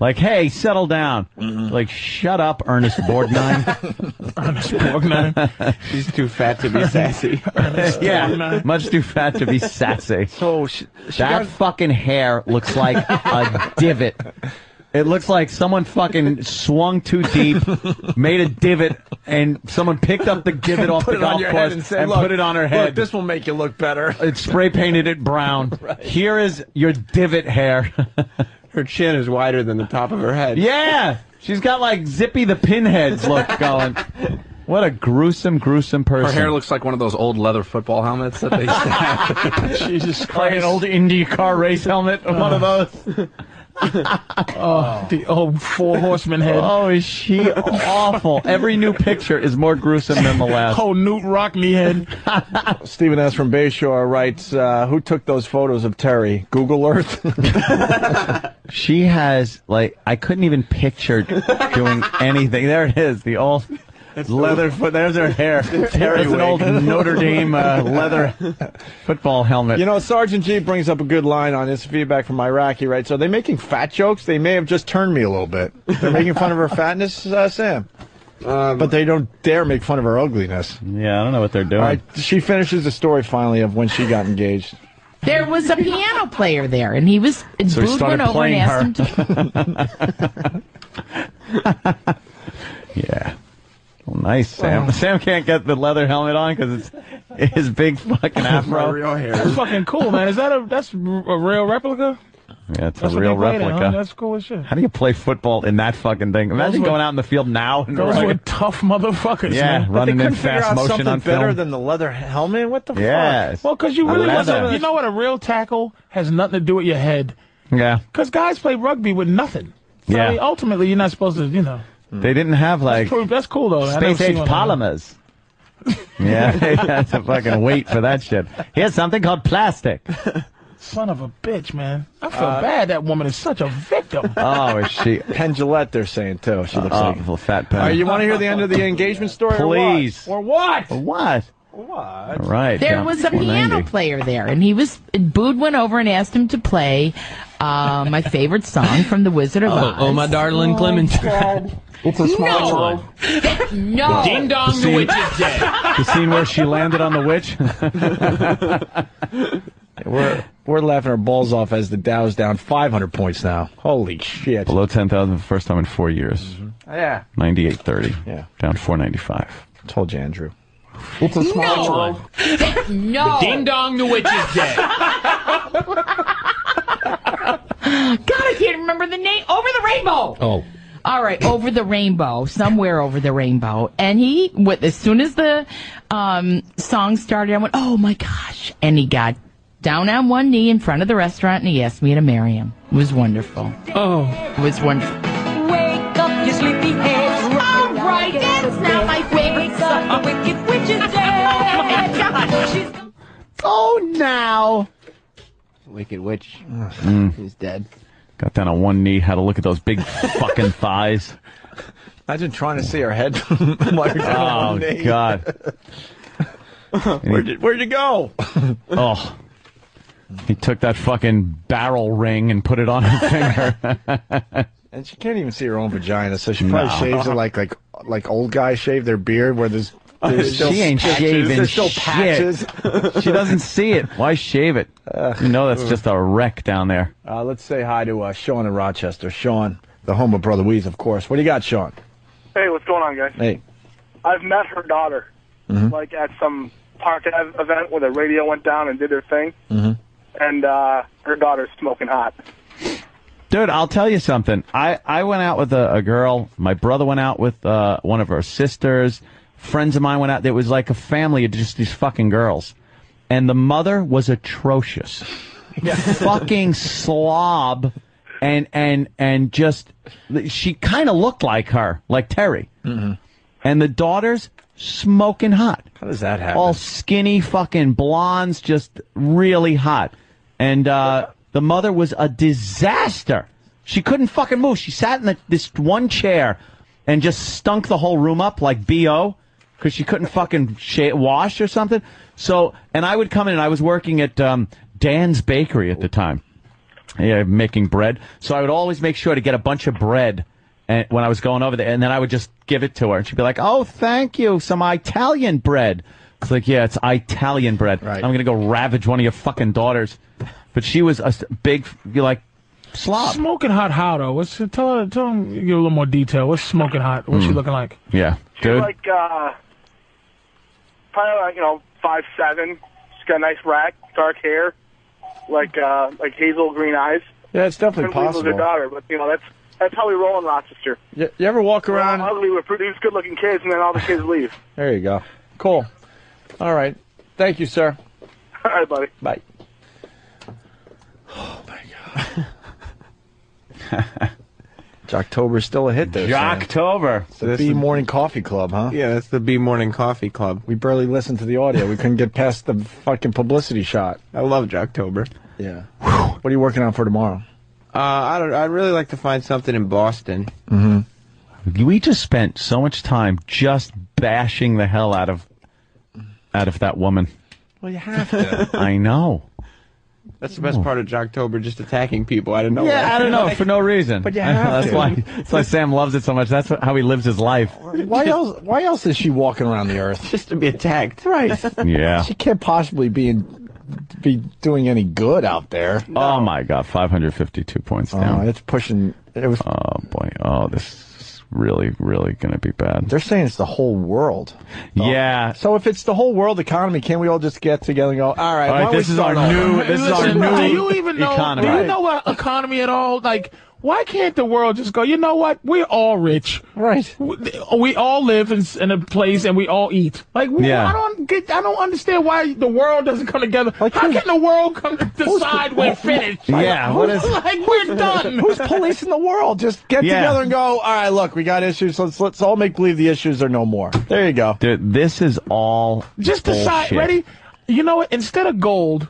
Speaker 2: Like, hey, settle down.
Speaker 20: Mm-hmm.
Speaker 2: Like, shut up, Ernest Borgnine.
Speaker 3: Ernest Borgnine.
Speaker 20: She's too fat to be sassy.
Speaker 2: yeah, much too fat to be sassy.
Speaker 7: So she,
Speaker 2: that fucking hair looks like a divot. It looks like someone fucking swung too deep, made a divot, and someone picked up the divot off
Speaker 7: Put
Speaker 2: the
Speaker 7: it on
Speaker 2: golf
Speaker 7: your head
Speaker 2: course
Speaker 7: and say, "Look,
Speaker 2: put it on her
Speaker 7: look,
Speaker 2: head.
Speaker 7: this will make you look better.
Speaker 2: It spray painted it brown. Here is your divot hair.
Speaker 20: Her chin is wider than the top of her head.
Speaker 2: yeah, she's got like Zippy the Pinheads look going. What a gruesome, gruesome person.
Speaker 8: Her hair looks like one of those old leather football helmets that they used to have.
Speaker 2: Jesus Christ. Like an old Indy car race helmet, one of those.
Speaker 3: Oh, the old four horseman head.
Speaker 2: Oh, is she awful? Every new picture is more gruesome than the last.
Speaker 3: Whole Oh, Newt Rockney head.
Speaker 7: Stephen S. from Bayshore writes, uh, "Who took those photos of Terry? Google Earth."
Speaker 2: She has like I couldn't even picture doing anything. There it is, the old leather foot. There's her hair.
Speaker 7: Terry
Speaker 2: There's an old
Speaker 7: wig.
Speaker 2: Notre Dame uh, leather football helmet.
Speaker 7: You know, Sergeant G brings up a good line on his feedback from Iraqi, right? So they're making fat jokes. They may have just turned me a little bit. They're making fun of her fatness, uh, Sam. but they don't dare make fun of her ugliness.
Speaker 2: yeah, I don't know what they're doing.
Speaker 7: All right, she finishes the story finally of when she got engaged.
Speaker 21: There was a piano player there, and he was and
Speaker 7: So he
Speaker 21: Boog
Speaker 7: started
Speaker 21: went over and
Speaker 7: playing
Speaker 21: asked
Speaker 7: her.
Speaker 21: him to.
Speaker 2: Yeah. Well, nice, Sam. Sam can't get the leather helmet on because it's his big fucking afro.
Speaker 3: That's fucking cool, man. Is that a that's a real replica?
Speaker 2: Yeah, it's
Speaker 3: That's
Speaker 2: a
Speaker 3: what
Speaker 2: real
Speaker 3: they played in, huh?
Speaker 2: replica.
Speaker 3: That's cool as shit.
Speaker 2: How do you play football in that fucking thing? Imagine
Speaker 3: were-
Speaker 2: going out in the field now and
Speaker 3: Those
Speaker 2: like-
Speaker 3: were tough motherfuckers.
Speaker 2: Yeah,
Speaker 3: man.
Speaker 2: right. Running
Speaker 7: they couldn't
Speaker 2: in
Speaker 7: figure
Speaker 2: fast
Speaker 7: out
Speaker 2: motion
Speaker 7: something
Speaker 2: on film.
Speaker 7: better than the leather helmet. What the
Speaker 2: Yes.
Speaker 7: fuck?
Speaker 3: Well, because you
Speaker 2: I
Speaker 3: really
Speaker 2: love
Speaker 3: wasn't.
Speaker 2: that.
Speaker 3: You know what? A real tackle has nothing to do with your head.
Speaker 2: yeah.
Speaker 3: Because guys play rugby with nothing. So
Speaker 2: Yeah.
Speaker 3: I mean, ultimately, you're not supposed to, you know.
Speaker 2: They didn't have like
Speaker 3: prove- that's cool, though. I never
Speaker 2: space
Speaker 3: seen
Speaker 2: age
Speaker 3: one of them.
Speaker 2: polymers. yeah, they had to fucking wait for that shit. Here's something called plastic.
Speaker 3: Son of a bitch, man. I feel
Speaker 7: Uh,
Speaker 3: bad. That woman is such a victim.
Speaker 7: Oh, is she? Pen Gillette, they're saying too. She looks
Speaker 2: Uh,
Speaker 7: like
Speaker 2: little fat pen.
Speaker 7: All right, you want to hear the
Speaker 2: end of the engagement
Speaker 7: story?
Speaker 2: Please.
Speaker 3: Or what?
Speaker 2: Or what? All right.
Speaker 21: There
Speaker 2: John
Speaker 21: was a
Speaker 2: 490.
Speaker 21: piano player there, and he was. Bood went over and asked him to play uh, my favorite song from The Wizard of
Speaker 5: Oh,
Speaker 21: Oz.
Speaker 5: oh, my darling Clementine.
Speaker 7: It's a
Speaker 21: No.
Speaker 7: world.
Speaker 21: No.
Speaker 5: Ding dong,
Speaker 7: The
Speaker 5: the
Speaker 7: scene-
Speaker 5: witch is dead.
Speaker 7: the scene where she landed on the witch. we're we're laughing our balls off as the Dow's down 500 points now. Holy shit!
Speaker 2: Below 10,000 for the first time in four years.
Speaker 7: Yeah.
Speaker 2: 98.30.
Speaker 7: Mm-hmm. Yeah.
Speaker 2: Down 495.
Speaker 7: Told you, Andrew.
Speaker 2: It's
Speaker 7: a
Speaker 5: Which one?
Speaker 21: No.
Speaker 5: Ding dong, the witch is dead.
Speaker 21: God, I can't remember the name. Over the rainbow.
Speaker 24: Oh.
Speaker 21: All right, over the rainbow, somewhere over the rainbow, and he. With as soon as the um, song started, I went, "Oh my gosh!" And he got down on one knee in front of the restaurant, and he asked me to marry him. It was wonderful.
Speaker 5: Oh,
Speaker 21: it was wonderful.
Speaker 6: Wake up, you sleepy heads. All right, that's now my favorite song. The wicked witch is dead. She's
Speaker 2: Oh, now.
Speaker 20: Wicked Witch is dead.
Speaker 2: Mm. Got down on one knee, had a look at those big fucking thighs.
Speaker 7: Imagine trying to see her head. from like,
Speaker 2: Oh,
Speaker 7: on the knee.
Speaker 2: God.
Speaker 7: Where'd you, where'd you go?
Speaker 2: Oh. He took that fucking barrel ring and put it on her finger.
Speaker 7: And she can't even see her own vagina, so she probably
Speaker 2: No.
Speaker 7: shaves it like like like old guys shave their beard, where there's, there's still
Speaker 2: she ain't
Speaker 7: patches.
Speaker 2: shaving
Speaker 7: There's still
Speaker 2: shit.
Speaker 7: patches.
Speaker 2: she doesn't see it. Why shave it? You know that's just a wreck down there.
Speaker 7: Uh, let's say hi to uh, Sean in Rochester. Sean, the home of Brother Weeze, of course. What do you got, Sean?
Speaker 4: Hey, what's going on, guys?
Speaker 7: Hey,
Speaker 4: I've met her daughter,
Speaker 2: Mm-hmm.
Speaker 7: Mhm.
Speaker 4: like at some park ev- event where the radio went down and did their thing,
Speaker 2: Mm-hmm.
Speaker 4: and uh, her daughter's smoking hot.
Speaker 2: Dude, I'll tell you something. I, I went out with a, a girl. My brother went out with uh, one of her sisters. Friends of mine went out. It was like a family of just these fucking girls. And the mother was atrocious. fucking slob. And, and, and just, she kind of looked like her, like Terry.
Speaker 7: Mm-hmm.
Speaker 2: And the daughters, smoking hot. How
Speaker 7: does that happen?
Speaker 2: All skinny fucking blondes, just really hot. And uh, the mother was a disaster. She couldn't fucking move. She sat in the, this one chair and just stunk the whole room up like BO because she couldn't fucking sha- wash or something. So, and I would come in and I was working at um, Dan's Bakery at the time yeah, making bread. So I would always make sure to get a bunch of bread and, when I was going over there, and then I would just give it to her, and she'd be like, "Oh, thank you, some Italian bread." It's like, yeah, it's Italian bread. I'm gonna go ravage one of your fucking daughters. But she was a s- big, you're like, slob.
Speaker 3: Smoking hot how though? What's tell her tell him give a little more detail. What's smoking hot? What's she
Speaker 2: Mm.
Speaker 3: looking like?
Speaker 2: yeah,
Speaker 4: She's
Speaker 2: dude.
Speaker 4: like, uh, probably like, you know, five seven. She's got a nice rack, dark hair, like uh, like hazel green eyes.
Speaker 7: Yeah, it's definitely
Speaker 4: Couldn't believe It was her
Speaker 7: possible.
Speaker 4: daughter, but you know that's that's how we roll in Rochester.
Speaker 7: You, you ever walk around?
Speaker 4: We're all ugly, we produce good-looking kids, and then all the kids leave.
Speaker 7: There you go. Cool. All right. Thank you, sir.
Speaker 4: all right, buddy.
Speaker 7: Bye. Jocktober's still a hit, though. Sam.
Speaker 2: Jocktober.
Speaker 7: It's the B Morning Coffee Club, huh?
Speaker 25: Yeah, that's the B Morning Coffee Club.
Speaker 7: We barely listened to the audio. We couldn't get past the fucking publicity shot.
Speaker 25: I love Jocktober.
Speaker 7: Yeah. What are you working on for tomorrow?
Speaker 25: Uh, I don't. I'd really like to find something in Boston.
Speaker 2: Mm-hmm. We just spent so much time just bashing the hell out of out of that woman.
Speaker 7: Well, you have to.
Speaker 2: I know.
Speaker 25: That's the best part of Jocktober, just attacking people out of nowhere.
Speaker 2: Yeah, I don't know for no reason.
Speaker 25: But you
Speaker 2: I know,
Speaker 25: have
Speaker 2: that's
Speaker 25: to.
Speaker 2: why. That's why Sam loves it so much. That's what, how he lives his life.
Speaker 7: Why else? Why else is she walking around the earth?
Speaker 25: Just to be attacked,
Speaker 7: right?
Speaker 2: Yeah.
Speaker 7: She can't possibly be in, be doing any good out there.
Speaker 2: Oh my God, 552 points
Speaker 7: Oh,
Speaker 2: down.
Speaker 7: it's pushing. It was.
Speaker 2: Oh boy. Oh, this is really, really going to be bad.
Speaker 7: They're saying it's the whole world.
Speaker 2: Yeah.
Speaker 7: So if it's the whole world economy, can't we all just get together and go? All right.
Speaker 2: All right,
Speaker 7: why don't
Speaker 2: this
Speaker 7: we
Speaker 2: is our
Speaker 7: start
Speaker 2: new-
Speaker 7: over?"
Speaker 2: this is our
Speaker 3: Listen,
Speaker 2: new
Speaker 3: do you even know,
Speaker 2: economy.
Speaker 3: Do you know what economy at all? Like, why can't the world just go? You know what? We're all rich,
Speaker 7: right?
Speaker 3: We, we all live in, s- in a place and we all eat. Like, wh-
Speaker 2: Yeah.
Speaker 3: I don't get. I don't understand why the world doesn't come together. How can the world come to decide we're finished?
Speaker 2: Yeah, what is-
Speaker 3: like we're done?
Speaker 7: Who's policing the world? Just get
Speaker 2: Yeah.
Speaker 7: together and go. All right, look, we got issues. Let's let's all make believe the issues are no more. There you go.
Speaker 2: Dude, this is all
Speaker 3: Just decide.
Speaker 2: bullshit.
Speaker 3: Ready? You know what? Instead of gold,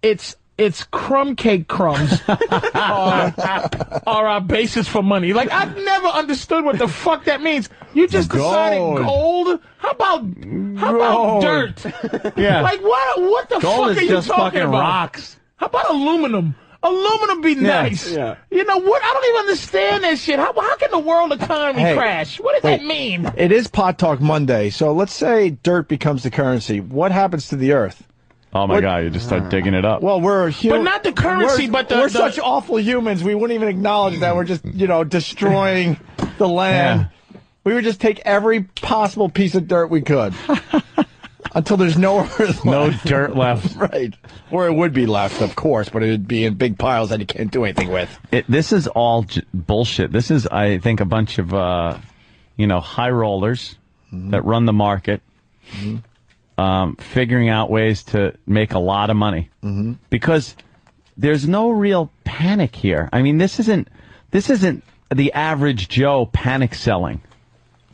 Speaker 3: it's it's crumb cake crumbs are, are our basis for money. Like I've never understood what the fuck that means. You just decided gold. How about how about
Speaker 12: Gold.
Speaker 3: dirt?
Speaker 12: Yeah.
Speaker 3: Like what what the
Speaker 12: Gold
Speaker 3: fuck
Speaker 12: is
Speaker 3: are you
Speaker 12: just
Speaker 3: talking
Speaker 12: fucking
Speaker 3: about?
Speaker 12: rocks.
Speaker 3: How about aluminum? Aluminum be
Speaker 12: Yeah,
Speaker 3: nice.
Speaker 12: yeah.
Speaker 3: You know what? I don't even understand this shit. How, how can the world economy
Speaker 7: Hey,
Speaker 3: crash? What does
Speaker 7: wait.
Speaker 3: that mean?
Speaker 7: It is Pot Talk Monday, so let's say dirt becomes the currency. What happens to the earth?
Speaker 2: Oh my
Speaker 7: What-
Speaker 2: God! You just start digging it up.
Speaker 7: Well, we're human,
Speaker 3: But not the currency,
Speaker 7: we're,
Speaker 3: but the-
Speaker 7: we're
Speaker 3: the-
Speaker 7: such awful humans. We wouldn't even acknowledge that we're just you know destroying the land. We would just take every possible piece of dirt we could until there's no earth
Speaker 2: no dirt left.
Speaker 7: right, or it would be left, of course, but it would be in big piles that you can't do anything with.
Speaker 2: It, this is all j- bullshit. This is, I think, a bunch of uh, you know high rollers that run the market, um, figuring out ways to make a lot of money because there's no real panic here. I mean, this isn't this isn't the average Joe panic selling.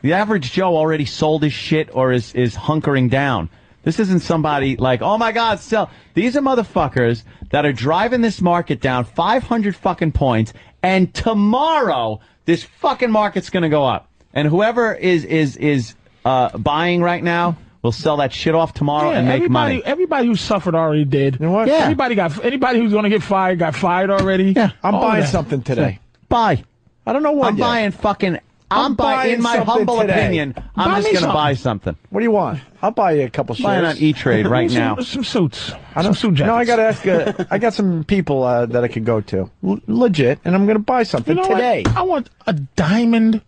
Speaker 2: The average Joe already sold his shit or is is hunkering down. This isn't somebody like, oh my God, sell. These are motherfuckers that are driving this market down 500 fucking points, and tomorrow this fucking market's gonna go up. And whoever is is is uh, buying right now will sell that shit off tomorrow and make
Speaker 3: everybody,
Speaker 2: money.
Speaker 3: Everybody who suffered already did.
Speaker 2: Yeah.
Speaker 3: Everybody got. Anybody who's going to get fired got fired already. Yeah.
Speaker 7: I'm buying something today.
Speaker 2: Buy.
Speaker 7: I don't know what.
Speaker 2: I'm
Speaker 7: yet.
Speaker 2: buying fucking. I'm,
Speaker 7: I'm
Speaker 2: buying,
Speaker 7: buying
Speaker 2: in my
Speaker 7: something
Speaker 2: humble
Speaker 7: today.
Speaker 2: opinion. I'm
Speaker 7: Buy
Speaker 2: just
Speaker 7: me
Speaker 2: gonna buy
Speaker 7: something.
Speaker 2: something.
Speaker 7: What do you want? I'll buy you a couple shares.
Speaker 2: Buying on E-Trade right
Speaker 3: Some-
Speaker 2: now.
Speaker 3: Some suits.
Speaker 7: I don't,
Speaker 3: Some suit
Speaker 7: no, I
Speaker 3: jackets.
Speaker 7: gotta ask. Uh, I got some people uh, that I could go to, L- legit, and I'm gonna buy something
Speaker 3: You know
Speaker 7: today.
Speaker 3: What? I want a diamond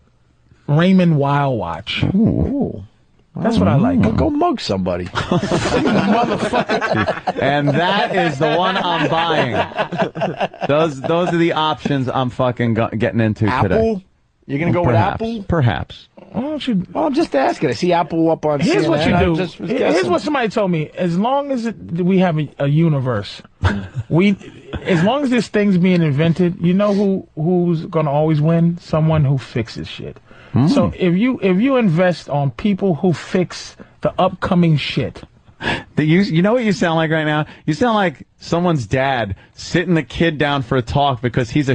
Speaker 3: Raymond Weil watch.
Speaker 7: Ooh. Mm-hmm.
Speaker 3: That's what I like.
Speaker 7: Go mug somebody.
Speaker 2: and that is the one I'm buying. Those those are the options I'm fucking go- getting into
Speaker 7: Apple?
Speaker 2: today.
Speaker 7: You're gonna go with
Speaker 2: Perhaps.
Speaker 7: Apple?
Speaker 2: Perhaps.
Speaker 3: Why don't you?
Speaker 7: Well, I'm just asking. I see Apple up on.
Speaker 3: Here's
Speaker 7: CNN.
Speaker 3: what you
Speaker 7: I'm
Speaker 3: do.
Speaker 7: just was
Speaker 3: Here's
Speaker 7: guessing.
Speaker 3: what somebody told me. As long as it, we have a, a universe, we, as long as this thing's being invented, you know who who's gonna always win? Someone who fixes shit.
Speaker 2: Hmm.
Speaker 3: So if you if you invest on people who fix the upcoming shit,
Speaker 2: The, you, you know what you sound like right now? You sound like someone's dad sitting the kid down for a talk because he's a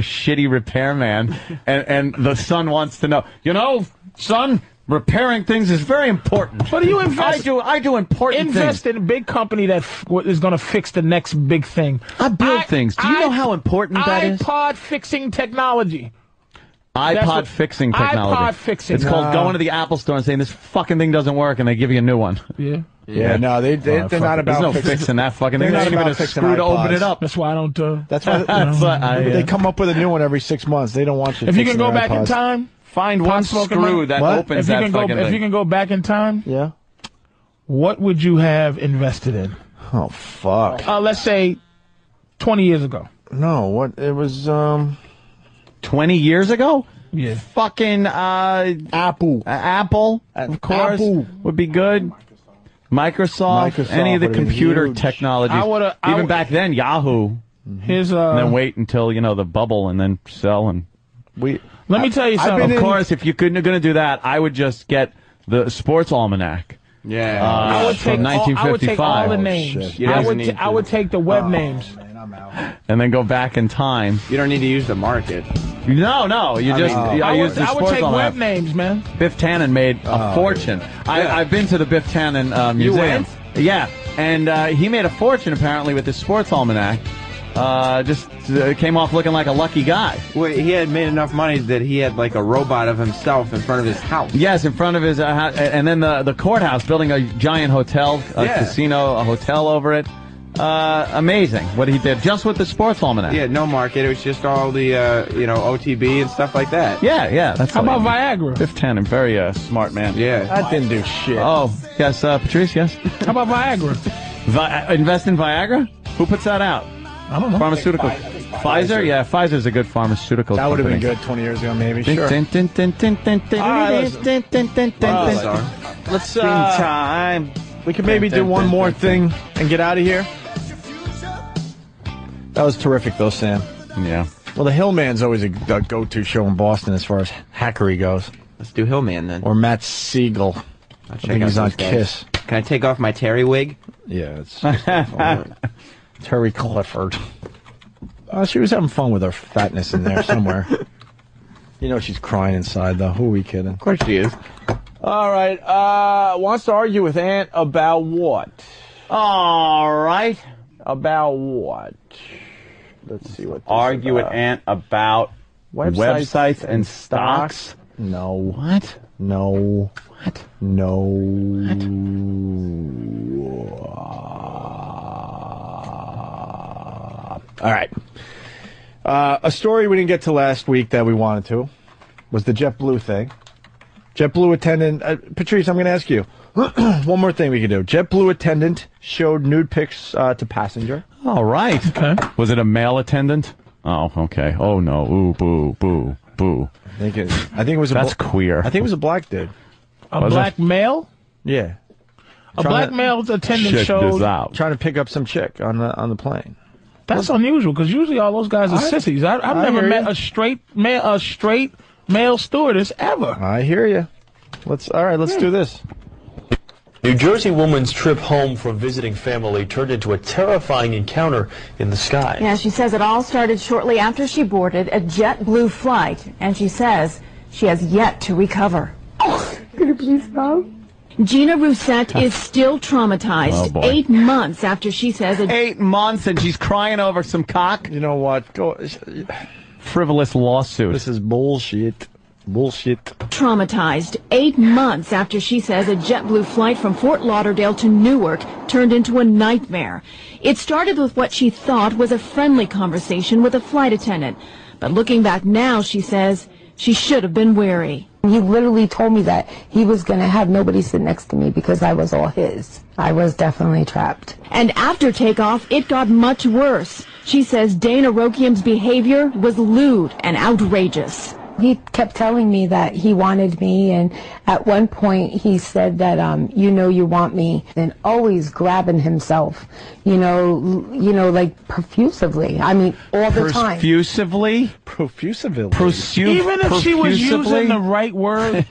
Speaker 2: shitty repairman, and, and the son wants to know. You know, son, repairing things is very important.
Speaker 3: But you invest.
Speaker 2: I do. I do important
Speaker 3: invest
Speaker 2: things.
Speaker 3: in a big company that f- is going to fix the next big thing. I
Speaker 2: build things. Do you know how important that is?
Speaker 3: iPod fixing technology.
Speaker 2: iPod
Speaker 3: That's what-
Speaker 2: fixing technology.
Speaker 3: iPod fixing.
Speaker 2: It's called going to the Apple store and saying this fucking thing doesn't work, and they give you a new one.
Speaker 3: Yeah.
Speaker 7: Yeah, no, they, they
Speaker 2: Oh,
Speaker 7: they're
Speaker 2: fuck
Speaker 7: not
Speaker 2: it.
Speaker 7: about.
Speaker 2: There's no
Speaker 7: fixing,
Speaker 2: fixing that fucking
Speaker 7: They're
Speaker 2: thing.
Speaker 7: not
Speaker 2: There's
Speaker 7: about
Speaker 2: even a
Speaker 7: fixing
Speaker 2: screw to open it
Speaker 7: iPods.
Speaker 2: up.
Speaker 3: That's why I don't. Uh,
Speaker 7: That's why
Speaker 2: That's what I- uh,
Speaker 7: they come up with a new one every six months. They don't want you.
Speaker 3: If you can
Speaker 7: fixing
Speaker 3: go
Speaker 7: their
Speaker 3: back in
Speaker 7: iPods.
Speaker 3: time,
Speaker 2: find
Speaker 7: one screw that What?
Speaker 3: if
Speaker 7: opens
Speaker 3: you
Speaker 7: that
Speaker 3: can go,
Speaker 7: fucking
Speaker 3: If
Speaker 7: thing.
Speaker 3: you can go back in time,
Speaker 7: yeah.
Speaker 3: What would you have invested in?
Speaker 7: Oh fuck.
Speaker 3: Uh, let's say twenty years ago.
Speaker 7: No, what it was. um
Speaker 2: Twenty years ago.
Speaker 3: Yeah.
Speaker 2: Fucking uh,
Speaker 7: Apple.
Speaker 2: Apple, of course,
Speaker 3: Apple.
Speaker 2: would be good. Microsoft,
Speaker 3: Microsoft
Speaker 2: any of the
Speaker 3: would've been
Speaker 2: computer
Speaker 3: huge.
Speaker 2: technologies.
Speaker 3: I would've- I
Speaker 2: even
Speaker 3: would-
Speaker 2: back then, Yahoo.
Speaker 20: Mm-hmm.
Speaker 3: Here's uh.
Speaker 2: and then wait until you know the bubble, and then sell and
Speaker 7: we.
Speaker 3: Let me tell you
Speaker 2: Of
Speaker 3: something.
Speaker 2: course, if you couldn't going to do that, I would just get the sports almanac.
Speaker 20: Yeah. Oh,
Speaker 2: uh,
Speaker 3: I would take
Speaker 2: from
Speaker 3: all, I would take
Speaker 2: 1955.
Speaker 3: all the
Speaker 7: Oh,
Speaker 3: names.
Speaker 2: You know,
Speaker 3: I would t- I would take the web
Speaker 2: Oh.
Speaker 3: names.
Speaker 2: and then go back in time.
Speaker 20: You don't need to use the market.
Speaker 2: No, no, you
Speaker 20: I
Speaker 2: just
Speaker 20: mean,
Speaker 2: I,
Speaker 20: I would-
Speaker 2: used the
Speaker 20: I would
Speaker 2: sports
Speaker 20: take
Speaker 2: almanac.
Speaker 3: Web names, man.
Speaker 2: Biff Tannen made a
Speaker 20: Oh,
Speaker 2: fortune. I, I've been to the Biff Tannen uh,
Speaker 20: You
Speaker 2: museum.
Speaker 20: went?
Speaker 2: Yeah, and uh, he made a fortune apparently with his sports almanac. Uh, just uh, came off looking like a lucky guy.
Speaker 20: Wait, he had made enough money that he had like a robot of himself in front of his house.
Speaker 2: Yes, in front of his, uh, hou- and then the the courthouse building a giant hotel, a
Speaker 20: Yeah.
Speaker 2: casino, a hotel over it. Uh, amazing what he did just with the sports almanac.
Speaker 20: Yeah, no market. It was just all the uh, you know OTB and stuff like that.
Speaker 2: Yeah, yeah. That's
Speaker 20: How
Speaker 2: all
Speaker 20: about
Speaker 2: you need.
Speaker 3: Viagra?
Speaker 2: Biff Tannen, very uh, smart man.
Speaker 20: Yeah.
Speaker 7: That didn't do shit.
Speaker 2: Oh, yes, uh, Patrice, yes.
Speaker 3: How about Viagra?
Speaker 2: Vi- uh, invest in Viagra? Who puts that out?
Speaker 3: I don't know.
Speaker 2: Pharmaceutical. Pfizer? Yeah, Pfizer's a good pharmaceutical
Speaker 7: That would have
Speaker 2: company.
Speaker 7: been good 20 years ago, maybe.
Speaker 2: Dun,
Speaker 7: Sure.
Speaker 2: dun, dun, dun, dun, dun, dun,
Speaker 7: All right,
Speaker 2: dun,
Speaker 7: listen.
Speaker 2: dun, dun, dun, dun,
Speaker 7: Wow.
Speaker 2: dun.
Speaker 7: Sorry.
Speaker 2: Let's
Speaker 7: Screen
Speaker 2: time.
Speaker 7: uh, We can maybe do one more thing and get out of here. That was terrific, though, Sam.
Speaker 2: Yeah.
Speaker 7: Well, the Hillman's always a, a go-to show in Boston as far as hackery goes.
Speaker 20: Let's do Hillman then.
Speaker 7: Or Matt Siegel. I
Speaker 20: Check
Speaker 7: think
Speaker 20: out
Speaker 7: he's on
Speaker 20: those guys.
Speaker 7: Kiss.
Speaker 20: Can I take off my Terry wig?
Speaker 7: Yeah, it's. Terry Clifford. Uh, she was having fun with her fatness in there somewhere. you know she's crying inside, though. Who are we kidding? Of course she is. All right. Uh, wants to argue with Aunt about what? All right. About what? Let's see what. This
Speaker 17: Argue with
Speaker 7: about.
Speaker 17: Ant about websites, and stocks.
Speaker 7: No. What? No. What? No. All right. Uh, a story we didn't get to last week that we wanted to was the JetBlue thing. JetBlue attendant, uh, Patrice, I'm going to ask you one more thing we can do. JetBlue attendant showed nude pics uh, to passenger.
Speaker 2: All right. Okay. Was it a male attendant? Oh, okay. Oh no. Ooh, boo, boo, boo. I
Speaker 7: think it, I think it was. A
Speaker 2: That's
Speaker 7: bl-
Speaker 2: queer.
Speaker 7: I think it was a black dude.
Speaker 3: A black male?
Speaker 7: Yeah.
Speaker 3: A black male's attendant showed.
Speaker 7: Trying to pick up some chick on the on the plane.
Speaker 3: That's unusual because usually all those guys are
Speaker 7: I-
Speaker 3: sissies. I, I've
Speaker 7: I
Speaker 3: never
Speaker 7: hear
Speaker 3: met
Speaker 7: you.
Speaker 3: a straight male, a straight male stewardess ever.
Speaker 7: I hear you. Let's all right. Let's do this.
Speaker 11: New Jersey woman's trip home from visiting family turned into a terrifying encounter in the sky.
Speaker 26: Yeah, she says it all started shortly after she boarded a JetBlue flight, and she says she has yet to recover.
Speaker 6: Could it please stop?
Speaker 26: Gina Rousset is still traumatized
Speaker 2: Oh, boy.
Speaker 26: eight months after she says a
Speaker 2: Eight months and she's crying over some cock.
Speaker 7: You know what? Go.
Speaker 2: Frivolous lawsuit.
Speaker 7: This is bullshit. Bullshit.
Speaker 26: traumatized eight months after she says a JetBlue flight from Fort Lauderdale to Newark turned into a nightmare. It started with what she thought was a friendly conversation with a flight attendant, but looking back now, she says she should have been wary.
Speaker 6: He literally told me that he was going to have nobody sit next to me because I was all his. I was definitely trapped.
Speaker 26: And after takeoff, it got much worse. She says Dana Rokiam's behavior was lewd and outrageous.
Speaker 6: He kept telling me that he wanted me, and at one point he said that, um, you know, you want me, and always grabbing himself, you know, l- you know, like profusively. I mean, all the time.
Speaker 2: Perfusively.
Speaker 7: Profusively.
Speaker 3: Even if she was using the right word,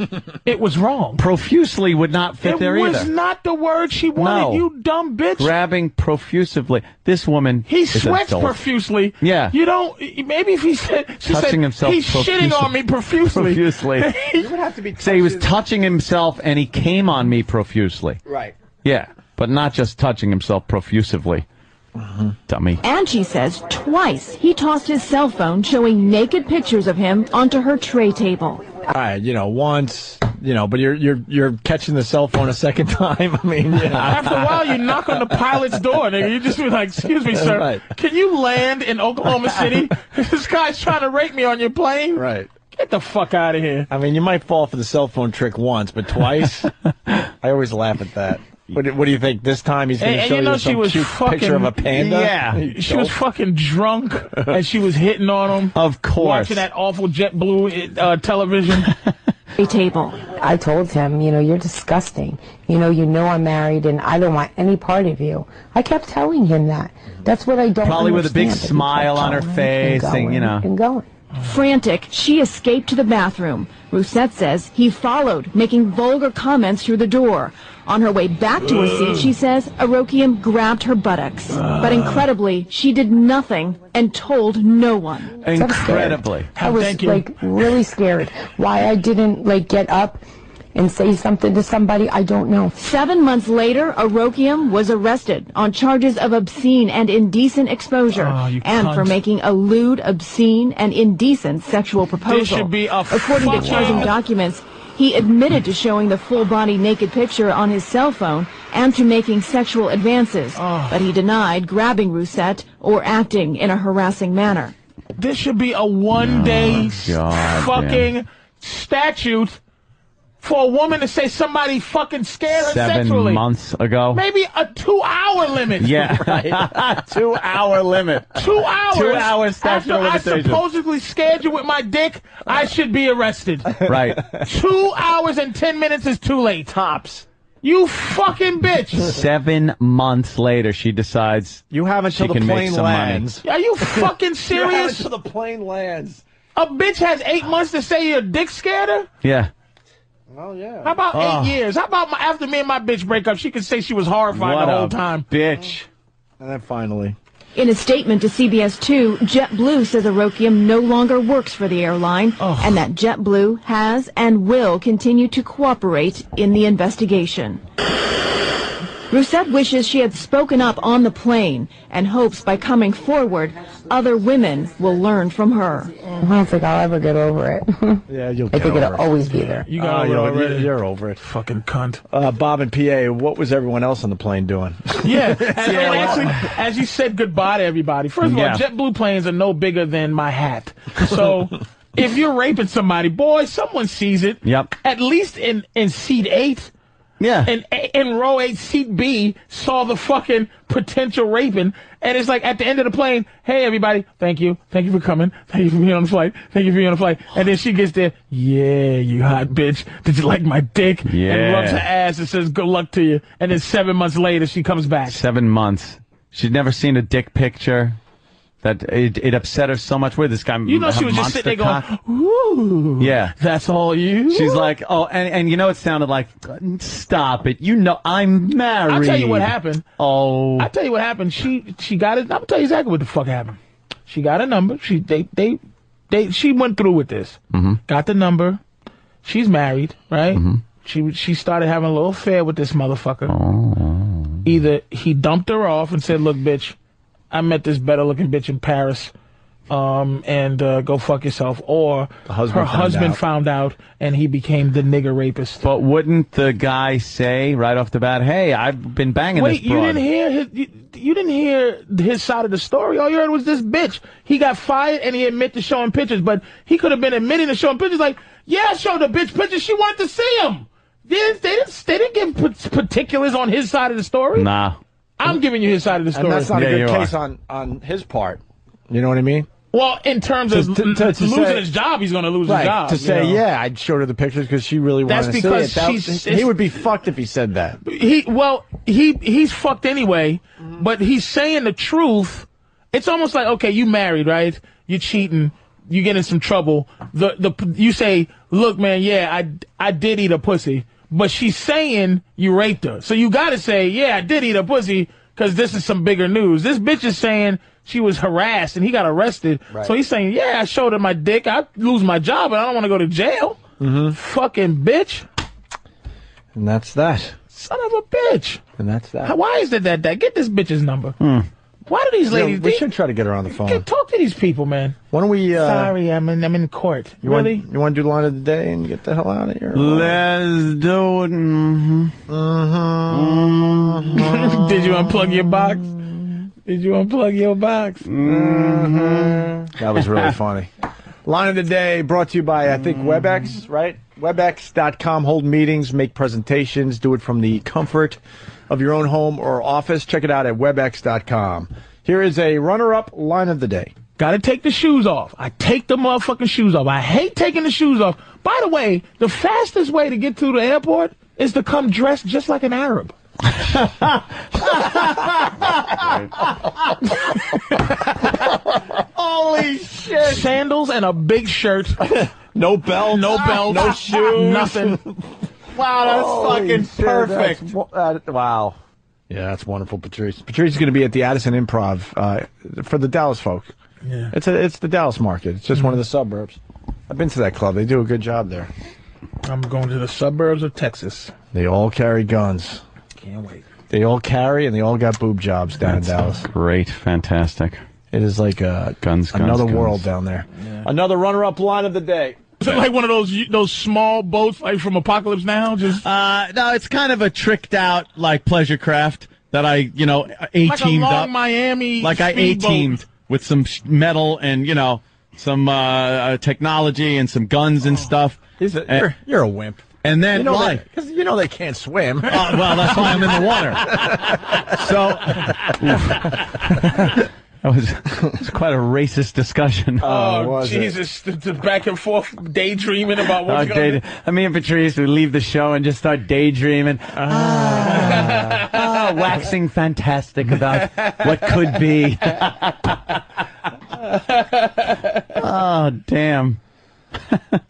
Speaker 3: it was wrong.
Speaker 2: Profusely would not fit
Speaker 3: it
Speaker 2: there
Speaker 3: was
Speaker 2: either.
Speaker 3: not the word she wanted.
Speaker 2: No.
Speaker 3: You dumb bitch.
Speaker 2: Grabbing profusively. This woman.
Speaker 3: He
Speaker 2: is a
Speaker 3: sweats
Speaker 2: dolt.
Speaker 3: profusely.
Speaker 2: Yeah.
Speaker 3: You don't. Maybe if he said, she
Speaker 2: Touching
Speaker 3: said,
Speaker 2: himself
Speaker 3: he's
Speaker 2: profusely.
Speaker 3: shitting on me profusely.
Speaker 2: Profusely.
Speaker 3: you would have to be.
Speaker 2: Say he was touching himself and he came on me profusely.
Speaker 26: Right.
Speaker 2: Yeah, but not just touching himself profusively. Dummy.
Speaker 26: And she says twice he tossed his cell phone showing naked pictures of him onto her tray table.
Speaker 7: All right, you know, once, you know, but you're you're you're catching the cell phone a second time. I mean, you know.
Speaker 3: After a while, you knock on the pilot's door, nigga. You just be like, "Excuse me, sir,
Speaker 7: Right.
Speaker 3: can you land in Oklahoma City? this guy's trying to rape me on your plane."
Speaker 7: Right.
Speaker 3: Get the fuck out of here.
Speaker 7: I mean, you might fall for the cell phone trick once, but twice. I always laugh at that. What, do- what do you think? This time he's going
Speaker 3: And,
Speaker 7: to
Speaker 3: and
Speaker 7: show
Speaker 3: you know
Speaker 7: some
Speaker 3: she was
Speaker 7: cute
Speaker 3: fucking
Speaker 7: picture of a panda.
Speaker 3: Yeah, she was fucking drunk and she was hitting on him. Of
Speaker 26: course.
Speaker 3: watching that awful JetBlue uh, television.
Speaker 26: A table.
Speaker 6: I told him, you know, you're disgusting. You know, you know I'm married and I don't want any part of you. I kept telling him that. That's what I don't
Speaker 2: Probably with a big
Speaker 6: understand, but he kept
Speaker 2: smile on her
Speaker 6: going
Speaker 2: face and,
Speaker 6: going
Speaker 2: you know.
Speaker 6: And going.
Speaker 26: Frantic, she escaped to the bathroom. Rousset says he followed, making vulgar comments through the door. On her way back to her seat, she says Arokian grabbed her buttocks. But incredibly, she did nothing and told no one.
Speaker 2: Incredibly.
Speaker 12: Oh,
Speaker 6: I was like really scared. Why I didn't like get up and say something to somebody, I don't know.
Speaker 26: Seven months later, Arokiam was arrested on charges of obscene and indecent exposure and for
Speaker 12: Oh, cunt.
Speaker 26: making a lewd, obscene, and indecent sexual proposal.
Speaker 12: should be a
Speaker 26: According to
Speaker 12: fucking-
Speaker 26: charging documents, he admitted to showing the full body naked picture on his cell phone and to making sexual advances,
Speaker 12: Oh.
Speaker 26: but he denied grabbing Rousset or acting in a harassing manner.
Speaker 3: This should be a one day
Speaker 7: Oh,
Speaker 3: s-
Speaker 26: God,
Speaker 3: fucking statute for a woman to say somebody fucking scared her
Speaker 2: Seven
Speaker 3: sexually.
Speaker 2: months ago.
Speaker 3: Maybe a two hour limit.
Speaker 2: Oh. Yeah. Two hour limit.
Speaker 3: Two hours.
Speaker 2: Two hours
Speaker 3: After
Speaker 2: statute of
Speaker 3: I
Speaker 2: limitations.
Speaker 3: supposedly scared you with my dick, I should be arrested.
Speaker 2: Right.
Speaker 3: Two hours and ten minutes is too late. Tops. You fucking bitch.
Speaker 2: Seven months later, she decides
Speaker 7: you have
Speaker 2: she
Speaker 7: until the
Speaker 2: can make
Speaker 7: plane
Speaker 2: some
Speaker 7: lands.
Speaker 3: Are you fucking
Speaker 7: You have
Speaker 3: serious?
Speaker 7: until the plane lands.
Speaker 3: A bitch has eight months to say your dick scared her?
Speaker 2: money. Yeah.
Speaker 7: Oh yeah.
Speaker 3: How about
Speaker 2: Oh.
Speaker 3: eight years? How about my, after me and my bitch break up, she could say she was horrified
Speaker 2: What
Speaker 3: the whole
Speaker 2: a
Speaker 3: time.
Speaker 2: Bitch.
Speaker 7: And then finally,
Speaker 26: In a statement to CBS2, JetBlue says Erokium no longer works for the airline and that JetBlue has and will continue to cooperate in the investigation. Rousset wishes she had spoken up on the plane and hopes by coming forward, other women will learn from her.
Speaker 6: I don't think I'll ever get over it.
Speaker 7: Yeah, you'll
Speaker 6: I
Speaker 7: get
Speaker 6: think
Speaker 7: over
Speaker 6: it'll
Speaker 7: it.
Speaker 6: always be there.
Speaker 7: You got
Speaker 6: over it
Speaker 7: you're,
Speaker 6: already.
Speaker 7: you're over it.
Speaker 3: Fucking cunt.
Speaker 7: Uh, Bob and PA, what was everyone else on the plane doing?
Speaker 3: Yeah. And, and actually, as you said goodbye to everybody, first of all,
Speaker 7: Yeah.
Speaker 3: JetBlue planes are no bigger than my hat. So if you're raping somebody, boy, someone sees it.
Speaker 2: Yep.
Speaker 3: At least in, in seat eight.
Speaker 2: Yeah.
Speaker 3: And in row eight, seat B saw the fucking potential raping. And it's like at the end of the plane, hey, everybody, thank you. Thank you for coming. Thank you for being on the flight. Thank you for being on the flight. And then she gets there, yeah, you hot bitch. Did you like my dick?
Speaker 2: Yeah.
Speaker 3: And rubs her ass and says, good luck to you. And then seven months later, she comes back.
Speaker 2: Seven months. She'd never seen a dick picture. That it, it upset her so much. Where this guy?
Speaker 3: You know, she
Speaker 2: have
Speaker 3: was just
Speaker 2: monster
Speaker 3: sitting there
Speaker 2: cock?
Speaker 3: going, ooh.
Speaker 2: Yeah.
Speaker 3: That's all you?
Speaker 2: She's like, oh, and, and you know it sounded like, stop it. You know I'm married.
Speaker 3: I'll tell you what happened.
Speaker 2: Oh.
Speaker 3: I'll tell you what happened. She she got it. I'll tell you exactly what the fuck happened. She got a number. She they they they she went through with this.
Speaker 2: Mm-hmm.
Speaker 3: Got the number. She's married, right? She she started having a little affair with this motherfucker.
Speaker 2: Oh.
Speaker 3: Either he dumped her off and said, "Look, bitch, I met this better looking bitch in Paris." Um and uh, go fuck yourself, or
Speaker 2: husband
Speaker 3: her
Speaker 2: found
Speaker 3: husband
Speaker 2: out.
Speaker 3: found out and he became the nigger rapist.
Speaker 2: But wouldn't the guy say right off the bat, hey, I've been banging
Speaker 3: Wait,
Speaker 2: this
Speaker 3: you
Speaker 2: broad.
Speaker 3: didn't hear his, you, you didn't hear his side of the story. All you heard was this bitch. He got fired and he admitted to showing pictures, but he could have been admitting to showing pictures. Like, yeah, I showed the bitch pictures. She wanted to see him. They didn't, they didn't, they didn't give p- particulars on his side of the story.
Speaker 2: Nah.
Speaker 3: I'm giving you his side of the story.
Speaker 7: And that's not a good case on, on his part. You know what I mean?
Speaker 3: Well, in terms
Speaker 7: To-
Speaker 3: of
Speaker 7: to- to- to
Speaker 3: losing
Speaker 7: say-
Speaker 3: his job, he's going to lose
Speaker 7: Right,
Speaker 3: his job.
Speaker 7: to
Speaker 3: you
Speaker 7: say,
Speaker 3: know?
Speaker 7: yeah, I showed her the pictures because she really
Speaker 3: That's
Speaker 7: wanted to
Speaker 3: because
Speaker 7: see it. That-
Speaker 3: she's-
Speaker 7: he would be fucked if he said that.
Speaker 3: he well he he's fucked anyway but he's saying the truth it's almost like okay you married right you cheating you get in some trouble the the you say look man yeah i i did eat a pussy but she's saying you raped her so you gotta say yeah i did eat a pussy because this is some bigger news this bitch is saying she was harassed and he got arrested so he's saying yeah i showed her my dick i lose my job and i don't want to go to jail fucking bitch
Speaker 7: And that's that.
Speaker 3: son of a bitch
Speaker 7: And that's that.
Speaker 3: how- Why is it that that? Get this bitch's number. Why do these
Speaker 7: Yeah,
Speaker 3: ladies?
Speaker 7: we
Speaker 3: they-
Speaker 7: should try to get her on the phone.
Speaker 3: talk to these people, man.
Speaker 7: Why don't we? Uh,
Speaker 3: Sorry, I'm in. I'm in court.
Speaker 7: You
Speaker 3: really?
Speaker 7: Want, you want to do line of the day and get the hell out of here?
Speaker 2: Let's do it. Mm-hmm.
Speaker 7: Mm-hmm.
Speaker 3: Did you unplug your box? Did you unplug your box?
Speaker 7: Mm-hmm. That was really funny. Mm. Line of the day brought to you by, I think, WebEx, right? WebEx.com. Hold meetings, make presentations, do it from the comfort of your own home or office. Check it out at WebEx.com. Here is a runner up line of the day. Ah,
Speaker 3: Got to take the shoes off. I take the motherfucking shoes off. I hate taking the shoes off. By the way, the fastest way to get to the airport is to come dressed just like an Arab.
Speaker 7: Holy shit!
Speaker 3: Sandals and a big shirt.
Speaker 7: no belt.
Speaker 3: No belt.
Speaker 7: No shoes.
Speaker 3: Nothing.
Speaker 7: Wow,
Speaker 3: that's
Speaker 7: fucking perfect. uh, wow. Yeah, that's wonderful, Patrice. Patrice is going to be at the Addison Improv uh, for the Dallas folk.
Speaker 3: Yeah.
Speaker 7: It's a, it's the Dallas market. It's just one of the suburbs. I've been to that club. They do a good job there.
Speaker 3: I'm going to the suburbs of Texas.
Speaker 7: They all carry guns.
Speaker 3: Can't wait.
Speaker 7: They all carry and they all got boob jobs down in Dallas.
Speaker 2: Great, fantastic.
Speaker 7: It is like a
Speaker 2: guns, guns,
Speaker 7: Another
Speaker 2: guns.
Speaker 7: world down there. Another runner-up line of the day.
Speaker 3: Is it like one of those those small boats like from Apocalypse Now? Just
Speaker 2: Uh, no, it's kind of a tricked out like pleasure craft that I, you know, a
Speaker 3: like a
Speaker 2: teamed
Speaker 3: long
Speaker 2: up.
Speaker 3: Miami,
Speaker 2: like I a
Speaker 3: speedboat.
Speaker 2: teamed with some sh- metal and you know some uh, uh, technology and some guns and stuff.
Speaker 7: Is it? You're, you're a wimp.
Speaker 2: And then
Speaker 7: you know
Speaker 2: why?
Speaker 7: Because you know they can't swim.
Speaker 2: Uh, well, that's why I'm in the water. So that was, that was quite a racist discussion.
Speaker 3: Oh, Jesus! The, the back and forth daydreaming about
Speaker 2: Oh,
Speaker 3: what's going.
Speaker 2: day- I mean, Patrice, we leave the show and just start daydreaming. Ah, ah, waxing fantastic about what could be. oh, damn.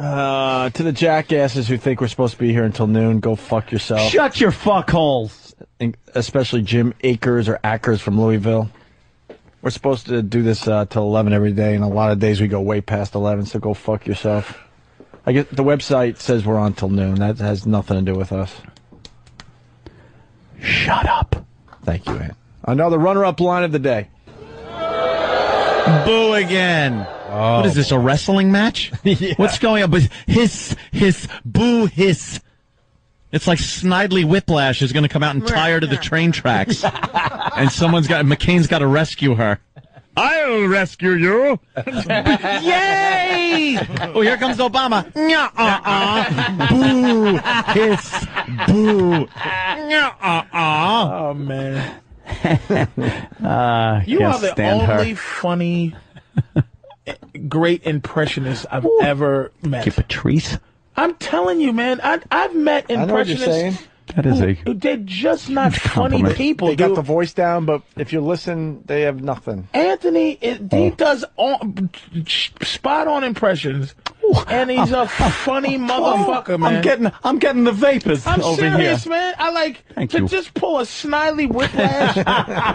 Speaker 7: Uh, to the jackasses who think we're supposed to be here until noon, go fuck yourself.
Speaker 2: Shut your fuck holes.
Speaker 7: And Especially Jim Akers or Ackers from Louisville. We're supposed to do this uh, till 11 every day, and a lot of days we go way past 11, so go fuck yourself. I guess the website says we're on till noon. That has nothing to do with us. Shut up. Thank you, Ant. Another runner up line of the day.
Speaker 2: Boo again. What
Speaker 3: Oh.
Speaker 2: is this? A wrestling match? What's going on? But hiss, hiss, boo, hiss. It's like Snidely Whiplash is going to come out and tie her to the train tracks, and someone's got McCain's got to rescue her. I'll rescue you. Yay! Oh, here comes Obama. Nya, uh, uh. Boo, hiss, boo. Nya, uh, uh.
Speaker 3: Oh man,
Speaker 15: Uh,
Speaker 3: you
Speaker 15: can't
Speaker 3: are the
Speaker 15: stand her.
Speaker 3: only funny, great impressionist I've ever met.
Speaker 15: Okay, Patrice.
Speaker 3: I'm telling you, man. I, I've met
Speaker 7: I know what you're
Speaker 3: impressionists.
Speaker 7: saying.
Speaker 15: That is a
Speaker 3: They're just not funny
Speaker 7: Compliment.
Speaker 3: people.
Speaker 7: They got
Speaker 3: dude.
Speaker 7: the voice down, but if you listen, they have nothing.
Speaker 3: Anthony, it,
Speaker 7: Oh.
Speaker 3: he does all, spot on impressions, and he's a funny
Speaker 2: Oh,
Speaker 3: motherfucker, man.
Speaker 15: I'm getting, I'm getting the vapors
Speaker 3: I'm
Speaker 15: over
Speaker 3: serious,
Speaker 15: here.
Speaker 3: man. I like
Speaker 15: Thank
Speaker 3: to
Speaker 15: you.
Speaker 3: just pull a snidely whiplash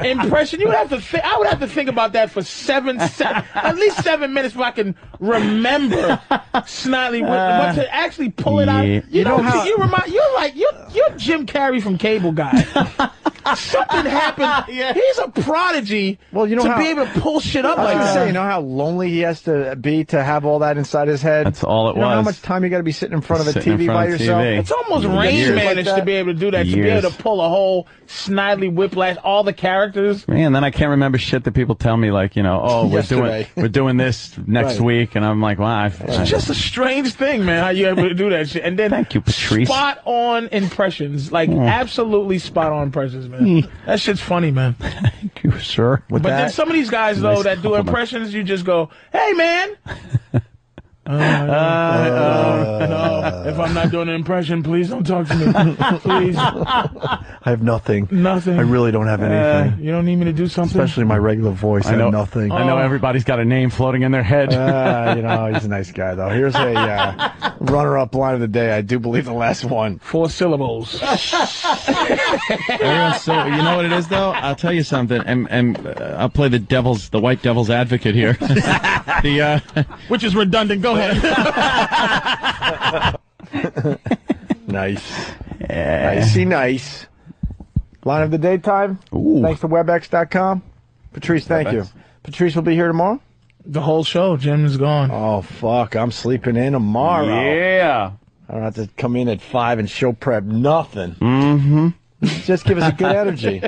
Speaker 3: impression. You would have to think. I would have to think about that for seven, se- at least seven minutes, if I can remember snidely whiplash. But to actually pull it out,
Speaker 15: yeah.
Speaker 3: you,
Speaker 15: You
Speaker 3: know,
Speaker 15: know how-
Speaker 3: you remind. You're like you're you're Jim Carrey from Cable Guy. Something happened. He's a prodigy. Well, you
Speaker 7: know
Speaker 3: to
Speaker 7: how-
Speaker 3: be able to pull shit up
Speaker 7: I was
Speaker 3: like
Speaker 7: gonna
Speaker 3: that.
Speaker 7: say, you know how lonely he has to be to have all that inside his head. That's
Speaker 15: all it
Speaker 7: you know How
Speaker 15: was.
Speaker 7: much time you got to be sitting in front of a
Speaker 15: Sitting in
Speaker 7: TV by
Speaker 15: front of
Speaker 7: yourself?
Speaker 15: TV.
Speaker 3: It's almost
Speaker 15: Years.
Speaker 3: Rain
Speaker 15: Years.
Speaker 3: Manish
Speaker 7: Like
Speaker 3: to
Speaker 7: that.
Speaker 3: be able to do that, to be
Speaker 15: Years.
Speaker 3: able to pull a whole snidely whiplash, all the characters.
Speaker 15: Man, then I can't remember shit that people tell me, like you know, oh, we're doing,
Speaker 3: Yesterday.
Speaker 15: we're doing this next
Speaker 3: Right.
Speaker 15: week, and I'm like, wow, I,
Speaker 3: It's just a strange thing, man, how you able to do that shit. And then
Speaker 15: thank you, Patrice.
Speaker 3: spot on impressions. Like
Speaker 15: Mm.
Speaker 3: absolutely spot on impressions, man.
Speaker 15: Mm.
Speaker 3: That shit's funny, man.
Speaker 15: Thank you, sir.
Speaker 3: but then some of these guys though
Speaker 15: Nice
Speaker 3: that do
Speaker 15: compliment.
Speaker 3: impressions, you just go, Hey man. Uh, Oh, no, no. If I'm not doing an impression, please don't talk to me. please.
Speaker 7: I have nothing.
Speaker 3: Nothing.
Speaker 7: I really don't have
Speaker 3: Uh,
Speaker 7: anything.
Speaker 3: you don't need me to do something.
Speaker 7: Especially my regular voice. I,
Speaker 15: I know
Speaker 7: have nothing.
Speaker 15: I know everybody's got a name floating in their head.
Speaker 7: Uh, you know, he's a nice guy, though. Here's a uh, runner up line of the day. I do believe the last one.
Speaker 3: Four syllables.
Speaker 2: Everyone's so you know what it is though. I'll tell you something, and and uh, I'll play the devil's the white devil's advocate here. the uh,
Speaker 3: Which is redundant. Go ahead.
Speaker 7: Nice. Nicey nice. Line of the day time. Thanks to WebEx.com. Patrice, thank you. Patrice will be here tomorrow?
Speaker 3: The whole show. Jim is gone.
Speaker 7: Oh, fuck. I'm sleeping in tomorrow.
Speaker 15: Yeah.
Speaker 7: I don't have to come in at 5 and show prep nothing.
Speaker 15: Mm.
Speaker 7: Mm-hmm. Just give us a good energy.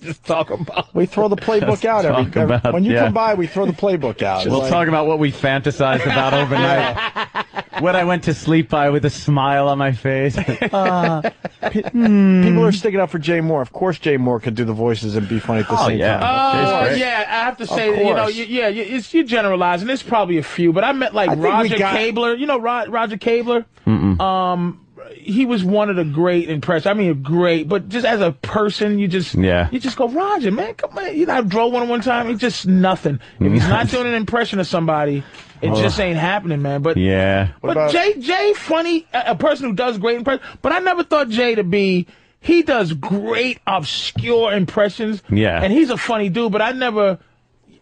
Speaker 3: Just talk about
Speaker 7: We throw the playbook
Speaker 15: Just
Speaker 7: out every,
Speaker 15: talk
Speaker 7: every-
Speaker 15: about-
Speaker 7: When you
Speaker 15: yeah.
Speaker 7: come by, we throw the playbook out.
Speaker 15: We'll
Speaker 7: It's like-
Speaker 15: talk about what we fantasized about overnight. what I went to sleep by with a smile on my face.
Speaker 2: Ah.
Speaker 15: Uh,
Speaker 7: Pe-
Speaker 3: Hmm.
Speaker 7: People are sticking up for Jay Moore. Of course, Jay Moore could do the voices and be funny at the
Speaker 15: Oh,
Speaker 7: same
Speaker 15: yeah.
Speaker 7: time.
Speaker 3: Oh yeah, I have to
Speaker 7: Of
Speaker 3: say, you know,
Speaker 7: course.
Speaker 3: you, yeah, you, it's you generalizing. There's probably a few, but I met like
Speaker 7: I think we
Speaker 3: Roger
Speaker 7: got-
Speaker 3: Cabler. You know, Rod, Roger Cabler. Um, he was one of the great impress. I mean, great, but just as a person, you just
Speaker 15: Yeah.
Speaker 3: you just go Roger, man, come on. You know, I drove one one time. It's just nothing. If he's not doing an impression of somebody, it just
Speaker 15: Ugh.
Speaker 3: ain't happening, man. But
Speaker 15: yeah.
Speaker 3: but Jay, Jay, funny, a, a person who does great impressions. But I never thought Jay to be. He does great obscure impressions.
Speaker 15: Yeah.
Speaker 3: and he's a funny dude. But I never.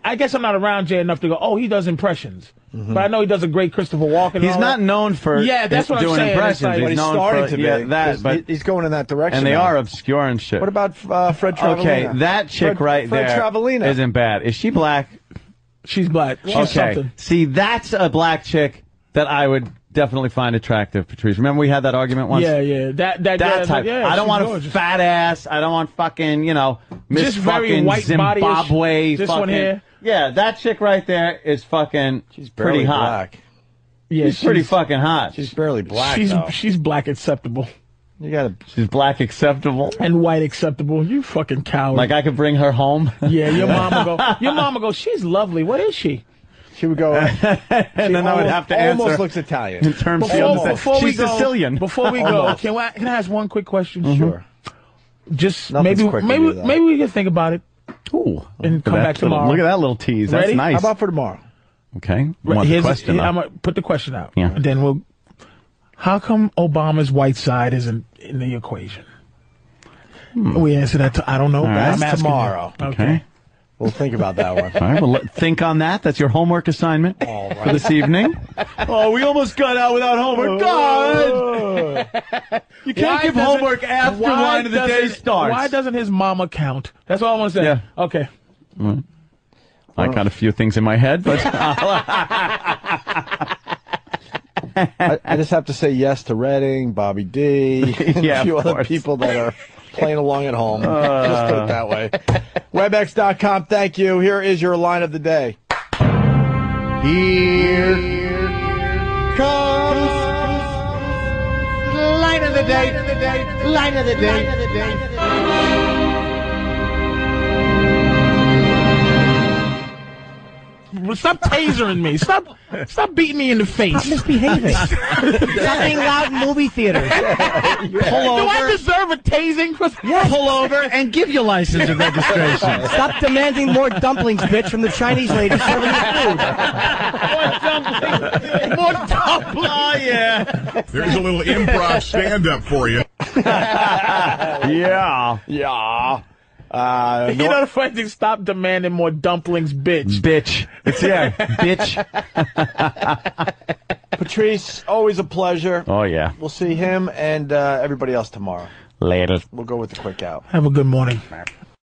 Speaker 3: I guess I'm not around Jay enough to go. Oh, he does impressions. But I know he does a great Christopher Walken. and
Speaker 15: Mm-hmm. He's
Speaker 3: all
Speaker 15: not
Speaker 3: that.
Speaker 15: known for
Speaker 3: Yeah, that's what I'm
Speaker 15: doing
Speaker 3: saying. It's
Speaker 15: impressions.
Speaker 3: like-
Speaker 15: he's
Speaker 3: But he's
Speaker 15: known
Speaker 7: starting
Speaker 15: for,
Speaker 7: to be,
Speaker 15: yeah, that,
Speaker 7: because
Speaker 15: but
Speaker 7: he- he's going in that direction.
Speaker 15: and they
Speaker 7: now.
Speaker 15: are obscure and shit.
Speaker 7: What about uh, Fred Travolina?
Speaker 15: okay, that chick
Speaker 7: Fred,
Speaker 15: right
Speaker 7: Fred
Speaker 15: there
Speaker 7: Travolina.
Speaker 15: isn't bad. Is she black?
Speaker 3: She's black. She's
Speaker 15: okay.
Speaker 3: something.
Speaker 15: See, that's a black chick that I would definitely find attractive, Patrice. Remember we had that argument once?
Speaker 3: Yeah, yeah. That that,
Speaker 15: That
Speaker 3: yeah,
Speaker 15: type.
Speaker 3: yeah,
Speaker 15: I don't
Speaker 3: she's
Speaker 15: want
Speaker 3: gorgeous.
Speaker 15: a fat ass. I don't want fucking, you know, Miss
Speaker 3: Just very
Speaker 15: fucking
Speaker 3: white body-ish.
Speaker 15: Zimbabwe.
Speaker 3: This
Speaker 15: fucking,
Speaker 3: one here?
Speaker 15: Yeah, that chick right there is fucking she's
Speaker 7: barely
Speaker 15: pretty hot.
Speaker 7: black.
Speaker 3: Yeah,
Speaker 15: she's, pretty
Speaker 3: she's-
Speaker 15: fucking hot.
Speaker 7: She's barely black.
Speaker 3: she's
Speaker 7: though.
Speaker 3: she's black acceptable
Speaker 7: you gotta.
Speaker 15: She's black acceptable.
Speaker 3: and white acceptable. You fucking coward.
Speaker 15: Like I could bring her home.
Speaker 3: yeah, your mama go. Your mama go. She's lovely. What is she?
Speaker 7: She would go.
Speaker 15: and then I would
Speaker 7: almost-
Speaker 15: have to answer.
Speaker 7: almost looks Italian.
Speaker 15: In terms of
Speaker 3: Before-
Speaker 15: the
Speaker 3: before we
Speaker 15: she's
Speaker 3: go-
Speaker 15: Sicilian.
Speaker 3: Before we go,
Speaker 15: Almost. Mm-hmm.
Speaker 3: can, I, can I ask one quick question?
Speaker 7: Sure.
Speaker 3: Just
Speaker 7: Nothing's
Speaker 3: maybe
Speaker 7: quick to
Speaker 3: maybe
Speaker 7: do that.
Speaker 3: maybe we can think about it
Speaker 15: Ooh,
Speaker 3: and come
Speaker 15: That
Speaker 3: back
Speaker 15: little-
Speaker 3: tomorrow.
Speaker 15: Look at that little tease. That's
Speaker 3: Ready?
Speaker 15: nice.
Speaker 7: How about for tomorrow?
Speaker 15: okay. Want the
Speaker 3: Here's-
Speaker 15: question,
Speaker 3: here-
Speaker 15: though.
Speaker 3: I'm gonna put the question out.
Speaker 15: Yeah.
Speaker 3: And then we'll. How come Obama's white side isn't in the
Speaker 2: Hmm.
Speaker 3: equation? We answer that. To, I don't know.
Speaker 15: All
Speaker 3: but
Speaker 15: right.
Speaker 3: I'm asking you.
Speaker 7: Tomorrow.
Speaker 3: Okay.
Speaker 15: Okay.
Speaker 7: We'll think about that one.
Speaker 2: All right, well, let- think on that. That's your homework assignment for this evening. oh, we almost got out without
Speaker 7: Oh.
Speaker 2: homework. God! You can't
Speaker 3: Why
Speaker 2: give
Speaker 3: doesn't-
Speaker 2: homework after
Speaker 3: why
Speaker 2: line of the day
Speaker 3: doesn't-
Speaker 2: starts.
Speaker 3: Why doesn't his mama count? That's all I want to say. Okay.
Speaker 2: Mm. I got a few things in my head, but
Speaker 15: uh,
Speaker 7: I, I just have to say yes to Redding, Bobby D, and
Speaker 3: Yeah,
Speaker 7: a
Speaker 3: of
Speaker 7: few other
Speaker 3: course. Uh.
Speaker 7: people that are playing along at home. Just
Speaker 12: Uh.
Speaker 7: put it that way. WebEx.com, thank you. Here is your line of the day. Here comes
Speaker 12: Line of the day, line of the day, line of the day.
Speaker 3: Stop tasering me. Stop. Stop beating me in the face. Stop misbehaving.
Speaker 4: Something loud in movie theaters.
Speaker 3: Do I deserve a tasing?
Speaker 2: Pull over and give your license and registration.
Speaker 4: Stop demanding more dumplings, bitch, from the Chinese lady serving you food.
Speaker 3: more dumplings.
Speaker 4: Oh,
Speaker 2: yeah.
Speaker 1: There's a little improv stand up for you.
Speaker 2: yeah.
Speaker 7: Yeah. Uh,
Speaker 3: you know the funny thing? Stop demanding more dumplings, bitch.
Speaker 2: Bitch. It's yeah. bitch.
Speaker 7: Patrice, always a pleasure.
Speaker 2: Oh, yeah.
Speaker 7: We'll see him and uh, everybody else tomorrow.
Speaker 2: Later.
Speaker 7: We'll go with the quick out.
Speaker 3: Have a good morning.